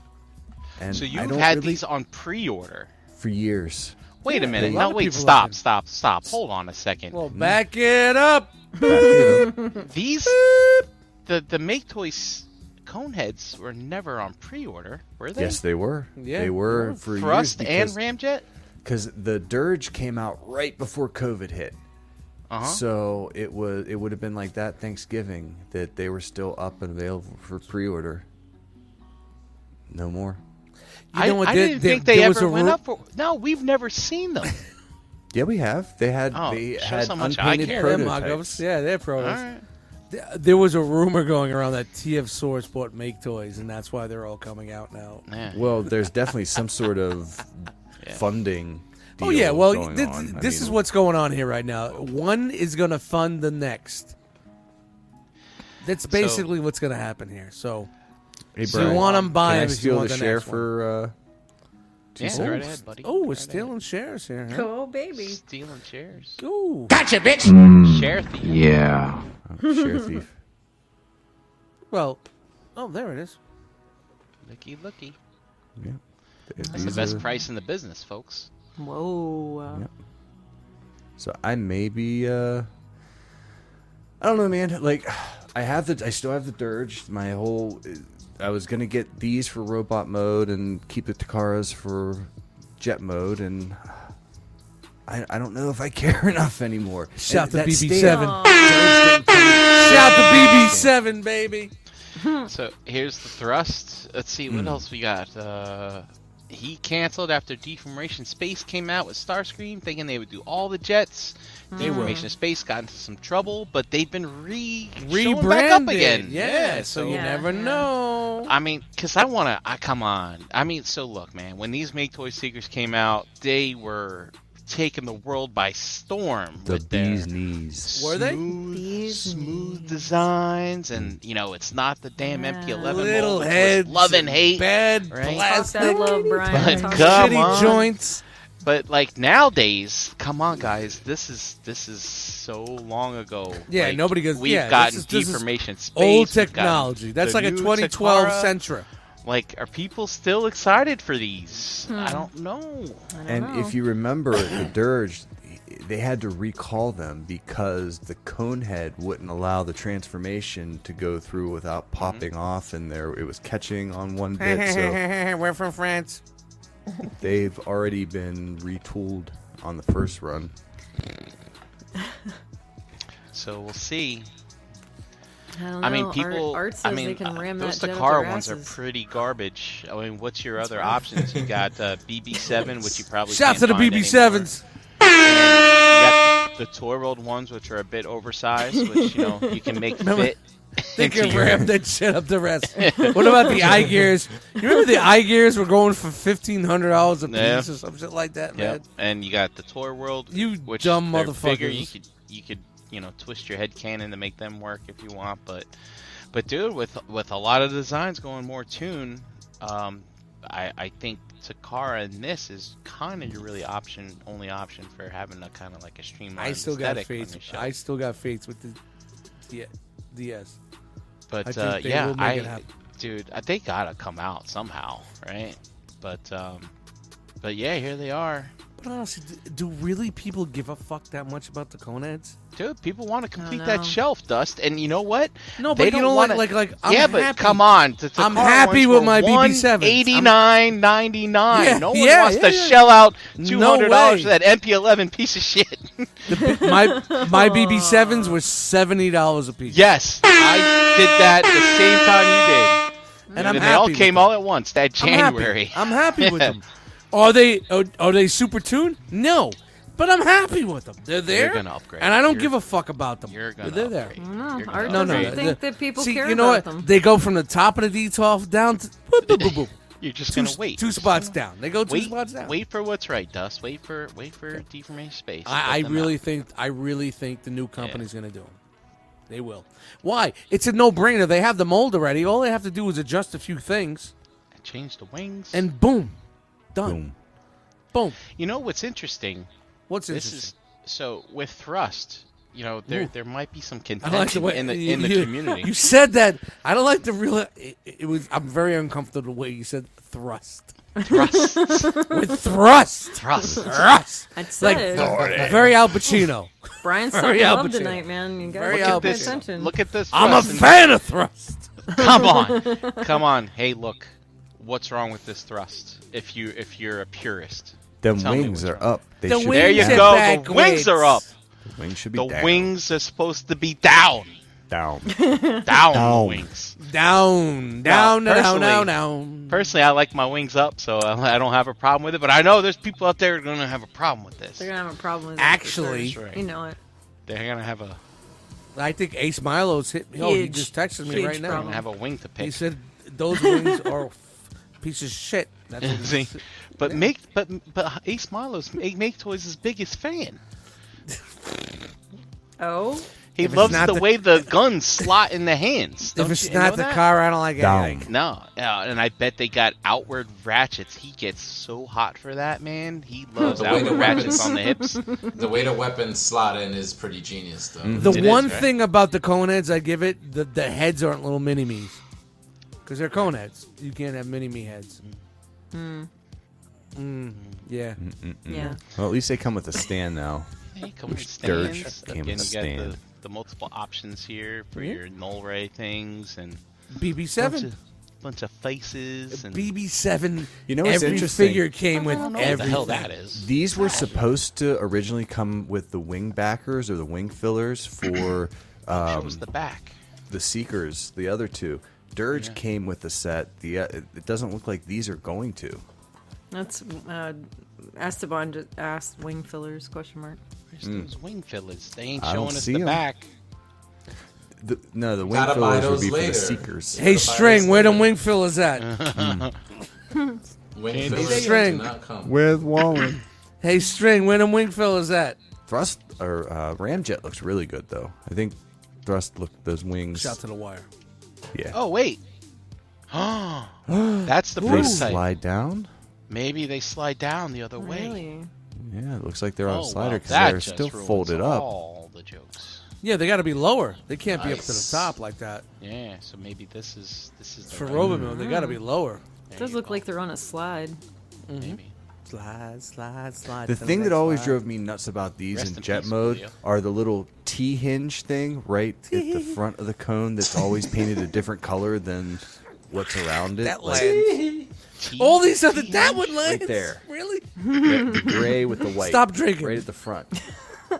Speaker 3: And
Speaker 5: So
Speaker 3: I
Speaker 5: you've
Speaker 3: don't
Speaker 5: had
Speaker 3: really-
Speaker 5: these on pre-order.
Speaker 3: for years.
Speaker 5: Wait a minute.
Speaker 2: lot
Speaker 5: No,
Speaker 2: of
Speaker 5: wait.
Speaker 2: people have
Speaker 5: Stop.
Speaker 2: been-
Speaker 5: Stop. Stop. Hold on a second.
Speaker 2: Well, back it up.
Speaker 5: These the the make toys coneheads were never on pre-order, were they?
Speaker 3: Yes, they were.
Speaker 2: Yeah.
Speaker 3: they were for
Speaker 5: Thrust
Speaker 3: years
Speaker 5: and
Speaker 3: because-
Speaker 5: ramjet.
Speaker 3: because the dirge came out right before COVID hit.
Speaker 5: Uh-huh.
Speaker 3: So it was it would have been like that Thanksgiving that they were still up and available for pre-order. No more.
Speaker 2: You know
Speaker 5: I,
Speaker 2: what?
Speaker 5: I
Speaker 2: There-
Speaker 5: didn't
Speaker 2: there-
Speaker 5: think they
Speaker 2: there was
Speaker 5: ever
Speaker 2: a
Speaker 5: went
Speaker 2: ru-
Speaker 5: up for. No, we've never seen them.
Speaker 3: Yeah, we have. They had
Speaker 5: Oh,
Speaker 3: they
Speaker 5: shows
Speaker 3: had
Speaker 5: how much I
Speaker 3: unpainted
Speaker 5: care.
Speaker 2: Yeah, they're
Speaker 3: prototypes.
Speaker 2: mock-ups. Yeah, they're
Speaker 5: All
Speaker 2: pros.
Speaker 5: right.
Speaker 2: Th- There was a rumor going around that TF Source bought Make Toys, and that's why they're all coming out now.
Speaker 5: Yeah.
Speaker 3: Well, there's definitely some sort of funding.
Speaker 2: Oh
Speaker 3: deal
Speaker 2: yeah, well,
Speaker 3: going
Speaker 2: th-
Speaker 3: on. I
Speaker 2: this
Speaker 3: mean,
Speaker 2: is what's going on here right now. One is going to fund the next. That's basically what's going to happen here. So
Speaker 3: Hey,
Speaker 2: so you
Speaker 3: Brian,
Speaker 2: want 'em, buy
Speaker 3: Can
Speaker 2: 'em
Speaker 3: I
Speaker 2: if you
Speaker 3: steal
Speaker 2: want
Speaker 3: the
Speaker 2: the
Speaker 3: share
Speaker 2: next one.
Speaker 3: for uh, two
Speaker 5: yeah,
Speaker 3: cents?
Speaker 5: right ahead, buddy.
Speaker 2: oh, we're
Speaker 5: Right
Speaker 2: stealing shares here. Huh?
Speaker 1: Oh, baby.
Speaker 5: ahead. stealing shares.
Speaker 2: Ooh,
Speaker 8: Gotcha, bitch.
Speaker 5: Share thief.
Speaker 10: Yeah.
Speaker 3: Oh, share thief.
Speaker 2: well, oh there it is.
Speaker 5: Looky, looky. That's
Speaker 3: These
Speaker 5: the
Speaker 3: are-
Speaker 5: best price in the business, folks.
Speaker 1: Whoa.
Speaker 3: So I may be uh I don't know, man. Like I have the I still have the dirge. My whole I was going to get these for robot mode and keep the Takaras for jet mode and I, I don't know if I care enough anymore.
Speaker 2: Shout
Speaker 3: And
Speaker 2: the
Speaker 3: that
Speaker 2: BB7.
Speaker 3: stand- Dirge didn't come-
Speaker 2: Shout the BB7, baby.
Speaker 5: So here's the thrust. Let's see
Speaker 2: Hmm.
Speaker 5: what else we got. Uh, he canceled after Deformation Space came out with Starscream, thinking they would do all the jets. Deformation Space got into some trouble, but they've been re showing back up
Speaker 2: Rebranded.
Speaker 5: again.
Speaker 2: Yeah, so you
Speaker 1: Yeah,
Speaker 2: never
Speaker 1: yeah.
Speaker 2: know.
Speaker 5: I mean, cause I wanna. I come on. I mean, so look, man. When these Make Toy Seekers came out, they were taking the world by storm.
Speaker 3: The
Speaker 5: with their
Speaker 3: bee's knees.
Speaker 2: Were they?
Speaker 5: smooth,
Speaker 1: Bees
Speaker 5: smooth
Speaker 1: knees.
Speaker 5: designs, and you know, it's not the damn MP11
Speaker 2: Little
Speaker 5: mold,
Speaker 2: heads,
Speaker 5: it's love and hate.
Speaker 2: bad
Speaker 5: right?
Speaker 1: Talk
Speaker 2: plastic,
Speaker 1: that love, Brian.
Speaker 5: But
Speaker 1: Talk
Speaker 5: God-
Speaker 1: that-
Speaker 2: shitty
Speaker 5: Come on.
Speaker 2: joints.
Speaker 5: But like nowadays, come on, guys, this is this is so long ago.
Speaker 2: Yeah,
Speaker 5: Like,
Speaker 2: nobody goes-
Speaker 5: We've
Speaker 2: yeah, this
Speaker 5: gotten
Speaker 2: is- this is
Speaker 5: deformation space.
Speaker 2: Old
Speaker 5: we've gotten
Speaker 2: technology. That's
Speaker 5: the
Speaker 2: like a
Speaker 5: new
Speaker 2: 2012
Speaker 5: Takara.
Speaker 2: Sentra.
Speaker 5: Like, are people still excited for these? I
Speaker 1: Hmm.
Speaker 5: don't know.
Speaker 3: And if you remember the dirge they had to recall them because the conehead wouldn't allow the transformation to go through without popping off and there it was catching on one bit so
Speaker 2: We're from France.
Speaker 3: they've already been retooled on the first run
Speaker 5: So we'll see.
Speaker 1: I, don't
Speaker 5: I mean,
Speaker 1: know. Art-
Speaker 5: people.
Speaker 1: art says
Speaker 5: I mean,
Speaker 1: they can
Speaker 5: uh,
Speaker 1: ram
Speaker 5: those
Speaker 1: that jet up
Speaker 5: Dakar
Speaker 1: their
Speaker 5: ones are
Speaker 1: asses.
Speaker 5: pretty garbage. I mean, what's your other options? You got uh, BB7, which you probably
Speaker 2: Shout
Speaker 5: can't
Speaker 2: to the
Speaker 5: find
Speaker 2: BB7s.
Speaker 5: anymore. You got the, the tour world ones, which are a bit oversized, which you know you can make fit.
Speaker 2: They
Speaker 5: into
Speaker 2: can
Speaker 5: your-
Speaker 2: ram that shit up the rest. what about the eye gears? You remember the eye gears were going for fifteen hundred dollars a piece
Speaker 5: Yeah.
Speaker 2: or some shit like that, man.
Speaker 5: Yep. And you got the tour world.
Speaker 2: You
Speaker 5: which
Speaker 2: dumb
Speaker 5: they're bigger.
Speaker 2: motherfuckers.
Speaker 5: You could you could you know twist your head cannon to make them work if you want, but but dude, with with a lot of designs going more tune, um, I I think Takara in this is kind of your really option only option for having a kind of like a streamlined
Speaker 2: I still got
Speaker 5: aesthetic on
Speaker 2: faith.
Speaker 5: your shelf.
Speaker 2: I still got faith with the D- DS.
Speaker 5: but
Speaker 2: I think
Speaker 5: uh,
Speaker 2: they
Speaker 5: yeah,
Speaker 2: will make
Speaker 5: I
Speaker 2: it happen.
Speaker 5: dude, I, they gotta come out somehow, right? But um, but yeah, here they are.
Speaker 2: But honestly, d- do really people give a fuck that much about the Coneheads?
Speaker 5: Dude, people want to complete that
Speaker 1: know.
Speaker 5: shelf, Dust, and you know what?
Speaker 2: No, but
Speaker 5: They
Speaker 2: you
Speaker 5: don't
Speaker 2: don't
Speaker 5: wanna-
Speaker 2: like like like. I'm
Speaker 5: yeah, but
Speaker 2: happy.
Speaker 5: come on. The, the
Speaker 2: I'm
Speaker 5: car
Speaker 2: happy
Speaker 5: ones
Speaker 2: with my
Speaker 5: were
Speaker 2: BB7s.
Speaker 5: $189.99.
Speaker 2: Yeah,
Speaker 5: no one
Speaker 2: yeah,
Speaker 5: wants
Speaker 2: yeah,
Speaker 5: to
Speaker 2: yeah.
Speaker 5: shell out
Speaker 2: No
Speaker 5: two hundred dollars
Speaker 2: way.
Speaker 5: for that MP11 piece of shit.
Speaker 2: my my BB sevens were seventy dollars a piece.
Speaker 5: yes, I did that the same time you did,
Speaker 2: and I'm
Speaker 5: they
Speaker 2: happy
Speaker 5: all
Speaker 2: with
Speaker 5: came
Speaker 2: them.
Speaker 5: all at once that
Speaker 2: I'm happy.
Speaker 5: January.
Speaker 2: I'm happy with them. Are they are, are they super tuned? No, but I'm happy with them. They're there,
Speaker 5: gonna upgrade.
Speaker 2: and I don't
Speaker 5: You're-
Speaker 2: give a fuck about them.
Speaker 5: You're gonna.
Speaker 2: They're there.
Speaker 5: upgrade.
Speaker 1: No,
Speaker 5: You're gonna
Speaker 1: Art
Speaker 2: No,
Speaker 5: upgrade.
Speaker 2: no.
Speaker 1: doesn't think that people
Speaker 2: See,
Speaker 1: care
Speaker 2: you know
Speaker 1: about
Speaker 2: what?
Speaker 1: them.
Speaker 2: They go from the top of the detox down to boop, boop, boop, boop.
Speaker 5: You're just
Speaker 2: two,
Speaker 5: gonna wait.
Speaker 2: two spots down. They go two
Speaker 5: Wait,
Speaker 2: spots down.
Speaker 5: wait for what's right, Dust. Wait for wait for deformation space.
Speaker 2: I,
Speaker 5: Let
Speaker 2: I
Speaker 5: them
Speaker 2: really
Speaker 5: out.
Speaker 2: think I really think the new company's going to do them. They will. Why? It's a no-brainer. They have the mold already. All they have to do is adjust a few things,
Speaker 5: change the wings.
Speaker 2: and boom, done. Boom.
Speaker 3: Boom.
Speaker 5: you know what's interesting?
Speaker 2: What's
Speaker 5: This
Speaker 2: interesting?
Speaker 5: is so with thrust. You know there
Speaker 2: Ooh.
Speaker 5: there might be some
Speaker 2: I don't like the
Speaker 5: contention
Speaker 2: way
Speaker 5: in the
Speaker 2: you,
Speaker 5: in the
Speaker 2: you-
Speaker 5: community.
Speaker 2: You said that. I don't like the real. It, it was. I'm very uncomfortable the way you said thrust.
Speaker 5: Thrust,
Speaker 2: With thrust,
Speaker 5: thrust.
Speaker 2: thrust.
Speaker 1: That's
Speaker 2: Like
Speaker 1: it.
Speaker 2: very Al Pacino.
Speaker 1: Brian's
Speaker 2: Very
Speaker 1: sucking up
Speaker 2: Albertino.
Speaker 1: tonight, man. You
Speaker 2: Very
Speaker 1: gotta pay
Speaker 2: Albertino.
Speaker 1: attention.
Speaker 5: Look at this.
Speaker 2: I'm a
Speaker 5: thrust and-
Speaker 2: fan of thrust.
Speaker 5: Come on, come on. Hey, look. What's wrong with this thrust? If you if you're a purist,
Speaker 3: Them
Speaker 5: Tell me
Speaker 3: wings
Speaker 5: what's
Speaker 3: are
Speaker 5: wrong.
Speaker 3: up. They
Speaker 2: The
Speaker 3: should
Speaker 5: there
Speaker 3: be
Speaker 5: you
Speaker 2: Wings
Speaker 3: down.
Speaker 2: are
Speaker 5: go. The
Speaker 2: backwards.
Speaker 5: wings are up.
Speaker 3: The wings should be
Speaker 5: The
Speaker 3: down.
Speaker 5: wings are supposed to be down,
Speaker 3: down.
Speaker 5: down,
Speaker 3: Down.
Speaker 5: The wings.
Speaker 2: Down, down, down,
Speaker 5: personally-
Speaker 2: down, down.
Speaker 5: Personally, I like my wings up, so I I don't have a problem with it. But I know there's people out there who are gonna have a problem with this.
Speaker 1: They're gonna have a problem with that for
Speaker 2: Actually-
Speaker 1: sure.
Speaker 5: Right.
Speaker 1: you know it.
Speaker 5: They're gonna have a
Speaker 2: I think Ace Milo's hit me. Oh, he
Speaker 1: Huge,
Speaker 2: just texted me
Speaker 1: huge
Speaker 2: right now.
Speaker 5: they're gonna have a wing to
Speaker 2: He
Speaker 5: pick.
Speaker 2: said those wings are f- piece of shit. That's what he
Speaker 5: See,
Speaker 2: said.
Speaker 5: but make but but Ace Milo's make, make toys his biggest fan.
Speaker 1: Oh,
Speaker 5: He
Speaker 2: If it's
Speaker 5: loves
Speaker 2: not
Speaker 5: the,
Speaker 2: the-
Speaker 5: way the guns slot in the hands.
Speaker 2: If
Speaker 5: Don't
Speaker 2: it's
Speaker 5: you know
Speaker 2: not the
Speaker 5: that?
Speaker 2: car, I don't like it.
Speaker 3: Down.
Speaker 2: Like,
Speaker 5: No, uh, and I bet they got outward ratchets. He gets so hot for that man. He loves
Speaker 4: The way
Speaker 5: outward
Speaker 4: the weapons-
Speaker 5: ratchets on the Mm-hmm. hips.
Speaker 4: The way the weapons slot in is pretty genius, though.
Speaker 2: The
Speaker 5: It is,
Speaker 2: one
Speaker 5: right?
Speaker 2: thing about the cone heads I give it, the, the heads aren't little mini me's. Because they're cone heads. You can't have mini me heads. Hmm. Mm, yeah.
Speaker 5: Mm-hmm.
Speaker 1: yeah.
Speaker 3: Well, at least they come with a stand now.
Speaker 5: Hey, come with
Speaker 3: dirge
Speaker 5: stands.
Speaker 3: came
Speaker 5: Again,
Speaker 3: with
Speaker 5: you
Speaker 3: a
Speaker 5: got the,
Speaker 3: stand?
Speaker 5: the multiple options here for
Speaker 2: Yeah.
Speaker 5: your null ray things and bunch
Speaker 2: BB7.
Speaker 5: of, bunch of faces and
Speaker 2: BB7.
Speaker 3: You know what's
Speaker 2: every
Speaker 3: interesting?
Speaker 2: figure came with
Speaker 5: I don't know what the
Speaker 2: everything.
Speaker 5: hell that is.
Speaker 3: These were supposed to originally come with the wing backers or the wing fillers for
Speaker 5: Show
Speaker 3: um,
Speaker 5: us the back.
Speaker 3: the Seekers, the other two. Dirge came with the set. The uh, it it doesn't look like these are going to.
Speaker 1: That's uh, Esteban just asked wing fillers question mark.
Speaker 5: Where's those wing fillets? They ain't
Speaker 3: Mm. I don't
Speaker 5: showing us
Speaker 3: see
Speaker 5: the
Speaker 3: 'em.
Speaker 5: back.
Speaker 3: The, no, the wing
Speaker 4: Gotta buy
Speaker 3: fillers would be
Speaker 4: those
Speaker 3: for the
Speaker 4: later.
Speaker 3: Seekers.
Speaker 2: Hey, String, where them wing fillers at?
Speaker 4: Wing
Speaker 5: Candy
Speaker 4: fillers
Speaker 2: string.
Speaker 4: do not come.
Speaker 3: With Wallen.
Speaker 2: hey, String, where them wing fillers at?
Speaker 3: Thrust or uh, Ramjet looks really good though. I think Thrust look those wings.
Speaker 2: Shout to the wire.
Speaker 3: yeah.
Speaker 5: Oh wait. That's the
Speaker 3: They
Speaker 5: prototype.
Speaker 3: slide down.
Speaker 5: Maybe they slide down the other way.
Speaker 1: Really?
Speaker 3: Yeah, it looks like they're on a
Speaker 5: Oh,
Speaker 3: slider
Speaker 5: well,
Speaker 3: because
Speaker 5: that
Speaker 3: they're
Speaker 5: just Oh.
Speaker 3: still
Speaker 5: ruins
Speaker 3: folded up.
Speaker 5: All the jokes.
Speaker 2: Yeah, they got to be lower. They can't be up to the
Speaker 5: Nice.
Speaker 2: top like that.
Speaker 5: Yeah, so maybe this is this is the
Speaker 2: For
Speaker 5: right-
Speaker 2: Robomoon, they got to be lower.
Speaker 1: It does look like they're on a slide.
Speaker 5: maybe.
Speaker 2: Slide, slide, slide.
Speaker 3: The thing that always drove me nuts about these
Speaker 5: Rest
Speaker 3: in
Speaker 5: in
Speaker 3: jet
Speaker 5: peace,
Speaker 3: mode
Speaker 5: Julio.
Speaker 3: are the little T hinge thing right at the front of the cone that's always painted a different color than what's around it.
Speaker 2: That
Speaker 3: Like,
Speaker 2: lands.
Speaker 5: T-
Speaker 2: All these other that one lands.
Speaker 3: there.
Speaker 2: Really?
Speaker 3: the the gray with the white.
Speaker 2: Stop drinking.
Speaker 3: Right at the front.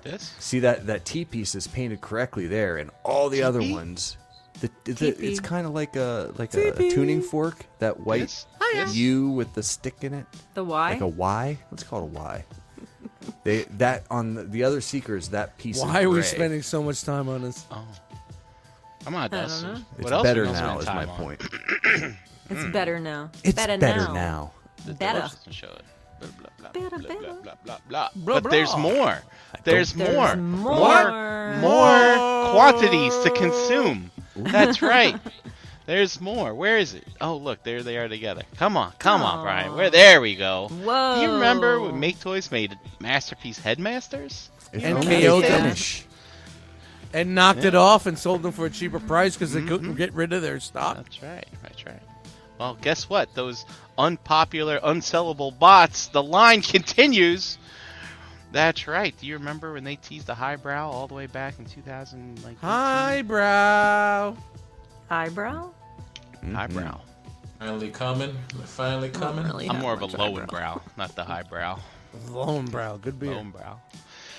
Speaker 5: this?
Speaker 3: See that that T piece is painted correctly there, and all the other
Speaker 5: Teepee?
Speaker 3: ones. The, the,
Speaker 1: Teepee.
Speaker 3: it's kind of like a like a,
Speaker 2: Teepee.
Speaker 3: a tuning fork. That white
Speaker 5: This? This?
Speaker 3: U with the stick in it.
Speaker 1: The Y.
Speaker 3: like a Y. Let's call it a Y. They that on the, the other seekers that piece. is
Speaker 2: Why are we
Speaker 3: gray.
Speaker 2: spending so much time on this?
Speaker 3: Oh.
Speaker 5: I'm not
Speaker 1: don't
Speaker 5: done.
Speaker 1: know.
Speaker 3: It's
Speaker 5: what else
Speaker 3: better
Speaker 5: we gonna
Speaker 3: now
Speaker 5: spend
Speaker 3: is
Speaker 5: time
Speaker 3: my
Speaker 5: on?
Speaker 3: point.
Speaker 1: It's
Speaker 5: Mm.
Speaker 1: better now.
Speaker 3: It's
Speaker 1: better,
Speaker 3: better,
Speaker 1: now.
Speaker 3: now.
Speaker 5: The
Speaker 1: Better.
Speaker 5: deluxe doesn't show it. Blah, blah, blah,
Speaker 1: Better,
Speaker 5: blah,
Speaker 1: better.
Speaker 5: blah, blah, blah,
Speaker 2: Blah,
Speaker 5: But there's
Speaker 2: blah.
Speaker 5: more. There's
Speaker 1: There's
Speaker 5: more.
Speaker 1: more.
Speaker 5: More. More quantities to consume. That's right. There's more. Where is it? Oh, look, there they are together. Come on, come on, Brian. Where? There we go.
Speaker 1: Whoa.
Speaker 5: Do you remember when Make Toys made masterpiece headmasters?
Speaker 3: If
Speaker 2: And
Speaker 3: only
Speaker 2: KO
Speaker 3: they
Speaker 1: them.
Speaker 3: finish.
Speaker 2: And knocked it off and sold them for a cheaper price because they
Speaker 3: Mm-hmm.
Speaker 2: couldn't get rid of their stock.
Speaker 5: That's right. That's right. Well, guess what? Those unpopular, unsellable bots. The line continues That's right. Do you remember when they teased the highbrow all the way back in 2000? Like,
Speaker 2: Highbrow.
Speaker 1: Eyebrow?
Speaker 5: Highbrow.
Speaker 4: Finally coming. They're finally coming.
Speaker 1: Really
Speaker 5: I'm
Speaker 1: not
Speaker 5: more of a
Speaker 1: much
Speaker 5: low
Speaker 1: eyebrow.
Speaker 5: and brow, not the highbrow.
Speaker 2: Lone brow. Good beer.
Speaker 5: Low and brow.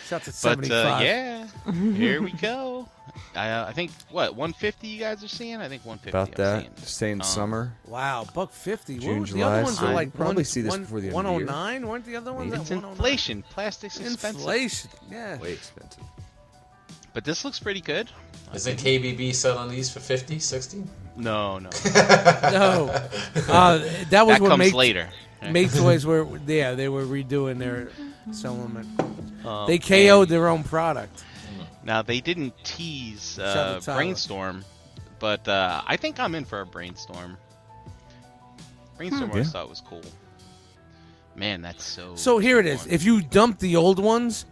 Speaker 2: Shots at
Speaker 5: But
Speaker 2: 75.
Speaker 5: uh, yeah, here we go. I, uh, I think what 150 you guys are seeing. I think 150.
Speaker 3: About
Speaker 5: I'm
Speaker 3: that,
Speaker 5: seeing.
Speaker 3: same
Speaker 5: Um,
Speaker 3: summer.
Speaker 2: Wow, buck fifty.
Speaker 3: June,
Speaker 2: what was the
Speaker 3: July,
Speaker 2: other ones were
Speaker 3: so
Speaker 2: like
Speaker 3: we'll probably
Speaker 2: one-
Speaker 3: see this
Speaker 2: one-
Speaker 3: before the end of the year.
Speaker 2: 109? Weren't the other ones
Speaker 5: It's
Speaker 2: at 109?
Speaker 5: inflation. Plastic's expensive.
Speaker 2: Inflation. Yeah.
Speaker 3: Way expensive.
Speaker 5: But this looks pretty good.
Speaker 4: Isn't KBB selling these for 50, 60?
Speaker 5: No, no.
Speaker 2: No. Uh, that was
Speaker 5: that
Speaker 2: what
Speaker 5: comes
Speaker 2: make,
Speaker 5: later. Right.
Speaker 2: Make Toys were. Yeah, they were redoing their settlement.
Speaker 3: Oh,
Speaker 5: Um,
Speaker 2: They
Speaker 5: and
Speaker 2: KO'd their own product.
Speaker 5: Now they didn't tease
Speaker 2: Shout
Speaker 5: uh,
Speaker 2: out to Tyler.
Speaker 5: brainstorm, but uh, I think I'm in for a brainstorm. Brainstorm I
Speaker 3: yeah.
Speaker 5: always thought was cool. Man, that's so.
Speaker 2: So here it is.
Speaker 5: fun.
Speaker 2: If you dump the old ones,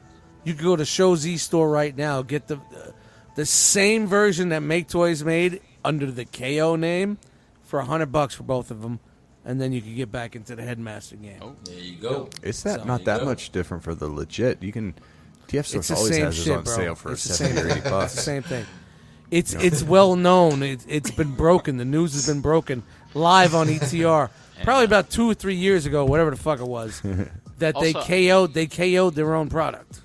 Speaker 2: you can go to Show Z store right now. Get the the same version that Make Toys made under the KO name for a hundred bucks for both of them, and then you can get back into the Headmaster game.
Speaker 3: Oh,
Speaker 4: There you go.
Speaker 3: It's that
Speaker 2: So-
Speaker 3: not that
Speaker 4: Yeah.
Speaker 3: much different for the legit. You can TF
Speaker 2: It's
Speaker 3: Source
Speaker 2: the
Speaker 3: always
Speaker 2: same
Speaker 3: has
Speaker 2: shit,
Speaker 3: it on
Speaker 2: bro.
Speaker 3: sale for
Speaker 2: it's the same
Speaker 3: seventy or
Speaker 2: thing.
Speaker 3: eighty bucks.
Speaker 2: It's the same thing. It's it's well known. It, it's been broken. The news has been broken live on ETR. Probably about two or three years ago, whatever the fuck it was, that they
Speaker 5: Also-
Speaker 2: KO'd they KO'd their own product.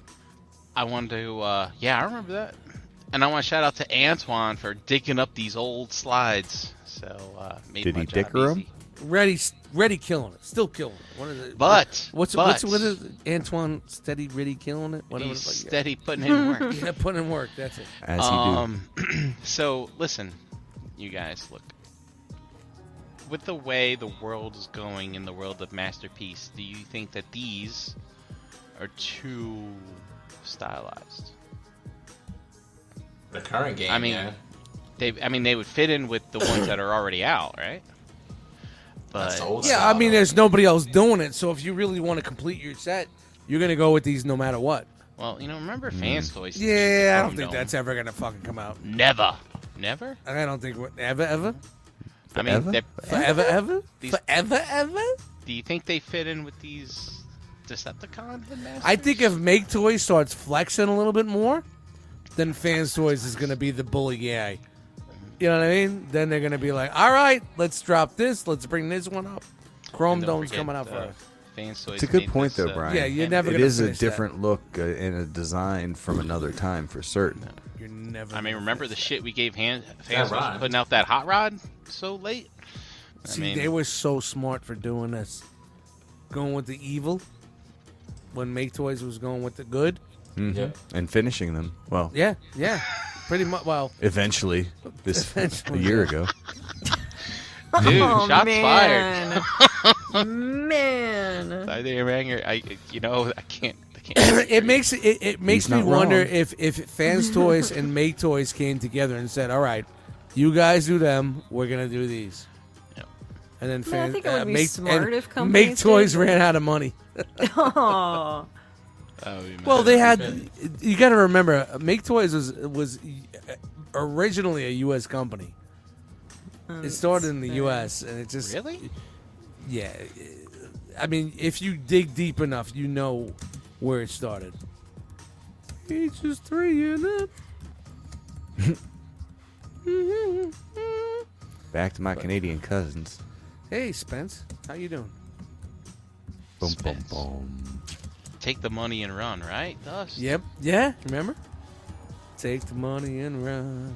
Speaker 5: I wanted to. Uh, yeah, I remember that. And I want to shout out to Antoine for digging up these old slides. So uh, made
Speaker 3: Did
Speaker 5: my
Speaker 3: he
Speaker 5: job
Speaker 3: dicker 'em?
Speaker 5: easy.
Speaker 2: Ready, ready, killing it. Still killing it. What is it?
Speaker 5: But
Speaker 2: what's
Speaker 5: but,
Speaker 2: what's what is it? Antoine steady, ready, killing it? Whatever.
Speaker 5: he's
Speaker 2: the fuck-
Speaker 5: steady putting in work.
Speaker 2: Yeah, putting in work. That's it.
Speaker 3: As you
Speaker 5: Um, so listen, you guys, look. With the way the world is going in the world of masterpiece, do you think that these are too stylized?
Speaker 4: The current game.
Speaker 5: I mean,
Speaker 4: yeah.
Speaker 5: They, I mean, they would fit in with the ones that are already out, right?
Speaker 4: that's
Speaker 5: But
Speaker 4: the old
Speaker 2: Yeah, I
Speaker 4: style,
Speaker 2: mean,
Speaker 4: though.
Speaker 2: there's nobody else doing it. So if you really want to complete your set, you're gonna go with these no matter what.
Speaker 5: well, you know, remember fans toys?
Speaker 2: Yeah, I don't think
Speaker 5: Thunderdome?
Speaker 2: that's ever gonna fucking come out.
Speaker 5: never, never.
Speaker 2: I don't think we're- ever, ever,
Speaker 5: I mean,
Speaker 3: Forever?
Speaker 5: that-
Speaker 2: forever, ever,
Speaker 5: These-
Speaker 2: forever, ever.
Speaker 5: do you think they fit in with these Decepticon? headmasters?
Speaker 2: I think if Make Toys starts flexing a little bit more, then Fans Toys is gonna be the bully guy. You know what I mean? Then they're gonna be like, all right, let's drop this, let's bring this one up. Chrome
Speaker 5: And don't
Speaker 2: Dome's
Speaker 5: forget,
Speaker 2: coming out for
Speaker 5: uh,
Speaker 2: us.
Speaker 5: Fans toys
Speaker 3: It's a good
Speaker 5: made
Speaker 3: point,
Speaker 5: this,
Speaker 3: though,
Speaker 5: uh,
Speaker 3: Brian.
Speaker 2: Yeah, you're
Speaker 5: and-
Speaker 2: never.
Speaker 3: do. It
Speaker 2: gonna
Speaker 3: is a
Speaker 2: finish that.
Speaker 3: different look uh, and a design from another time for certain.
Speaker 2: You're never.
Speaker 5: I mean,
Speaker 2: gonna
Speaker 5: remember
Speaker 2: finish
Speaker 5: the
Speaker 2: that.
Speaker 5: shit we gave hand, fans for
Speaker 4: rhymed.
Speaker 5: putting out that hot rod so late. I
Speaker 2: See,
Speaker 5: mean-
Speaker 2: they were so smart for doing this, going with the evil. When Make Toys was going with the good.
Speaker 5: mm-hmm.
Speaker 4: Yep.
Speaker 3: and finishing them. Well,
Speaker 2: Yeah, yeah, pretty much. Well,
Speaker 3: eventually, this a
Speaker 2: Eventually.
Speaker 3: year ago.
Speaker 5: Dude,
Speaker 1: Oh,
Speaker 5: shots fired.
Speaker 1: man. man.
Speaker 5: I, they rang her. I, you know, I can't. I can't.
Speaker 2: it makes it, it makes
Speaker 3: He's
Speaker 2: me
Speaker 3: not
Speaker 2: wonder
Speaker 3: wrong.
Speaker 2: if if Fans Toys and Make Toys came together and said, "All right, you guys do them, we're gonna do these,"
Speaker 5: Yep.
Speaker 2: and then
Speaker 1: Man, I
Speaker 2: Fans
Speaker 1: think it would
Speaker 2: uh,
Speaker 1: be
Speaker 2: Make,
Speaker 1: smart
Speaker 2: and
Speaker 1: if companies
Speaker 2: Make Toys
Speaker 1: did.
Speaker 2: ran out of money.
Speaker 1: Oh,
Speaker 5: Oh, you
Speaker 2: Well,
Speaker 5: remember.
Speaker 2: they had. You got to remember, Make Toys was was uh, originally a U.S. company. It started in the U.S. and it just
Speaker 5: really.
Speaker 2: yeah. I mean, if you dig deep enough, you know where it started. Peach is three and up.
Speaker 3: Back to my Canadian cousins.
Speaker 2: Hey, Spence, how you doing?
Speaker 3: Boom, boom,
Speaker 5: Spence.
Speaker 3: boom.
Speaker 5: Take the money and run, right? Thus.
Speaker 2: Yep. Yeah. Remember? Take the money and run.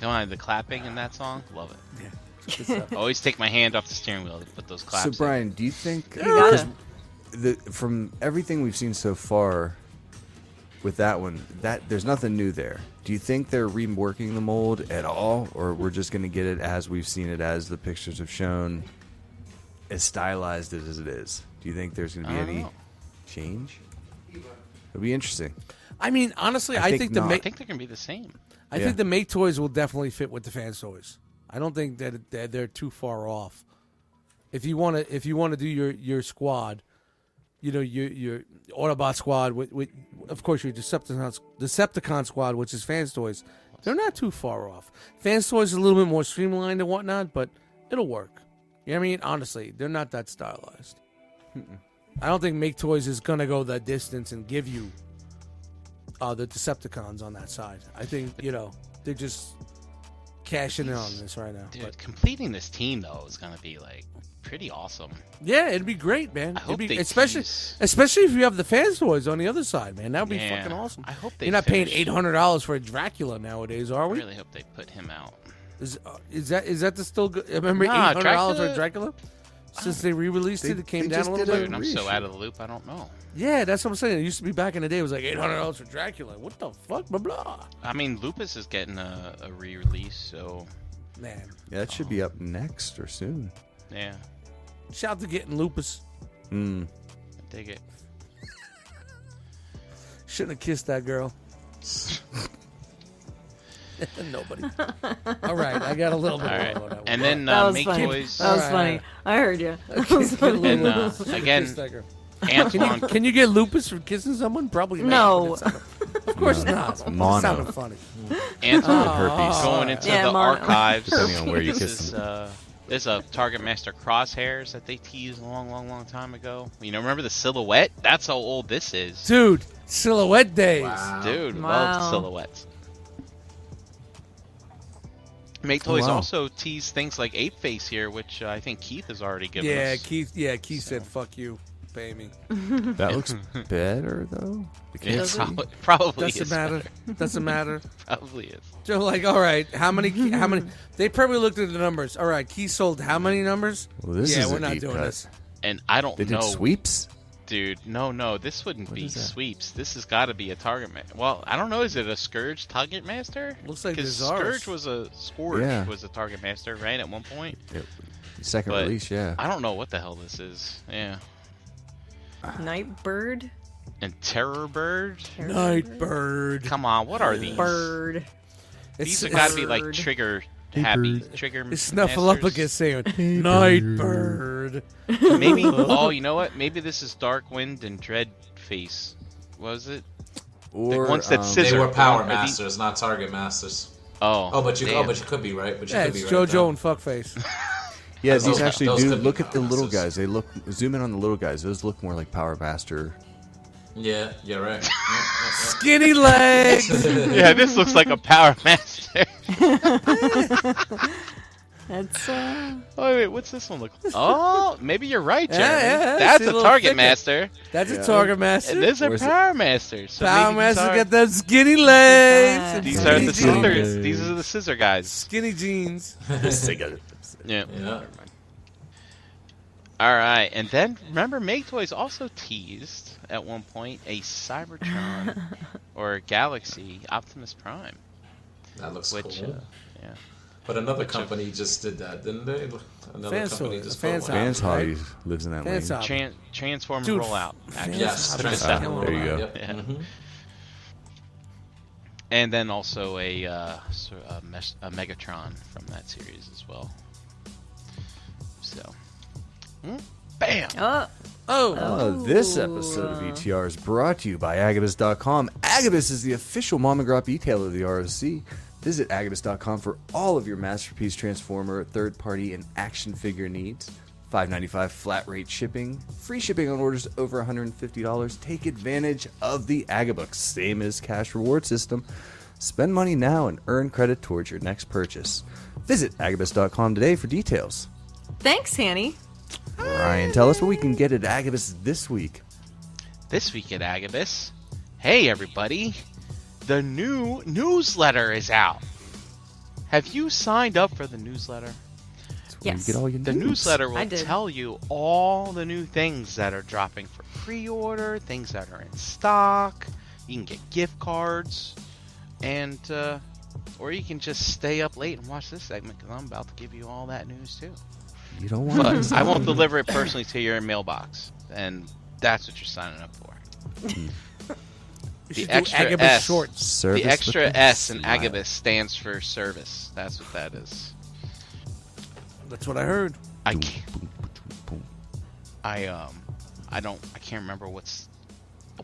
Speaker 5: Come on, the clapping in that song, love it.
Speaker 2: Good stuff.
Speaker 5: Always take my hand off the steering wheel to put those claps.
Speaker 3: So,
Speaker 5: in.
Speaker 3: Brian, do you think
Speaker 1: you got it.
Speaker 3: the, from everything we've seen so far with that one, that there's nothing new there? Do you think they're reworking the mold at all, or we're just going to get it as we've seen it, as the pictures have shown, as stylized as it is? Do you think there's going to be
Speaker 5: I don't
Speaker 3: any
Speaker 5: know.
Speaker 3: change? It'll be interesting.
Speaker 2: I mean, honestly,
Speaker 3: I
Speaker 2: I,
Speaker 3: think
Speaker 2: think the
Speaker 3: not.
Speaker 2: Ma-
Speaker 5: I think they're gonna be the same.
Speaker 2: I
Speaker 3: Yeah.
Speaker 2: think the make toys will definitely fit with the fan toys. I don't think that that they're too far off. If you want to, if you want to do your your squad, you know your your Autobot squad with, with of course your Decepticon Decepticon squad, which is fan toys. They're not too far off. Fan toys is a little bit more streamlined and whatnot, but it'll work. You know what I mean? Honestly, they're not that stylized. I don't think Make Toys is gonna go that distance and give you uh, the Decepticons on that side. I think you know they're just cashing in on this right now.
Speaker 5: Dude,
Speaker 2: But
Speaker 5: completing this team though is gonna be like pretty awesome.
Speaker 2: yeah, it'd be great, man.
Speaker 5: I
Speaker 2: It'd
Speaker 5: hope
Speaker 2: be-
Speaker 5: they
Speaker 2: especially
Speaker 5: tease.
Speaker 2: especially if you have the fans toys on the other side, man. That would be
Speaker 5: Yeah,
Speaker 2: fucking awesome.
Speaker 5: I hope they
Speaker 2: You're not paying
Speaker 5: finish.
Speaker 2: eight hundred dollars for a Dracula nowadays, are
Speaker 5: I
Speaker 2: we?
Speaker 5: really hope they put him out.
Speaker 2: Is, uh, is that is that the still good? Remember eight
Speaker 5: Nah,
Speaker 2: hundred dollars for a Dracula?
Speaker 5: Dracula-
Speaker 2: Since they re-released
Speaker 3: They-
Speaker 2: it, it came
Speaker 3: they
Speaker 2: down
Speaker 3: just
Speaker 2: a little
Speaker 3: did a
Speaker 2: bit.
Speaker 5: Dude, I'm so
Speaker 3: Reissue.
Speaker 5: out of the loop. I don't know.
Speaker 2: Yeah, that's what I'm saying. It used to be back in the day. It was like eight hundred dollars for Dracula. What the fuck? Blah blah.
Speaker 5: I mean, Lupus is getting a, a re-release, so
Speaker 2: Man,
Speaker 3: Yeah, that should be up next or soon.
Speaker 5: yeah,
Speaker 2: shout out to getting lupus.
Speaker 5: I dig it.
Speaker 2: Shouldn't have kissed that girl. Nobody. All right, I got a little bit.
Speaker 5: All right,
Speaker 2: more on that one.
Speaker 5: and then
Speaker 1: That
Speaker 5: uh,
Speaker 1: was
Speaker 5: make
Speaker 1: funny. Oh.
Speaker 5: toys.
Speaker 1: That was
Speaker 2: Alright,
Speaker 1: funny.
Speaker 2: alright.
Speaker 1: I heard you. That was funny.
Speaker 5: And uh,
Speaker 2: Kiss
Speaker 5: again,
Speaker 2: that girl.
Speaker 5: Antoine.
Speaker 2: Can you get lupus from kissing someone? Probably not,
Speaker 1: No.
Speaker 2: but it sounded- Of course not. It
Speaker 3: Mono.
Speaker 2: sounded funny.
Speaker 5: Antoine
Speaker 3: herpes.
Speaker 5: going into
Speaker 1: Yeah,
Speaker 5: the
Speaker 1: mono.
Speaker 5: archives.
Speaker 3: Depending on where you
Speaker 5: this
Speaker 3: kiss
Speaker 5: is,
Speaker 3: them.
Speaker 5: uh, there's a Target Master crosshairs that they teased a long, long, long time ago. You know, remember the silhouette? That's how old this is,
Speaker 2: Dude, silhouette days.
Speaker 4: Wow.
Speaker 5: dude.
Speaker 1: Wow.
Speaker 5: Love silhouettes. Make toys
Speaker 3: wow.
Speaker 5: also teased things like Ape Face here, which uh, I think Keith has already given
Speaker 2: Yeah,
Speaker 5: us.
Speaker 2: Keith. Yeah, Keith said, "Fuck you, pay me."
Speaker 3: That looks better though.
Speaker 5: It
Speaker 1: Doesn't-
Speaker 5: prob- probably
Speaker 2: Doesn't
Speaker 5: is.
Speaker 2: matter. Doesn't matter.
Speaker 5: Probably is.
Speaker 2: So like, all right, how many? How many? They probably looked at the numbers. All right, Keith sold how many numbers?
Speaker 3: Well, this
Speaker 2: yeah,
Speaker 3: is
Speaker 2: we're
Speaker 3: a
Speaker 2: not
Speaker 3: deep
Speaker 2: doing
Speaker 3: cut.
Speaker 2: this.
Speaker 5: And I don't
Speaker 3: They did
Speaker 5: know,
Speaker 3: sweeps.
Speaker 5: dude. No, no, this wouldn't be
Speaker 3: is that?
Speaker 5: sweeps. This has got to be a target. Ma- well, I don't know. Is it a scourge target master?
Speaker 2: Looks like
Speaker 5: 'Cause
Speaker 2: Bizarre's.
Speaker 5: scourge was a scourge
Speaker 3: Yeah.
Speaker 5: was a target master, right? At one point,
Speaker 3: It- second
Speaker 5: But-
Speaker 3: release, yeah.
Speaker 5: I don't know what the hell this is. Yeah,
Speaker 1: Nightbird?
Speaker 5: and terror bird.
Speaker 2: Nightbird.
Speaker 5: Come on, what are these?
Speaker 1: Bird.
Speaker 5: These have
Speaker 2: it's,
Speaker 5: got to be like
Speaker 1: Bird.
Speaker 5: trigger happy
Speaker 3: bird.
Speaker 5: trigger.
Speaker 2: it's
Speaker 5: masters.
Speaker 2: Snuffleupagus saying Nightbird.
Speaker 5: Maybe. oh, you know what? Maybe this is dark wind and dread face. Was it?
Speaker 3: or
Speaker 5: ones that
Speaker 3: um,
Speaker 5: scissor-
Speaker 4: They were power
Speaker 5: Are these-
Speaker 4: masters, not target masters.
Speaker 5: Oh,
Speaker 4: Oh, but you. Oh,
Speaker 5: damn.
Speaker 4: but you could be right. But you
Speaker 2: Yeah,
Speaker 4: could
Speaker 2: it's
Speaker 4: be right.
Speaker 2: JoJo
Speaker 4: though.
Speaker 2: and Fuckface.
Speaker 3: Yeah,
Speaker 4: Those
Speaker 3: these
Speaker 4: could-
Speaker 3: actually
Speaker 4: those
Speaker 3: do.
Speaker 4: could be
Speaker 3: Look at the
Speaker 4: power
Speaker 3: little
Speaker 4: masters.
Speaker 3: guys. They look. Zoom in on the little guys. Those look more like Power Master.
Speaker 4: Yeah, yeah, right.
Speaker 2: Skinny legs.
Speaker 5: yeah, this looks like a power master.
Speaker 1: That's uh
Speaker 5: Oh wait, what's this one look? Oh, maybe you're right,
Speaker 2: Yeah,
Speaker 5: Jeremy.
Speaker 2: yeah, yeah,
Speaker 5: That's
Speaker 2: see
Speaker 5: a
Speaker 2: the little
Speaker 5: target
Speaker 2: thicket.
Speaker 5: master,
Speaker 2: That's a target
Speaker 5: and
Speaker 2: master.
Speaker 5: this is a
Speaker 3: Where's it?
Speaker 5: power master. So
Speaker 2: Power
Speaker 5: maybe these
Speaker 2: master
Speaker 5: are-
Speaker 2: got those skinny legs.
Speaker 5: These
Speaker 1: Skinny
Speaker 5: are the
Speaker 2: jeans.
Speaker 5: scissors. These are the scissor guys.
Speaker 2: Skinny jeans.
Speaker 5: Yeah.
Speaker 4: Yeah, yeah.
Speaker 5: All right, and then remember, Make Toys also teased at one point a Cybertron or Galaxy Optimus Prime.
Speaker 4: That looks
Speaker 5: Which,
Speaker 4: cool.
Speaker 5: uh, yeah.
Speaker 4: But another company just did that, didn't they? Another
Speaker 2: Fans
Speaker 4: company
Speaker 2: toy-
Speaker 4: just
Speaker 2: fans
Speaker 4: put one
Speaker 2: toy.
Speaker 4: out.
Speaker 3: Vance
Speaker 2: right?
Speaker 3: Holly lives in that
Speaker 2: That's
Speaker 3: lane.
Speaker 2: all.
Speaker 5: Tran- Transform
Speaker 2: Uh, Dude,
Speaker 5: rollout. Actually.
Speaker 4: Yes,
Speaker 2: Fans-
Speaker 4: Transform
Speaker 2: Ah,
Speaker 3: there you go.
Speaker 4: Robot, Yep.
Speaker 5: Yeah.
Speaker 4: mhm.
Speaker 5: And then also a, uh, sor- a, mes- a Megatron from that series as well. So, Mm, bam!
Speaker 1: oh
Speaker 2: Oh,
Speaker 3: Uh, this episode of ETR is brought to you by Agabus.com. Agabus is the official mom and grop retailer of the RFC. Visit Agabus.com for all of your masterpiece transformer, third party, and action figure needs. $5.95 flat rate shipping, free shipping on orders over $150. Take advantage of the Agabus, same as cash reward system. Spend money now and earn credit towards your next purchase. Visit Agabus.com today for details.
Speaker 1: thanks, Hanny.
Speaker 3: Ryan, tell us what we can get at Agabus this week.
Speaker 5: This week at Agabus, hey everybody, the new newsletter is out. Have you signed up for the newsletter?
Speaker 3: where you
Speaker 1: Yes.
Speaker 3: get all your
Speaker 5: The
Speaker 3: news.
Speaker 5: newsletter
Speaker 1: I
Speaker 5: will
Speaker 1: did.
Speaker 5: tell you all the new things that are dropping for pre order, things that are in stock. You can get gift cards, and uh, or you can just stay up late and watch this segment because I'm about to give you all that news too.
Speaker 3: You don't want
Speaker 5: But I won't deliver it personally to your mailbox, and that's what you're signing up for.
Speaker 2: we
Speaker 5: the
Speaker 2: should
Speaker 5: extra
Speaker 2: do Agabus
Speaker 5: S.
Speaker 2: shorts.
Speaker 3: service.
Speaker 5: the extra
Speaker 3: with a
Speaker 5: S in
Speaker 3: smile.
Speaker 5: Agabus stands for service. That's what that is.
Speaker 2: That's what I heard.
Speaker 5: I
Speaker 3: Boom,
Speaker 5: can't.
Speaker 3: boom, boom, boom.
Speaker 5: I um, I don't. I can't remember what's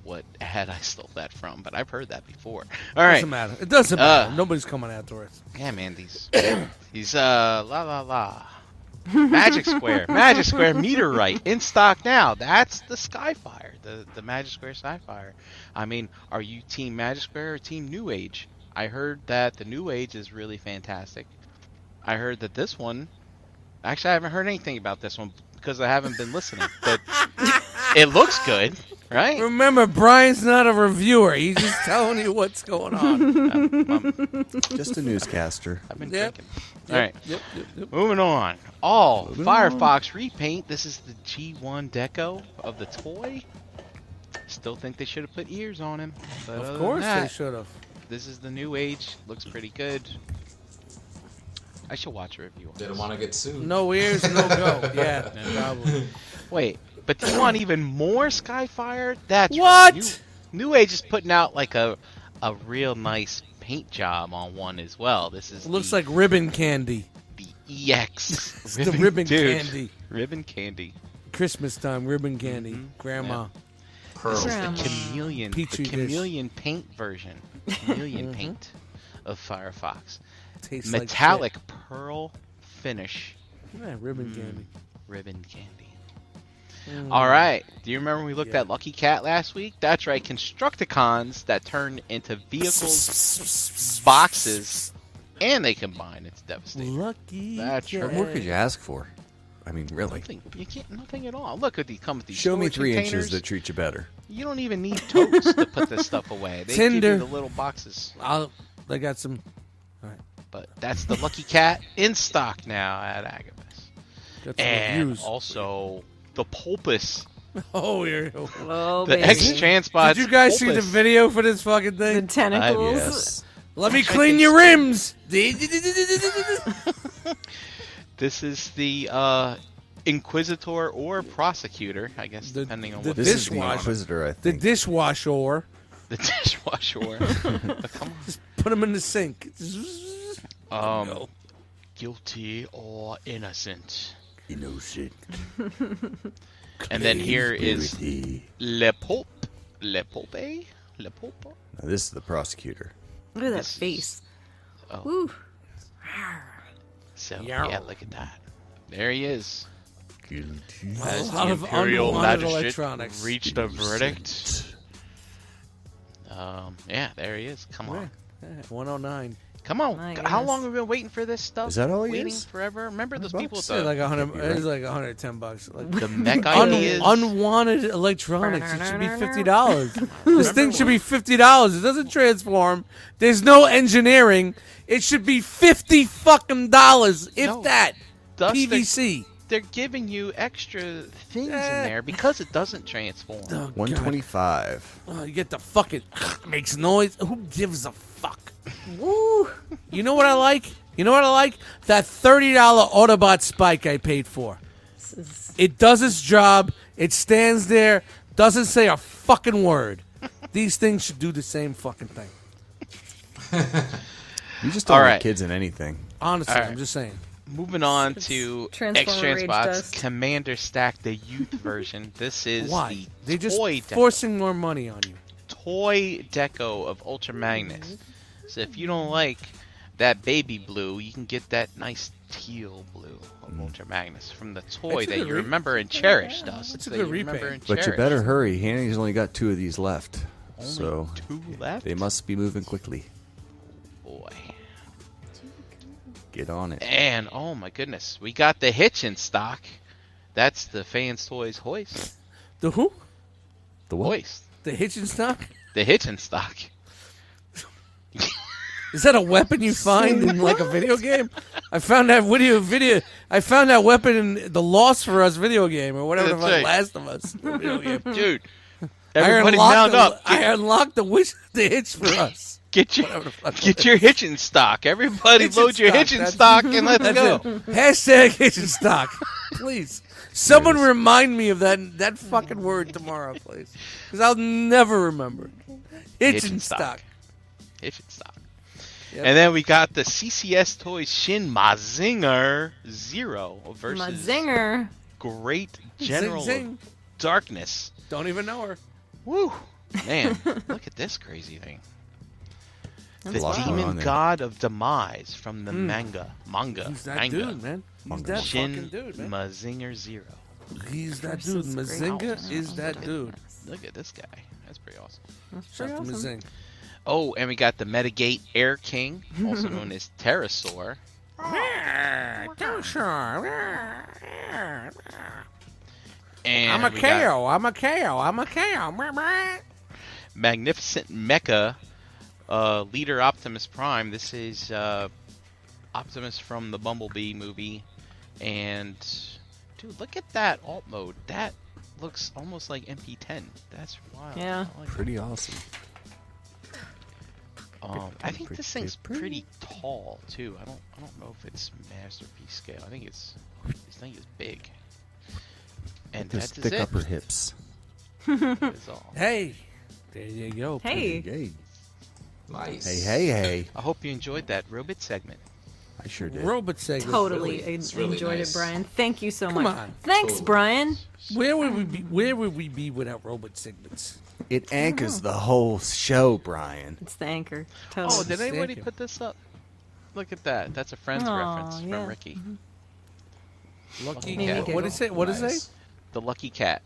Speaker 5: what ad I stole that from, but I've heard that before. All right,
Speaker 2: Doesn't matter. It doesn't
Speaker 5: Uh.
Speaker 2: matter. Nobody's coming after us.
Speaker 5: yeah, man. These, these, uh, la la la. Magic Square, Magic Square Meteorite in stock now. That's the Skyfire, the the Magic Square Skyfire. I mean, are you Team Magic Square or Team New Age? I heard that the New Age is really fantastic. I heard that this one. Actually, I haven't heard anything about this one because I haven't been listening. But it looks good, right?
Speaker 2: Remember, Brian's not a reviewer. He's just telling you what's going on.
Speaker 3: Just a newscaster.
Speaker 5: Um, I've been
Speaker 2: Yep.
Speaker 5: drinking. All right.
Speaker 2: Yep, yep, yep.
Speaker 5: Moving on. All Firefox repaint. This is the G1 deco of the toy. Still think they should have put ears on him. But other
Speaker 2: Of
Speaker 5: than
Speaker 2: course they
Speaker 5: that,
Speaker 2: should have.
Speaker 5: This is the new age. Looks pretty good. I should watch a review. On
Speaker 4: Didn't
Speaker 5: this.
Speaker 4: want to get sued.
Speaker 2: No ears, no go. Yeah, probably.
Speaker 5: Wait, but do you want even more Skyfire? That's
Speaker 2: What?
Speaker 5: right. New, New Age is putting out like a a real nice paint job on one as well. This is
Speaker 2: Looks
Speaker 5: the,
Speaker 2: like ribbon candy.
Speaker 5: the EX.
Speaker 2: It's the ribbon
Speaker 5: dude.
Speaker 2: candy.
Speaker 5: Ribbon candy.
Speaker 2: Christmas time, ribbon candy. Grandma.
Speaker 4: Pearl.
Speaker 5: This is
Speaker 1: Grandma.
Speaker 5: the chameleon, the
Speaker 2: Petri dish.
Speaker 5: chameleon paint version, chameleon paint of Firefox,
Speaker 2: Tastes like
Speaker 5: metallic pearl finish
Speaker 2: shit. Yeah, ribbon candy.
Speaker 5: ribbon candy. All right, do you remember we looked at Lucky Cat last week? That's right, Constructicons that turn into vehicles, boxes, and they combine. It's devastating.
Speaker 2: Lucky.
Speaker 5: That's
Speaker 2: cat.
Speaker 5: right.
Speaker 3: What more could you ask for? I mean, really.
Speaker 5: Nothing. You can't. Nothing at all. Look at the come with these.
Speaker 3: Show me
Speaker 5: storage
Speaker 3: three
Speaker 5: containers.
Speaker 3: inches that treat you better.
Speaker 5: You don't even need totes to put this stuff away. They give
Speaker 2: Tinder.
Speaker 5: you the little boxes.
Speaker 2: I'll, I got some.
Speaker 5: But that's the Lucky Cat in stock now at Agabus.
Speaker 2: Got some
Speaker 5: And
Speaker 2: reviews.
Speaker 5: also the Pulpus,
Speaker 2: Oh, here. we go.
Speaker 1: Oh,
Speaker 5: the
Speaker 1: baby.
Speaker 5: X Transpods.
Speaker 2: Did you guys see the video for this fucking
Speaker 1: The
Speaker 2: thing?
Speaker 1: tentacles.
Speaker 3: Yes.
Speaker 2: Let me clean your rims.
Speaker 5: This is the uh, Inquisitor or Prosecutor, I guess,
Speaker 2: The-
Speaker 5: depending on
Speaker 2: the
Speaker 5: what
Speaker 3: This is the
Speaker 2: Dishwasher.
Speaker 3: Inquisitor, I
Speaker 2: The
Speaker 3: think.
Speaker 2: dishwasher.
Speaker 5: the dishwasher. but come
Speaker 2: Put them in the sink.
Speaker 5: on. Um, Guilty or innocent.
Speaker 3: Innocent.
Speaker 5: And then here is Le Pulp. Le Pulpe? Le Pulpo?
Speaker 3: Now, this is the prosecutor.
Speaker 1: Look at that
Speaker 5: This is-
Speaker 1: face.
Speaker 5: Oh.
Speaker 1: Woo.
Speaker 5: So, yeah, look at that. There he is.
Speaker 2: A
Speaker 5: As
Speaker 2: lot
Speaker 5: the
Speaker 2: of
Speaker 5: Imperial
Speaker 2: unwanted
Speaker 5: Magistrate
Speaker 2: electronics.
Speaker 5: reached a verdict. Um, yeah, there he is. Come on.
Speaker 2: Yeah, 109.
Speaker 5: Come on.
Speaker 1: My
Speaker 5: How
Speaker 1: goodness.
Speaker 5: long have we been waiting for this stuff?
Speaker 3: Is that all he
Speaker 5: Waiting
Speaker 3: is?
Speaker 5: forever? Remember those people with
Speaker 2: Say like
Speaker 5: the,
Speaker 2: 100.
Speaker 3: right.
Speaker 2: It's like 110 bucks. Like
Speaker 5: the mech
Speaker 2: un-
Speaker 5: ideas?
Speaker 2: unwanted electronics. It should be fifty dollars. this thing should be fifty dollars. It doesn't transform. There's no engineering. It should be fifty fucking dollars, if
Speaker 5: No.
Speaker 2: that.
Speaker 5: Thus,
Speaker 2: PVC.
Speaker 5: They're, they're giving you extra things
Speaker 2: Eh.
Speaker 5: in there because it doesn't transform.
Speaker 2: Oh, God.
Speaker 3: 125.
Speaker 2: Oh, you get the fucking makes noise. Who gives a fuck?
Speaker 1: Woo.
Speaker 2: You know what I like? You know what I like? That $30 Autobot spike I paid for. It does its job. It stands there, doesn't say a fucking word. These things should do the same fucking thing.
Speaker 3: You just don't
Speaker 5: All
Speaker 3: like
Speaker 5: right.
Speaker 3: kids in anything.
Speaker 2: Honestly,
Speaker 5: All right.
Speaker 2: I'm just saying.
Speaker 5: Moving on to
Speaker 1: Transformer
Speaker 5: X
Speaker 1: Rage
Speaker 5: Transbots
Speaker 1: Dust.
Speaker 5: Commander Stack, the youth version. This is
Speaker 2: Why?
Speaker 5: the
Speaker 2: They're just
Speaker 5: toy deck.
Speaker 2: forcing more money on you.
Speaker 5: toy deco of Ultra Magnus.
Speaker 2: Mm-hmm.
Speaker 5: So if you don't like that baby blue, you can get that nice teal blue of
Speaker 3: Mm.
Speaker 5: Ultra Magnus from the toy
Speaker 2: That's a
Speaker 5: that
Speaker 2: good
Speaker 5: you
Speaker 2: re-
Speaker 5: remember and cherish, Dust.
Speaker 2: That's a
Speaker 5: that
Speaker 2: good
Speaker 5: you remember
Speaker 2: repaint.
Speaker 5: and
Speaker 3: But you
Speaker 5: cherish.
Speaker 3: better hurry. He's only got two of these left.
Speaker 5: Only
Speaker 3: so
Speaker 5: two left.
Speaker 3: they must be moving quickly.
Speaker 5: boy.
Speaker 3: Get on it.
Speaker 5: And oh my goodness, we got the hitch in stock. That's the fans toys hoist.
Speaker 2: The who?
Speaker 3: The what?
Speaker 5: Hoist.
Speaker 2: The hitching stock?
Speaker 5: The hitch in stock.
Speaker 2: Is that a weapon you find in like a video game? I found that video video. I found that weapon in the Lost for Us video game or whatever the
Speaker 5: That's
Speaker 2: fuck
Speaker 5: right.
Speaker 2: Last of Us video game.
Speaker 5: Dude.
Speaker 2: I
Speaker 5: Everybody
Speaker 2: unlocked
Speaker 5: mount
Speaker 2: Hmm. the,
Speaker 5: up. Get,
Speaker 2: I unlocked the wish the hitch for us.
Speaker 5: get your
Speaker 2: Whatever the fuck.
Speaker 5: get your hitch in stock. Everybody
Speaker 2: Hitch in
Speaker 5: load your
Speaker 2: stock,
Speaker 5: hitch in
Speaker 2: that's-
Speaker 5: stock and let's
Speaker 2: That's
Speaker 5: go.
Speaker 2: it. Hashtag hitching stock. Please. Someone remind me of that that fucking word tomorrow, please. Because I'll never remember. Hitching
Speaker 5: Hitchin'
Speaker 2: stock.
Speaker 5: If it's stock.
Speaker 2: Yep.
Speaker 5: And then we got the CCS Toys Shin Mazinger Zero versus
Speaker 1: My zinger.
Speaker 5: Great General
Speaker 2: Zing, zing.
Speaker 5: of Darkness.
Speaker 2: Don't even know her.
Speaker 5: Woo! Man, look at this crazy thing. the
Speaker 3: a lot going on
Speaker 5: demon
Speaker 3: there.
Speaker 5: god of demise from the manga. Manga.
Speaker 2: Mm. He's that
Speaker 5: manga.
Speaker 2: dude, man. He's that fucking
Speaker 5: Shin
Speaker 2: dude, man.
Speaker 5: Mazinger Zero.
Speaker 2: He's that dude.
Speaker 1: Oh,
Speaker 2: Mazinga is that dude.
Speaker 5: Look at this guy. That's pretty awesome.
Speaker 2: Shout out to Mazing.
Speaker 5: Oh, and we got the Metagate Air King, also known as Pterosaur. And
Speaker 2: I'm a
Speaker 5: we got
Speaker 2: KO. I'm a KO. I'm a KO.
Speaker 5: Magnificent Mecha, uh, leader Optimus Prime. This is uh, Optimus from the Bumblebee movie. And, dude, look at that alt mode. That looks almost like MP10. That's wild.
Speaker 1: Yeah.
Speaker 5: I like that.
Speaker 3: Pretty awesome.
Speaker 5: Um, I think
Speaker 3: pretty,
Speaker 5: this thing's
Speaker 3: pretty.
Speaker 5: pretty tall too. I don't, I don't know if it's masterpiece scale. I think it's, this thing is big. And that's
Speaker 3: Just stick
Speaker 5: it.
Speaker 3: up her hips.
Speaker 5: That's all.
Speaker 2: Hey, there you go.
Speaker 1: Hey,
Speaker 3: Hey,
Speaker 4: Nice.
Speaker 3: hey, hey, hey.
Speaker 5: I hope you enjoyed that robot segment.
Speaker 3: I sure did.
Speaker 2: Robot segment.
Speaker 1: totally
Speaker 4: really- it's
Speaker 1: en-
Speaker 4: really
Speaker 1: enjoyed
Speaker 4: nice.
Speaker 1: it, Brian. Thank you so
Speaker 2: Come
Speaker 1: much.
Speaker 2: on.
Speaker 1: Thanks,
Speaker 4: Totally.
Speaker 1: Brian.
Speaker 2: Where would we be? Where would we be without robot segments?
Speaker 3: It anchors the whole show, Brian.
Speaker 1: It's the anchor.
Speaker 5: Oh,
Speaker 1: Totally.
Speaker 5: did anybody
Speaker 2: Second.
Speaker 5: put this up? Look at that. That's a Friends
Speaker 1: Aw,
Speaker 5: reference
Speaker 1: yeah.
Speaker 5: from Ricky.
Speaker 2: Lucky.
Speaker 5: Made me
Speaker 2: cat. What
Speaker 1: giggle.
Speaker 2: is it? What is
Speaker 4: Nice.
Speaker 2: it?
Speaker 5: The Lucky Cat.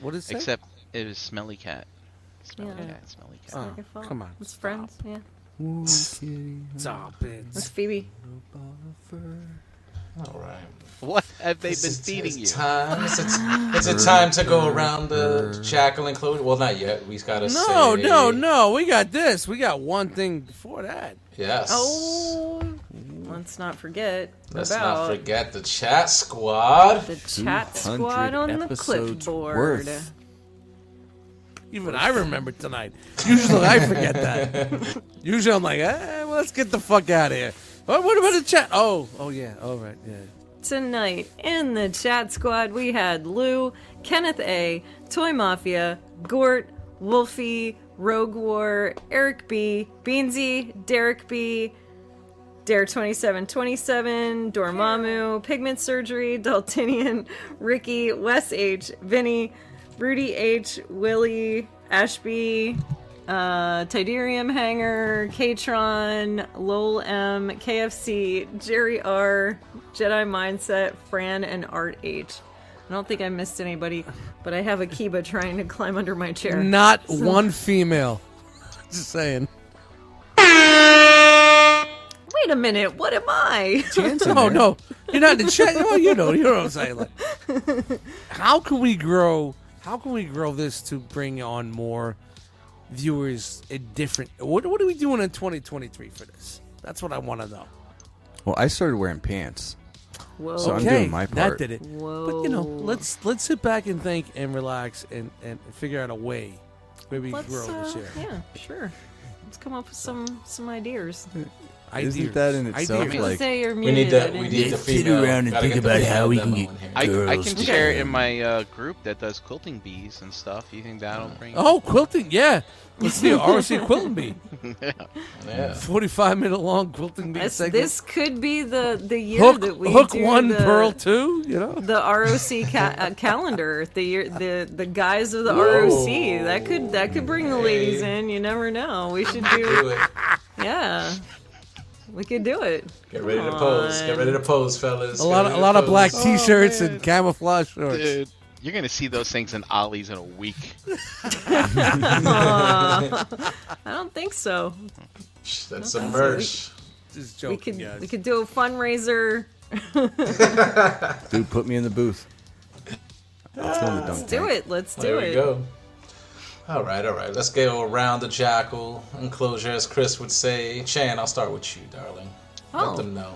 Speaker 2: What is it?
Speaker 5: Except it was Smelly Cat. Smelly
Speaker 1: Yeah.
Speaker 5: Cat. Smelly Cat.
Speaker 2: Oh,
Speaker 1: Your fault.
Speaker 2: come on.
Speaker 1: It's friends. Yeah.
Speaker 2: Stop
Speaker 1: It's
Speaker 2: it.
Speaker 1: Phoebe.
Speaker 4: All right.
Speaker 5: What have they been
Speaker 4: It's- it's-
Speaker 5: feeding you?
Speaker 4: it's Time. It's, it's, it's a time to go around the jackal enclosure. Well, not yet. We've got to
Speaker 2: No, no, no. We got this. We got one thing before that.
Speaker 4: Yes.
Speaker 1: Oh, let's not forget
Speaker 4: Let's
Speaker 1: about
Speaker 4: not forget the chat squad.
Speaker 1: the chat squad
Speaker 3: 200
Speaker 1: on the
Speaker 3: episodes
Speaker 1: clipboard.
Speaker 3: worth.
Speaker 2: Even I remember tonight. Usually I forget that. Usually I'm like, eh, well, let's get the fuck out of here. What, what about the chat? Oh, oh yeah, all right, yeah.
Speaker 1: Tonight in the chat squad, we had Lou, Kenneth A, Toy Mafia, Gort, Wolfie, Rogue War, Eric B, Beansy, Derek B, Dare 2727, Dormammu, Pigment Surgery, Daltinian, Ricky, Wes H, Vinny, Rudy H, Willie, Ashby, uh, Tiderium Hanger, Katron, Lowell M, KFC, Jerry R, Jedi Mindset, Fran, and Art H. I don't think I missed anybody, but I have Akiba trying to climb under my chair.
Speaker 2: Not one female. Just saying.
Speaker 1: Wait a minute, what am I?
Speaker 2: no, Oh, no, you're not in the chat. Well, you know, you know what I'm saying. Like, how can we grow? How can we grow this to bring on more viewers? A different. What, what are we doing in 2023 for this? That's what I want to know.
Speaker 3: Well, I started wearing pants.
Speaker 1: Whoa.
Speaker 3: So I'm-
Speaker 2: okay,
Speaker 3: doing my
Speaker 2: that
Speaker 3: part.
Speaker 2: did it. But you know,
Speaker 1: Whoa.
Speaker 2: let's let's sit back and think and relax and and figure out a way where we
Speaker 1: Let's,
Speaker 2: grow this
Speaker 1: uh,
Speaker 2: year.
Speaker 1: yeah, sure. Let's come up with some some ideas.
Speaker 2: Ideas.
Speaker 3: that in itself,
Speaker 2: Ideas.
Speaker 3: like-
Speaker 1: Say you're
Speaker 4: We need
Speaker 1: muted. I
Speaker 4: the we
Speaker 1: didn't-
Speaker 4: need the
Speaker 8: Let's sit
Speaker 4: female.
Speaker 8: around and
Speaker 4: Gotta
Speaker 8: think
Speaker 4: get the
Speaker 8: about
Speaker 4: female
Speaker 8: how we
Speaker 4: demo
Speaker 8: can
Speaker 4: in here.
Speaker 5: I, I
Speaker 8: Girls
Speaker 5: can
Speaker 8: do.
Speaker 5: share in my uh, group that does quilting bees and stuff. You think that'll bring?
Speaker 2: Oh, quilting, yeah. Let's see, RC Quilting Bee.
Speaker 4: Yeah.
Speaker 2: 45 minute long Quilting Bee
Speaker 1: This,
Speaker 2: segment.
Speaker 1: this could be the the year
Speaker 2: hook,
Speaker 1: that we
Speaker 2: hook
Speaker 1: do
Speaker 2: one,
Speaker 1: the,
Speaker 2: pearl two, you know?
Speaker 1: the ROC ca- uh, calendar. The year, the the guys of the ROC. That could that could bring the ladies
Speaker 4: Hey.
Speaker 1: in. You never know. We should
Speaker 4: Do
Speaker 1: do
Speaker 4: it.
Speaker 1: yeah. We could do it.
Speaker 4: Get ready to pose. Get ready to pose, fellas.
Speaker 2: A lot of, a lot of black
Speaker 1: Oh,
Speaker 2: t shirts and camouflage shorts.
Speaker 5: Dude, you're gonna see those things in ollies in a week.
Speaker 1: I don't think so.
Speaker 4: That's some merch.
Speaker 2: Just
Speaker 1: We
Speaker 2: joking,
Speaker 1: could
Speaker 2: guys.
Speaker 1: we could do a fundraiser.
Speaker 3: Dude, put me in the booth. Let's go in the dump
Speaker 1: Do
Speaker 3: tank.
Speaker 1: it. Let's do
Speaker 4: There
Speaker 1: it.
Speaker 4: we go. All right, all right. Let's go around the jackal enclosure, as Chris would say. Chan, I'll start with you, darling.
Speaker 1: Oh.
Speaker 4: Let them know.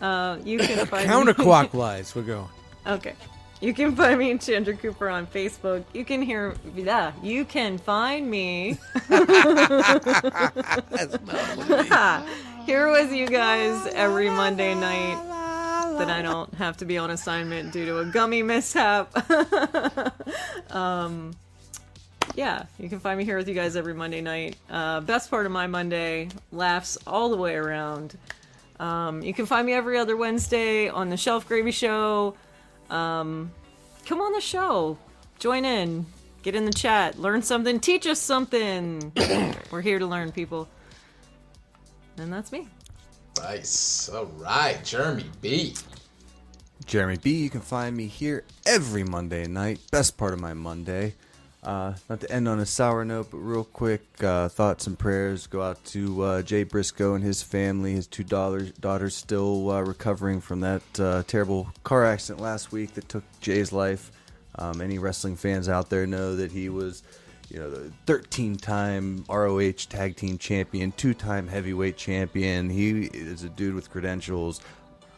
Speaker 1: Uh, you can find me-
Speaker 2: Counterclockwise, we're going.
Speaker 1: Okay. You can find me Chandra Cooper on Facebook. You can hear yeah, you can find me here with you guys every Monday night that I don't have to be on assignment due to a gummy mishap. um yeah, you can find me here with you guys every Monday night. Uh, best part of my Monday, laughs all the way around. Um, you can find me every other Wednesday on the Shelf Gravy Show come on the show. Join in. Get in the chat. Learn something. Teach us something. We're here to learn, people. And that's me.
Speaker 4: Nice. All right, Jeremy B.
Speaker 3: Jeremy B. You can find me here every Monday night. Best part of my Monday. Uh, not to end on a sour note, but real quick, uh, thoughts and prayers go out to uh, Jay Briscoe and his family. His two daughters, daughters still uh, recovering from that uh, terrible car accident last week that took Jay's life. Um, any wrestling fans out there know that he was, you know, the 13-time ROH Tag Team Champion, two-time heavyweight champion. He is a dude with credentials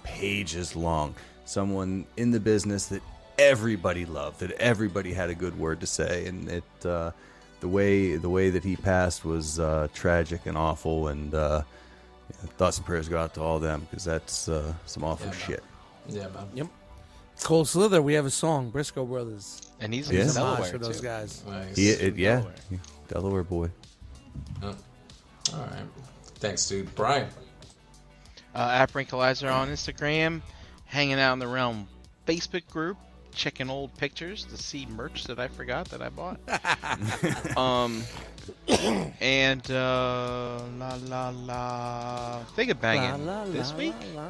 Speaker 3: pages long. Someone in the business that everybody loved, that everybody had a good word to say, and it uh, the way the way that he passed was uh, tragic and awful. And uh, yeah, thoughts and prayers go out to all of them because that's uh, some awful
Speaker 4: Yeah, man.
Speaker 3: shit.
Speaker 4: Yeah, man.
Speaker 2: Yep. Cole Slither, we have a song, Briscoe Brothers.
Speaker 5: And he's
Speaker 3: Yeah.
Speaker 5: in
Speaker 2: It's a homage
Speaker 5: Delaware.
Speaker 2: for those
Speaker 5: too.
Speaker 2: guys.
Speaker 4: Nice.
Speaker 3: He, it, yeah, Delaware boy.
Speaker 4: All right. Thanks, dude. Brian.
Speaker 5: uh, at Brinkalizer on Instagram, hanging out in the realm Facebook group, checking old pictures to see merch that I forgot that I bought. um, and uh, la la la, figure banging
Speaker 2: La, la,
Speaker 5: this
Speaker 2: la,
Speaker 5: week,
Speaker 2: la, la.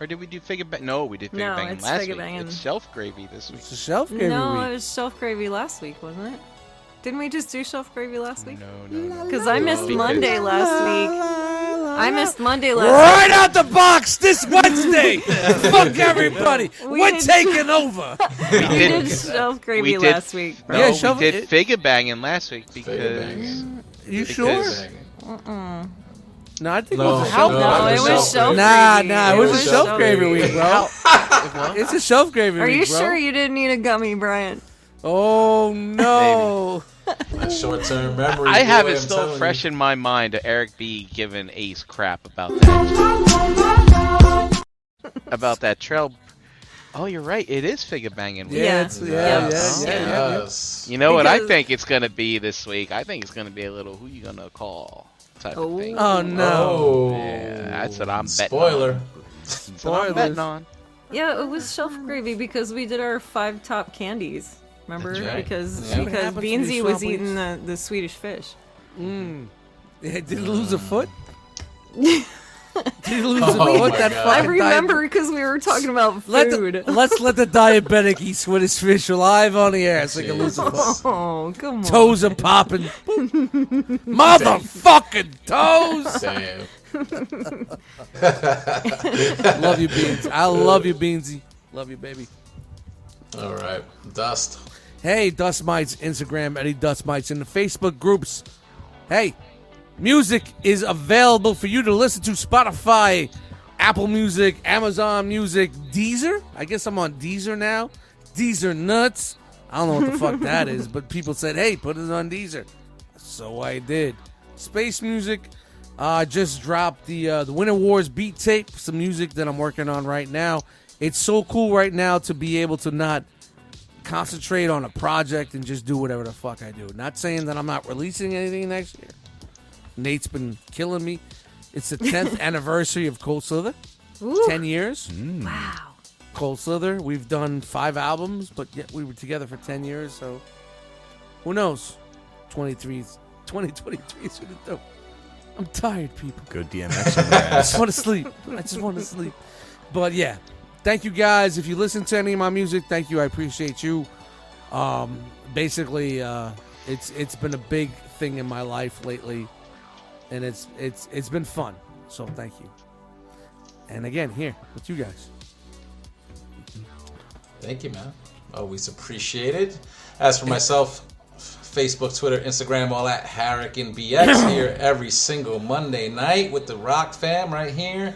Speaker 5: or did we do figure bang? No, we did figure
Speaker 1: No,
Speaker 5: banging
Speaker 1: it's
Speaker 5: last
Speaker 1: figure
Speaker 5: week.
Speaker 1: banging.
Speaker 5: It's shelf gravy this week.
Speaker 2: It's a shelf game
Speaker 1: no, it
Speaker 2: week.
Speaker 1: was shelf gravy last week, wasn't it? Didn't we just do shelf gravy last week?
Speaker 5: No, no, no.
Speaker 1: Because I missed
Speaker 5: Because-
Speaker 1: Monday last week. I missed Monday last
Speaker 2: Right out the box this Wednesday. Fuck everybody.
Speaker 1: We
Speaker 2: We're
Speaker 1: did-
Speaker 2: taking over.
Speaker 5: We
Speaker 1: week. We did
Speaker 5: did.
Speaker 1: shelf
Speaker 5: we
Speaker 1: gravy
Speaker 5: did-
Speaker 1: last week.
Speaker 5: No,
Speaker 2: Yeah,
Speaker 5: we
Speaker 2: shelf-
Speaker 5: did
Speaker 2: it-
Speaker 5: figure banging last week
Speaker 4: Figure
Speaker 5: because
Speaker 4: banging.
Speaker 2: You
Speaker 5: sure?
Speaker 2: sure?
Speaker 4: Figure banging.
Speaker 2: No, I think
Speaker 4: No,
Speaker 2: it was a shelf.
Speaker 4: no,
Speaker 1: No,
Speaker 4: it
Speaker 1: it
Speaker 4: was
Speaker 1: was
Speaker 4: shelf
Speaker 1: shelf
Speaker 4: gravy.
Speaker 2: Nah,
Speaker 1: gravy.
Speaker 2: nah, it, was, a shelf, gravy week,
Speaker 4: It was shelf gravy.
Speaker 2: bro. it's a shelf gravy
Speaker 1: Are
Speaker 2: week,
Speaker 1: you
Speaker 2: bro.
Speaker 1: sure you didn't need a gummy, Brian?
Speaker 2: Oh no!
Speaker 4: That short-term memory.
Speaker 5: I have
Speaker 4: boy,
Speaker 5: it
Speaker 4: I'm
Speaker 5: still
Speaker 4: telling you.
Speaker 5: fresh in my mind. that Eric B. giving Ace crap about that. about that trail. Oh, you're right. It is figure banging.
Speaker 2: Yeah,
Speaker 5: week.
Speaker 2: it's- yeah, yeah,
Speaker 4: Yes,
Speaker 2: yeah, yeah, yeah.
Speaker 4: yes.
Speaker 5: You know what I
Speaker 1: Because-
Speaker 5: think it's gonna be this week? I think it's gonna be a little who you gonna call type of thing.
Speaker 2: Oh no!
Speaker 4: Oh,
Speaker 5: Yeah, that's what I'm betting
Speaker 4: Spoiler.
Speaker 5: That's what I'm betting on.
Speaker 1: Yeah, it was shelf gravy because we did our five top candies. Remember?
Speaker 4: That's right.
Speaker 1: Because
Speaker 4: Yeah.
Speaker 1: because
Speaker 2: Happens to
Speaker 1: Beansy
Speaker 2: you,
Speaker 1: was
Speaker 2: Swamp Weeks.
Speaker 1: eating the, the Swedish fish.
Speaker 2: Yeah, Did he lose a foot? Did he lose a
Speaker 4: Oh,
Speaker 2: foot?
Speaker 4: my
Speaker 2: That
Speaker 4: God.
Speaker 1: I
Speaker 2: fucking
Speaker 1: remember because we were talking about
Speaker 2: diab- Let the-
Speaker 1: food.
Speaker 2: let's let the diabetic eat Swedish fish live on the air so he can lose a foot.
Speaker 1: Oh, come on.
Speaker 2: Toes are popping. Motherfucking toes!
Speaker 4: Damn.
Speaker 2: love you, Beans. I love you, Beansy. Love you, baby.
Speaker 4: All right, dust.
Speaker 2: Hey, Dust Mites, Instagram, Eddie Dust Mites, and the Facebook groups. Hey, music is available for you to listen to Spotify, Apple Music, Amazon Music, Deezer. I guess I'm on Deezer now. Deezer Nuts. I don't know what the fuck that is, but people said, hey, put it on Deezer. So I did. Space Music uh, just dropped the uh, the Winter Wars beat tape, some music that I'm working on right now. It's so cool right now to be able to not concentrate on a project and just do whatever the fuck I do. Not saying that I'm not releasing anything next year. Nate's been killing me. It's the 10th anniversary of Cold Slither.
Speaker 1: Ooh. Mm.
Speaker 2: 10 years.
Speaker 1: Wow.
Speaker 2: Cold Slither. We've done five albums, but yet we were together for 10 years, so who knows? 23, 2023 is going to do. I'm tired, people.
Speaker 3: Go DMX on their ass.
Speaker 2: I just want to sleep. I just want to sleep. But yeah, thank you guys. If you listen to any of my music, thank you. I appreciate you. Um, basically, uh, it's it's been a big thing in my life lately, and it's it's it's been fun. So thank you. And again, here with you guys.
Speaker 4: Thank you, man. Always appreciated. As for myself, Facebook, Twitter, Instagram, all that Harrick and BX here every single Monday night with the Rock Fam right here.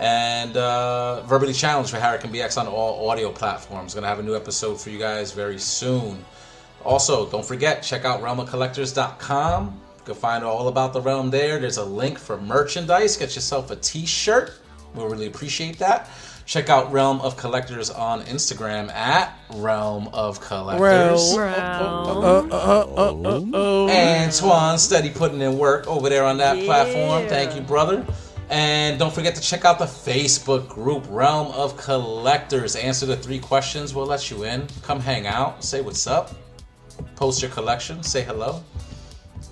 Speaker 4: And uh, verbally challenged for Harrick and BX on all audio platforms. Gonna have a new episode for you guys very soon. Also, don't forget, check out realmofcollectors.com. You can find all about the realm there. There's a link for merchandise. Get yourself a t-shirt. We'll really appreciate that. Check out Realm of Collectors on Instagram at Realm of Collectors.
Speaker 1: Uh,
Speaker 4: And Antoine steady putting in work over there on that platform. Thank you, brother. And don't forget to check out the Facebook group, Realm of Collectors. Answer the three questions. We'll let you in. Come hang out. Say what's up. Post your collection. Say hello.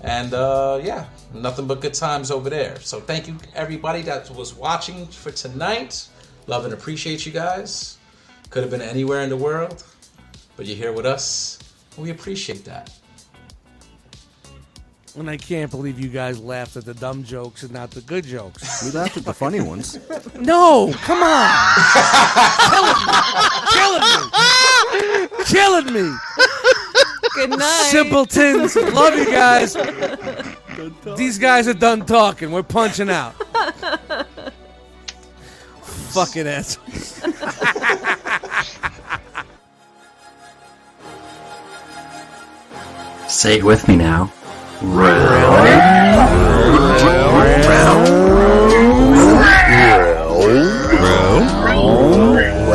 Speaker 4: And uh, yeah, nothing but good times over there. So thank you everybody that was watching for tonight. Love and appreciate you guys. Could have been anywhere in the world, but you're here with us. We appreciate that.
Speaker 2: And I can't believe you guys laughed at the dumb jokes and not the good jokes.
Speaker 3: We laughed at the funny ones.
Speaker 2: No, come on. Killing me. Killing me. Killing me.
Speaker 1: Good night.
Speaker 2: Simpletons. Love you guys. These guys are done talking. We're punching out. Fucking ass.
Speaker 10: Say it with me now. Really?